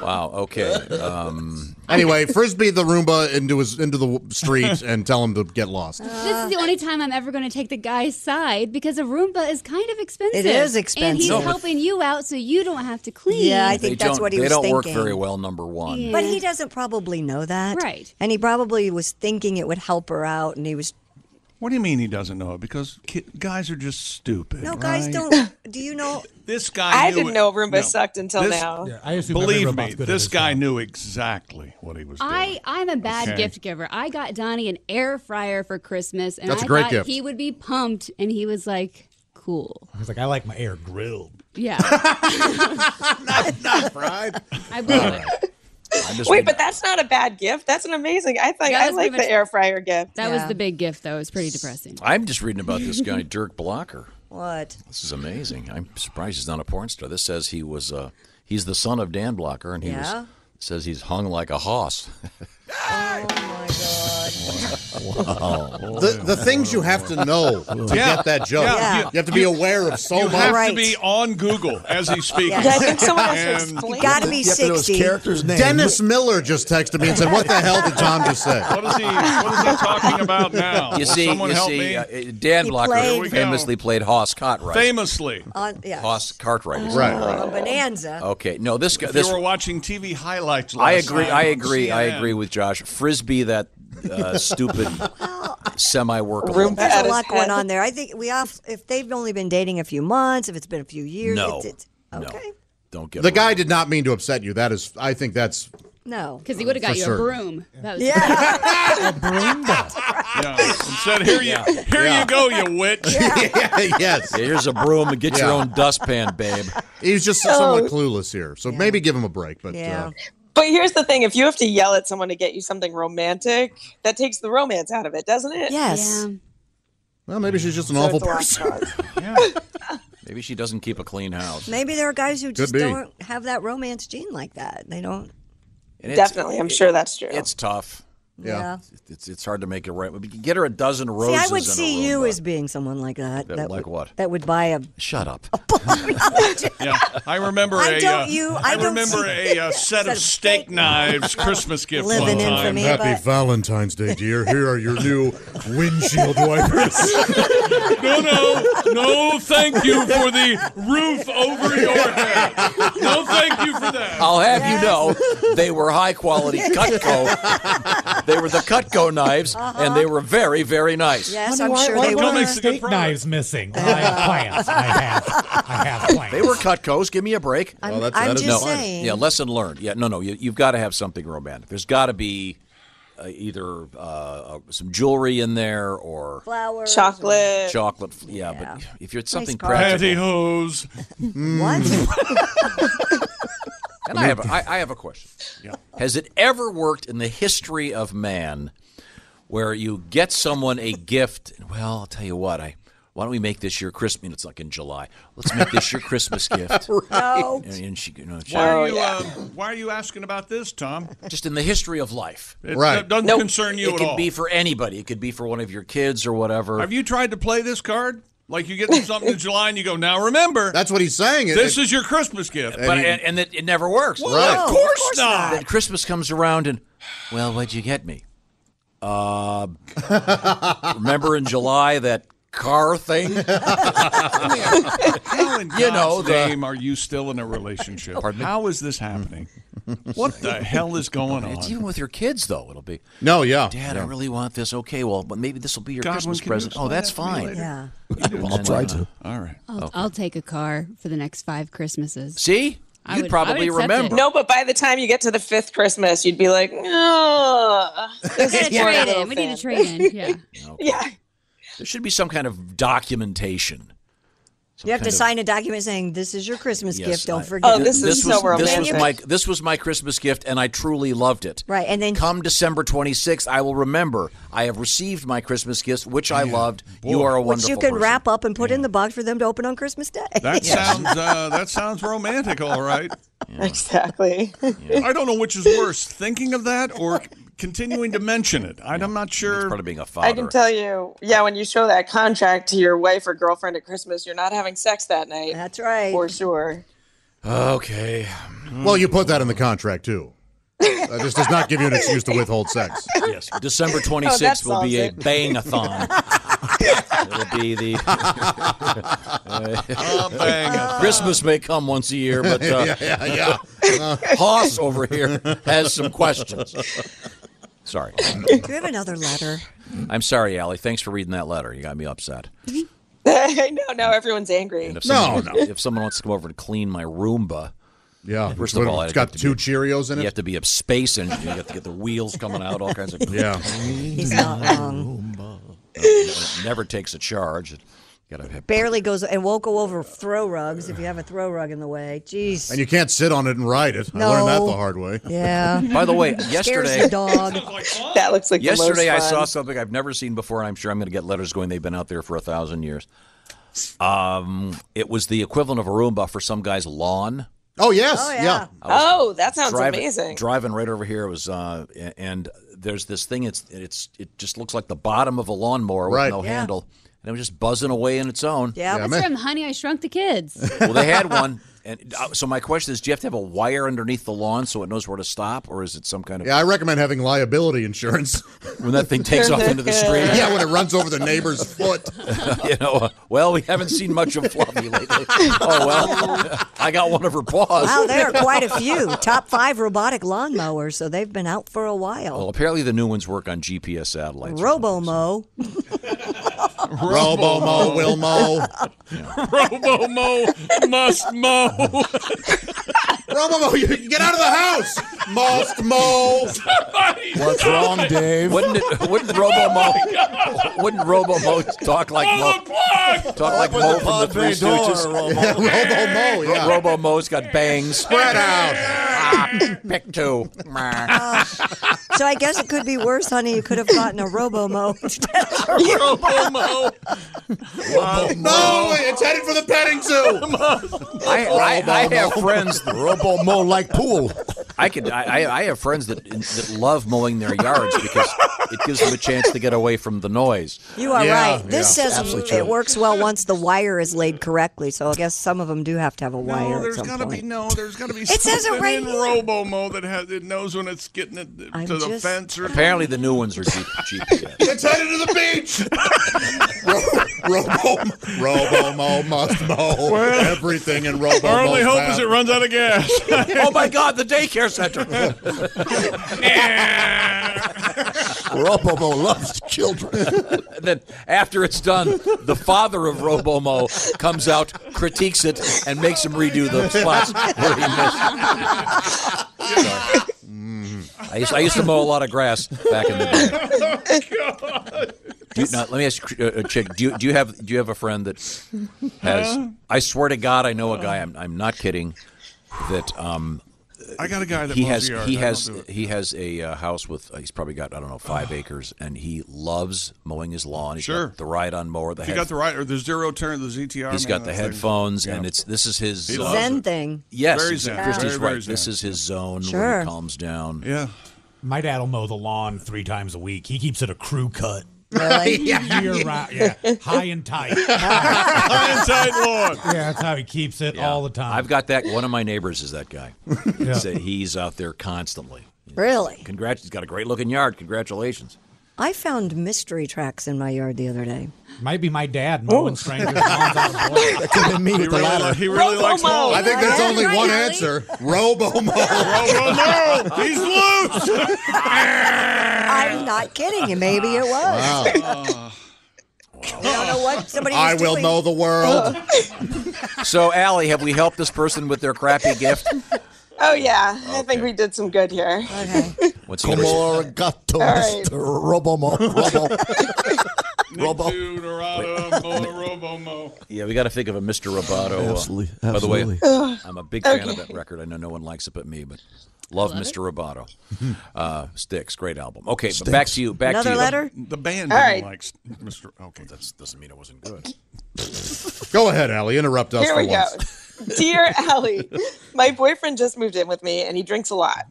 [SPEAKER 9] Wow. Okay. Um,
[SPEAKER 8] Anyway, frisbee the Roomba into his into the w- street and tell him to get lost.
[SPEAKER 21] This is the only time I'm ever going to take the guy's side because a Roomba is kind of expensive.
[SPEAKER 7] It is
[SPEAKER 21] And
[SPEAKER 7] expensive.
[SPEAKER 21] he's
[SPEAKER 7] No, but-
[SPEAKER 21] helping you out so you don't have to clean.
[SPEAKER 7] Yeah, I think
[SPEAKER 9] they
[SPEAKER 7] that's
[SPEAKER 9] don't-
[SPEAKER 7] what he
[SPEAKER 9] they
[SPEAKER 7] was
[SPEAKER 9] don't
[SPEAKER 7] thinking.
[SPEAKER 9] work very well. Number one.
[SPEAKER 7] But he doesn't probably know that.
[SPEAKER 21] Right.
[SPEAKER 7] And he probably was thinking it would help her out, and he was.
[SPEAKER 6] What do you mean he doesn't know it? Because ki- guys are just stupid.
[SPEAKER 7] No, guys
[SPEAKER 6] right?
[SPEAKER 7] don't. Do you know?
[SPEAKER 6] This
[SPEAKER 19] I,
[SPEAKER 6] guy. knew
[SPEAKER 19] didn't
[SPEAKER 6] it-
[SPEAKER 19] know Roomba
[SPEAKER 6] no.
[SPEAKER 19] sucked until
[SPEAKER 6] This-
[SPEAKER 19] now.
[SPEAKER 6] Believe
[SPEAKER 20] robot's
[SPEAKER 6] me,
[SPEAKER 20] good at
[SPEAKER 6] this
[SPEAKER 20] his
[SPEAKER 6] guy knew exactly what he was doing.
[SPEAKER 21] I, I'm a bad
[SPEAKER 6] Okay.
[SPEAKER 21] gift giver. I got Donnie an air fryer for Christmas, and
[SPEAKER 6] That's
[SPEAKER 21] I
[SPEAKER 6] a great
[SPEAKER 21] thought
[SPEAKER 6] gift.
[SPEAKER 21] he would be pumped, and he was like, cool.
[SPEAKER 20] He's like, I like my air grilled.
[SPEAKER 21] Yeah.
[SPEAKER 8] not fried.
[SPEAKER 21] I blew it.
[SPEAKER 9] just
[SPEAKER 19] Wait,
[SPEAKER 9] mean-
[SPEAKER 19] but that's not a bad gift. That's an amazing. I think
[SPEAKER 3] That
[SPEAKER 19] I
[SPEAKER 3] was
[SPEAKER 19] like
[SPEAKER 3] pretty
[SPEAKER 19] the
[SPEAKER 3] much-
[SPEAKER 19] air fryer gift.
[SPEAKER 3] That was the big gift, though. It was pretty depressing.
[SPEAKER 9] I'm just reading about this guy, Dirk Blocker.
[SPEAKER 7] What?
[SPEAKER 9] This is amazing. I'm surprised he's not a porn star. This says he was uh, he's the son of Dan Blocker, and he
[SPEAKER 7] Yeah?
[SPEAKER 9] was, says he's hung like a hoss.
[SPEAKER 6] Oh,
[SPEAKER 8] The, the things you have to know to
[SPEAKER 9] Oh, Yeah.
[SPEAKER 8] get that joke.
[SPEAKER 9] Yeah.
[SPEAKER 8] You have to be aware of so
[SPEAKER 6] you
[SPEAKER 8] much.
[SPEAKER 6] have to be on Google as he speaks.
[SPEAKER 8] Yeah, I think someone else
[SPEAKER 6] And-
[SPEAKER 8] explained
[SPEAKER 7] You gotta be
[SPEAKER 8] You have to know his
[SPEAKER 7] 60.
[SPEAKER 8] character's name. Dennis Miller just texted me and said, "What the hell did Tom just say?"
[SPEAKER 6] What is he? What is he talking about now?
[SPEAKER 9] You see,
[SPEAKER 6] Someone
[SPEAKER 9] you
[SPEAKER 6] help
[SPEAKER 9] see,
[SPEAKER 6] me.
[SPEAKER 9] uh, uh, Dan
[SPEAKER 7] He
[SPEAKER 9] Blocker
[SPEAKER 7] played- Here we go.
[SPEAKER 9] famously played Hoss Cartwright.
[SPEAKER 6] Famously.
[SPEAKER 3] uh,
[SPEAKER 7] On, yeah.
[SPEAKER 9] Hoss Cartwright. is
[SPEAKER 6] Right,
[SPEAKER 9] it?
[SPEAKER 6] right.
[SPEAKER 7] A Oh, bonanza.
[SPEAKER 9] Okay, no, this guy.
[SPEAKER 6] If
[SPEAKER 9] This
[SPEAKER 6] you were watching TV highlights. Last
[SPEAKER 9] I agree.
[SPEAKER 6] night
[SPEAKER 9] I
[SPEAKER 6] on
[SPEAKER 9] agree. I
[SPEAKER 6] CNN.
[SPEAKER 9] agree with Josh. Frisbee that uh, stupid semi-workable.
[SPEAKER 7] There's a lot going on there. I think we off if they've only been dating a few months, if it's been a few years,
[SPEAKER 8] No.
[SPEAKER 7] it's, it's okay.
[SPEAKER 9] Don't
[SPEAKER 8] The guy did not mean to upset you. That is, I think that's
[SPEAKER 7] No,
[SPEAKER 3] because he would have got
[SPEAKER 8] For
[SPEAKER 3] you
[SPEAKER 8] certain.
[SPEAKER 3] a broom. That was
[SPEAKER 7] yeah.
[SPEAKER 3] a broom.
[SPEAKER 6] Instead, here you here
[SPEAKER 9] Yeah.
[SPEAKER 6] you go, you witch.
[SPEAKER 8] yes.
[SPEAKER 9] here's a broom and get your
[SPEAKER 8] Yeah.
[SPEAKER 9] own dustpan, babe.
[SPEAKER 8] He's just somewhat clueless here, so maybe give him a break. But uh,
[SPEAKER 19] But here's the thing: if you have to yell at someone to get you something romantic, that takes the romance out of it, doesn't it?
[SPEAKER 7] Yes.
[SPEAKER 8] well, maybe she's just an
[SPEAKER 19] So
[SPEAKER 8] awful
[SPEAKER 19] it's a lot
[SPEAKER 8] person.
[SPEAKER 9] Maybe she doesn't keep a clean house.
[SPEAKER 7] Maybe there are guys who
[SPEAKER 9] Could
[SPEAKER 7] just
[SPEAKER 9] be.
[SPEAKER 7] don't have that romance gene like that. They don't.
[SPEAKER 9] And it's-
[SPEAKER 7] Definitely,
[SPEAKER 19] I'm sure that's true.
[SPEAKER 9] It's tough.
[SPEAKER 7] Yeah. Yeah.
[SPEAKER 9] It's it's hard to make it right. But you can Get her a dozen
[SPEAKER 7] See,
[SPEAKER 9] roses.
[SPEAKER 7] I would
[SPEAKER 9] and a
[SPEAKER 7] see
[SPEAKER 9] room.
[SPEAKER 7] you as being someone like that.
[SPEAKER 9] That-
[SPEAKER 7] that
[SPEAKER 9] like
[SPEAKER 7] would,
[SPEAKER 9] what?
[SPEAKER 7] That would buy a. Oh,
[SPEAKER 9] Shut up.
[SPEAKER 6] Yeah, I remember
[SPEAKER 7] I
[SPEAKER 6] a.
[SPEAKER 7] don't-
[SPEAKER 6] uh,
[SPEAKER 7] you- I
[SPEAKER 6] I,
[SPEAKER 7] don't
[SPEAKER 6] remember
[SPEAKER 7] see-
[SPEAKER 6] a uh, set, of steak knives Christmas gift
[SPEAKER 7] Living
[SPEAKER 6] one
[SPEAKER 7] in
[SPEAKER 6] time.
[SPEAKER 7] for me, Happy but-
[SPEAKER 8] Valentine's Day, dear. Here are your new windshield wipers.
[SPEAKER 6] No, no, no! Thank you for the roof over your head. No, thank you for that.
[SPEAKER 9] I'll have you know, they were high quality Cutco. they were the Cutco knives, and they were very, very nice.
[SPEAKER 7] Uh-huh. Yes,
[SPEAKER 15] Wonder
[SPEAKER 7] I'm
[SPEAKER 15] why-
[SPEAKER 7] sure
[SPEAKER 15] why
[SPEAKER 7] they
[SPEAKER 15] don't
[SPEAKER 7] were.
[SPEAKER 15] my steak knives missing.
[SPEAKER 3] Uh,
[SPEAKER 15] Well, I have plans. I have, I have plans.
[SPEAKER 9] They were Cutcos. Give me a break.
[SPEAKER 7] I'm- Well, that's- I'm that is just
[SPEAKER 9] no,
[SPEAKER 7] saying-
[SPEAKER 9] Yeah, lesson learned. Yeah, no, no. You, you've got to have something romantic. There's got to be uh, either uh, uh, some jewelry in there or
[SPEAKER 7] Flowers.
[SPEAKER 19] Chocolate.
[SPEAKER 9] chocolate. Yeah, but if you're something
[SPEAKER 6] card.
[SPEAKER 9] practical.
[SPEAKER 6] Pantyhose.
[SPEAKER 9] Mm. And I have a, I, I have a question. Has it ever worked in the history of man where you get someone a gift? and, Well, I'll tell you what. I why don't we make this your Christmas? it's like in July. Let's make this your Christmas gift.
[SPEAKER 6] No.
[SPEAKER 9] And, and she, you know, she-
[SPEAKER 6] Why
[SPEAKER 7] Oh,
[SPEAKER 6] are you? Uh, why are you asking about this, Tom?
[SPEAKER 9] Just in the history of life.
[SPEAKER 6] It Right. doesn't concern you
[SPEAKER 9] It
[SPEAKER 6] at
[SPEAKER 9] could
[SPEAKER 6] all.
[SPEAKER 9] be for anybody. It could be for one of your kids or whatever.
[SPEAKER 6] Have you tried to play this card? Like you get them something in July and you go, now remember.
[SPEAKER 8] That's what he's saying.
[SPEAKER 9] It-
[SPEAKER 6] This
[SPEAKER 9] it-
[SPEAKER 6] is your Christmas gift.
[SPEAKER 9] but and, and it, it never works.
[SPEAKER 6] Well, Right. of
[SPEAKER 9] Of
[SPEAKER 6] course
[SPEAKER 9] course,
[SPEAKER 6] not.
[SPEAKER 9] not. Then Christmas comes around and, well, what'd you get me? Uh, remember in July that car thing?
[SPEAKER 6] How in
[SPEAKER 9] You know,
[SPEAKER 6] God's
[SPEAKER 9] the-
[SPEAKER 6] name are you still in a relationship?
[SPEAKER 9] Pardon me?
[SPEAKER 6] How is this happening? What the hell is going on?
[SPEAKER 9] It's even with your kids, though. It'll be
[SPEAKER 8] No, yeah.
[SPEAKER 9] Dad, I
[SPEAKER 8] Yeah.
[SPEAKER 9] really want this. Okay, well, but maybe this will be your
[SPEAKER 6] Godwin,
[SPEAKER 9] Christmas
[SPEAKER 6] can you
[SPEAKER 9] present. Oh,
[SPEAKER 6] explain
[SPEAKER 9] that's
[SPEAKER 6] that to me
[SPEAKER 9] fine. uh,
[SPEAKER 6] later?
[SPEAKER 3] Yeah.
[SPEAKER 9] I'll
[SPEAKER 3] try
[SPEAKER 9] to.
[SPEAKER 6] All right.
[SPEAKER 3] I'll, I'll take a car for the next five Christmases.
[SPEAKER 9] Oh. See?
[SPEAKER 3] I
[SPEAKER 9] You'd
[SPEAKER 3] would- I
[SPEAKER 9] probably
[SPEAKER 3] would accept it.
[SPEAKER 9] remember.
[SPEAKER 19] No, but by the time you get to the fifth Christmas, you'd be like, oh,
[SPEAKER 3] We need a trade in. We need a trade in. Yeah.
[SPEAKER 19] Yeah.
[SPEAKER 9] There should be some kind of documentation.
[SPEAKER 7] You have
[SPEAKER 9] kind
[SPEAKER 7] to
[SPEAKER 9] of-
[SPEAKER 7] sign a document saying this is your Christmas gift. Don't
[SPEAKER 9] I-
[SPEAKER 19] Oh,
[SPEAKER 7] forget.
[SPEAKER 9] was, This was, my, this was my Christmas gift, and I truly loved it.
[SPEAKER 7] Right, and then
[SPEAKER 9] come December 26th, I will remember I have received my Christmas gift, which I loved. You are a
[SPEAKER 7] which
[SPEAKER 9] wonderful
[SPEAKER 7] you can
[SPEAKER 9] person.
[SPEAKER 7] wrap up and put in the box for them to open on Christmas Day.
[SPEAKER 6] That sounds uh, that sounds romantic, all right.
[SPEAKER 19] Exactly.
[SPEAKER 6] I don't know which is worse, thinking of that or continuing to mention it. I- I'm not sure. It's part
[SPEAKER 9] of being a father.
[SPEAKER 19] I can tell you, yeah, when you show that contract to your wife or girlfriend at Christmas, you're not having sex that night.
[SPEAKER 7] That's right.
[SPEAKER 19] For sure.
[SPEAKER 9] Okay.
[SPEAKER 8] Well, you put that in the contract too. Uh, this does not give you an excuse to withhold sex.
[SPEAKER 9] Yes, December
[SPEAKER 8] Oh, that
[SPEAKER 9] 26th will be a
[SPEAKER 8] solves it.
[SPEAKER 9] bang-a-thon. It'll be the Christmas may come once a year, but uh,
[SPEAKER 8] Oh, Yeah, yeah, yeah.
[SPEAKER 9] Hoss over here has some questions. Sorry,
[SPEAKER 7] Do you have another letter?
[SPEAKER 9] I'm sorry, Allie. Thanks for reading that letter. You got me upset.
[SPEAKER 19] no, no, everyone's angry.
[SPEAKER 9] And if someone, If someone wants to come over and clean my Roomba,
[SPEAKER 8] yeah.
[SPEAKER 9] First
[SPEAKER 8] What,
[SPEAKER 9] of all,
[SPEAKER 8] it's
[SPEAKER 9] I'd
[SPEAKER 8] got
[SPEAKER 9] have to
[SPEAKER 8] two
[SPEAKER 9] be-
[SPEAKER 8] Cheerios in it?
[SPEAKER 9] You have to be a space engine. You have to get the wheels coming out, all kinds of
[SPEAKER 8] Yeah.
[SPEAKER 7] He's not wrong.
[SPEAKER 9] Uh, it never takes a charge. It Gotta have
[SPEAKER 7] Barely goes and won't go over throw rugs if you have a throw rug in the way. Jeez.
[SPEAKER 8] And you can't sit on it and ride it. I learned that
[SPEAKER 7] No.
[SPEAKER 8] the hard way.
[SPEAKER 7] Yeah.
[SPEAKER 9] By the way,
[SPEAKER 7] Scares
[SPEAKER 9] yesterday
[SPEAKER 7] the dog.
[SPEAKER 19] that looks like
[SPEAKER 9] yesterday
[SPEAKER 19] The
[SPEAKER 9] I
[SPEAKER 19] most
[SPEAKER 9] saw
[SPEAKER 19] fun.
[SPEAKER 9] something I've never seen before, and I'm sure I'm going to get letters going. They've been out there for a thousand years. Um, it was the equivalent of a Roomba for some guy's lawn.
[SPEAKER 8] Oh yes,
[SPEAKER 9] yeah.
[SPEAKER 19] Oh, that sounds
[SPEAKER 9] driving,
[SPEAKER 19] amazing.
[SPEAKER 9] Driving right over here was, uh, a- and there's this thing. It's it's it just looks like the bottom of a lawnmower
[SPEAKER 8] Right.
[SPEAKER 9] with no
[SPEAKER 8] Yeah.
[SPEAKER 9] handle, and it was just buzzing away in its own.
[SPEAKER 21] That's from Honey, I Shrunk the Kids.
[SPEAKER 9] well, they had one. And uh, so my question is, do you have to have a wire underneath the lawn so it knows where to stop, or is it some kind of
[SPEAKER 8] Yeah, I recommend having liability insurance
[SPEAKER 9] when that thing takes off into the street?
[SPEAKER 8] yeah, when it runs over the neighbor's foot.
[SPEAKER 9] you know, uh, well, we haven't seen much of Fluffy lately. Oh well, I got one of her paws.
[SPEAKER 7] Wow, there are quite a few. Top five robotic lawnmowers, so they've been out for a while.
[SPEAKER 9] Well, apparently the new ones work on GPS satellites.
[SPEAKER 7] Robomo.
[SPEAKER 8] Robomo will mow.
[SPEAKER 4] Robomo must mow.
[SPEAKER 8] Robomo, you get out of the house. Must mow.
[SPEAKER 9] What's wrong, Dave? Wouldn't it, wouldn't
[SPEAKER 6] Oh
[SPEAKER 9] Robomo wouldn't Robomo talk like Mo, talk like Mo
[SPEAKER 8] Open the
[SPEAKER 9] from the
[SPEAKER 8] pod
[SPEAKER 9] Three
[SPEAKER 8] bay door,
[SPEAKER 9] Stooges?
[SPEAKER 8] Robo. Yeah, Robo Mo, yeah.
[SPEAKER 9] Robo Mo's got bangs. Spread out. pick two.
[SPEAKER 7] So I guess it could be worse, honey. You could have gotten a Robomo instead of a
[SPEAKER 8] Robomo.
[SPEAKER 6] Oh,
[SPEAKER 8] No, it's headed for the petting zoo.
[SPEAKER 9] I, I, I have friends.
[SPEAKER 3] Robo Mo like pool.
[SPEAKER 9] I could. I, I I have friends that that love mowing their yards because it gives them a chance to get away from the noise.
[SPEAKER 7] You are
[SPEAKER 9] Yeah,
[SPEAKER 7] right. This
[SPEAKER 9] yeah. Absolutely
[SPEAKER 7] says
[SPEAKER 9] true.
[SPEAKER 7] it works well once the wire is laid correctly. So I guess some of them do have to have a wire. at
[SPEAKER 6] there's
[SPEAKER 7] some
[SPEAKER 6] gotta
[SPEAKER 7] point.
[SPEAKER 6] be no. There's gotta be
[SPEAKER 7] It says it
[SPEAKER 6] something
[SPEAKER 7] right
[SPEAKER 6] in
[SPEAKER 7] here.
[SPEAKER 6] RoboMo that has it knows when it's getting it to
[SPEAKER 7] I'm
[SPEAKER 6] the
[SPEAKER 7] just-
[SPEAKER 6] fence or
[SPEAKER 9] Apparently, the new ones are cheap. cheap.
[SPEAKER 6] It's headed to the beach.
[SPEAKER 8] Robo, Robo Mo must mow. Everything in Robo.
[SPEAKER 6] Our only
[SPEAKER 8] Mo's
[SPEAKER 6] hope
[SPEAKER 8] mouth.
[SPEAKER 6] is it runs out of gas.
[SPEAKER 9] oh my God, the daycare center.
[SPEAKER 3] Robomo loves children.
[SPEAKER 9] And then after it's done, the father of Robomo comes out, critiques it, and makes him redo the spots where he missed. Sorry. I used, I used to mow a lot of grass back in the day.
[SPEAKER 18] Oh,
[SPEAKER 9] Do you, now, let me ask you, uh, uh, Chick. Do you, do you have do you have a friend that has?
[SPEAKER 6] Huh?
[SPEAKER 9] I swear to God, I know a guy. I'm I'm not kidding. That um,
[SPEAKER 6] I got a guy that
[SPEAKER 9] he
[SPEAKER 6] mows
[SPEAKER 9] has
[SPEAKER 6] the yard.
[SPEAKER 9] he
[SPEAKER 6] I
[SPEAKER 9] has
[SPEAKER 6] don't do it.
[SPEAKER 9] he has a uh, house with uh, he's probably got I don't know five acres, and he loves mowing his lawn. He's got
[SPEAKER 6] Sure.
[SPEAKER 9] the ride on mower. The
[SPEAKER 6] If you
[SPEAKER 9] head,
[SPEAKER 6] got the right or the zero turn, the ZTR.
[SPEAKER 9] he's
[SPEAKER 6] man,
[SPEAKER 9] got
[SPEAKER 6] that
[SPEAKER 9] the
[SPEAKER 6] thing.
[SPEAKER 9] headphones, and
[SPEAKER 6] Yeah.
[SPEAKER 9] it's this is his
[SPEAKER 6] He
[SPEAKER 9] uh,
[SPEAKER 6] loves
[SPEAKER 7] Zen it. thing.
[SPEAKER 9] Yes,
[SPEAKER 6] Very
[SPEAKER 9] it's-
[SPEAKER 6] zen.
[SPEAKER 9] Christy's
[SPEAKER 6] Very,
[SPEAKER 9] right.
[SPEAKER 6] very
[SPEAKER 9] This
[SPEAKER 6] zen.
[SPEAKER 9] is his zone where
[SPEAKER 20] Sure.
[SPEAKER 9] he calms down.
[SPEAKER 6] Yeah.
[SPEAKER 20] My dad'll mow the lawn three times a week. He keeps it a crew cut.
[SPEAKER 7] Really?
[SPEAKER 20] yeah. Year round, yeah. High and tight.
[SPEAKER 9] High
[SPEAKER 20] and tight lawn. Yeah, that's how he keeps it all the time.
[SPEAKER 9] I've got that. One of my neighbors is that guy. He's, uh, he's out there constantly.
[SPEAKER 7] Really?
[SPEAKER 9] Congrats! He's got a great looking yard. Congratulations.
[SPEAKER 7] I found mystery tracks in my yard the other day.
[SPEAKER 20] Might be my dad
[SPEAKER 8] Oh.
[SPEAKER 20] mowing strangers' lawns out of order. That
[SPEAKER 3] could have been me
[SPEAKER 20] with the ladder.
[SPEAKER 6] He really likes mowing.
[SPEAKER 8] I think there's only one answer. Robo Mo.
[SPEAKER 3] Oh,
[SPEAKER 6] Robo Mo. He's loose.
[SPEAKER 7] I'm not kidding you. Maybe it was.
[SPEAKER 8] Wow.
[SPEAKER 7] I don't know what somebody was
[SPEAKER 8] I will
[SPEAKER 7] doing.
[SPEAKER 8] mow the world.
[SPEAKER 9] So, Allie, have we helped this person with their crappy gift?
[SPEAKER 19] Oh yeah, I think we did some good here.
[SPEAKER 9] What's the
[SPEAKER 3] Como
[SPEAKER 9] other-
[SPEAKER 3] arigato, Mr. Robomo. Robo.
[SPEAKER 9] Robo.
[SPEAKER 6] Dorado, Mo, Robomo.
[SPEAKER 9] Yeah, we got to think of a Mr. Roboto. Uh,
[SPEAKER 6] Absolutely,
[SPEAKER 9] By
[SPEAKER 6] absolutely.
[SPEAKER 9] the way, I'm a big fan of
[SPEAKER 6] Okay.
[SPEAKER 9] that record. I know no one likes it but me, but love,
[SPEAKER 6] Love it.
[SPEAKER 9] Mr. Roboto.
[SPEAKER 8] Mm-hmm.
[SPEAKER 9] Uh, Sticks, great album. Okay, but back to you. Back to you.
[SPEAKER 6] The band
[SPEAKER 9] All
[SPEAKER 6] didn't
[SPEAKER 9] right.
[SPEAKER 6] like Mr. Okay.
[SPEAKER 9] That doesn't mean it wasn't good.
[SPEAKER 8] Go ahead, Allie. Interrupt us
[SPEAKER 19] Here
[SPEAKER 8] for
[SPEAKER 19] we
[SPEAKER 8] once.
[SPEAKER 19] go. Dear Allie, my boyfriend just moved in with me and he drinks a lot,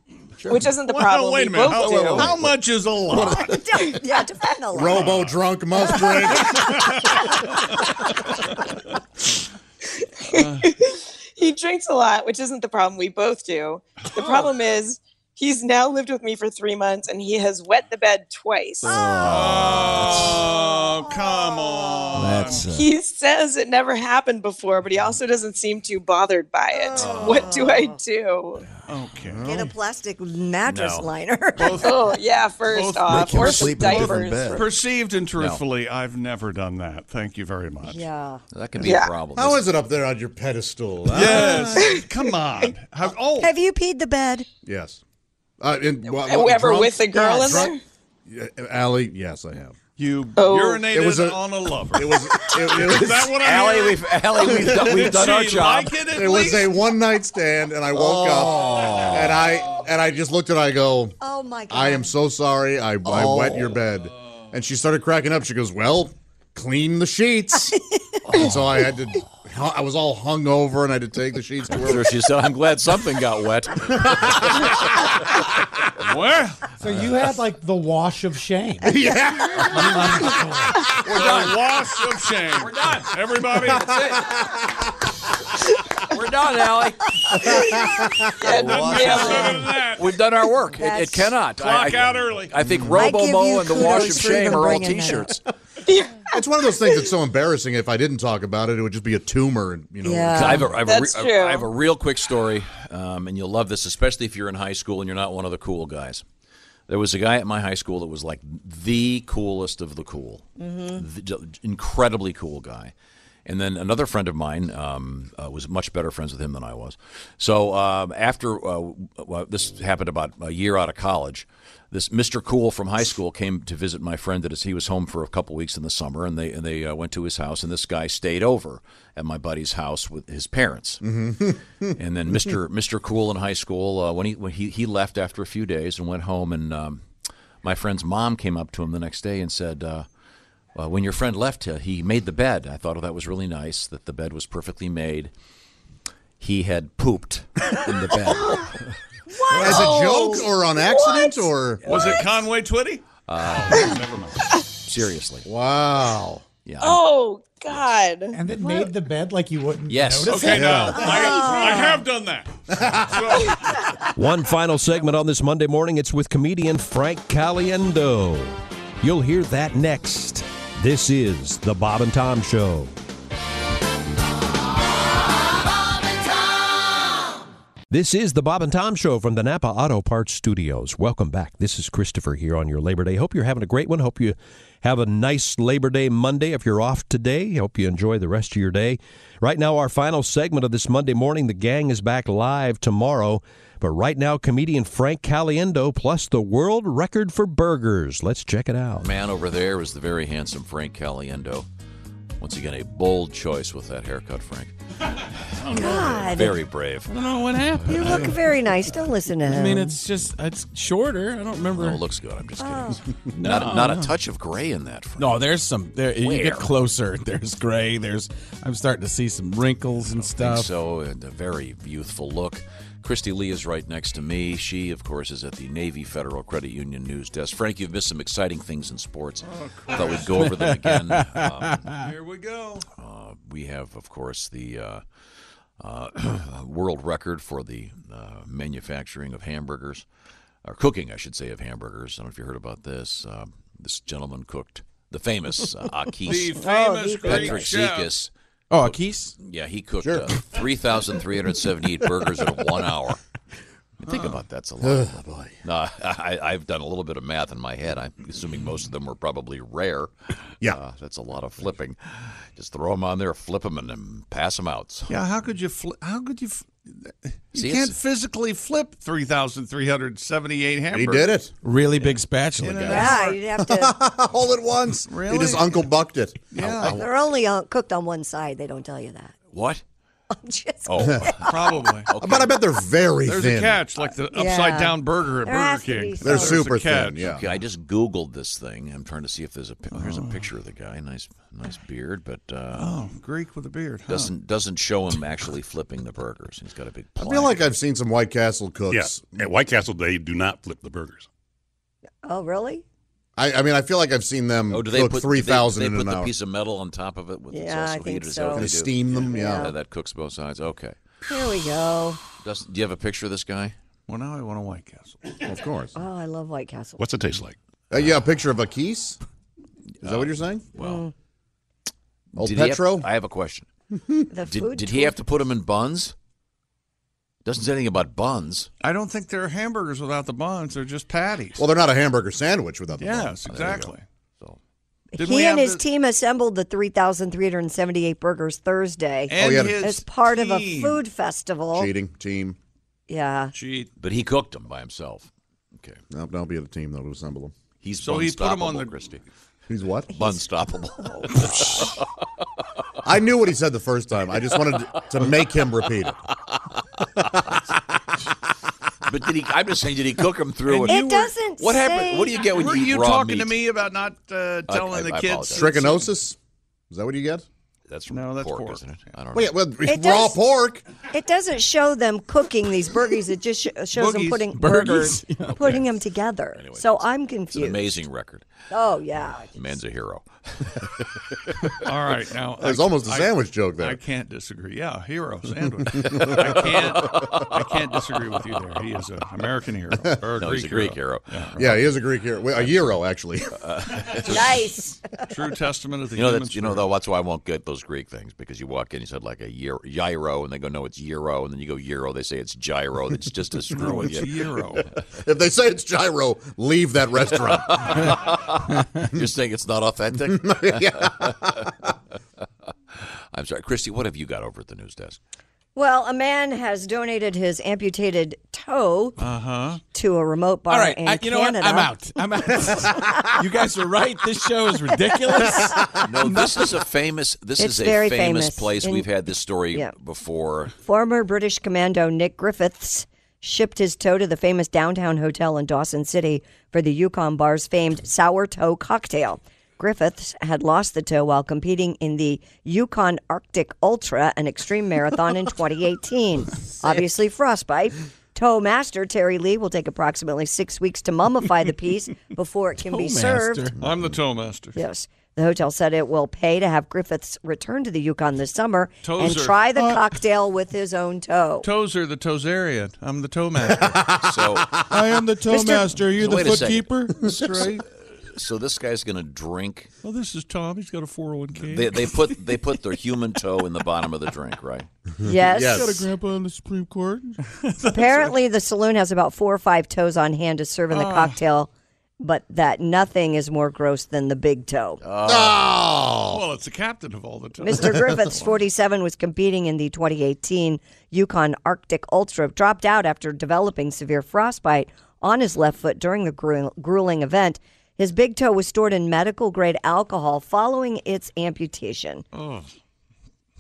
[SPEAKER 19] which isn't the
[SPEAKER 6] Well,
[SPEAKER 19] problem.
[SPEAKER 6] wait a
[SPEAKER 19] we
[SPEAKER 6] minute. How,
[SPEAKER 19] both do.
[SPEAKER 6] how much is a lot?
[SPEAKER 7] yeah, defend a lot.
[SPEAKER 8] Robo drunk must drink.
[SPEAKER 19] he drinks a lot, which isn't the problem. We both do. The problem is he's now lived with me for three months and he has wet the bed twice.
[SPEAKER 6] Oh, come on.
[SPEAKER 19] That's,
[SPEAKER 9] uh,
[SPEAKER 19] He says it never happened before,
[SPEAKER 7] Mm.
[SPEAKER 19] but he also doesn't seem too bothered by it. What do I do?
[SPEAKER 6] Okay.
[SPEAKER 7] Oh. Get a plastic mattress
[SPEAKER 6] No.
[SPEAKER 7] liner.
[SPEAKER 19] oh yeah, first off, or some Uh, diapers.
[SPEAKER 6] Perceived and truthfully, I've never done that. Thank you very much.
[SPEAKER 7] Yeah.
[SPEAKER 9] That
[SPEAKER 7] can be a Yeah. problem.
[SPEAKER 8] How is it up there on your pedestal?
[SPEAKER 6] Yes. Come on. Have, oh.
[SPEAKER 7] Have you peed the bed?
[SPEAKER 8] Yes. Uh, and, wh- wh-
[SPEAKER 19] Whoever
[SPEAKER 8] drunk-
[SPEAKER 19] with the girl
[SPEAKER 8] Yeah,
[SPEAKER 19] in
[SPEAKER 8] drunk- Yeah, Allie, yes, I have.
[SPEAKER 6] You Oh. urinated It was a- on a lover.
[SPEAKER 8] It was.
[SPEAKER 6] Is that what I'm
[SPEAKER 8] Allie,
[SPEAKER 6] hearing?
[SPEAKER 8] we've- Allie, we've done- we've
[SPEAKER 6] Did
[SPEAKER 8] done our
[SPEAKER 6] she
[SPEAKER 8] job.
[SPEAKER 6] Like it at
[SPEAKER 8] It was
[SPEAKER 6] least?
[SPEAKER 8] a one night stand, and I woke up, and I and I just looked at her. I go,
[SPEAKER 7] Oh my god!
[SPEAKER 8] I am so sorry. I I wet your bed, and she started cracking up. She goes, well, clean the sheets. and so I had to. I was all hung over, and I had to take the sheets to her.
[SPEAKER 9] She said, "I'm glad something got wet."
[SPEAKER 6] Where?
[SPEAKER 20] So you had like the wash of shame.
[SPEAKER 6] We're done. Wash of shame. We're done. Everybody.
[SPEAKER 9] We're done, Allie. We've done our work. It, it
[SPEAKER 15] That's-
[SPEAKER 9] cannot.
[SPEAKER 15] Clock out early.
[SPEAKER 9] I think
[SPEAKER 15] I give
[SPEAKER 9] Robo
[SPEAKER 15] you
[SPEAKER 9] Mo and the Wash of
[SPEAKER 15] kudos for even
[SPEAKER 9] Shame are all
[SPEAKER 15] bringing that up.
[SPEAKER 9] T-shirts.
[SPEAKER 8] It's one of those things that's so embarrassing. If I didn't talk about it, it would just be a tumor, and you know.
[SPEAKER 9] I have a, I have a re- I have a real quick story, um, and you'll love this, especially if you're in high school and you're not one of the cool guys. There was a guy at my high school that was like the coolest of the cool,
[SPEAKER 12] Mhm.
[SPEAKER 9] The- j- incredibly cool guy. And then another friend of mine um, uh, was much better friends with him than I was. So um, after uh, w- well, this happened about a year out of college, this Mr. Cool from high school came to visit my friend that is he was home for a couple weeks in the summer, and they and they uh, went to his house, and this guy stayed over at my buddy's house with his parents.
[SPEAKER 8] Mm-hmm.
[SPEAKER 9] and then Mr. Mr. Cool in high school uh, when he when he he left after a few days and went home, and um, my friend's mom came up to him the next day and said. Uh, uh, when your friend left, uh, he made the bed. I thought, oh, that was really nice that the bed was perfectly made. He had pooped in the bed.
[SPEAKER 8] As a
[SPEAKER 19] Oh.
[SPEAKER 8] joke or on accident or Oh,
[SPEAKER 6] Was it Conway Twitty?
[SPEAKER 9] Uh, seriously.
[SPEAKER 8] Wow.
[SPEAKER 9] Yeah.
[SPEAKER 19] Oh God!
[SPEAKER 20] And then made the bed like you wouldn't.
[SPEAKER 9] Yes.
[SPEAKER 20] Notice
[SPEAKER 6] Okay,
[SPEAKER 20] it.
[SPEAKER 6] now
[SPEAKER 19] Ah.
[SPEAKER 6] I, I have done that.
[SPEAKER 11] One final segment on this Monday morning. It's with comedian Frank Caliendo. You'll hear that next. This is the Bob and Tom Show. This is the Bob and Tom Show from the Napa Auto Parts Studios. Welcome back. This is Christopher here on your Labor Day. Hope you're having a great one. Hope you have a nice Labor Day Monday if you're off today. Hope you enjoy the rest of your day. Right now, our final segment of this Monday morning, the gang is back live tomorrow. But right now, comedian Frank Caliendo plus the world record for burgers. Let's check it out.
[SPEAKER 9] Man over there is the very handsome Frank Caliendo. Once again, a bold choice with that haircut, Frank.
[SPEAKER 7] God.
[SPEAKER 9] Very brave.
[SPEAKER 7] don't know what happened. You look very nice. Don't listen to him.
[SPEAKER 14] I mean, it's just it's shorter. I don't remember.
[SPEAKER 9] Oh, it looks good. I'm just
[SPEAKER 7] kidding.
[SPEAKER 9] Not- not a touch of gray in that.
[SPEAKER 14] No, there's some. There, you
[SPEAKER 9] Where?
[SPEAKER 14] get closer. There's gray. There's. I'm starting to see some wrinkles and
[SPEAKER 9] think
[SPEAKER 14] stuff.
[SPEAKER 9] so, and a very youthful look. Christy Lee is right next to me. She, of course, is at the Navy Federal Credit Union News Desk. Frank, you've missed some exciting things in sports. I Thought we'd go over them again.
[SPEAKER 6] Oh,
[SPEAKER 9] Um,
[SPEAKER 6] Here we go.
[SPEAKER 9] uh, we have, of course, the uh, uh, world record for the uh, manufacturing of hamburgers, or cooking, I should say, of hamburgers. I don't know if you heard about this. Uh, this gentleman cooked the famous uh, Akis,
[SPEAKER 6] The famous Oh, the
[SPEAKER 9] Patrick
[SPEAKER 6] Greek chef.
[SPEAKER 9] Sikis.
[SPEAKER 14] Oh, Akis?
[SPEAKER 9] Yeah, he cooked uh, 3,378 burgers in one hour. Think
[SPEAKER 6] Huh.
[SPEAKER 9] about that's a lot.
[SPEAKER 6] Ugh,
[SPEAKER 9] boy. No, I, I've done a little bit of math in my head. I'm assuming most of them were probably rare. Yeah, that's a lot of flipping. Just throw them on there, flip them, and then pass them out.
[SPEAKER 6] Yeah, how could you flip? How could you? Fl- you
[SPEAKER 9] See,
[SPEAKER 6] can't
[SPEAKER 9] it's-
[SPEAKER 6] physically flip 3,378 hamburgers.
[SPEAKER 14] Really big spatula,
[SPEAKER 6] In an
[SPEAKER 14] guys.
[SPEAKER 7] Yeah, you'd have to
[SPEAKER 8] all at once.
[SPEAKER 7] Really?
[SPEAKER 8] He just Uncle Bucked it.
[SPEAKER 7] Yeah. They're only uh, cooked on one side. They don't tell you that.
[SPEAKER 9] What?
[SPEAKER 7] I'm just
[SPEAKER 9] Oh,
[SPEAKER 6] probably.
[SPEAKER 8] But I bet they're very
[SPEAKER 6] There's
[SPEAKER 8] thin.
[SPEAKER 6] a catch, like the
[SPEAKER 7] Yeah.
[SPEAKER 6] upside down burger at
[SPEAKER 7] There has
[SPEAKER 6] Burger
[SPEAKER 7] to
[SPEAKER 6] King.
[SPEAKER 7] be
[SPEAKER 9] They're
[SPEAKER 6] There's a
[SPEAKER 9] super
[SPEAKER 6] catch.
[SPEAKER 9] thin. Yeah. Okay, I just Googled this thing. I'm trying to see if there's a pi- here's a picture of the guy. Nice, nice beard, but uh,
[SPEAKER 6] Oh, Greek with a beard. Huh?
[SPEAKER 9] doesn't doesn't show him actually flipping the burgers. He's got a big.
[SPEAKER 8] I feel like I've seen some White Castle cooks.
[SPEAKER 2] Yeah. At White Castle, they do not flip the burgers.
[SPEAKER 7] Oh, really?
[SPEAKER 8] I, I mean, I feel like I've seen them
[SPEAKER 9] Oh, do they
[SPEAKER 8] cook
[SPEAKER 9] put do they-
[SPEAKER 8] Um, three thousand
[SPEAKER 9] do
[SPEAKER 8] in
[SPEAKER 9] They put
[SPEAKER 8] an
[SPEAKER 9] the
[SPEAKER 8] hour.
[SPEAKER 9] piece of metal on top of it with it's
[SPEAKER 7] Yeah,
[SPEAKER 9] also
[SPEAKER 7] I think
[SPEAKER 9] heated. Is that what
[SPEAKER 7] so.
[SPEAKER 9] they
[SPEAKER 8] They
[SPEAKER 9] do?
[SPEAKER 8] steam them, yeah.
[SPEAKER 9] that cooks both sides. Okay.
[SPEAKER 7] Here we go.
[SPEAKER 9] Does, do you have a picture of this guy?
[SPEAKER 6] Well, now I want a White Castle.
[SPEAKER 8] Of course.
[SPEAKER 7] Oh, I love White Castle.
[SPEAKER 9] What's it taste like?
[SPEAKER 8] Uh, yeah, a picture of a keys. Is that what you're saying?
[SPEAKER 7] Mm.
[SPEAKER 9] Well,
[SPEAKER 8] old
[SPEAKER 9] Uh, Did he have-
[SPEAKER 8] Petro.
[SPEAKER 9] I have a question.
[SPEAKER 7] the
[SPEAKER 9] Did,
[SPEAKER 7] food
[SPEAKER 9] did he have to put them in buns? Doesn't say anything about buns.
[SPEAKER 6] I don't think they're hamburgers without the buns. They're just patties.
[SPEAKER 8] Well, they're not a hamburger sandwich without the
[SPEAKER 6] Yes,
[SPEAKER 8] bun.
[SPEAKER 6] exactly. Didn't we
[SPEAKER 7] He and
[SPEAKER 6] have
[SPEAKER 7] his
[SPEAKER 6] the-
[SPEAKER 7] team assembled the 3,378 burgers Thursday
[SPEAKER 8] And Oh, yeah. his
[SPEAKER 7] as part of a
[SPEAKER 8] team.
[SPEAKER 7] food festival.
[SPEAKER 8] Oh. Cheating team.
[SPEAKER 7] Yeah.
[SPEAKER 6] Cheat.
[SPEAKER 9] But he cooked them by himself.
[SPEAKER 8] Nope, don't be the team that'll assemble them.
[SPEAKER 9] He's
[SPEAKER 6] So he put them on the
[SPEAKER 8] He's what?
[SPEAKER 9] Unstoppable.
[SPEAKER 8] I knew what he said the first time. I just wanted to make him repeat it.
[SPEAKER 9] But did he? I'm just saying, did he cook him through?
[SPEAKER 8] And
[SPEAKER 9] a-
[SPEAKER 8] you were- doesn't
[SPEAKER 9] What happened?
[SPEAKER 8] say
[SPEAKER 9] What do you get when
[SPEAKER 6] Were
[SPEAKER 9] you eat
[SPEAKER 6] you
[SPEAKER 9] raw
[SPEAKER 6] talking
[SPEAKER 9] meat?
[SPEAKER 6] to me about not uh, telling the kids?
[SPEAKER 8] Trichinosis? Is that what you get?
[SPEAKER 9] That's from no, that's pork, isn't it? I don't
[SPEAKER 8] Wait,
[SPEAKER 9] know.
[SPEAKER 8] well, raw
[SPEAKER 7] does-
[SPEAKER 8] pork.
[SPEAKER 7] It doesn't show them cooking these burgers. It just sh- shows them
[SPEAKER 9] Boogies.
[SPEAKER 7] putting
[SPEAKER 9] Burgers.
[SPEAKER 7] burgers,
[SPEAKER 9] Yeah.
[SPEAKER 7] putting them together. so I'm
[SPEAKER 9] It's an
[SPEAKER 7] confused.
[SPEAKER 9] amazing record.
[SPEAKER 7] Oh yeah.
[SPEAKER 9] The man's a hero.
[SPEAKER 6] All right, now
[SPEAKER 8] There's
[SPEAKER 6] I-
[SPEAKER 8] almost a
[SPEAKER 6] I-
[SPEAKER 8] sandwich joke there.
[SPEAKER 6] I can't disagree. Yeah, hero sandwich. I can't. I can't disagree with you there. He is an American hero. Or a
[SPEAKER 9] No, he's
[SPEAKER 6] Greek
[SPEAKER 9] a Greek hero.
[SPEAKER 6] Yeah.
[SPEAKER 8] Yeah, he is a Greek hero. Well, A euro, actually.
[SPEAKER 7] nice.
[SPEAKER 6] True testament of the
[SPEAKER 9] Uh, you know,
[SPEAKER 6] human
[SPEAKER 9] that's, you know, though, that's why I won't get those Greek things because you walk in, you said like a gyro, gyro and they go, no, it's euro, and then you go euro, they say it's gyro. It's just a screw with
[SPEAKER 8] it's
[SPEAKER 9] you.
[SPEAKER 8] gyro. if they say it's gyro, leave that restaurant.
[SPEAKER 9] You're saying it's not authentic?
[SPEAKER 8] Yeah.
[SPEAKER 9] I'm sorry. Christy, what have you got over at the news desk?
[SPEAKER 7] Well, a man has donated his amputated toe
[SPEAKER 6] uh-huh.
[SPEAKER 7] to a remote bar
[SPEAKER 20] All right,
[SPEAKER 7] in
[SPEAKER 20] I- you know what?
[SPEAKER 7] Canada.
[SPEAKER 20] I'm out. I'm out. you guys are right. This show is ridiculous.
[SPEAKER 9] No, this is a famous. This
[SPEAKER 7] It's
[SPEAKER 9] is a
[SPEAKER 7] very
[SPEAKER 9] famous,
[SPEAKER 7] famous.
[SPEAKER 9] place.
[SPEAKER 7] In-
[SPEAKER 9] We've had this story
[SPEAKER 7] Yeah.
[SPEAKER 9] before.
[SPEAKER 7] Former British commando Nick Griffiths shipped his toe to the famous downtown hotel in Dawson City for the Yukon bar's famed sour toe cocktail. Griffiths had lost the toe while competing in the Yukon Arctic Ultra, an extreme marathon in 2018. Obviously, frostbite. Toe master Terry Lee will take approximately six weeks to mummify the piece before it can be served.
[SPEAKER 6] I'm the toe master.
[SPEAKER 7] Yes. The hotel said it will pay to have Griffiths return to the Yukon this summer
[SPEAKER 6] Toes
[SPEAKER 7] and
[SPEAKER 6] are-
[SPEAKER 7] try the
[SPEAKER 6] Uh,
[SPEAKER 7] cocktail with his own toe.
[SPEAKER 6] Toes are the Tozarian. I'm the toe master.
[SPEAKER 9] so
[SPEAKER 6] I am the toe
[SPEAKER 20] Mr. master. You're
[SPEAKER 9] So
[SPEAKER 20] the
[SPEAKER 9] wait a second.
[SPEAKER 20] footkeeper?
[SPEAKER 9] So-
[SPEAKER 20] That's right.
[SPEAKER 9] So this guy's going to drink.
[SPEAKER 6] Well, this is Tom. He's got a
[SPEAKER 20] Hmm.
[SPEAKER 6] 401k.
[SPEAKER 9] They, they put they put their human toe in the bottom of the drink, right?
[SPEAKER 7] Yes. Yes.
[SPEAKER 20] Got a grandpa on the Supreme Court.
[SPEAKER 7] Apparently, the saloon has about four or five toes on hand to serve in the
[SPEAKER 20] Ah.
[SPEAKER 7] cocktail, but that nothing is more gross than the big toe.
[SPEAKER 9] uh,
[SPEAKER 6] Well, it's the captain of all the toes.
[SPEAKER 7] Mr. Griffiths, 47, was competing in the 2018 Yukon Arctic Ultra, dropped out after developing severe frostbite on his left foot during the gruel- grueling event. His big toe was stored in medical grade alcohol following its amputation.
[SPEAKER 6] Oh.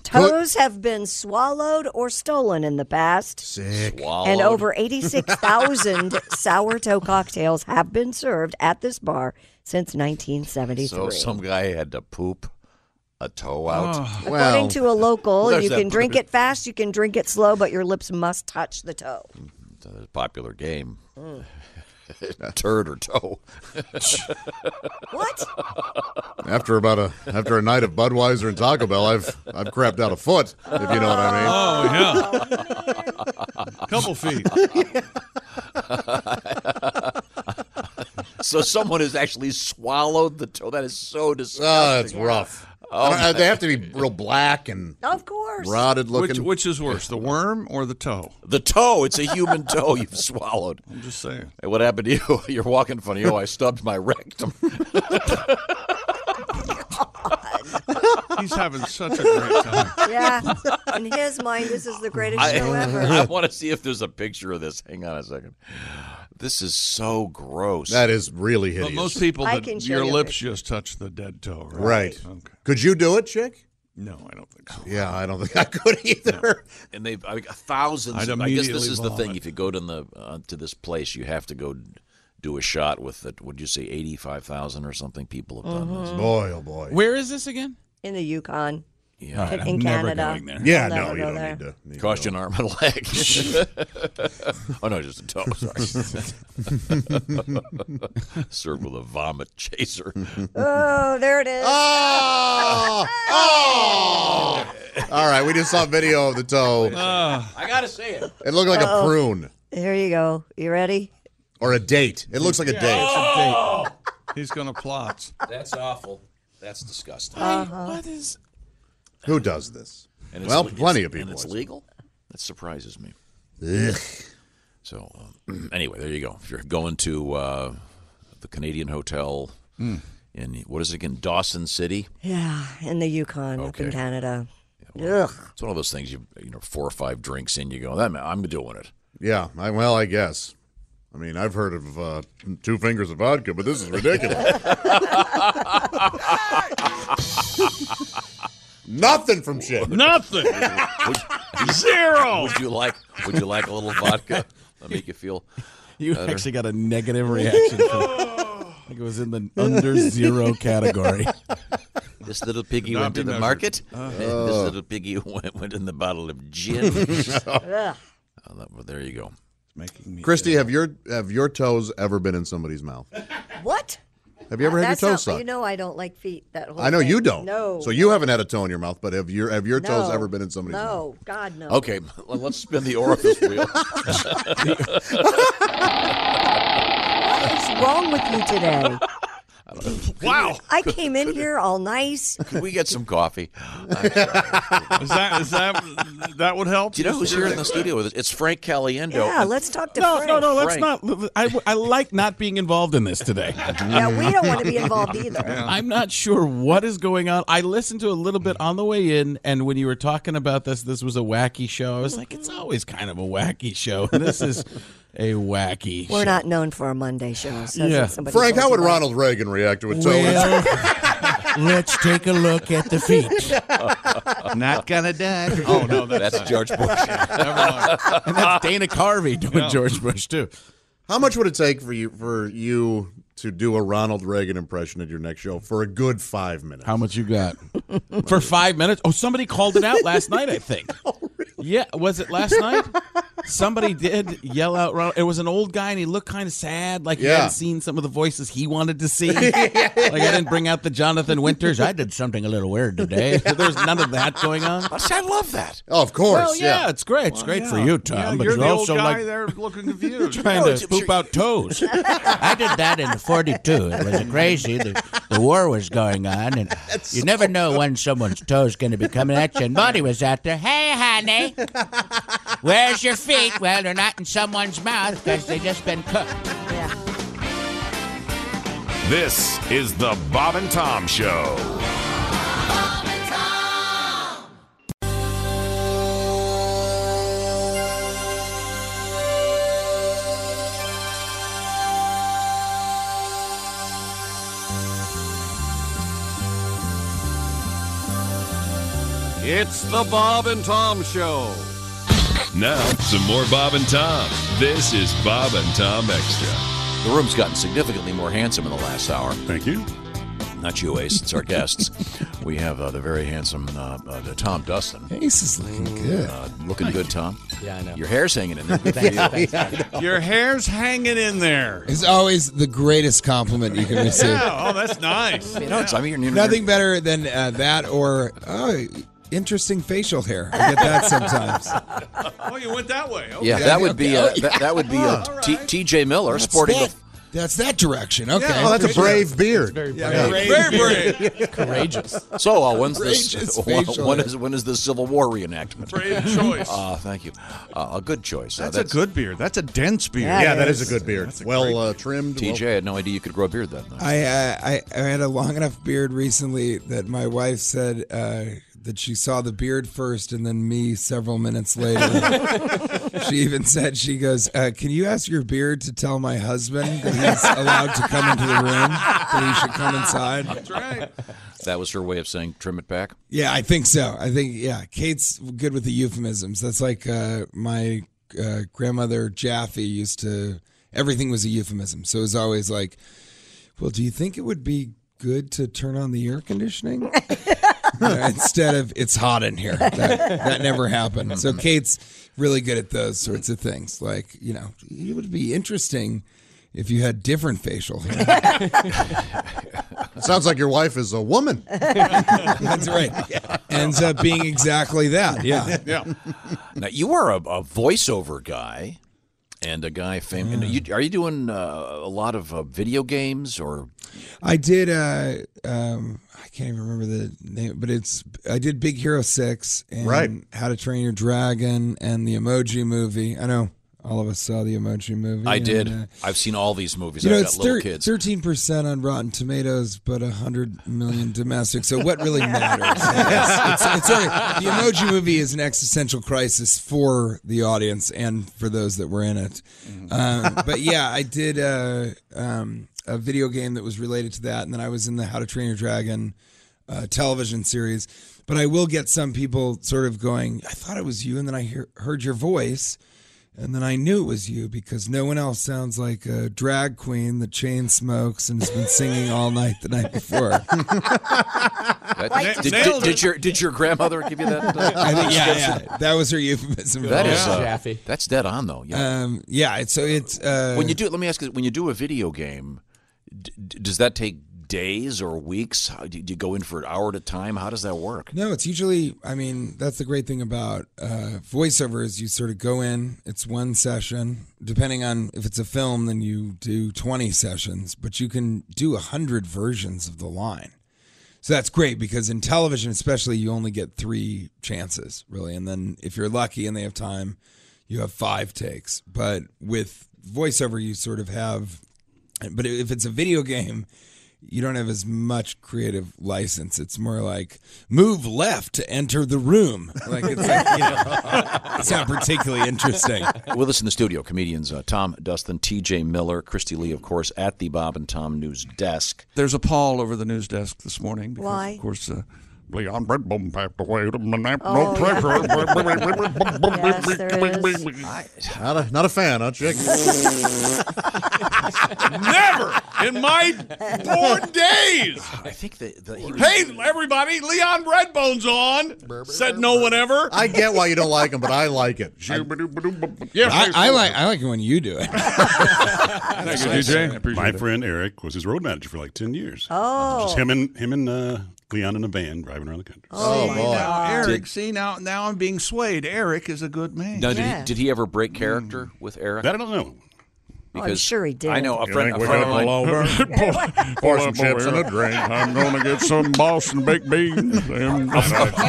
[SPEAKER 7] Toes have been swallowed or stolen in the past.
[SPEAKER 8] Sick.
[SPEAKER 7] And over 86,000 sour toe cocktails have been served at this bar since 1973.
[SPEAKER 9] So some guy had to poop a toe out.
[SPEAKER 20] Oh.
[SPEAKER 7] According to a local,
[SPEAKER 9] There's
[SPEAKER 7] you
[SPEAKER 9] that
[SPEAKER 7] can drink
[SPEAKER 9] pretty-
[SPEAKER 7] it fast, you can drink it slow, but your lips must touch the toe.
[SPEAKER 9] It's a popular game.
[SPEAKER 7] Mm.
[SPEAKER 9] Turd or toe.
[SPEAKER 7] what?
[SPEAKER 8] After about a after a night of Budweiser and Taco Bell, I've I've crapped out a foot, if you know what I mean.
[SPEAKER 6] Oh, Couple feet.
[SPEAKER 9] so someone has actually swallowed the toe. That is so disgusting.
[SPEAKER 8] Oh, that's rough.
[SPEAKER 9] Oh,
[SPEAKER 8] I don't- they
[SPEAKER 9] my-
[SPEAKER 8] have to be real black and
[SPEAKER 7] Of course.
[SPEAKER 8] rotted looking.
[SPEAKER 6] Which, which is worse, the worm or the toe?
[SPEAKER 9] The toe. It's a human toe you've swallowed. I'm
[SPEAKER 6] just saying.
[SPEAKER 9] Hey, what happened to you? You're walking funny. Oh, I stubbed my rectum.
[SPEAKER 6] He's having such a great time.
[SPEAKER 7] Yeah. In his mind, this is the greatest
[SPEAKER 9] I,
[SPEAKER 7] show ever.
[SPEAKER 9] I want to see if there's a picture of this. Hang on a second. This is so gross.
[SPEAKER 8] That is really
[SPEAKER 6] But
[SPEAKER 8] hideous.
[SPEAKER 6] most people,
[SPEAKER 7] I
[SPEAKER 6] that
[SPEAKER 7] can show
[SPEAKER 6] your
[SPEAKER 7] you a
[SPEAKER 6] lips just touch the dead toe, right? Uh,
[SPEAKER 8] Right. Could you do it, chick?
[SPEAKER 6] No, I don't think so.
[SPEAKER 8] Yeah, I don't think I could either.
[SPEAKER 9] and they've I mean, thousands.
[SPEAKER 8] I'd
[SPEAKER 9] I guess this
[SPEAKER 8] immediately
[SPEAKER 9] is the thing.
[SPEAKER 8] vomit.
[SPEAKER 9] If you go to the uh, to this place, you have to go do a shot with the, Would you say eighty five thousand or something? People have done this.
[SPEAKER 7] Mhm.
[SPEAKER 8] Boy, oh boy.
[SPEAKER 20] Where is this again?
[SPEAKER 7] In the Yukon.
[SPEAKER 9] Yeah. All right,
[SPEAKER 7] in
[SPEAKER 9] I'm never
[SPEAKER 7] Canada.
[SPEAKER 9] going there.
[SPEAKER 8] Yeah,
[SPEAKER 7] I'll
[SPEAKER 8] no,
[SPEAKER 7] never
[SPEAKER 8] you
[SPEAKER 7] go
[SPEAKER 8] don't
[SPEAKER 7] there.
[SPEAKER 8] need to- need
[SPEAKER 9] Cost you an arm and a leg. oh no, just a toe. Sorry. Served with a vomit chaser.
[SPEAKER 7] Oh, there it is.
[SPEAKER 8] Oh! oh! All right, we just saw video of the toe.
[SPEAKER 9] I gotta say it.
[SPEAKER 8] It looked like a
[SPEAKER 7] Uh-oh.
[SPEAKER 8] prune
[SPEAKER 7] Here Oh. you go. You ready?
[SPEAKER 8] or a date. It looks like a date.
[SPEAKER 7] Oh.
[SPEAKER 9] Oh.
[SPEAKER 6] He's going to plot.
[SPEAKER 9] That's awful. That's disgusting.
[SPEAKER 7] Uh-huh.
[SPEAKER 20] What is?
[SPEAKER 8] Who does this?
[SPEAKER 9] And it's
[SPEAKER 8] well,
[SPEAKER 9] le-
[SPEAKER 8] plenty
[SPEAKER 9] it's-
[SPEAKER 8] of people.
[SPEAKER 9] And it's legal. That surprises me.
[SPEAKER 8] Ugh.
[SPEAKER 9] So um, anyway, there you go. If you're going to uh, the Canadian Hotel
[SPEAKER 7] Hmm.
[SPEAKER 9] in what is it again, Dawson City?
[SPEAKER 7] Yeah, in the Yukon, up in
[SPEAKER 9] Okay.
[SPEAKER 7] Canada. Ugh.
[SPEAKER 9] It's one of those things you you know four or five drinks in, you go, I'm, I'm doing it.
[SPEAKER 8] Yeah, I, well, I guess. I mean, I've heard of uh, two fingers of vodka, but this is ridiculous. Nothing from shit.
[SPEAKER 9] Nothing. Zero. Would you like? Would you like a little vodka? That make you feel.
[SPEAKER 14] You
[SPEAKER 9] better?
[SPEAKER 14] actually got a negative reaction. For, I think it was in the under zero category.
[SPEAKER 9] This little piggy
[SPEAKER 14] Not
[SPEAKER 9] went to
[SPEAKER 14] be
[SPEAKER 9] the
[SPEAKER 14] measured.
[SPEAKER 9] market.
[SPEAKER 14] Uh.
[SPEAKER 9] this little piggy went, went in the bottle of gin. oh,
[SPEAKER 7] Yeah.
[SPEAKER 9] that- well, there you go.
[SPEAKER 14] Making
[SPEAKER 8] Christy, have your have your toes ever been in somebody's mouth?
[SPEAKER 7] What?
[SPEAKER 8] Have you ever had
[SPEAKER 7] That's
[SPEAKER 8] your
[SPEAKER 7] not-
[SPEAKER 8] toes sucked?
[SPEAKER 7] You know I don't like feet. That whole
[SPEAKER 8] I know
[SPEAKER 7] thing.
[SPEAKER 8] you don't.
[SPEAKER 7] No.
[SPEAKER 8] So you haven't had a toe in your mouth, but have your have your toes
[SPEAKER 7] No.
[SPEAKER 8] ever been in somebody's
[SPEAKER 7] No,
[SPEAKER 8] mouth?
[SPEAKER 7] God no.
[SPEAKER 9] Okay, well, let's spin the orifice wheel.
[SPEAKER 7] What's wrong with you today?
[SPEAKER 9] wow.
[SPEAKER 7] I came in here all nice.
[SPEAKER 9] Could we get some coffee?
[SPEAKER 7] Is that- is
[SPEAKER 9] that that would help? Do you know who's here in the studio with us? It's Frank Caliendo.
[SPEAKER 7] Yeah, let's talk to
[SPEAKER 14] no,
[SPEAKER 7] Frank.
[SPEAKER 14] No, no, let's
[SPEAKER 9] Frank.
[SPEAKER 14] not. I, I like not being involved in this today.
[SPEAKER 7] Yeah, we don't want to be involved either.
[SPEAKER 14] I'm not sure what is going on. I listened to a little bit on the way in, and when you were talking about this, this was a wacky show. I was like, it's always kind of a wacky show. This is a wacky
[SPEAKER 7] We're
[SPEAKER 14] show.
[SPEAKER 7] not known for our Monday shows. That's
[SPEAKER 14] Yeah.
[SPEAKER 7] what somebody
[SPEAKER 8] Frank,
[SPEAKER 7] told
[SPEAKER 8] how would
[SPEAKER 7] you.
[SPEAKER 8] Ronald Reagan react to a toe?
[SPEAKER 7] Well,
[SPEAKER 14] let's take a look at the feet.
[SPEAKER 6] Not gonna die.
[SPEAKER 14] Oh, no, that's
[SPEAKER 9] That's George Bush.
[SPEAKER 14] Never mind. And that's Dana Carvey doing George Bush too.
[SPEAKER 8] How much would it take for you for you to do a Ronald Reagan impression at your next show for a good five minutes? How
[SPEAKER 14] much you got for five minutes? Oh, somebody called it out last night. I think. Yeah, was it last night? Somebody did yell out. Ronald. It was an old guy, and he looked kind of sad, like he
[SPEAKER 20] Yeah.
[SPEAKER 14] hadn't seen some of the voices he wanted to see. like I didn't bring out the Jonathan Winters. I did something a little weird today. There was none of that going on.
[SPEAKER 9] I love that.
[SPEAKER 8] Oh, of course.
[SPEAKER 14] Well, yeah,
[SPEAKER 8] yeah.
[SPEAKER 14] it's great. It's
[SPEAKER 8] Well,
[SPEAKER 14] great for
[SPEAKER 8] yeah.
[SPEAKER 14] you, Tom.
[SPEAKER 8] Yeah,
[SPEAKER 14] but
[SPEAKER 8] you're
[SPEAKER 14] you're,
[SPEAKER 8] the old
[SPEAKER 14] also
[SPEAKER 8] guy
[SPEAKER 14] like
[SPEAKER 6] there looking confused.
[SPEAKER 14] trying
[SPEAKER 6] No,
[SPEAKER 14] to
[SPEAKER 6] it's-
[SPEAKER 14] poop out toes. I did that in the 42. It was crazy. The, the war was going on, and you never know when someone's toe's going to be coming at you. And Marty was out there, hey, honey, where's your feet? Well, they're not in someone's mouth because they've just been cooked.
[SPEAKER 12] This is the Bob and Tom Show.
[SPEAKER 17] It's the Bob and Tom Show.
[SPEAKER 12] Now, some more Bob and Tom. This is Bob and Tom Extra.
[SPEAKER 9] The room's gotten significantly more handsome in the last hour.
[SPEAKER 2] Thank you.
[SPEAKER 9] Not you, Ace. It's our guests. We have uh, the very handsome uh, uh, the Tom Dustin.
[SPEAKER 20] Ace is looking good.
[SPEAKER 9] Uh, looking good, Tom.
[SPEAKER 20] Yeah, I know.
[SPEAKER 9] Your hair's hanging in there. Good for
[SPEAKER 20] Thanks,
[SPEAKER 9] you.
[SPEAKER 20] thanks, thanks.
[SPEAKER 6] Your hair's hanging in there.
[SPEAKER 20] It's always the greatest compliment you can receive.
[SPEAKER 6] Yeah. Oh, that's nice.
[SPEAKER 9] No, it's- I mean, you're-
[SPEAKER 20] Nothing better than uh, that or oh, interesting facial hair. I get that sometimes. Oh,
[SPEAKER 6] Oh, you went that way. Okay.
[SPEAKER 9] Yeah, that would be uh, that, that would be uh,
[SPEAKER 20] All
[SPEAKER 9] T- T.J. Miller
[SPEAKER 20] That's
[SPEAKER 9] sporting.
[SPEAKER 20] that, that's that direction. Okay.
[SPEAKER 9] Yeah. Oh, that's a brave
[SPEAKER 8] beard.
[SPEAKER 20] very
[SPEAKER 9] the-
[SPEAKER 20] brave.
[SPEAKER 9] Very brave.
[SPEAKER 20] Courageous.
[SPEAKER 9] So, uh, when's
[SPEAKER 20] Courageous
[SPEAKER 9] this? When,
[SPEAKER 20] facial
[SPEAKER 9] when
[SPEAKER 20] hair.
[SPEAKER 9] is when is the Civil War reenactment?
[SPEAKER 6] Brave choice.
[SPEAKER 9] Uh, thank you. Uh, a good choice. Uh,
[SPEAKER 6] That's, a good beard. That's a dense beard.
[SPEAKER 9] Yeah, Yeah, it that is. is a good
[SPEAKER 8] beard.
[SPEAKER 9] well
[SPEAKER 8] uh, trimmed.
[SPEAKER 9] T.J. I had no idea you could grow a beard that much.
[SPEAKER 20] I, uh, I I had a long enough beard recently that my wife said uh, that she saw the beard first and then me several minutes later. she even said, "She goes, uh, can you ask your beard to tell my husband that he's allowed to come into the room? That he should come inside." That's
[SPEAKER 6] right.
[SPEAKER 9] That was her way of saying trim it back.
[SPEAKER 20] Yeah, I think so. I think yeah, Kate's good with the euphemisms. That's like uh, my uh, grandmother Jaffe used to. Everything was a euphemism, so it was always like, "Well, do you think it would be good to turn on the air conditioning?" You know, instead of "It's hot in here." That, that never happened. So Kate's really good at those sorts of things. Like you know, it would be interesting if you had different facial hair.
[SPEAKER 8] Sounds like your wife is a woman.
[SPEAKER 20] That's right. Ends up being exactly that. Yeah.
[SPEAKER 9] Ah, yeah. Now you are a, a voiceover guy, and a guy famous. You, are you doing uh, a lot of uh, video games or?
[SPEAKER 20] I did. Uh, um, I can't even remember the name, but it's. I did Big Hero Six and
[SPEAKER 8] Right.
[SPEAKER 20] How to Train Your Dragon and the Emoji Movie. I know. all of us saw the Emoji movie.
[SPEAKER 9] I
[SPEAKER 20] and,
[SPEAKER 9] did.
[SPEAKER 20] uh,
[SPEAKER 9] I've seen all these movies.
[SPEAKER 20] you know,
[SPEAKER 9] I've
[SPEAKER 20] it's
[SPEAKER 9] got little kids.
[SPEAKER 20] thirteen percent on Rotten Tomatoes, but hundred million domestic. So what really matters? it's, it's, it's already- the Emoji Movie is an existential crisis for the audience and for those that were in it.
[SPEAKER 9] Mm-hmm.
[SPEAKER 20] Um, but yeah, I did a, um, a video game that was related to that, and then I was in the How to Train Your Dragon uh, television series. But I will get some people sort of going, I thought it was you, and then I hear, heard your voice. And then I knew it was you because no one else sounds like a drag queen that chain smokes and has been singing all night the night before.
[SPEAKER 9] That-
[SPEAKER 20] I
[SPEAKER 9] did, did-
[SPEAKER 20] nailed it.
[SPEAKER 9] did your did your grandmother give you that? uh,
[SPEAKER 20] I think- yeah,
[SPEAKER 9] description?
[SPEAKER 20] yeah. That was her euphemism.
[SPEAKER 9] That is
[SPEAKER 20] Yeah.
[SPEAKER 9] uh,
[SPEAKER 20] Jaffe.
[SPEAKER 9] That's dead on though. Yeah.
[SPEAKER 20] Um, yeah. It's, so it's uh,
[SPEAKER 9] when you do. Let me ask you: When you do a video game, d- d- does that take days or weeks? How, do you go in for an hour at a time? How does that work?
[SPEAKER 20] No, it's usually. I mean, that's the great thing about uh, voiceover is you sort of go in. It's one session. Depending on if it's a film, then you do twenty sessions, but you can do hundred versions of the line. So that's great because in television, especially, you only get three chances really, and then if you're lucky and they have time, you have five takes. But with voiceover, you sort of have. But if it's a video game, you don't have as much creative license. It's more like move left to enter the room. Like it's like you know, it's not particularly interesting.
[SPEAKER 9] With us in the studio, comedians uh, Tom Dustin, T.J. Miller, Christy Lee, of course, at the Bob and Tom News Desk.
[SPEAKER 6] There's a Paul over the news desk this morning. Because,
[SPEAKER 9] Why?
[SPEAKER 6] Of course, uh, Leon Redbone passed away. No
[SPEAKER 8] Oh,
[SPEAKER 6] pressure.
[SPEAKER 8] Yes,
[SPEAKER 3] there
[SPEAKER 8] Not a, not a fan, huh, Chick?
[SPEAKER 15] Never in my born days.
[SPEAKER 9] I think that the, he was-
[SPEAKER 15] Hey, everybody, Leon Redbone's on. Said no one ever.
[SPEAKER 8] I get why you don't like him, but I like it. I,
[SPEAKER 15] Yeah,
[SPEAKER 20] I, I like I like it when you do it.
[SPEAKER 15] Thank
[SPEAKER 20] you, DJ.
[SPEAKER 2] My friend Eric was his road manager for like ten years.
[SPEAKER 6] Oh.
[SPEAKER 2] just him and him and uh, Leon in a van driving around the country.
[SPEAKER 8] Oh,
[SPEAKER 20] Oh,
[SPEAKER 6] see, now, Eric, see now, now I'm being swayed. Eric is a good man.
[SPEAKER 9] Now, did, he, did he ever
[SPEAKER 6] Hmm.
[SPEAKER 9] break character with Eric?
[SPEAKER 2] That I don't know.
[SPEAKER 8] Oh,
[SPEAKER 9] Oh,
[SPEAKER 8] I'm sure he did.
[SPEAKER 9] I know a
[SPEAKER 8] You
[SPEAKER 9] friend.
[SPEAKER 8] think
[SPEAKER 9] A
[SPEAKER 8] we
[SPEAKER 9] friend of
[SPEAKER 8] got
[SPEAKER 9] mine-
[SPEAKER 8] the
[SPEAKER 6] Pour, pour some chips and a drink. I'm gonna get some Boston baked beans.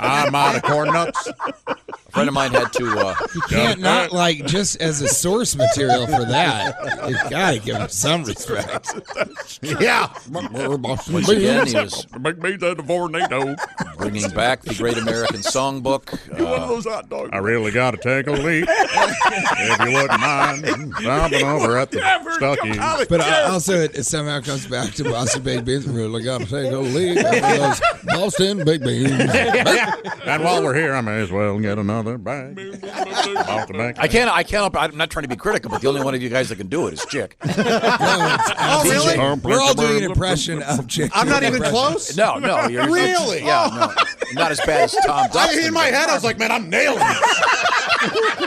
[SPEAKER 6] And I'm out of corn nuts.
[SPEAKER 9] a friend of mine had to. Uh,
[SPEAKER 20] You can't not like just as a source material for that. You gotta give him some respect.
[SPEAKER 8] Yeah.
[SPEAKER 9] Once again, he was
[SPEAKER 6] Big beans and a tornado.
[SPEAKER 9] bringing back the Great American Songbook.
[SPEAKER 6] One of
[SPEAKER 9] Uh,
[SPEAKER 6] those hot dogs.
[SPEAKER 8] I really got to take a leak.
[SPEAKER 6] if you wouldn't mind,
[SPEAKER 8] Bobbing over at the Stucky.
[SPEAKER 20] But I- also, it, it somehow comes back to Boston baked beans. Really got to take a leak. Boston baked beans.
[SPEAKER 8] and while we're here, I may as well get another bag. Off the bank.
[SPEAKER 9] I can't. I can't. I'm not trying to be critical, but the only one of you guys that can do it is Chick.
[SPEAKER 20] Oh,
[SPEAKER 9] really?
[SPEAKER 20] We're all doing an impression of Jake.
[SPEAKER 8] I'm not
[SPEAKER 20] doing an
[SPEAKER 8] even
[SPEAKER 20] impression.
[SPEAKER 8] close?
[SPEAKER 9] No, no. You're,
[SPEAKER 8] Really?
[SPEAKER 9] Yeah, no. Not as bad as Tom.
[SPEAKER 8] I,
[SPEAKER 9] Dustin,
[SPEAKER 8] in my
[SPEAKER 9] but-
[SPEAKER 8] head, I was like, man, I'm nailing it.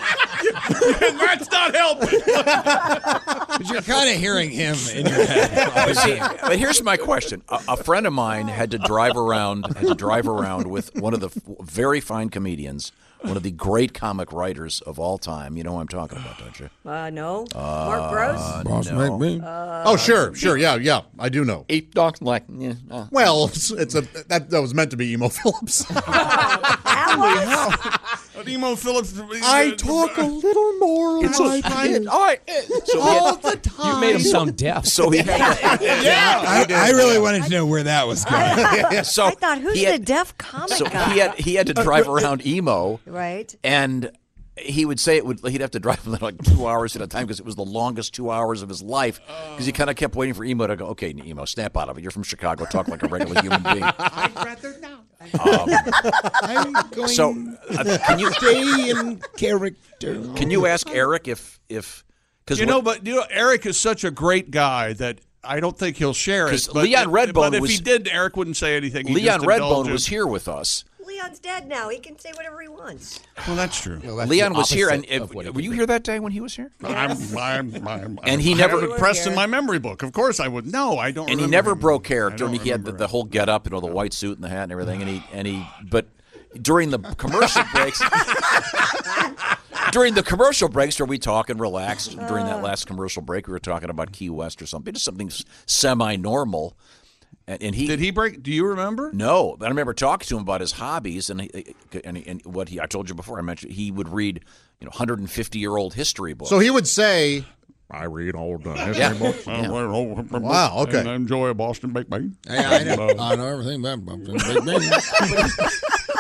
[SPEAKER 15] That's not helping.
[SPEAKER 20] But you're kind of hearing him in your head.
[SPEAKER 9] But, see, but here's my question: a, a friend of mine had to drive around, had to drive around with one of the f- very fine comedians, one of the great comic writers of all time. You know who I'm talking about, don't you?
[SPEAKER 7] Uh, no.
[SPEAKER 9] Uh,
[SPEAKER 7] Mark Uh, Gross?
[SPEAKER 9] Boston
[SPEAKER 8] no. oh, sure, sure, yeah, yeah. I do know.
[SPEAKER 9] Eight dogs like. Yeah, uh.
[SPEAKER 8] Well, it's, it's a that, that was meant to be Emo Phillips.
[SPEAKER 6] Emo Phillips. uh,
[SPEAKER 8] I talk a little more.
[SPEAKER 6] It's a-
[SPEAKER 9] all right.
[SPEAKER 6] he had-
[SPEAKER 9] So
[SPEAKER 8] all the time.
[SPEAKER 20] Oh,
[SPEAKER 9] deaf. So he had,
[SPEAKER 20] I, I really wanted to know where that was going.
[SPEAKER 9] so
[SPEAKER 7] I thought, who's
[SPEAKER 9] he had-
[SPEAKER 7] the deaf comic
[SPEAKER 9] so
[SPEAKER 7] guy?
[SPEAKER 9] he had he had to drive around emo,
[SPEAKER 7] Oh right?
[SPEAKER 9] and he would say it would. He'd have to drive like two hours at a time because it was the longest two hours of his life.
[SPEAKER 6] Oh.
[SPEAKER 9] Because he kind of kept waiting for emo to go. Okay, emo, snap out of it. You're from Chicago. Talk like a regular human being.
[SPEAKER 17] I'd rather not.
[SPEAKER 20] I'm going
[SPEAKER 9] Um, So uh, can you
[SPEAKER 20] stay in character.
[SPEAKER 9] Um, can you ask Eric if if because
[SPEAKER 6] You know, but you know, Eric is such a great guy that I don't think he'll share it.
[SPEAKER 9] 'Cause
[SPEAKER 6] But,
[SPEAKER 9] Leon Redbone
[SPEAKER 6] but if
[SPEAKER 9] was-
[SPEAKER 6] he did, Eric wouldn't say anything. He
[SPEAKER 9] Leon
[SPEAKER 6] just indulged
[SPEAKER 9] Redbone
[SPEAKER 6] him.
[SPEAKER 9] was here with us.
[SPEAKER 7] Leon's dead now. He can say whatever he wants.
[SPEAKER 6] Well, that's true.
[SPEAKER 9] Leon was here, and if, were you here that day when he was here?
[SPEAKER 6] I'm, I'm, I'm,
[SPEAKER 9] And he
[SPEAKER 6] I
[SPEAKER 9] never-
[SPEAKER 6] have it pressed in my memory book. Of course, I would. No, I don't.
[SPEAKER 9] and he
[SPEAKER 6] remember
[SPEAKER 9] never
[SPEAKER 6] him.
[SPEAKER 9] broke character. And he had the, the whole get up, you know, the white suit and the hat and everything. And he and he, but during the commercial breaks, during the commercial breaks, where we talk and relax.
[SPEAKER 6] Uh.
[SPEAKER 9] During that last commercial break, we were talking about Key West or something, just something semi normal. And, and he did he break? Do you remember? No, but I remember talking to him about his hobbies and he, uh, and, he- and what he. I told you before. I mentioned he would read, you know, 150 year old history books.
[SPEAKER 8] So he would say,
[SPEAKER 6] I read all the
[SPEAKER 9] Yeah.
[SPEAKER 6] history books. I
[SPEAKER 9] Yeah.
[SPEAKER 6] read all the books
[SPEAKER 8] Wow, okay.
[SPEAKER 6] And I enjoy a Boston baked bean.
[SPEAKER 3] Yeah, I know-
[SPEAKER 6] And, uh,
[SPEAKER 3] I know everything about Boston baked bean.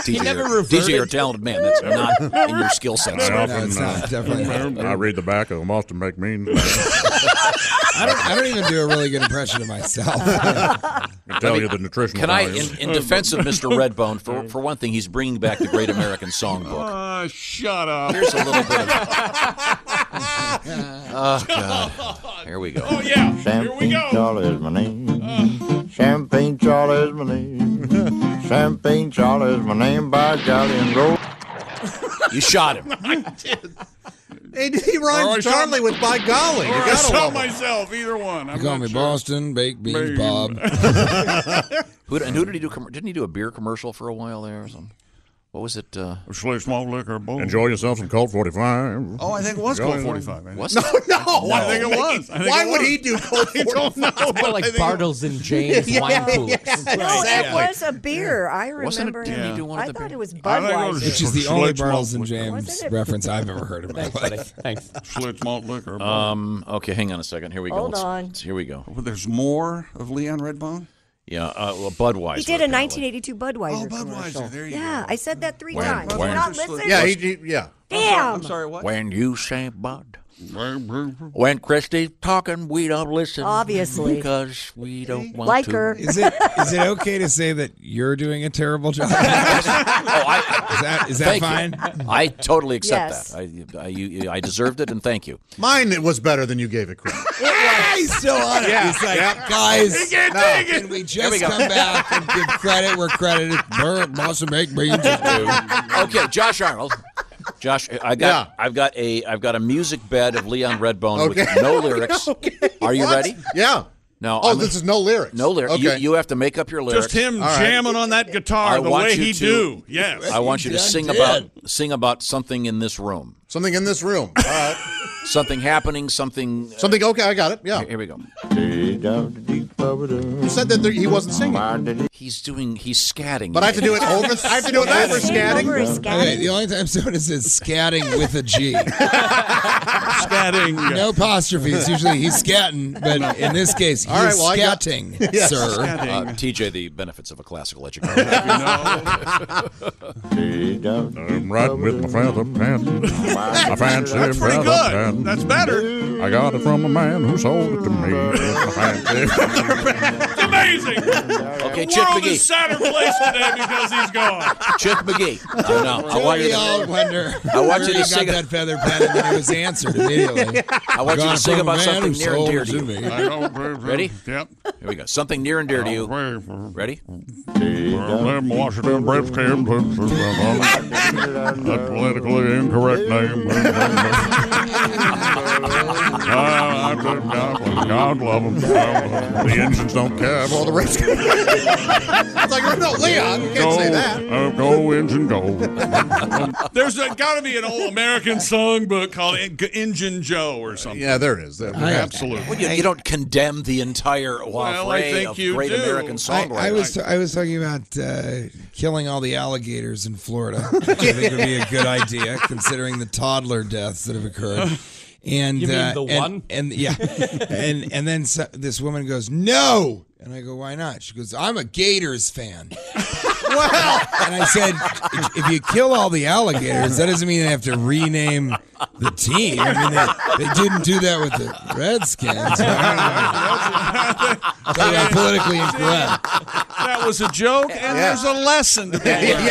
[SPEAKER 9] DJ,
[SPEAKER 3] never
[SPEAKER 9] you're-
[SPEAKER 3] reverted.
[SPEAKER 9] DJ, you're a talented man. That's not in your skill
[SPEAKER 6] I
[SPEAKER 9] set. sir.
[SPEAKER 6] often, uh, I read the back of a Boston baked bean.
[SPEAKER 20] I don't, I don't even do a really good impression of myself.
[SPEAKER 6] I tell you the nutritional
[SPEAKER 9] Can I,
[SPEAKER 6] value.
[SPEAKER 9] in, in defense of Mr. Redbone, for, for one thing, he's bringing back the Great American Songbook.
[SPEAKER 6] Uh, shut up.
[SPEAKER 9] Here's a little bit Oh, God. Here we Uh. go. Oh, yeah.
[SPEAKER 23] Champagne Charlie is my name. Champagne Charlie is my name. Champagne Charlie is my name by golly and roll.
[SPEAKER 9] You shot him.
[SPEAKER 8] He, he
[SPEAKER 6] Or I
[SPEAKER 8] rhymes
[SPEAKER 6] shot-
[SPEAKER 8] Charlie with by golly. You
[SPEAKER 6] Or I
[SPEAKER 8] gotta
[SPEAKER 6] sell
[SPEAKER 8] love him.
[SPEAKER 6] myself, either one. I'm
[SPEAKER 20] You call
[SPEAKER 6] not
[SPEAKER 20] me
[SPEAKER 6] sure.
[SPEAKER 20] Boston baked beans,
[SPEAKER 6] Bean.
[SPEAKER 20] Bob.
[SPEAKER 9] Who, and who did he do? comm- Didn't he do a beer commercial for a while there or something? What was it? Uh,
[SPEAKER 6] small liquor bowl.
[SPEAKER 9] Enjoy
[SPEAKER 6] yourself some Colt 45.
[SPEAKER 9] Oh, I think it was
[SPEAKER 6] Colt
[SPEAKER 9] Colt
[SPEAKER 6] 45. ain't it?
[SPEAKER 9] Was
[SPEAKER 8] No, no.
[SPEAKER 6] I think it was. I think
[SPEAKER 8] Why
[SPEAKER 6] it
[SPEAKER 8] would
[SPEAKER 6] was.
[SPEAKER 8] he do Colt
[SPEAKER 6] I don't know.
[SPEAKER 8] 45? It's more like
[SPEAKER 6] I think it
[SPEAKER 8] Bartles
[SPEAKER 6] was.
[SPEAKER 8] and James
[SPEAKER 7] Yeah,
[SPEAKER 8] wine
[SPEAKER 7] yeah,
[SPEAKER 8] coolers.
[SPEAKER 7] yeah. No,
[SPEAKER 8] Exactly.
[SPEAKER 7] it was a beer. I remember.
[SPEAKER 8] Wasn't it-
[SPEAKER 7] it.
[SPEAKER 8] didn't he do
[SPEAKER 7] I thought it was
[SPEAKER 6] I think it was
[SPEAKER 7] Budweiser.
[SPEAKER 20] Which is the
[SPEAKER 6] Schlitz
[SPEAKER 20] only
[SPEAKER 6] malt
[SPEAKER 20] Bartles and
[SPEAKER 6] liquor.
[SPEAKER 20] James
[SPEAKER 7] Wasn't it-
[SPEAKER 20] reference I've ever heard in my
[SPEAKER 6] Thanks, buddy.
[SPEAKER 20] life.
[SPEAKER 6] Thanks. Schlitz malt liquor.
[SPEAKER 9] um, okay, hang on a second. Here we go.
[SPEAKER 7] Hold
[SPEAKER 9] Let's-
[SPEAKER 7] on.
[SPEAKER 9] Here we go.
[SPEAKER 6] Well, there's more of Leon Redbone?
[SPEAKER 9] Yeah, uh, well, Budweiser.
[SPEAKER 7] He did a
[SPEAKER 9] apparently.
[SPEAKER 7] 1982 Budweiser. Oh,
[SPEAKER 6] Budweiser. There you
[SPEAKER 7] yeah, I said that three
[SPEAKER 9] When-
[SPEAKER 7] times.
[SPEAKER 9] when-
[SPEAKER 7] You're not listening.
[SPEAKER 9] Yeah, he- he- yeah.
[SPEAKER 7] Damn.
[SPEAKER 6] I'm sorry, what?
[SPEAKER 9] When you say Bud. When Christy's talking, we don't listen.
[SPEAKER 7] Obviously.
[SPEAKER 9] Because we don't want
[SPEAKER 7] Like
[SPEAKER 9] to.
[SPEAKER 7] her.
[SPEAKER 20] Is it is it okay to say that you're doing a terrible job? is that is that
[SPEAKER 9] Thank
[SPEAKER 20] fine?
[SPEAKER 9] You. I totally accept
[SPEAKER 20] Yes.
[SPEAKER 9] that. I, I, you, I deserved it, and thank you.
[SPEAKER 8] Mine it was better than you gave it credit.
[SPEAKER 20] He's still on it.
[SPEAKER 8] Yeah,
[SPEAKER 20] He's like,
[SPEAKER 8] yeah.
[SPEAKER 20] guys,
[SPEAKER 8] He can't take it.
[SPEAKER 20] can we
[SPEAKER 8] Here
[SPEAKER 20] just
[SPEAKER 8] we go.
[SPEAKER 20] come back and give credit where credit is Bur- Boston baked beans is due?
[SPEAKER 9] okay, Josh Arnold. Josh, I got, I've got a, I've got a music bed of Leon Redbone
[SPEAKER 8] Okay.
[SPEAKER 9] with no lyrics. Are you
[SPEAKER 8] What?
[SPEAKER 9] ready?
[SPEAKER 8] Yeah.
[SPEAKER 9] No.
[SPEAKER 8] Oh,
[SPEAKER 9] I'm-
[SPEAKER 8] this is no lyrics.
[SPEAKER 9] No lyrics. You,
[SPEAKER 8] Okay.
[SPEAKER 9] you have to make up your lyrics.
[SPEAKER 8] Just him All right.
[SPEAKER 6] jamming on that guitar
[SPEAKER 9] I
[SPEAKER 6] the
[SPEAKER 9] want
[SPEAKER 6] way
[SPEAKER 9] you
[SPEAKER 6] he
[SPEAKER 9] to-
[SPEAKER 6] do. Yes.
[SPEAKER 9] I want you to
[SPEAKER 6] He
[SPEAKER 9] sing
[SPEAKER 6] did.
[SPEAKER 9] about sing about something in this room.
[SPEAKER 8] Something in this room. All right.
[SPEAKER 9] Something happening. Something. uh,
[SPEAKER 8] Something. Okay, I got it. Yeah.
[SPEAKER 9] Here, here we go.
[SPEAKER 8] You said that there, he wasn't singing.
[SPEAKER 9] He's doing. He's scatting.
[SPEAKER 8] But I have to do it over. I have to do it over scatting.
[SPEAKER 20] Okay, the only time someone is is scatting with a G.
[SPEAKER 6] scatting.
[SPEAKER 20] No apostrophes. Usually he's scatting, but in this case, he's
[SPEAKER 9] All right, well, I got-
[SPEAKER 20] scatting,
[SPEAKER 9] Yes.
[SPEAKER 20] sir.
[SPEAKER 9] Uh, TJ, the benefits of a classical education.
[SPEAKER 6] I'm riding with my phantom pants. My fancy
[SPEAKER 17] That's pretty
[SPEAKER 6] phantom
[SPEAKER 17] good.
[SPEAKER 6] pants.
[SPEAKER 17] That's better.
[SPEAKER 6] I got it from a man who sold it to me. My fancy-
[SPEAKER 17] It's amazing.
[SPEAKER 9] Okay,
[SPEAKER 17] the
[SPEAKER 9] Chick
[SPEAKER 17] world
[SPEAKER 9] McGee.
[SPEAKER 17] is sadder place today because he's gone.
[SPEAKER 9] Chick McGee. I know. I want you
[SPEAKER 20] We all
[SPEAKER 9] to.
[SPEAKER 20] wonder.
[SPEAKER 9] I want
[SPEAKER 20] where
[SPEAKER 9] you to
[SPEAKER 20] he
[SPEAKER 9] sing
[SPEAKER 20] got
[SPEAKER 9] a-
[SPEAKER 20] that feather pen, and then it was answered immediately.
[SPEAKER 9] I want you
[SPEAKER 20] Got
[SPEAKER 9] to
[SPEAKER 20] it
[SPEAKER 9] sing
[SPEAKER 20] from a
[SPEAKER 9] about
[SPEAKER 20] man
[SPEAKER 9] something
[SPEAKER 20] who
[SPEAKER 9] near and
[SPEAKER 20] sold
[SPEAKER 9] dear
[SPEAKER 20] it
[SPEAKER 9] to you.
[SPEAKER 6] you.
[SPEAKER 9] Ready?
[SPEAKER 6] Yep. Oh,
[SPEAKER 9] Here we go. Something near and dear to you. Ready?
[SPEAKER 6] Them Washington breast cancers. That politically incorrect name. I, I, God, God love them. The engines don't care. Well, the race.
[SPEAKER 8] It's like, oh, no, Leon, you can't say that.
[SPEAKER 6] Uh, go engine go.
[SPEAKER 4] There's got to be an old American songbook called En- Engine Joe or something.
[SPEAKER 8] Yeah, there it is. There-
[SPEAKER 6] Absolutely.
[SPEAKER 9] Well, you, you don't condemn the entire waffle
[SPEAKER 6] Well, I think
[SPEAKER 9] of
[SPEAKER 6] you
[SPEAKER 9] great
[SPEAKER 6] do.
[SPEAKER 9] American
[SPEAKER 20] Oh, I,
[SPEAKER 9] songwriters.
[SPEAKER 20] I was I was talking about uh, killing all the alligators in Florida. Which I think would be a good idea considering the toddler deaths that have occurred. And
[SPEAKER 10] You mean
[SPEAKER 20] uh,
[SPEAKER 10] the
[SPEAKER 20] and-
[SPEAKER 10] one?
[SPEAKER 20] and yeah, and and then so, this woman goes no, and I go why not? She goes I'm a Gators fan.
[SPEAKER 8] Well,
[SPEAKER 20] And I said if you kill all the alligators, that doesn't mean they have to rename the team. I mean they, they didn't do that with the Redskins. Talking about politically incorrect.
[SPEAKER 4] That was a joke, and there's a lesson. To be learned.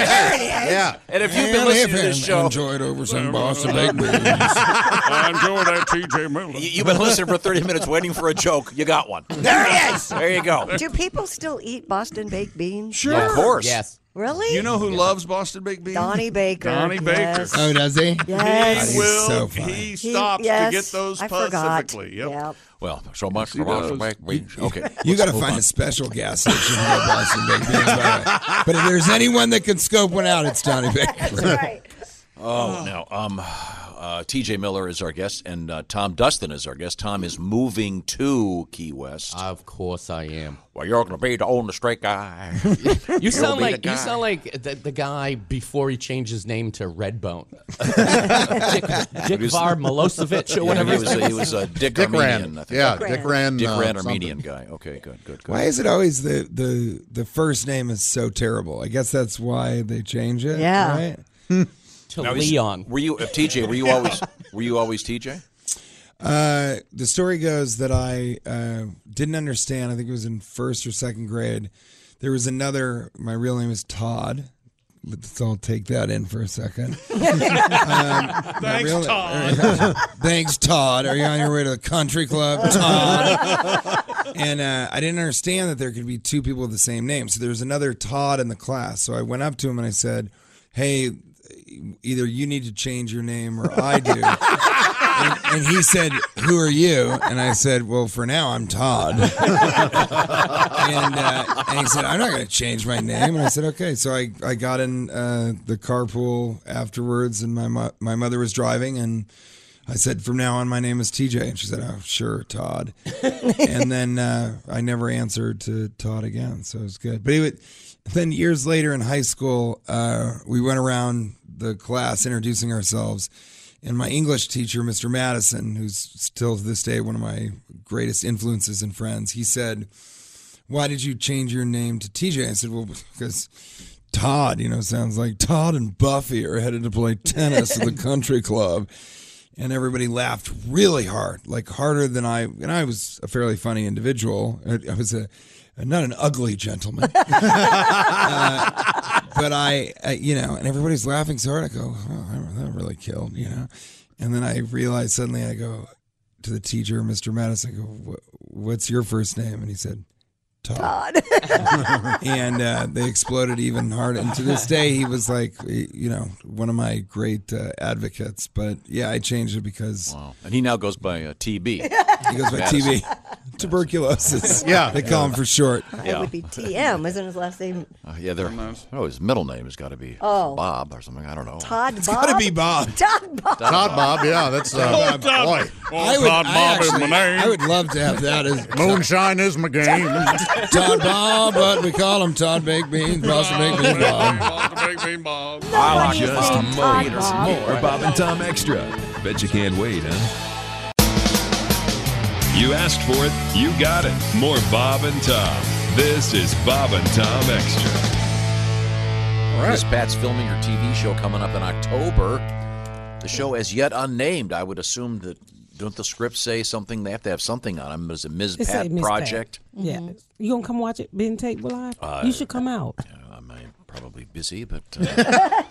[SPEAKER 9] And if you've
[SPEAKER 20] And
[SPEAKER 9] been listening to
[SPEAKER 20] if
[SPEAKER 9] this
[SPEAKER 20] and
[SPEAKER 9] show,
[SPEAKER 20] enjoyed over some Boston baked beans.
[SPEAKER 6] I enjoy that TJ Miller.
[SPEAKER 9] you- you've been listening for 30 minutes waiting for a joke. You got one. There it is. There you go.
[SPEAKER 7] Do people still eat Boston baked beans?
[SPEAKER 6] Sure. Of course. Yes.
[SPEAKER 7] Really?
[SPEAKER 6] You know who loves Boston baked beans?
[SPEAKER 7] Donnie Baker.
[SPEAKER 6] Donnie Baker.
[SPEAKER 7] Yes.
[SPEAKER 20] Oh, does he?
[SPEAKER 7] Yes.
[SPEAKER 6] He
[SPEAKER 7] He's
[SPEAKER 6] will.
[SPEAKER 20] so
[SPEAKER 6] he
[SPEAKER 20] funny.
[SPEAKER 6] stops
[SPEAKER 7] yes,
[SPEAKER 6] to get those
[SPEAKER 7] I
[SPEAKER 6] puns
[SPEAKER 7] forgot.
[SPEAKER 6] specifically. Yep.
[SPEAKER 9] Well, so much
[SPEAKER 20] He
[SPEAKER 9] for Boston
[SPEAKER 20] does.
[SPEAKER 9] Baked Beans. Okay.
[SPEAKER 20] You
[SPEAKER 9] let's
[SPEAKER 20] got to
[SPEAKER 9] move
[SPEAKER 20] find
[SPEAKER 9] on.
[SPEAKER 20] a special gas station to get Boston baked beans. by the way. But if there's anyone that can scope one out, it's Donnie Baker.
[SPEAKER 9] Oh, no. Um, uh, T.J. Miller is our guest, and uh, Tom Dustin is our guest. Tom is moving to Key West. Of course, I am. Well, you're going to be the only straight guy.
[SPEAKER 16] You
[SPEAKER 9] You'll
[SPEAKER 16] sound
[SPEAKER 9] be the
[SPEAKER 16] like you
[SPEAKER 9] guy.
[SPEAKER 16] sound like the, the guy before he changed his name to Redbone, Dick,
[SPEAKER 9] He
[SPEAKER 16] Dick
[SPEAKER 9] was-
[SPEAKER 16] Var Milosevic or whatever.
[SPEAKER 9] Yeah, he
[SPEAKER 16] his
[SPEAKER 9] was.
[SPEAKER 16] name
[SPEAKER 9] He was a Dick,
[SPEAKER 16] Dick
[SPEAKER 9] Armenian.
[SPEAKER 16] Rand.
[SPEAKER 9] I think.
[SPEAKER 16] Yeah, Dick Dick Rand.
[SPEAKER 9] Dick
[SPEAKER 16] Rand,
[SPEAKER 9] Rand
[SPEAKER 16] uh,
[SPEAKER 9] Armenian guy. Okay, good, good, good.
[SPEAKER 20] Why is it always the the the first name is so terrible? I guess that's why they change it.
[SPEAKER 16] Yeah.
[SPEAKER 20] Right?
[SPEAKER 16] To
[SPEAKER 9] Now, is- Were you uh, TJ? Were you always? Were you always TJ?
[SPEAKER 20] Uh, the story goes that I uh, didn't understand. I think it was in first or second grade. There was another. My real name is Todd. Let's all take that in for a second. Um, my
[SPEAKER 17] Thanks,
[SPEAKER 20] Todd. Thanks, Todd. Are you on your way to the country club, Todd? and uh, I didn't understand that there could be two people with the same name. So there was another Todd in the class. So I went up to him and I said, "Hey, either you need to change your name or I do." and, and he said, "Who are you?" And I said, "Well, for now, I'm Todd." and, uh, and he said, "I'm not going to change my name." And I said, "Okay." So I, I got in uh, the carpool afterwards, and my mo- my mother was driving, and I said, "From now on, my name is TJ." And she said, "Oh, sure, Todd." and then uh, I never answered to Todd again, so it was good. But he would, then years later in high school, uh, we went around the class introducing ourselves. And my English teacher, Mr. Madison, who's still to this day one of my greatest influences and friends, he said, Why did you change your name to TJ? I said, Well, because Todd, you know, sounds like Todd and Buffy are headed to play tennis at the country club. And everybody laughed really hard, like harder than I. And I was a fairly funny individual. I, I was a, not an ugly gentleman. Uh, but I, I, you know, and everybody's laughing so hard. I go, oh, that- that really killed, you know. And then I realized suddenly, I go to the teacher, Mr. Madison, I go, "Wh- what's your first name? And he said, Todd. and uh, they exploded even harder. And to this day, he was like, you know, one of my great uh, advocates. But yeah, I changed it because
[SPEAKER 9] And he now goes by uh, TB.
[SPEAKER 20] he goes by
[SPEAKER 9] Madison.
[SPEAKER 20] TB. Tuberculosis.
[SPEAKER 9] Yeah.
[SPEAKER 20] They call him for short.
[SPEAKER 9] Yeah.
[SPEAKER 7] It would be TM, isn't his last name?
[SPEAKER 9] Uh, yeah, they're, oh, his middle name has got to be
[SPEAKER 7] Oh.
[SPEAKER 9] Bob or something. I don't know.
[SPEAKER 7] Todd
[SPEAKER 9] It's
[SPEAKER 7] Bob.
[SPEAKER 9] gotta be Bob.
[SPEAKER 7] Todd Bob.
[SPEAKER 9] Todd Bob, yeah, that's, uh,
[SPEAKER 8] Oh, Todd-
[SPEAKER 9] boy.
[SPEAKER 8] I would-
[SPEAKER 20] Todd
[SPEAKER 8] I
[SPEAKER 20] Bob is
[SPEAKER 8] actually-
[SPEAKER 20] my name.
[SPEAKER 8] I would
[SPEAKER 20] love to have that as
[SPEAKER 8] moonshine is my game.
[SPEAKER 20] Todd Bob, but we call him Todd Baked Beans, Boston Baked Beans Bob.
[SPEAKER 12] I'll
[SPEAKER 17] Nobody's
[SPEAKER 12] just
[SPEAKER 17] named
[SPEAKER 12] more,
[SPEAKER 17] Todd
[SPEAKER 12] more
[SPEAKER 17] Bob.
[SPEAKER 12] Bob and Tom Extra. Bet you can't wait, huh? You asked for it, you got it. More Bob and Tom. This is Bob and Tom Extra.
[SPEAKER 9] Miss Pat's filming her TV show coming up in October. The show as yet unnamed. I would assume that don't the scripts say something? They have to have something on them. Is a Ms.
[SPEAKER 5] It's
[SPEAKER 9] Pat
[SPEAKER 5] a Miss Pat.
[SPEAKER 9] project?
[SPEAKER 5] Yeah.
[SPEAKER 7] Mm-hmm.
[SPEAKER 5] You gonna come watch it being taped live?
[SPEAKER 9] Uh,
[SPEAKER 5] you should come out.
[SPEAKER 9] Probably busy, but uh,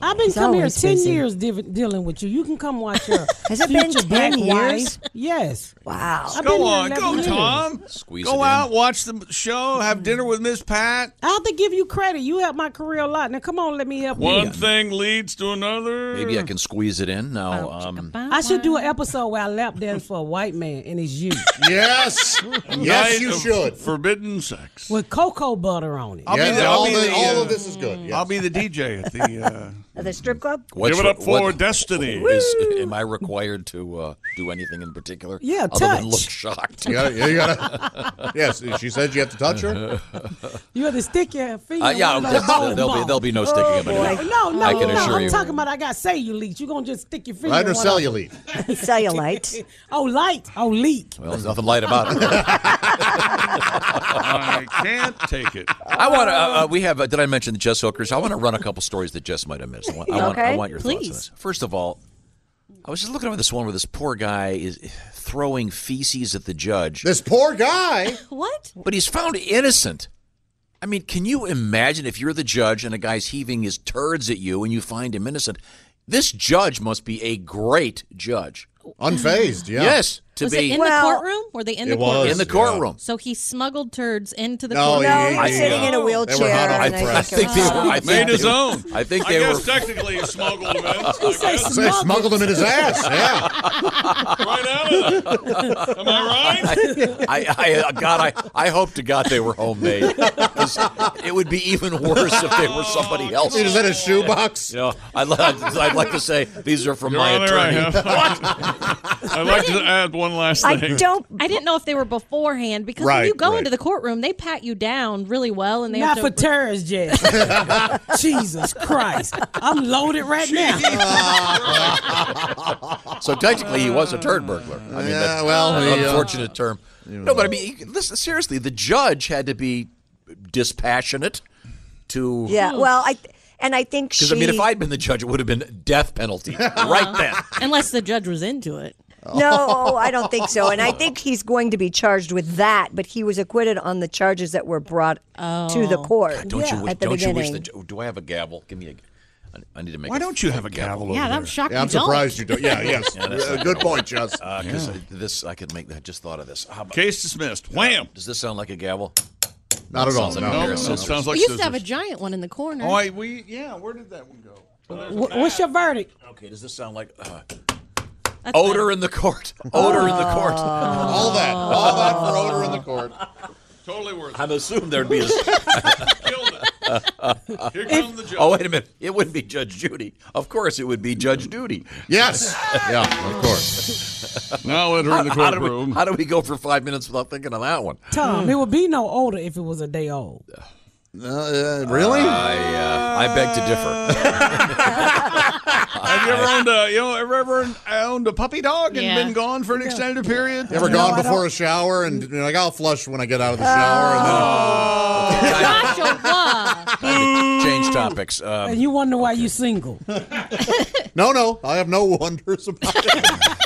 [SPEAKER 5] I've been
[SPEAKER 9] It's
[SPEAKER 5] coming here
[SPEAKER 9] always
[SPEAKER 5] ten
[SPEAKER 9] busy.
[SPEAKER 5] years div- dealing with you. You can come watch her.
[SPEAKER 7] Has it been 10
[SPEAKER 5] future black
[SPEAKER 7] years?
[SPEAKER 5] wife. Yes.
[SPEAKER 7] Wow.
[SPEAKER 5] I've been
[SPEAKER 6] Go
[SPEAKER 5] here
[SPEAKER 6] on, go
[SPEAKER 5] 11 years.
[SPEAKER 6] Tom.
[SPEAKER 9] Squeeze
[SPEAKER 6] go
[SPEAKER 5] it in.
[SPEAKER 6] out, watch the show,
[SPEAKER 7] Mm-hmm.
[SPEAKER 6] have dinner with Miss Pat.
[SPEAKER 5] I have to give you credit. You helped my career a lot. Now come on, let me help
[SPEAKER 6] One
[SPEAKER 5] you.
[SPEAKER 6] thing leads to another.
[SPEAKER 9] maybe I can squeeze it in now. Um,
[SPEAKER 5] I should do an episode where I lap dance for a white man, and it's you
[SPEAKER 6] Yes,
[SPEAKER 8] Yes, you should.
[SPEAKER 6] Forbidden sex.
[SPEAKER 5] with cocoa butter on it.
[SPEAKER 6] I'll be the, I'll be the, uh,
[SPEAKER 8] is good.
[SPEAKER 6] I'll be the DJ at the. Uh,
[SPEAKER 7] At the strip club?
[SPEAKER 9] what's
[SPEAKER 6] give it
[SPEAKER 9] re-
[SPEAKER 6] up for
[SPEAKER 9] what-
[SPEAKER 6] destiny.
[SPEAKER 9] Is, am I required to uh, do anything in particular?
[SPEAKER 5] Yeah,
[SPEAKER 9] other than
[SPEAKER 5] touch.
[SPEAKER 9] look shocked.
[SPEAKER 8] You gotta- you gotta- yes, she said you have to touch her?
[SPEAKER 5] You have to stick your finger.
[SPEAKER 9] Uh, yeah,
[SPEAKER 5] in one of those
[SPEAKER 9] there'll- there'll
[SPEAKER 5] balls.
[SPEAKER 9] be- there'll be no sticking Oh, of it in. boy.
[SPEAKER 5] No, no,
[SPEAKER 9] I can
[SPEAKER 5] no.
[SPEAKER 9] assure
[SPEAKER 5] I'm
[SPEAKER 9] you.
[SPEAKER 5] talking about I got cellulite. You gonna just stick your finger?
[SPEAKER 8] Right
[SPEAKER 5] in
[SPEAKER 8] or
[SPEAKER 5] one of
[SPEAKER 8] cellulite?
[SPEAKER 5] them.
[SPEAKER 7] Cellulite.
[SPEAKER 5] oh, light. Oh, leak.
[SPEAKER 9] Well, there's nothing light about it.
[SPEAKER 6] I can't take it.
[SPEAKER 9] I want to. Uh, uh, we have. Uh, did I mention the Jess Hookers? I want to run a couple stories that Jess might have missed. I want. I want, I
[SPEAKER 16] Okay,
[SPEAKER 9] want your thoughts on
[SPEAKER 16] please.
[SPEAKER 9] this. First of all, I was just looking over this one where this poor guy is throwing feces at the judge.
[SPEAKER 8] This poor guy.
[SPEAKER 7] what?
[SPEAKER 9] But he's found innocent. I mean, can you imagine if you're the judge and a guy's heaving his turds at you and you find him innocent? This judge must be a great judge.
[SPEAKER 8] Unfazed, yeah.
[SPEAKER 9] Yes. to
[SPEAKER 13] was
[SPEAKER 9] be
[SPEAKER 13] it in
[SPEAKER 7] Well-
[SPEAKER 13] the courtroom? Were they in
[SPEAKER 9] It
[SPEAKER 13] the
[SPEAKER 9] was,
[SPEAKER 13] courtroom?
[SPEAKER 9] In the yeah. courtroom.
[SPEAKER 13] So he smuggled turds into the
[SPEAKER 9] No, he-
[SPEAKER 13] courtroom.
[SPEAKER 9] No, he uh, was I- sitting in a
[SPEAKER 7] wheelchair,
[SPEAKER 9] huddled.
[SPEAKER 13] and I
[SPEAKER 9] I
[SPEAKER 13] think
[SPEAKER 9] think
[SPEAKER 13] it was-
[SPEAKER 9] they- I think
[SPEAKER 4] Made his
[SPEAKER 9] they-
[SPEAKER 4] own.
[SPEAKER 9] I think
[SPEAKER 4] I
[SPEAKER 9] they
[SPEAKER 4] guess
[SPEAKER 9] were.
[SPEAKER 4] technically he smuggled him in.
[SPEAKER 8] Say, smuggled him in his ass. Yeah.
[SPEAKER 4] right out of there. Am I right?
[SPEAKER 9] I, I, God, I, I hope to God they were homemade. 'Cause It would be even worse if they were somebody else.
[SPEAKER 8] Is that a shoebox?
[SPEAKER 9] Yeah, I'd, li- I'd like to say these are from
[SPEAKER 4] Your
[SPEAKER 9] my
[SPEAKER 4] Honor, I
[SPEAKER 9] attorney.
[SPEAKER 4] I'd like to add one last
[SPEAKER 13] I
[SPEAKER 4] thing.
[SPEAKER 13] don't. I didn't know if they were beforehand because
[SPEAKER 4] Right,
[SPEAKER 13] when you go
[SPEAKER 4] right.
[SPEAKER 13] into the courtroom, they pat you down really well, and they
[SPEAKER 5] Not
[SPEAKER 13] have
[SPEAKER 5] for
[SPEAKER 13] to,
[SPEAKER 5] terrors, Jess. Jesus Christ. I'm loaded right now.
[SPEAKER 9] so technically, he was a turd burglar. I mean,
[SPEAKER 3] Yeah,
[SPEAKER 9] that's
[SPEAKER 3] well,
[SPEAKER 9] an
[SPEAKER 3] he, uh,
[SPEAKER 9] unfortunate term. No, but I mean, you- listen, seriously, the judge had to be dispassionate to.
[SPEAKER 7] Yeah. Well, I and I think she.
[SPEAKER 9] Because I mean, if I'd been the judge, it would have been death penalty right then.
[SPEAKER 13] unless the judge was into it.
[SPEAKER 7] No, Oh, I don't think so. And I think he's going to be charged with that, but he was acquitted on the charges that were brought to
[SPEAKER 13] Oh.
[SPEAKER 7] the court
[SPEAKER 9] Don't you wish?
[SPEAKER 7] at the
[SPEAKER 9] Don't you
[SPEAKER 7] beginning.
[SPEAKER 9] wish the? ju- Do I have a gavel? Give me a. I- I need to make.
[SPEAKER 7] Why
[SPEAKER 9] don't you have a gavel?
[SPEAKER 7] over Yeah, I'm there? shocked
[SPEAKER 8] Yeah, I'm you don't. surprised you don't. Yeah, yes. Uh, good point,
[SPEAKER 9] Jess. Because
[SPEAKER 8] Yeah.
[SPEAKER 9] Uh, this, I could make. I just thought of this. How about-
[SPEAKER 6] Case dismissed. Wham.
[SPEAKER 9] Does this sound like a gavel?
[SPEAKER 6] Not at all.
[SPEAKER 9] Sounds like
[SPEAKER 6] No,
[SPEAKER 9] a pair
[SPEAKER 6] no,
[SPEAKER 9] of
[SPEAKER 6] no.
[SPEAKER 9] scissors.
[SPEAKER 6] Sounds
[SPEAKER 13] we used to have a giant one in the corner.
[SPEAKER 6] Oh, I, we yeah. Where did that one go?
[SPEAKER 5] What's your verdict?
[SPEAKER 9] Okay, does this sound like uh, odor in the court? Odor in the
[SPEAKER 20] Oh.
[SPEAKER 9] court.
[SPEAKER 8] All that. All that for odor in the court.
[SPEAKER 6] Totally worth
[SPEAKER 9] I'm assuming there'd be. A,
[SPEAKER 6] Here comes the judge.
[SPEAKER 9] Oh wait a minute! It wouldn't be Judge Judy. Of course, it would be Judge Judy.
[SPEAKER 8] Yes.
[SPEAKER 9] yeah, of course.
[SPEAKER 6] Now let her in the
[SPEAKER 9] How do, we,
[SPEAKER 6] courtroom.
[SPEAKER 9] how do we go for five minutes without thinking of that one?
[SPEAKER 5] Tom, it would be no older if it was a day old.
[SPEAKER 9] Uh, really? I, uh, I beg to differ.
[SPEAKER 6] Have you ever owned a you know ever ever owned a puppy dog and
[SPEAKER 8] Yeah.
[SPEAKER 6] been gone for an extended period?
[SPEAKER 8] Ever gone before a shower and you're like, I'll flush when I get out of the shower. And then,
[SPEAKER 6] Oh.
[SPEAKER 9] Change topics. Um,
[SPEAKER 5] and you wonder why you single.
[SPEAKER 8] no, no, I have no wonders about
[SPEAKER 6] it.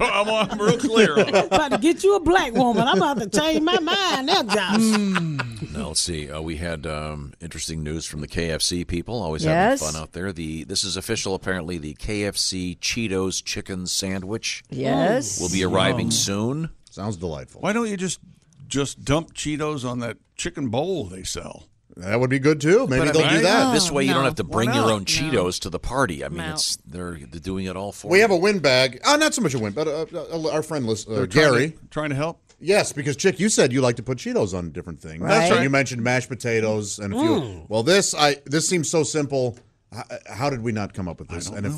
[SPEAKER 6] I'm, I'm real clear on it.
[SPEAKER 5] about to get you a black woman. I'm about to change my mind now, Josh.
[SPEAKER 9] Hmm. Now let's see. Uh, we had um, interesting news from the KFC people. Always
[SPEAKER 5] Yes.
[SPEAKER 9] having fun out there. The this is official. Apparently, the KFC Cheetos chicken sandwich.
[SPEAKER 7] Yes.
[SPEAKER 9] will be arriving
[SPEAKER 6] Yum.
[SPEAKER 9] soon.
[SPEAKER 8] Sounds delightful.
[SPEAKER 6] Why don't you just just dump Cheetos on that chicken bowl they sell?
[SPEAKER 8] That would be good too. Maybe
[SPEAKER 9] But I
[SPEAKER 8] they'll
[SPEAKER 9] mean,
[SPEAKER 8] do that.
[SPEAKER 6] Oh,
[SPEAKER 9] This way, you don't have to
[SPEAKER 8] Why
[SPEAKER 9] bring your
[SPEAKER 8] not?
[SPEAKER 9] own Cheetos to the party. I mean,
[SPEAKER 8] No.
[SPEAKER 9] it's they're, they're doing it all for.
[SPEAKER 8] We
[SPEAKER 9] you.
[SPEAKER 8] have a win bag. Uh, not so much a win, but uh, uh, our friend list, uh,
[SPEAKER 6] They're trying
[SPEAKER 8] Gary.
[SPEAKER 6] to- trying to help?
[SPEAKER 8] Yes, because Chick, you said you like to put Cheetos on different things.
[SPEAKER 6] That's Right. right.
[SPEAKER 8] And you mentioned mashed potatoes and a few.
[SPEAKER 6] Mm.
[SPEAKER 8] Well, this I this seems so simple. How, how did we not come up with this? and if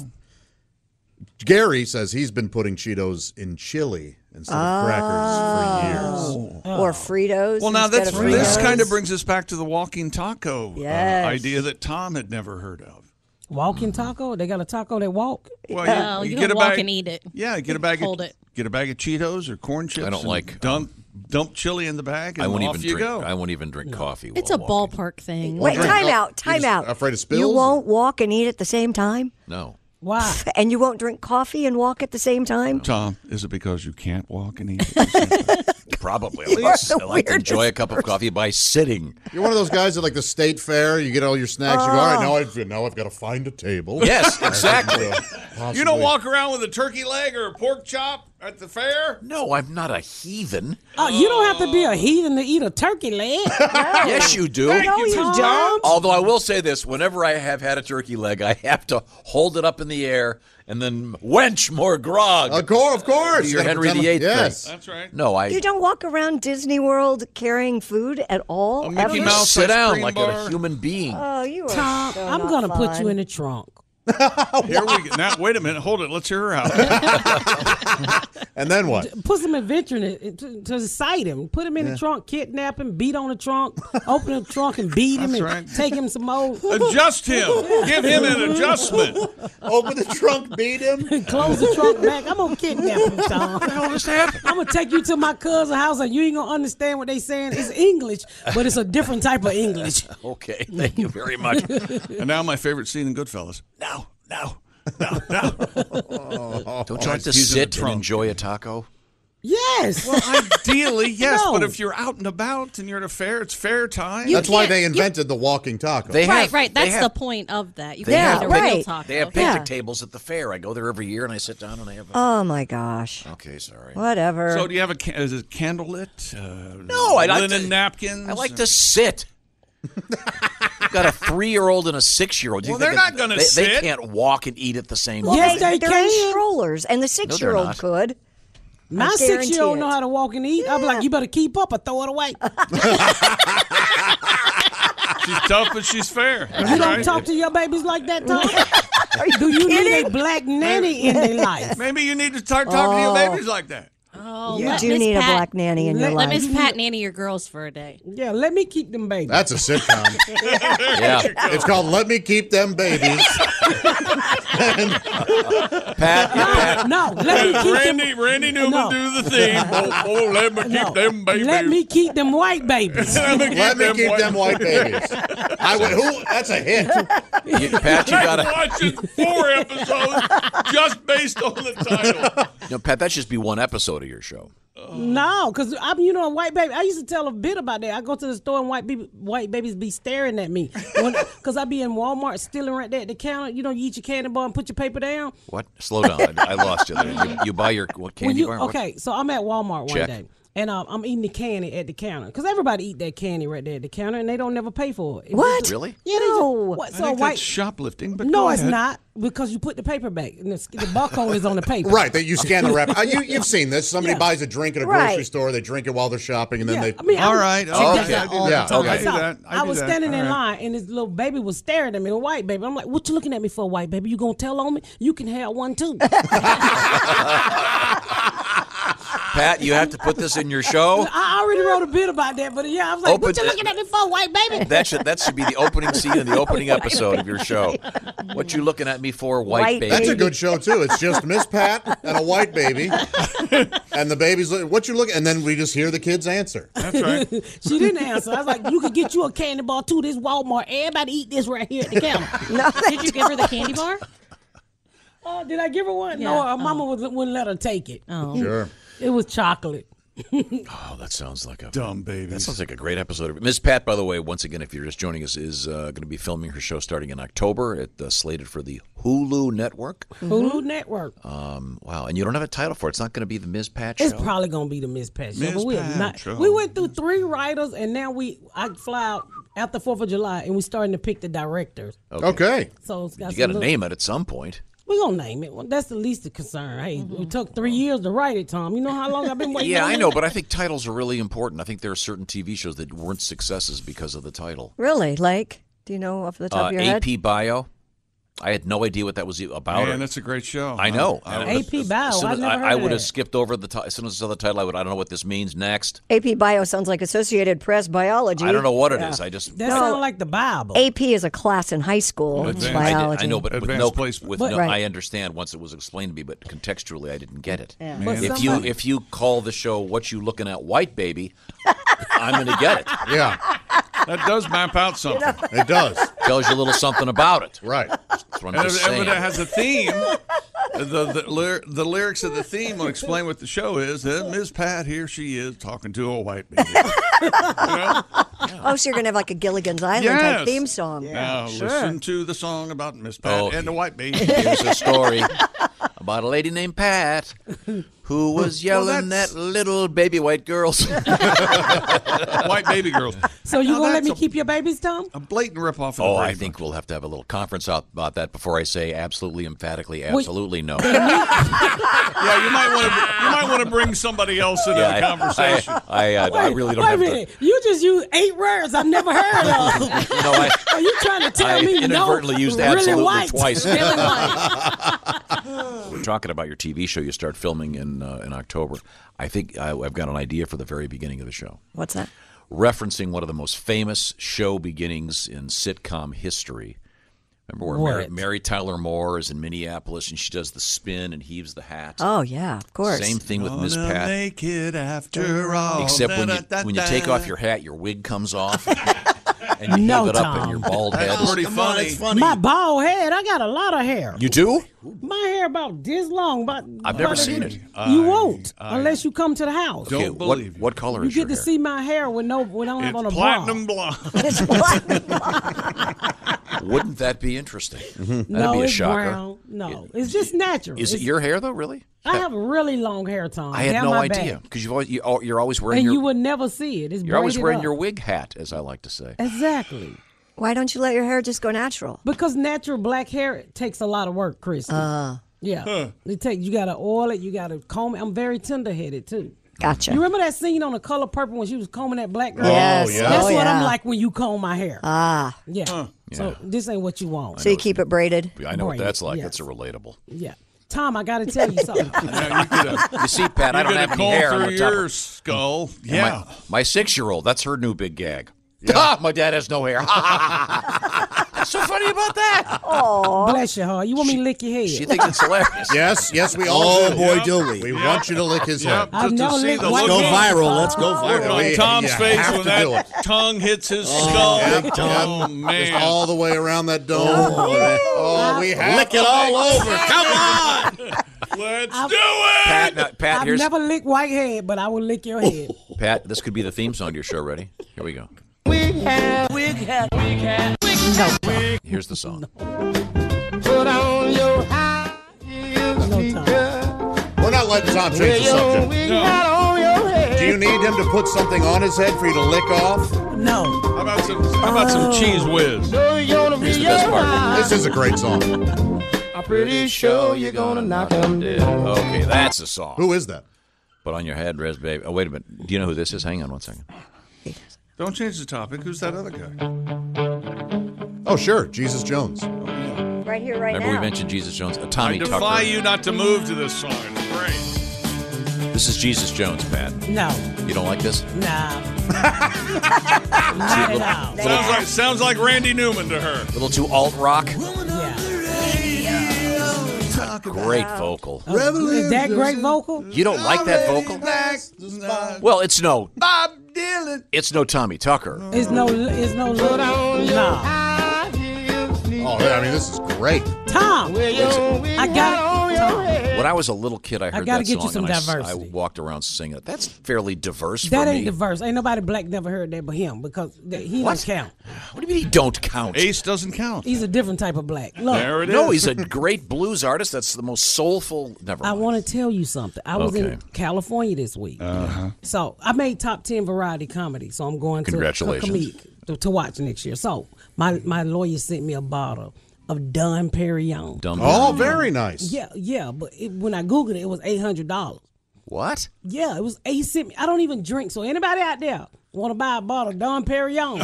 [SPEAKER 8] Gary says he's been putting Cheetos in chili instead of
[SPEAKER 6] Ah.
[SPEAKER 8] crackers for
[SPEAKER 7] Oh.
[SPEAKER 8] years.
[SPEAKER 13] Oh.
[SPEAKER 7] Or Fritos.
[SPEAKER 6] Well, now
[SPEAKER 7] instead
[SPEAKER 6] that's
[SPEAKER 7] of
[SPEAKER 6] this
[SPEAKER 7] Fritos.
[SPEAKER 6] kind of brings us back to the walking taco uh,
[SPEAKER 7] Yes.
[SPEAKER 6] idea that Tom had never heard of.
[SPEAKER 5] Walking taco? They got a taco that walk?
[SPEAKER 6] Well,
[SPEAKER 13] Well, you don't walk and eat it.
[SPEAKER 6] Yeah, get
[SPEAKER 13] You
[SPEAKER 6] a bag.
[SPEAKER 13] hold
[SPEAKER 6] of,
[SPEAKER 13] it.
[SPEAKER 6] Get a bag of Cheetos or corn chips.
[SPEAKER 9] I don't
[SPEAKER 6] and
[SPEAKER 9] like- um,
[SPEAKER 6] dump dump chili in the bag. And
[SPEAKER 9] I won't
[SPEAKER 6] off
[SPEAKER 9] even
[SPEAKER 6] you
[SPEAKER 9] drink.
[SPEAKER 6] go.
[SPEAKER 9] I won't even drink coffee.
[SPEAKER 13] It's a ballpark thing.
[SPEAKER 7] Wait, time out, time out.
[SPEAKER 8] Afraid of
[SPEAKER 7] You
[SPEAKER 8] spills?
[SPEAKER 7] won't walk and eat at the same time,
[SPEAKER 9] No,
[SPEAKER 5] Why?
[SPEAKER 7] and you won't drink coffee and walk at the same time.
[SPEAKER 6] Tom, is it because you can't walk and eat?
[SPEAKER 9] probably. I
[SPEAKER 7] You
[SPEAKER 9] like,
[SPEAKER 7] are
[SPEAKER 9] to-
[SPEAKER 7] the
[SPEAKER 9] I like to enjoy a
[SPEAKER 7] weirdest
[SPEAKER 9] cup of coffee by sitting.
[SPEAKER 8] You're one of those guys at like the state fair. You get all your snacks. You go, all right,
[SPEAKER 6] Ah.
[SPEAKER 8] now I've now I've got to find a table. uh,
[SPEAKER 9] Yes, exactly.
[SPEAKER 6] you don't walk around with a turkey leg or a pork chop at the fair.
[SPEAKER 9] No, I'm not a heathen.
[SPEAKER 5] Oh, you don't have to be a heathen to eat a turkey leg.
[SPEAKER 9] Yes, you do.
[SPEAKER 5] Oh. Thank No, you, you Tom. don't.
[SPEAKER 9] Although I will say this: whenever I have had a turkey leg, I have to hold it up in the air and then wench more grog. Of
[SPEAKER 8] course, of course.
[SPEAKER 9] Your
[SPEAKER 8] You gotta
[SPEAKER 9] Henry
[SPEAKER 8] pretend-
[SPEAKER 9] VIII.
[SPEAKER 8] yes.
[SPEAKER 9] thing.
[SPEAKER 6] that's right.
[SPEAKER 9] No, I.
[SPEAKER 7] You don't walk around Disney World carrying food at all.
[SPEAKER 8] Oh,
[SPEAKER 7] ever?
[SPEAKER 9] you sit down like a human being.
[SPEAKER 7] Oh, you are.
[SPEAKER 5] Tom,
[SPEAKER 7] so
[SPEAKER 5] I'm
[SPEAKER 7] not
[SPEAKER 5] gonna put
[SPEAKER 7] fun.
[SPEAKER 5] you in the trunk.
[SPEAKER 6] Here we go. Now, wait a minute. Hold it. Let's hear her out.
[SPEAKER 8] and then what?
[SPEAKER 5] Put some adventure in it to, to excite him. Put him in
[SPEAKER 6] Yeah.
[SPEAKER 5] the trunk, kidnap him, beat on the trunk, open the trunk and beat him,
[SPEAKER 6] That's
[SPEAKER 5] and
[SPEAKER 6] right.
[SPEAKER 5] take him some old.
[SPEAKER 6] Adjust him. Give him an adjustment.
[SPEAKER 8] Open the trunk, beat him.
[SPEAKER 5] Close the trunk back. I'm gonna kidnap him, Tom. What the
[SPEAKER 9] hell just happened?
[SPEAKER 5] I'm gonna take you to my cousin's house, and you ain't gonna understand what they saying. It's English, but it's a different type of English.
[SPEAKER 9] Okay, thank you very much.
[SPEAKER 6] and now my favorite scene in Goodfellas. No, no, no, no.
[SPEAKER 9] Don't you like
[SPEAKER 6] He's in
[SPEAKER 9] to
[SPEAKER 6] the
[SPEAKER 9] sit and
[SPEAKER 6] trunk.
[SPEAKER 9] enjoy a taco?
[SPEAKER 5] Yes.
[SPEAKER 6] Well, ideally, yes.
[SPEAKER 5] No.
[SPEAKER 6] But if you're out and about and you're at a fair, it's fair time.
[SPEAKER 13] You That's why can't- they you-
[SPEAKER 8] invented the walking taco.
[SPEAKER 13] right, right. That's the point of that. You
[SPEAKER 9] They
[SPEAKER 13] can
[SPEAKER 9] have
[SPEAKER 13] get a
[SPEAKER 9] picnic-
[SPEAKER 13] real taco.
[SPEAKER 9] They have picnic
[SPEAKER 7] Yeah.
[SPEAKER 9] tables at the fair. I go there every year and I sit down and I have. A,
[SPEAKER 7] Oh my gosh.
[SPEAKER 9] Okay, sorry.
[SPEAKER 7] Whatever.
[SPEAKER 6] So do you have a ca- is it candlelit? Uh,
[SPEAKER 9] No, I like
[SPEAKER 6] linen
[SPEAKER 9] to-
[SPEAKER 6] napkins.
[SPEAKER 9] I like to sit. I've got a three-year-old and a six-year-old. Do you
[SPEAKER 6] Well,
[SPEAKER 9] think
[SPEAKER 6] they're
[SPEAKER 9] that-
[SPEAKER 6] not gonna
[SPEAKER 9] they, They
[SPEAKER 6] sit.
[SPEAKER 9] can't walk and eat at the same
[SPEAKER 7] Well,
[SPEAKER 9] time.
[SPEAKER 7] they, are in strollers, and the six-year-old
[SPEAKER 9] not.
[SPEAKER 7] could.
[SPEAKER 5] My
[SPEAKER 7] I guarantee
[SPEAKER 5] six year old
[SPEAKER 7] it.
[SPEAKER 5] know how to walk and eat. I'll be like, you better keep up or throw it away.
[SPEAKER 6] She's tough, but she's fair.
[SPEAKER 5] you don't
[SPEAKER 6] right?
[SPEAKER 5] talk to your babies like that, Tom. Do you need a black nanny in their life?
[SPEAKER 6] Maybe you need to start talking to your babies like that.
[SPEAKER 13] Oh,
[SPEAKER 7] You
[SPEAKER 13] let
[SPEAKER 7] do
[SPEAKER 13] Miss
[SPEAKER 7] need a
[SPEAKER 13] Pat-
[SPEAKER 7] black nanny in your
[SPEAKER 13] let, Let
[SPEAKER 7] life.
[SPEAKER 13] Miss Pat nanny your girls for a day.
[SPEAKER 5] Yeah, let me keep them babies.
[SPEAKER 8] That's a sitcom.
[SPEAKER 9] Yeah.
[SPEAKER 8] It's called Let Me Keep Them Babies.
[SPEAKER 9] Pat,
[SPEAKER 5] No, let me keep
[SPEAKER 4] Randy,
[SPEAKER 5] them.
[SPEAKER 4] Randy Newman
[SPEAKER 5] No.
[SPEAKER 4] do the theme. Oh, oh, let me keep them babies.
[SPEAKER 5] Let me keep them white babies.
[SPEAKER 4] Let me keep
[SPEAKER 8] Let me
[SPEAKER 4] them
[SPEAKER 8] keep
[SPEAKER 4] white
[SPEAKER 8] them white babies. I would. Who? That's a hit.
[SPEAKER 9] You- Pat, you
[SPEAKER 4] I'm
[SPEAKER 9] gotta.
[SPEAKER 4] watching four episodes just based on the title.
[SPEAKER 9] No, Pat, that should just be one episode of your show.
[SPEAKER 5] No, because I'm, you know, a white baby. I used to tell a bit about that. I go to the store and white baby, white babies be staring at me because I be in Walmart stealing right there at the counter. You know, you eat your candy bar and put your paper down.
[SPEAKER 9] What? Slow down. I, I lost you there. You, you buy your what,
[SPEAKER 5] When
[SPEAKER 9] candy
[SPEAKER 5] you-
[SPEAKER 9] bar? What-
[SPEAKER 5] Okay, so I'm at Walmart one
[SPEAKER 9] Check.
[SPEAKER 5] day, and um, I'm eating the candy at the counter because everybody eat that candy right there at the counter, and they don't never pay for it.
[SPEAKER 7] What?
[SPEAKER 9] Really?
[SPEAKER 5] Yeah, they just- what,
[SPEAKER 6] I
[SPEAKER 5] so
[SPEAKER 6] think
[SPEAKER 5] white.
[SPEAKER 6] that's shoplifting, but
[SPEAKER 5] no,
[SPEAKER 6] go
[SPEAKER 5] it's
[SPEAKER 6] ahead.
[SPEAKER 5] not because you put the paper back, and the, the barcode is on the paper.
[SPEAKER 8] Right, that you scan the wrapper. Uh, You, you've seen this. Somebody
[SPEAKER 5] Yeah.
[SPEAKER 8] buys a drink at a
[SPEAKER 5] Right.
[SPEAKER 8] grocery store, they drink it while they're shopping, and then
[SPEAKER 5] Yeah,
[SPEAKER 8] they.
[SPEAKER 5] I mean, I
[SPEAKER 6] All
[SPEAKER 5] was-
[SPEAKER 6] right,
[SPEAKER 5] she
[SPEAKER 6] okay,
[SPEAKER 5] does that
[SPEAKER 6] I do
[SPEAKER 5] all
[SPEAKER 6] that.
[SPEAKER 5] the time.
[SPEAKER 6] Okay. I do
[SPEAKER 5] So,
[SPEAKER 6] that, I
[SPEAKER 5] I
[SPEAKER 6] do
[SPEAKER 5] was
[SPEAKER 6] that, Uh-huh.
[SPEAKER 5] standing
[SPEAKER 6] all
[SPEAKER 5] in
[SPEAKER 6] right.
[SPEAKER 5] line, and this little baby was staring at me, the white baby. I'm like, "What you looking at me for, white baby? You gonna tell on me? You can have one too."
[SPEAKER 9] Pat, you have to put this in your show.
[SPEAKER 5] I already wrote a bit about that, but yeah, I was like,
[SPEAKER 9] Open-
[SPEAKER 5] "What you looking at me for, white baby?"
[SPEAKER 9] That should that should be the opening scene and the opening episode of your show. What you looking at me for, white,
[SPEAKER 7] White
[SPEAKER 9] baby?
[SPEAKER 8] That's a good show too. It's just Miss Pat and a white baby, and the baby's like, "What you look?" And then we just hear the kids answer.
[SPEAKER 6] That's right.
[SPEAKER 5] she didn't answer. I was like, "You could get you a candy bar too. This Walmart, everybody eat this right here at the counter."
[SPEAKER 7] No, they
[SPEAKER 13] Did you give her the candy bar?
[SPEAKER 5] Oh, did I give her one?
[SPEAKER 13] Yeah.
[SPEAKER 5] No, her mama was, wouldn't let her take it.
[SPEAKER 13] Oh.
[SPEAKER 8] Sure.
[SPEAKER 5] It was chocolate.
[SPEAKER 9] Oh, that sounds like a
[SPEAKER 6] dumb baby.
[SPEAKER 9] That sounds like a great episode of Miss Pat. By the way, once again, if you're just joining us, is uh, going to be filming her show starting in October. It uh, slated for the Hulu network.
[SPEAKER 5] Hulu Network.
[SPEAKER 9] Um, wow, and you don't have a title for it. It's not going to be the Miss Pat
[SPEAKER 5] It's
[SPEAKER 9] show.
[SPEAKER 5] probably gonna be the Miss Pat show,
[SPEAKER 9] Miss
[SPEAKER 5] but we are
[SPEAKER 9] Pat
[SPEAKER 5] not.
[SPEAKER 9] show.
[SPEAKER 5] We went through three writers, and now we I fly out after Fourth of July, and we starting to pick the directors.
[SPEAKER 8] Okay.
[SPEAKER 5] So it's got
[SPEAKER 9] you got
[SPEAKER 5] some
[SPEAKER 9] to
[SPEAKER 5] little-
[SPEAKER 9] name it at some point.
[SPEAKER 5] We're gonna name it. Well, that's the least of concern. Hey, it took three years to write it, Tom. You know how long I've been waiting.
[SPEAKER 9] yeah,
[SPEAKER 5] on
[SPEAKER 9] I
[SPEAKER 5] it?
[SPEAKER 9] know, but I think titles are really important. I think there are certain TV shows that weren't successes because of the title.
[SPEAKER 7] Really? Like, do you know off the top
[SPEAKER 9] uh,
[SPEAKER 7] of your
[SPEAKER 9] AP
[SPEAKER 7] head?
[SPEAKER 9] Bio. I had no idea what that was e- about.
[SPEAKER 6] Man,
[SPEAKER 9] or-
[SPEAKER 6] that's a great show.
[SPEAKER 9] I know.
[SPEAKER 6] I- I-
[SPEAKER 9] And
[SPEAKER 5] AP
[SPEAKER 9] as-
[SPEAKER 5] Bio,
[SPEAKER 9] as soon
[SPEAKER 5] I've
[SPEAKER 9] as-
[SPEAKER 5] never
[SPEAKER 9] I,
[SPEAKER 5] heard
[SPEAKER 9] I
[SPEAKER 5] of
[SPEAKER 9] would
[SPEAKER 5] that.
[SPEAKER 9] have skipped over the. T- as soon as I saw the title, I would. I don't know what this means. Next,
[SPEAKER 7] AP Bio sounds like Associated Press biology.
[SPEAKER 9] I don't know what it is.
[SPEAKER 7] Yeah.
[SPEAKER 9] I just.
[SPEAKER 5] That sounds like the Bible.
[SPEAKER 7] AP is a class in high school.
[SPEAKER 9] I did-
[SPEAKER 7] Biology.
[SPEAKER 9] I know, but with
[SPEAKER 6] Advanced
[SPEAKER 9] no,
[SPEAKER 6] placement.
[SPEAKER 9] with
[SPEAKER 7] But-
[SPEAKER 9] no
[SPEAKER 7] Right.
[SPEAKER 9] I understand once it was explained to me, but contextually, I didn't get it.
[SPEAKER 7] Yeah.
[SPEAKER 6] But
[SPEAKER 9] If you
[SPEAKER 6] somebody-
[SPEAKER 9] if you call the show "What You Looking at, White Baby," I'm going to get it.
[SPEAKER 8] Yeah,
[SPEAKER 6] that does map out something.
[SPEAKER 8] it does.
[SPEAKER 9] Tells you a little something about it.
[SPEAKER 8] Right.
[SPEAKER 9] That's what I'm
[SPEAKER 6] And
[SPEAKER 9] just
[SPEAKER 6] if, if
[SPEAKER 9] saying.
[SPEAKER 6] it has a theme, the the, lyr- the lyrics of the theme will explain what the show is. Then Miss Pat, here she is talking to a white baby.
[SPEAKER 7] Oh, so you're gonna have like a Gilligan's Island
[SPEAKER 6] Yes.
[SPEAKER 7] type theme song.
[SPEAKER 6] now listen to the song about Miss Pat
[SPEAKER 9] Oh,
[SPEAKER 6] and the white baby.
[SPEAKER 9] Here's a story about a lady named Pat who was
[SPEAKER 6] Well,
[SPEAKER 9] yelling
[SPEAKER 6] that's-
[SPEAKER 9] at little baby white girls.
[SPEAKER 6] white baby girls.
[SPEAKER 5] So you
[SPEAKER 6] Now
[SPEAKER 5] gonna let
[SPEAKER 6] that's
[SPEAKER 5] me
[SPEAKER 6] a-
[SPEAKER 5] keep your babies, Tom?
[SPEAKER 6] A blatant ripoff of
[SPEAKER 9] Oh,
[SPEAKER 6] the
[SPEAKER 9] I
[SPEAKER 6] Brady
[SPEAKER 9] think we'll have to have a little conference out about that before I say absolutely, emphatically,
[SPEAKER 5] Well,
[SPEAKER 9] absolutely no.
[SPEAKER 6] Bunch. Yeah, you might want to you might want to bring somebody else into
[SPEAKER 9] Yeah, I-
[SPEAKER 6] the conversation.
[SPEAKER 9] I, I, uh, I
[SPEAKER 5] Wait-
[SPEAKER 9] really don't
[SPEAKER 5] wait
[SPEAKER 9] have
[SPEAKER 5] a
[SPEAKER 9] the.
[SPEAKER 5] minute. You just used eight words I've never heard of.
[SPEAKER 9] You know, I,
[SPEAKER 5] Are you trying to tell
[SPEAKER 9] I
[SPEAKER 5] me
[SPEAKER 9] inadvertently
[SPEAKER 5] no?
[SPEAKER 9] used
[SPEAKER 5] really
[SPEAKER 9] absolutely
[SPEAKER 5] white.
[SPEAKER 9] twice.
[SPEAKER 5] Really white.
[SPEAKER 9] We're talking about your TV show you start filming in uh, in October. I think I, I've got an idea for the very beginning of the show,
[SPEAKER 7] What's that?
[SPEAKER 9] referencing one of the most famous show beginnings in sitcom history. Remember where Mary,
[SPEAKER 7] What?
[SPEAKER 9] Mary Tyler Moore is in Minneapolis and she does the spin and heaves the hat.
[SPEAKER 7] Oh yeah, of course.
[SPEAKER 9] Same thing with
[SPEAKER 6] Gonna
[SPEAKER 9] Miss Pat.
[SPEAKER 6] Make it after all.
[SPEAKER 9] Except when you, when you take
[SPEAKER 6] Da-da-da-da.
[SPEAKER 9] off your hat, your wig comes off. and you
[SPEAKER 5] No,
[SPEAKER 9] heave it up
[SPEAKER 5] Tom.
[SPEAKER 9] and your bald head.
[SPEAKER 5] That's
[SPEAKER 9] is-
[SPEAKER 5] pretty
[SPEAKER 9] Come on,
[SPEAKER 5] funny.
[SPEAKER 9] it's
[SPEAKER 5] My bald head. I got a lot of hair.
[SPEAKER 9] You do?
[SPEAKER 5] My hair about this long. But
[SPEAKER 9] I've never
[SPEAKER 5] but-
[SPEAKER 9] seen it.
[SPEAKER 5] You won't
[SPEAKER 9] I-
[SPEAKER 5] unless you come to the house.
[SPEAKER 9] Okay, what, you. What color
[SPEAKER 5] You
[SPEAKER 9] is your
[SPEAKER 5] get to
[SPEAKER 9] hair?
[SPEAKER 5] see my hair when no when I don't have on a
[SPEAKER 9] platinum
[SPEAKER 5] bra.
[SPEAKER 9] Wouldn't that be interesting?
[SPEAKER 8] Mm-hmm.
[SPEAKER 9] That'd
[SPEAKER 5] no,
[SPEAKER 9] be a
[SPEAKER 5] it's
[SPEAKER 9] shocker.
[SPEAKER 5] brown. No, it's just natural.
[SPEAKER 9] Is it
[SPEAKER 5] It's-
[SPEAKER 9] your hair though? Really?
[SPEAKER 5] I have really long hair, Tom.
[SPEAKER 9] I had
[SPEAKER 5] down
[SPEAKER 9] no
[SPEAKER 5] my
[SPEAKER 9] idea
[SPEAKER 5] back.
[SPEAKER 9] because you've always, you, al- you're always wearing
[SPEAKER 5] and
[SPEAKER 9] your
[SPEAKER 5] you would never see it. It's
[SPEAKER 9] you're always
[SPEAKER 5] braided
[SPEAKER 9] wearing
[SPEAKER 5] up.
[SPEAKER 9] your wig hat, as I like to say.
[SPEAKER 5] Exactly.
[SPEAKER 7] Why don't you let your hair just go natural?
[SPEAKER 5] Because natural black hair takes a lot of work, Chris.
[SPEAKER 7] Ah.
[SPEAKER 5] yeah.
[SPEAKER 7] Huh.
[SPEAKER 5] It take you gotta oil it, you gotta comb it. I'm very tender headed too.
[SPEAKER 7] Gotcha.
[SPEAKER 5] You remember that scene on the color purple when she was combing that black girl?
[SPEAKER 7] Oh, Yes. yeah.
[SPEAKER 5] That's
[SPEAKER 7] Oh,
[SPEAKER 5] what I'm
[SPEAKER 7] yeah.
[SPEAKER 5] like when you comb my hair.
[SPEAKER 7] Ah.
[SPEAKER 5] Yeah. So
[SPEAKER 9] Yeah.
[SPEAKER 5] this ain't what you want.
[SPEAKER 7] So you keep it braided.
[SPEAKER 9] I know what
[SPEAKER 5] Braided,
[SPEAKER 9] that's like.
[SPEAKER 5] yeah.
[SPEAKER 9] That's a relatable.
[SPEAKER 5] Yeah. Tom, I gotta tell you something.
[SPEAKER 9] you see, Pat, I
[SPEAKER 6] You're
[SPEAKER 9] don't
[SPEAKER 6] gonna
[SPEAKER 9] have any
[SPEAKER 6] comb
[SPEAKER 9] hair
[SPEAKER 6] through
[SPEAKER 9] on the top.
[SPEAKER 6] your
[SPEAKER 9] skull.
[SPEAKER 6] Yeah.
[SPEAKER 9] My, my six-year-old. That's her new big gag. Ah, my dad has no hair. What's so funny about that?
[SPEAKER 7] Oh.
[SPEAKER 5] Bless your heart. You want me to lick your head?
[SPEAKER 9] She thinks it's hilarious.
[SPEAKER 8] Yes, yes, we all
[SPEAKER 9] Oh,
[SPEAKER 8] do.
[SPEAKER 9] boy,
[SPEAKER 8] do we. We
[SPEAKER 9] Yep.
[SPEAKER 8] want you to lick his
[SPEAKER 9] Yep.
[SPEAKER 8] head.
[SPEAKER 5] I've
[SPEAKER 8] Let's
[SPEAKER 5] never
[SPEAKER 8] go
[SPEAKER 5] licked one
[SPEAKER 4] Look at-
[SPEAKER 8] viral. Let's go
[SPEAKER 4] Look
[SPEAKER 8] viral.
[SPEAKER 4] on
[SPEAKER 8] We-
[SPEAKER 4] Tom's
[SPEAKER 8] you
[SPEAKER 4] face
[SPEAKER 8] have
[SPEAKER 4] when
[SPEAKER 8] to do
[SPEAKER 4] that tongue hits his skull.
[SPEAKER 8] Yep, yep.
[SPEAKER 4] Oh,
[SPEAKER 8] Just
[SPEAKER 4] man.
[SPEAKER 8] all the way around that dome. oh, we have
[SPEAKER 4] Lick
[SPEAKER 8] to
[SPEAKER 4] it all
[SPEAKER 8] make-
[SPEAKER 4] over.
[SPEAKER 15] Let's
[SPEAKER 5] I've,
[SPEAKER 9] Pat, now, Pat,
[SPEAKER 5] I've
[SPEAKER 9] here's
[SPEAKER 5] never licked white head, but I will lick your head.
[SPEAKER 9] Pat. This could be the theme song to your show. Ready? Here we go.
[SPEAKER 5] Wig hat, wig hat, wig hat, wig hat. No,
[SPEAKER 9] Here's the song.
[SPEAKER 17] Put on your high
[SPEAKER 8] We're not letting Tom change the subject. Do you need him to put something on his head for you to lick off?
[SPEAKER 5] No. Oh.
[SPEAKER 6] How about some, how about some cheese whiz?
[SPEAKER 8] Here's the best part. This is a great song.
[SPEAKER 17] I'm pretty sure you're gonna knock him
[SPEAKER 9] Yeah, Okay, that's a song.
[SPEAKER 8] Who is that?
[SPEAKER 9] But on your head, Res Baby. Oh, wait a minute. Do you know who this is? Hang on one second.
[SPEAKER 6] Don't change the topic. Who's that other guy?
[SPEAKER 8] Oh, sure. Jesus Jones.
[SPEAKER 7] Right here, right
[SPEAKER 9] Remember,
[SPEAKER 7] now.
[SPEAKER 9] we mentioned Jesus Jones. Uh,
[SPEAKER 6] I
[SPEAKER 9] Tommy
[SPEAKER 6] defy
[SPEAKER 9] Tucker.
[SPEAKER 6] you not to move to this song. It's great.
[SPEAKER 9] This is Jesus Jones, Pat.
[SPEAKER 5] No.
[SPEAKER 9] You don't like this?
[SPEAKER 5] Nah.
[SPEAKER 6] Sounds
[SPEAKER 9] Not
[SPEAKER 6] like sounds like Randy Newman to her.
[SPEAKER 9] little too alt rock. Great
[SPEAKER 6] about-
[SPEAKER 9] vocal.
[SPEAKER 5] Uh, Oh. Is that great vocal?
[SPEAKER 9] You don't like that vocal? Well, it's no,
[SPEAKER 6] Bob Dylan.
[SPEAKER 9] it's no Tommy Tucker.
[SPEAKER 5] It's no, it's no little. Nah.
[SPEAKER 8] Oh, I mean, this is great.
[SPEAKER 5] Tom, I got it. Tom,
[SPEAKER 9] When I was a little kid, I heard that
[SPEAKER 5] gotta get you
[SPEAKER 9] song
[SPEAKER 5] some
[SPEAKER 9] and I s- I,
[SPEAKER 5] diversity.
[SPEAKER 9] walked around singing it. That's fairly diverse for
[SPEAKER 5] That
[SPEAKER 9] me.
[SPEAKER 5] ain't the verse. Ain't nobody black never heard that but him because that, he
[SPEAKER 9] What?
[SPEAKER 5] don't count.
[SPEAKER 9] what do you mean he don't count?
[SPEAKER 6] Ace doesn't count.
[SPEAKER 5] He's a different type of black. Look,
[SPEAKER 9] No, he's a great blues artist. That's the most soulful. Never
[SPEAKER 5] I
[SPEAKER 9] mind.
[SPEAKER 5] want to tell you something. I was
[SPEAKER 9] Okay.
[SPEAKER 5] in California this week,
[SPEAKER 9] Uh-huh.
[SPEAKER 5] so I made top ten variety comedy. So I'm going
[SPEAKER 9] Congratulations.
[SPEAKER 5] to comedic to, to watch next year. So my my lawyer sent me a bottle of Don Perignon.
[SPEAKER 9] Dom
[SPEAKER 8] Oh, Perignon. very nice.
[SPEAKER 5] Yeah, yeah. But it, when I googled it, it was eight hundred dollars.
[SPEAKER 9] What?
[SPEAKER 5] Yeah, it was. He sent me. I don't even drink. So anybody out there want to buy a bottle of Don Perignon?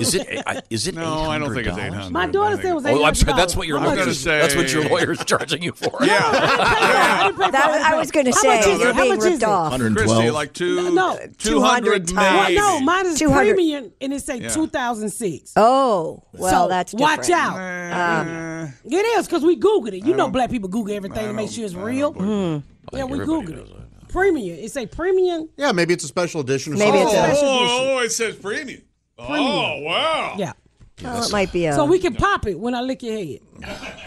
[SPEAKER 9] Is it? I- Is it?
[SPEAKER 6] No, I don't think it's
[SPEAKER 9] $800?
[SPEAKER 5] My daughter said it was eight hundred
[SPEAKER 9] Oh, I'm
[SPEAKER 5] dollars.
[SPEAKER 9] sorry. That's what your
[SPEAKER 6] I'm
[SPEAKER 9] lawyer's.
[SPEAKER 6] gonna
[SPEAKER 9] That's what
[SPEAKER 6] say-
[SPEAKER 9] your lawyer's charging you for.
[SPEAKER 7] That, I was going to say, you're being ripped off.
[SPEAKER 6] Christy, like two,
[SPEAKER 5] No,
[SPEAKER 6] 200
[SPEAKER 5] Well,
[SPEAKER 6] maybe.
[SPEAKER 5] no, mine is
[SPEAKER 7] 200.
[SPEAKER 5] premium, and it say
[SPEAKER 6] Yeah.
[SPEAKER 5] 2006.
[SPEAKER 7] Oh, well,
[SPEAKER 5] So,
[SPEAKER 7] that's
[SPEAKER 5] watch
[SPEAKER 7] different.
[SPEAKER 5] out. It is because we Googled it. You know, black people Google everything to make sure it's real.
[SPEAKER 7] Hmm.
[SPEAKER 5] Yeah, we Googled it. Premium. It say premium.
[SPEAKER 8] Yeah, maybe it's a special edition or
[SPEAKER 5] Maybe
[SPEAKER 8] something.
[SPEAKER 5] it's a
[SPEAKER 6] Oh, oh,
[SPEAKER 5] special
[SPEAKER 6] it says premium. Oh, wow.
[SPEAKER 5] Yeah.
[SPEAKER 7] Oh,
[SPEAKER 8] that's- it might be a-
[SPEAKER 5] So we can pop it when I lick your head.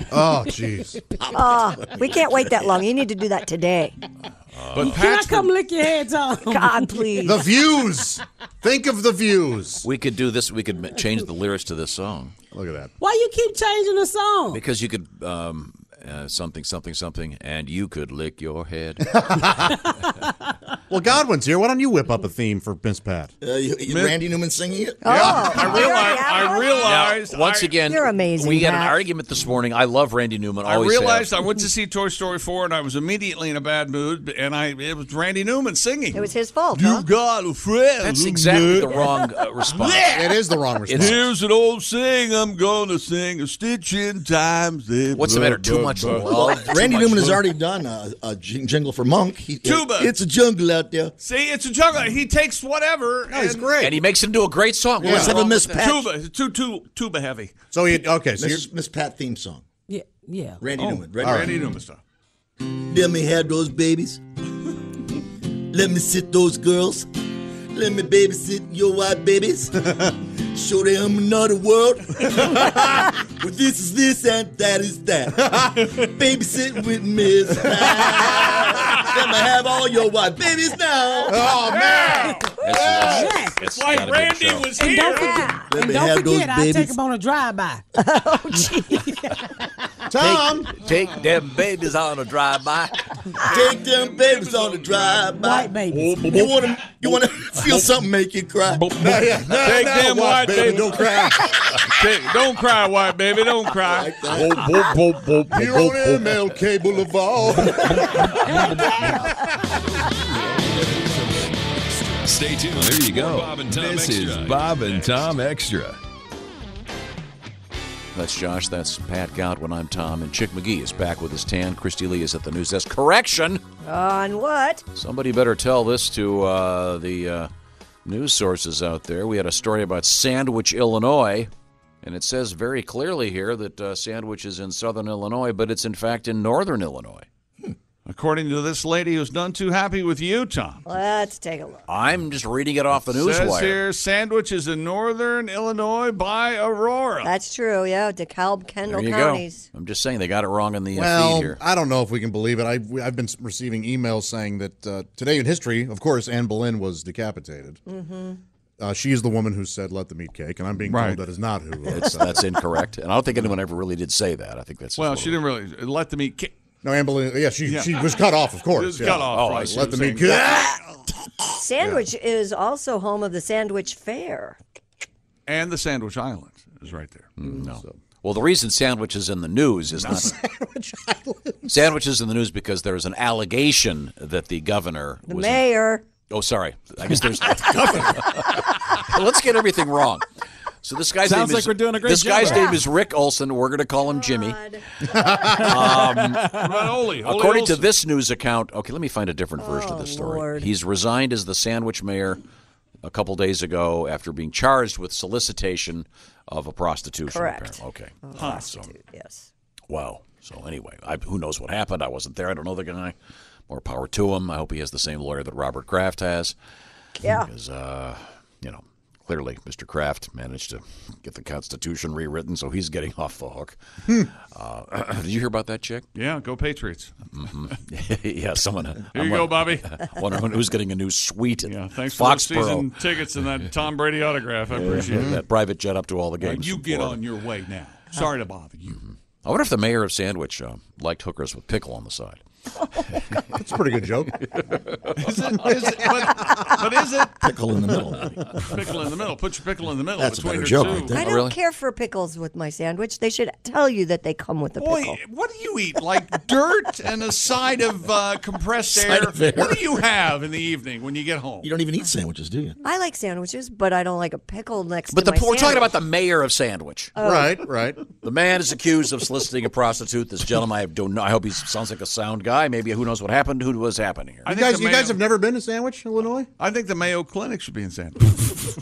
[SPEAKER 8] Oh, jeez.
[SPEAKER 7] Oh, we can't wait that long. You need to do that today.
[SPEAKER 9] Uh,
[SPEAKER 6] But
[SPEAKER 5] Can I
[SPEAKER 6] Pat's
[SPEAKER 5] come lick your head, Tom?
[SPEAKER 7] God, please.
[SPEAKER 8] The views. Think of the views.
[SPEAKER 9] We could do this. We could ma- change the lyrics to this song.
[SPEAKER 8] Look at that.
[SPEAKER 5] Why you keep changing the song?
[SPEAKER 9] Because you could um, uh, something, something, something, and you could lick your head.
[SPEAKER 8] Well, Godwin's here. Why don't you whip up a theme for Miss Pat?
[SPEAKER 3] Uh, you, you-
[SPEAKER 8] Mid-
[SPEAKER 3] Randy Newman singing
[SPEAKER 17] Oh,
[SPEAKER 3] it?
[SPEAKER 6] I realized. I realized.
[SPEAKER 9] Now, once
[SPEAKER 6] I-
[SPEAKER 9] again,
[SPEAKER 7] You're amazing,
[SPEAKER 9] We had an
[SPEAKER 7] Pat.
[SPEAKER 9] argument this morning. I love Randy Newman.
[SPEAKER 6] I
[SPEAKER 9] Always
[SPEAKER 6] realized I went to see Toy Story 4 and I was immediately in a bad mood, and I it was Randy Newman singing.
[SPEAKER 7] It was his fault.
[SPEAKER 6] You
[SPEAKER 7] Huh?
[SPEAKER 6] got a friend.
[SPEAKER 9] That's exactly the wrong uh, response.
[SPEAKER 8] It is the wrong response.
[SPEAKER 6] Here's an old saying I'm going to sing a stitch in time.
[SPEAKER 9] What's the matter? Too much love?
[SPEAKER 3] Randy
[SPEAKER 9] Too much
[SPEAKER 3] Newman has
[SPEAKER 9] love?
[SPEAKER 3] already done a, a jing- jingle for Monk. He,
[SPEAKER 6] Tuba.
[SPEAKER 3] It's a jungle out there.
[SPEAKER 6] See, it's a juggler. He takes whatever. No,
[SPEAKER 9] And- And he makes him do a great song.
[SPEAKER 3] Yeah. Let's have a Miss Pat.
[SPEAKER 6] Tuba. It's Too, too, tuba heavy.
[SPEAKER 8] So you okay? So
[SPEAKER 3] Miss, Miss Pat theme song.
[SPEAKER 5] Yeah, yeah.
[SPEAKER 3] Randy
[SPEAKER 6] Oh,
[SPEAKER 3] Newman.
[SPEAKER 6] all right. Randy Newman stuff.
[SPEAKER 3] Let me have those babies. Let me sit those girls.
[SPEAKER 18] Let me babysit your white babies. Show them another world. well, this is this and that is that. babysit with Miss Pat. Let me have all your white babies now.
[SPEAKER 17] Oh, man.
[SPEAKER 18] It's
[SPEAKER 15] like
[SPEAKER 18] not a good
[SPEAKER 15] Randy
[SPEAKER 18] show.
[SPEAKER 15] was
[SPEAKER 18] And
[SPEAKER 15] here.
[SPEAKER 18] don't forget-
[SPEAKER 15] Ah!
[SPEAKER 18] Let
[SPEAKER 5] And
[SPEAKER 18] me
[SPEAKER 5] don't
[SPEAKER 18] have those
[SPEAKER 5] forget, I'll take
[SPEAKER 18] babies.
[SPEAKER 5] him on a drive-by. oh, gee. Tom.
[SPEAKER 18] Take, take them babies on a drive by. take them babies on a drive by. White babies. You want to you want to feel something make you cry?
[SPEAKER 4] Take them white baby. Don't
[SPEAKER 18] cry.
[SPEAKER 4] don't cry, white baby. Don't cry.
[SPEAKER 17] You're on MLK Boulevard.
[SPEAKER 12] Stay tuned. There you go. Bob and Tom Oh, this Extra. is Bob and Tom Extra.
[SPEAKER 9] That's Josh. That's Pat Godwin. I'm Tom. And Chick McGee is back with his tan. Christy Lee is at the news desk. Correction.
[SPEAKER 7] On what?
[SPEAKER 9] Somebody better tell this to uh, the uh, news sources out there. We had a story about Sandwich, Illinois, and it says very clearly here that uh, Sandwich is in southern Illinois, but it's in fact in northern Illinois.
[SPEAKER 6] Hmm. According to this lady who's none too happy with you, Tom.
[SPEAKER 7] Let's take a look.
[SPEAKER 9] I'm just reading it off the news
[SPEAKER 6] Says
[SPEAKER 9] wire.
[SPEAKER 6] here, sandwich is in northern Illinois by Aurora.
[SPEAKER 7] That's true. Yeah, DeKalb, Kendall
[SPEAKER 9] There you
[SPEAKER 7] counties.
[SPEAKER 9] go. I'm just saying they got it wrong in the uh, feed
[SPEAKER 8] Well,
[SPEAKER 9] here.
[SPEAKER 8] I don't know if we can believe it. I, I've been receiving emails saying that uh, today in history, of course, Anne Boleyn was decapitated.
[SPEAKER 17] mm-hmm.
[SPEAKER 8] Uh, she is the woman who said, "Let them eat cake," and I'm being
[SPEAKER 9] Right.
[SPEAKER 8] told that is not who. uh,
[SPEAKER 9] That's, that's incorrect, and I don't think anyone ever really did say that. I think that's just
[SPEAKER 6] Well,
[SPEAKER 9] what
[SPEAKER 6] she didn't really let them eat. Ki-
[SPEAKER 8] no, Anne Boleyn. Yeah, she she was cut off, of course.
[SPEAKER 6] Just
[SPEAKER 8] yeah.
[SPEAKER 6] cut off.
[SPEAKER 8] Oh,
[SPEAKER 6] right.
[SPEAKER 8] I
[SPEAKER 6] She
[SPEAKER 8] let
[SPEAKER 6] was
[SPEAKER 8] them eat
[SPEAKER 6] saying-
[SPEAKER 8] cake.
[SPEAKER 7] Sandwich is also home of the Sandwich Fair.
[SPEAKER 6] And the Sandwich Islands is right there.
[SPEAKER 9] Mm, No. Well, the reason sandwich is in the news is not sandwich is in the news because there is an allegation that the governor
[SPEAKER 7] The
[SPEAKER 9] was
[SPEAKER 7] mayor.
[SPEAKER 9] Oh, sorry. I guess there's. Let's get everything wrong. So this guy's
[SPEAKER 14] Sounds
[SPEAKER 9] name
[SPEAKER 14] like
[SPEAKER 9] is,
[SPEAKER 14] we're doing a great
[SPEAKER 9] This
[SPEAKER 14] job
[SPEAKER 9] guy's
[SPEAKER 14] there.
[SPEAKER 9] name is Rick Olson. We're going to call him Jimmy. Um,
[SPEAKER 6] Oli? Oli
[SPEAKER 9] according to
[SPEAKER 6] Olson.
[SPEAKER 9] this news account, okay, let me find a different version of this story. He's resigned as the sandwich mayor a couple days ago after being charged with solicitation of a prostitution.
[SPEAKER 7] Correct.
[SPEAKER 9] apparently. Okay.
[SPEAKER 7] A
[SPEAKER 9] Huh. So-
[SPEAKER 7] prostitute, yes.
[SPEAKER 9] Wow. So anyway, I, who knows what happened? I wasn't there. I don't know the guy. More power to him. I hope he has the same lawyer that Robert Kraft has.
[SPEAKER 7] Yeah.
[SPEAKER 9] Because, uh, you know, clearly Mr. Kraft managed to get the Constitution rewritten, so he's getting off the hook. uh, did you hear about that chick?
[SPEAKER 6] Hmm. Yeah, go Patriots.
[SPEAKER 9] hmm yeah, someone. Here
[SPEAKER 6] you go, Bobby.
[SPEAKER 9] Wondering who's getting a new suite in
[SPEAKER 6] Thanks for
[SPEAKER 9] Foxborough.
[SPEAKER 6] those season tickets and that Tom Brady autograph. I appreciate
[SPEAKER 9] Yeah,
[SPEAKER 6] that.
[SPEAKER 9] that private jet up to all the
[SPEAKER 6] Well,
[SPEAKER 9] games.
[SPEAKER 6] you
[SPEAKER 9] in
[SPEAKER 6] get
[SPEAKER 9] Florida.
[SPEAKER 6] on your way now. Sorry to bother you.
[SPEAKER 9] I wonder if the mayor of Sandwich uh, liked hookers with pickle on the side.
[SPEAKER 8] That's a pretty good joke.
[SPEAKER 6] Is it, is it, but, but is it?
[SPEAKER 9] Pickle in the middle.
[SPEAKER 6] Pickle in the middle. Put your pickle in the middle
[SPEAKER 9] That's a
[SPEAKER 6] between
[SPEAKER 9] better
[SPEAKER 6] her
[SPEAKER 9] joke
[SPEAKER 6] two.
[SPEAKER 9] right there.
[SPEAKER 7] I
[SPEAKER 9] Oh,
[SPEAKER 7] don't
[SPEAKER 9] really?
[SPEAKER 7] care for pickles with my sandwich. They should tell you that they come with a
[SPEAKER 6] Boy,
[SPEAKER 7] pickle.
[SPEAKER 6] what do you eat? Like dirt and a side of uh, compressed air?
[SPEAKER 18] of air.
[SPEAKER 6] What do you have in the evening when you get home?
[SPEAKER 18] You don't even eat sandwiches, do you?
[SPEAKER 7] I like sandwiches, but I don't like a pickle next
[SPEAKER 9] But
[SPEAKER 7] to
[SPEAKER 9] the,
[SPEAKER 7] my
[SPEAKER 9] we're talking
[SPEAKER 7] sandwich.
[SPEAKER 9] about the mayor of Sandwich.
[SPEAKER 7] Oh. Right,
[SPEAKER 9] right. The man is accused of soliciting a prostitute. This gentleman, I don't know. I hope he sounds like a sound guy. Maybe who knows what happened? Who was happening here?
[SPEAKER 8] You guys, you guys have never been to Sandwich, Illinois?
[SPEAKER 6] I think the Mayo Clinic should be in Sandwich.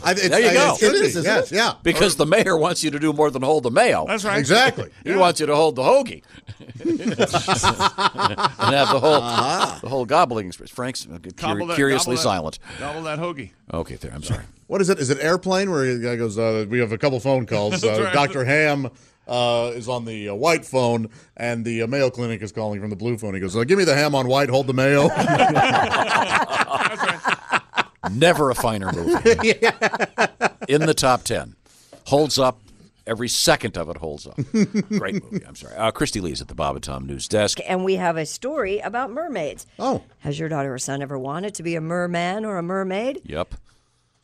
[SPEAKER 6] I,
[SPEAKER 8] it's-
[SPEAKER 9] there you
[SPEAKER 8] I-
[SPEAKER 9] go.
[SPEAKER 8] it is, isn't
[SPEAKER 9] yes,
[SPEAKER 8] it? Yeah.
[SPEAKER 9] Because the mayor wants you to do more than hold the mayo.
[SPEAKER 6] That's right.
[SPEAKER 8] Exactly.
[SPEAKER 9] he wants you to hold the hoagie and have the whole
[SPEAKER 6] Uh-huh.
[SPEAKER 9] the whole gobbling. experience. Frank's curi-
[SPEAKER 6] Gobble that-
[SPEAKER 9] curiously
[SPEAKER 6] gobble that-
[SPEAKER 9] silent.
[SPEAKER 6] Gobble that hoagie.
[SPEAKER 9] Okay, there. I'm sorry.
[SPEAKER 8] What is it? Is it airplane where the guy goes? Uh, we have a couple phone calls.
[SPEAKER 6] That's
[SPEAKER 8] Uh,
[SPEAKER 6] right.
[SPEAKER 8] Doctor Ham uh, is on the uh, white phone, and the uh, Mayo Clinic is calling from the blue phone. He goes, uh, "Give me the ham on white. Hold the mayo."
[SPEAKER 9] Never a finer movie. In the top 10. Holds up. Every second of it holds up. Great movie. I'm sorry. Uh, Christy Lee's at the Bob and Tom News Desk.
[SPEAKER 7] And we have a story about mermaids. Oh. Has your daughter or son ever wanted to be a merman or a mermaid?
[SPEAKER 9] Yep.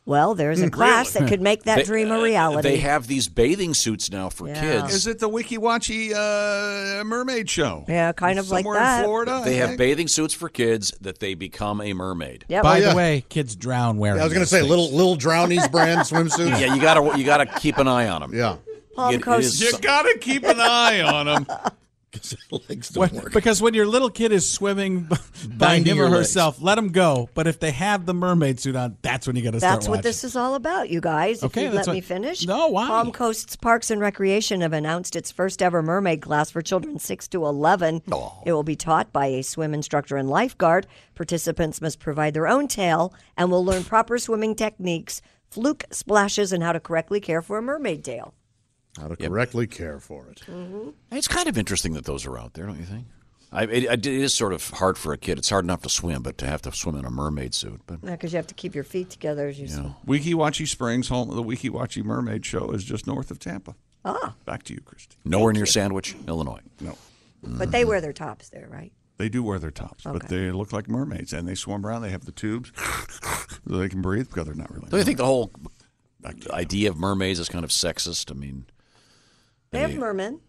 [SPEAKER 7] Well, there's a class that could make that
[SPEAKER 9] They-
[SPEAKER 7] dream a
[SPEAKER 9] uh,
[SPEAKER 7] reality.
[SPEAKER 9] They have these bathing suits now for kids.
[SPEAKER 6] Is it the Wiki Watchy uh, mermaid show?
[SPEAKER 7] Yeah, kind of like
[SPEAKER 6] Somewhere in
[SPEAKER 7] that.
[SPEAKER 6] Florida, I
[SPEAKER 9] They have
[SPEAKER 6] think.
[SPEAKER 9] bathing suits for kids that they become a mermaid.
[SPEAKER 7] Yeah,
[SPEAKER 14] By
[SPEAKER 7] well, yeah.
[SPEAKER 14] the way, kids drown wearing.
[SPEAKER 8] Oh, I was gonna
[SPEAKER 14] those
[SPEAKER 8] say
[SPEAKER 14] things.
[SPEAKER 8] little little Drownies brand swimsuits.
[SPEAKER 9] Yeah, you gotta you gotta keep an eye on them.
[SPEAKER 8] Yeah.
[SPEAKER 7] Palm Coast.
[SPEAKER 6] You gotta keep an eye on them.
[SPEAKER 3] because legs don't
[SPEAKER 14] What-
[SPEAKER 3] work.
[SPEAKER 14] because when your little kid is swimming b- by
[SPEAKER 3] Bind to
[SPEAKER 14] him
[SPEAKER 3] your
[SPEAKER 14] or
[SPEAKER 3] legs.
[SPEAKER 14] herself, let him go. But if they have the mermaid suit on, that's when you got to start
[SPEAKER 7] That's what this is all about, you guys.
[SPEAKER 14] Okay,
[SPEAKER 7] if you
[SPEAKER 14] that's
[SPEAKER 7] let
[SPEAKER 14] what-
[SPEAKER 7] me finish. No, why? Palm Coast's Parks and Recreation have announced its first ever mermaid class for children 6 to 11. It will be taught by a swim instructor and lifeguard. Participants must provide their own tail and will learn proper swimming techniques, fluke splashes, and how to correctly care for a mermaid tail.
[SPEAKER 8] How to correctly care for it.
[SPEAKER 7] Mm-hmm.
[SPEAKER 9] It's kind of interesting that those are out there, don't you think? I, it, it is sort of hard for a kid. It's hard enough to swim, but to have to swim in a mermaid suit. But
[SPEAKER 7] Because you have to keep your feet together as you swim.
[SPEAKER 6] Weekiwachi Springs, home of the Weekiwachi Mermaid Show, is just north of Tampa.
[SPEAKER 7] Ah.
[SPEAKER 6] Back to you, Christy.
[SPEAKER 9] nowhere near Sandwich, Illinois.
[SPEAKER 6] No.
[SPEAKER 7] But they wear their tops there, right?
[SPEAKER 6] They do wear their tops, but they look like mermaids, and they swim around. They have the tubes, so they can breathe because they're not really.
[SPEAKER 9] Don't you think the whole idea of mermaids is kind of sexist? I mean,
[SPEAKER 7] They have mermen.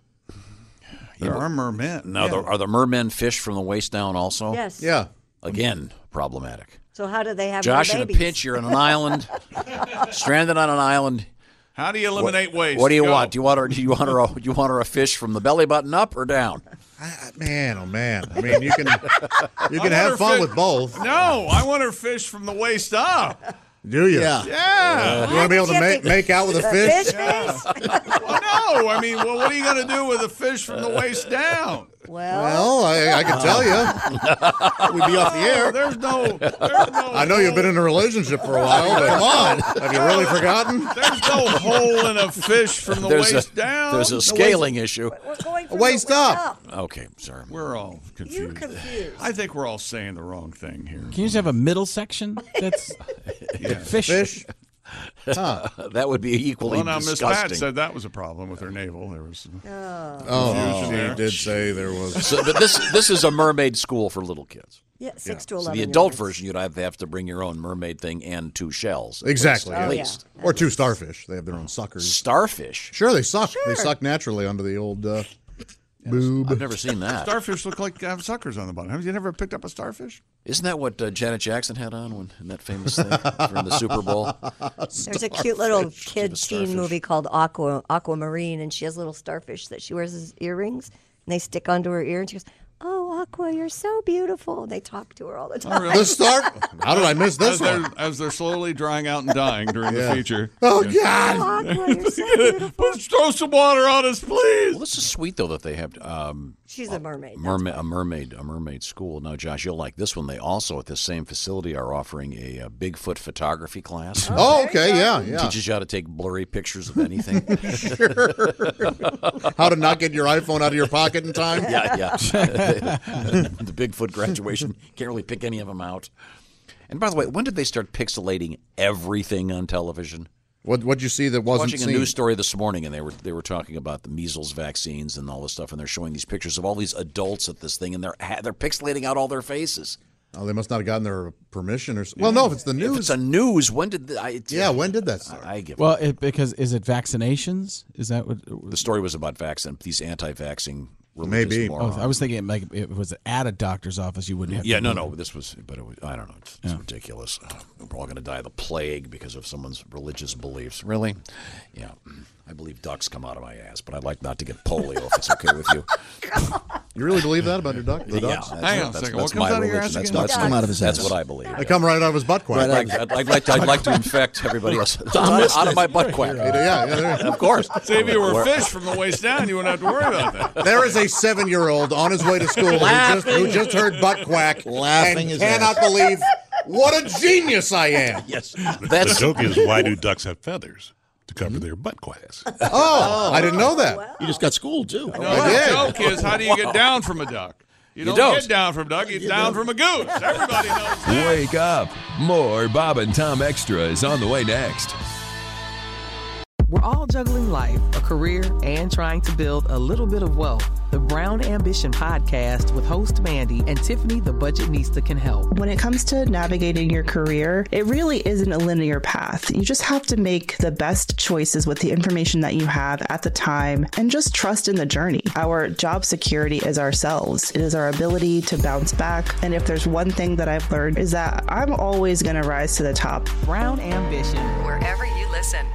[SPEAKER 6] There are mermen.
[SPEAKER 9] Now,
[SPEAKER 6] Yeah.
[SPEAKER 9] there- are the mermen fish from the waist down also?
[SPEAKER 7] Yes. Yeah.
[SPEAKER 9] Again, problematic.
[SPEAKER 7] So how do they have
[SPEAKER 9] Josh,
[SPEAKER 7] their
[SPEAKER 9] in a
[SPEAKER 7] babies?
[SPEAKER 9] pinch, you're on an island, stranded on an island.
[SPEAKER 6] How do you eliminate
[SPEAKER 9] what,
[SPEAKER 6] waste?
[SPEAKER 9] What do you
[SPEAKER 6] Go.
[SPEAKER 9] want? Do you want her? Do you want her? A, do you want her a fish from the belly button up or down?
[SPEAKER 8] Man, oh man. I mean, you can you can
[SPEAKER 6] I wonder
[SPEAKER 8] have fun
[SPEAKER 6] if it-
[SPEAKER 8] with both.
[SPEAKER 6] No, I want her fish from the waist up.
[SPEAKER 8] Do you? Uh,
[SPEAKER 6] Yeah. Yeah.
[SPEAKER 8] You want to be able to make, make out with a fish?
[SPEAKER 6] Well, no, I mean, well, what are you going to do with a fish from the waist down?
[SPEAKER 8] Well, I, I can tell you. We'd be off the air.
[SPEAKER 6] Oh, There's no.
[SPEAKER 8] I know you've been in a relationship for a while, but
[SPEAKER 6] Come
[SPEAKER 8] come
[SPEAKER 6] on.
[SPEAKER 8] on. Have you really forgotten?
[SPEAKER 6] There's no hole in a fish from the
[SPEAKER 9] There's a-
[SPEAKER 6] waist down.
[SPEAKER 9] there's a scaling issue.
[SPEAKER 8] Waist up.
[SPEAKER 9] Okay, sorry.
[SPEAKER 6] We're all confused. You're confused. I think we're all saying the wrong thing here.
[SPEAKER 14] Can you just have a middle section? That's fish.
[SPEAKER 9] that would be equally
[SPEAKER 6] well, now, Miss
[SPEAKER 9] disgusting.
[SPEAKER 6] Pat said that was a problem with her navel. There was some
[SPEAKER 8] Oh,
[SPEAKER 6] confusion
[SPEAKER 8] she
[SPEAKER 6] there.
[SPEAKER 8] did say there was.
[SPEAKER 9] So, but this this is a mermaid school for little kids.
[SPEAKER 7] Yeah, six to
[SPEAKER 9] So
[SPEAKER 7] eleven.
[SPEAKER 9] the adult version, you'd have to have to bring your own mermaid thing and two shells. at
[SPEAKER 8] Exactly.
[SPEAKER 9] least- At
[SPEAKER 7] Oh,
[SPEAKER 8] yeah.
[SPEAKER 9] least.
[SPEAKER 8] Or two starfish. They have their own suckers.
[SPEAKER 9] Starfish?
[SPEAKER 8] Sure, they suck. They suck naturally under the old uh, boob.
[SPEAKER 9] I've never seen that.
[SPEAKER 6] Starfish look like they have suckers on the bottom. Have you never picked up a starfish?
[SPEAKER 9] Isn't that what uh, Janet Jackson had on when in that famous thing during the Super Bowl?
[SPEAKER 7] There's a cute little kid teen movie called Aqua Aquamarine, and she has little starfish that she wears as earrings, and they stick onto her ear, and she goes, "Oh, Aqua, you're so beautiful." And they talk to her all the time.
[SPEAKER 8] The star- How did I miss this
[SPEAKER 6] as they're,
[SPEAKER 8] one?
[SPEAKER 6] As they're slowly drying out and dying during
[SPEAKER 8] Yeah.
[SPEAKER 6] the feature.
[SPEAKER 8] Oh,
[SPEAKER 6] Yeah.
[SPEAKER 8] God.
[SPEAKER 6] Let's throw some water on us, please.
[SPEAKER 9] Well, this is sweet though that they have um,
[SPEAKER 7] She's a mermaid.
[SPEAKER 9] mermaid, a mermaid, a mermaid school. Now, Josh, you'll like this one. They also at this same facility are offering a, uh Bigfoot photography class.
[SPEAKER 8] Oh, okay, yeah, yeah.
[SPEAKER 9] Teaches you how to take blurry pictures of anything.
[SPEAKER 8] How to not get your iPhone out of your pocket in time?
[SPEAKER 9] Yeah, yeah. the Bigfoot graduation can't really pick any of them out. And by the way, when did they start pixelating everything on television?
[SPEAKER 8] What What'd you see that wasn't
[SPEAKER 9] watching a
[SPEAKER 8] seen?
[SPEAKER 9] news story this morning, and they were they were talking about the measles vaccines and all this stuff, and they're showing these pictures of all these adults at this thing, and they're ha- they're pixelating out all their faces.
[SPEAKER 8] Oh, they must not have gotten their permission or something. Well, no, if it's the news.
[SPEAKER 9] it's a news. When did the, I,
[SPEAKER 8] yeah? When did that start?
[SPEAKER 9] I, give.
[SPEAKER 14] Well, it, because is it vaccinations? Is that what?
[SPEAKER 9] the story was about vaccine these anti-vaccine religious
[SPEAKER 8] Maybe.
[SPEAKER 14] Oh,
[SPEAKER 9] morons.
[SPEAKER 14] I was thinking like it was at a doctor's office. You wouldn't have.
[SPEAKER 9] yeah,
[SPEAKER 14] to
[SPEAKER 9] no,
[SPEAKER 14] go.
[SPEAKER 9] no. This was, but it was, I don't know. It's, it's ridiculous. We're all going to die of the plague because of someone's religious beliefs. Really? Yeah. I believe ducks come out of my ass, but I'd like not to get polio if it's okay with you.
[SPEAKER 8] You really believe that about your duck? The
[SPEAKER 9] Yeah,
[SPEAKER 8] ducks?
[SPEAKER 9] that's- Hang on a that's- second. What that's comes my out of your religion. ass That's- again? that's- Ducks come out of his that's ass. what I believe,
[SPEAKER 8] They
[SPEAKER 9] yeah.
[SPEAKER 8] come right out of his butt quack.
[SPEAKER 9] I'd, like, I'd, I'd like to, I'd like to infect everybody else. out, of my butt quack.
[SPEAKER 8] Yeah, yeah, there-
[SPEAKER 9] of course.
[SPEAKER 6] See, if you were a fish from the waist down, you wouldn't have to worry about that.
[SPEAKER 8] There is a seven-year-old on his way to school who, just, who
[SPEAKER 6] Laughing.
[SPEAKER 8] just heard butt quack
[SPEAKER 3] Laughing
[SPEAKER 8] and
[SPEAKER 3] his
[SPEAKER 8] cannot
[SPEAKER 3] ass.
[SPEAKER 8] believe what a genius I am.
[SPEAKER 9] Yes,
[SPEAKER 2] the joke is why do ducks have feathers to
[SPEAKER 3] Mm-hmm.
[SPEAKER 2] cover their butt quacks?
[SPEAKER 8] Oh, I didn't know that.
[SPEAKER 3] You just got schooled too.
[SPEAKER 6] No, the joke is how do you get down from a duck? You
[SPEAKER 3] You
[SPEAKER 6] don't,
[SPEAKER 3] don't.
[SPEAKER 6] get down from a duck. You get down from a goose. Everybody knows.
[SPEAKER 12] Wake up. More Bob and Tom Extra is on the way next.
[SPEAKER 1] We're all juggling life, a career, and trying to build a little bit of wealth. The Brown Ambition podcast with host Mandy and Tiffany the Budget Nista can help.
[SPEAKER 21] When it comes to navigating your career, it really isn't a linear path. You just have to make the best choices with the information that you have at the time and just trust in the journey. Our job security is ourselves, it is our ability to bounce back. And if there's one thing that I've learned, is that I'm always going to rise to the top.
[SPEAKER 1] Brown Ambition,
[SPEAKER 21] wherever
[SPEAKER 1] you listen.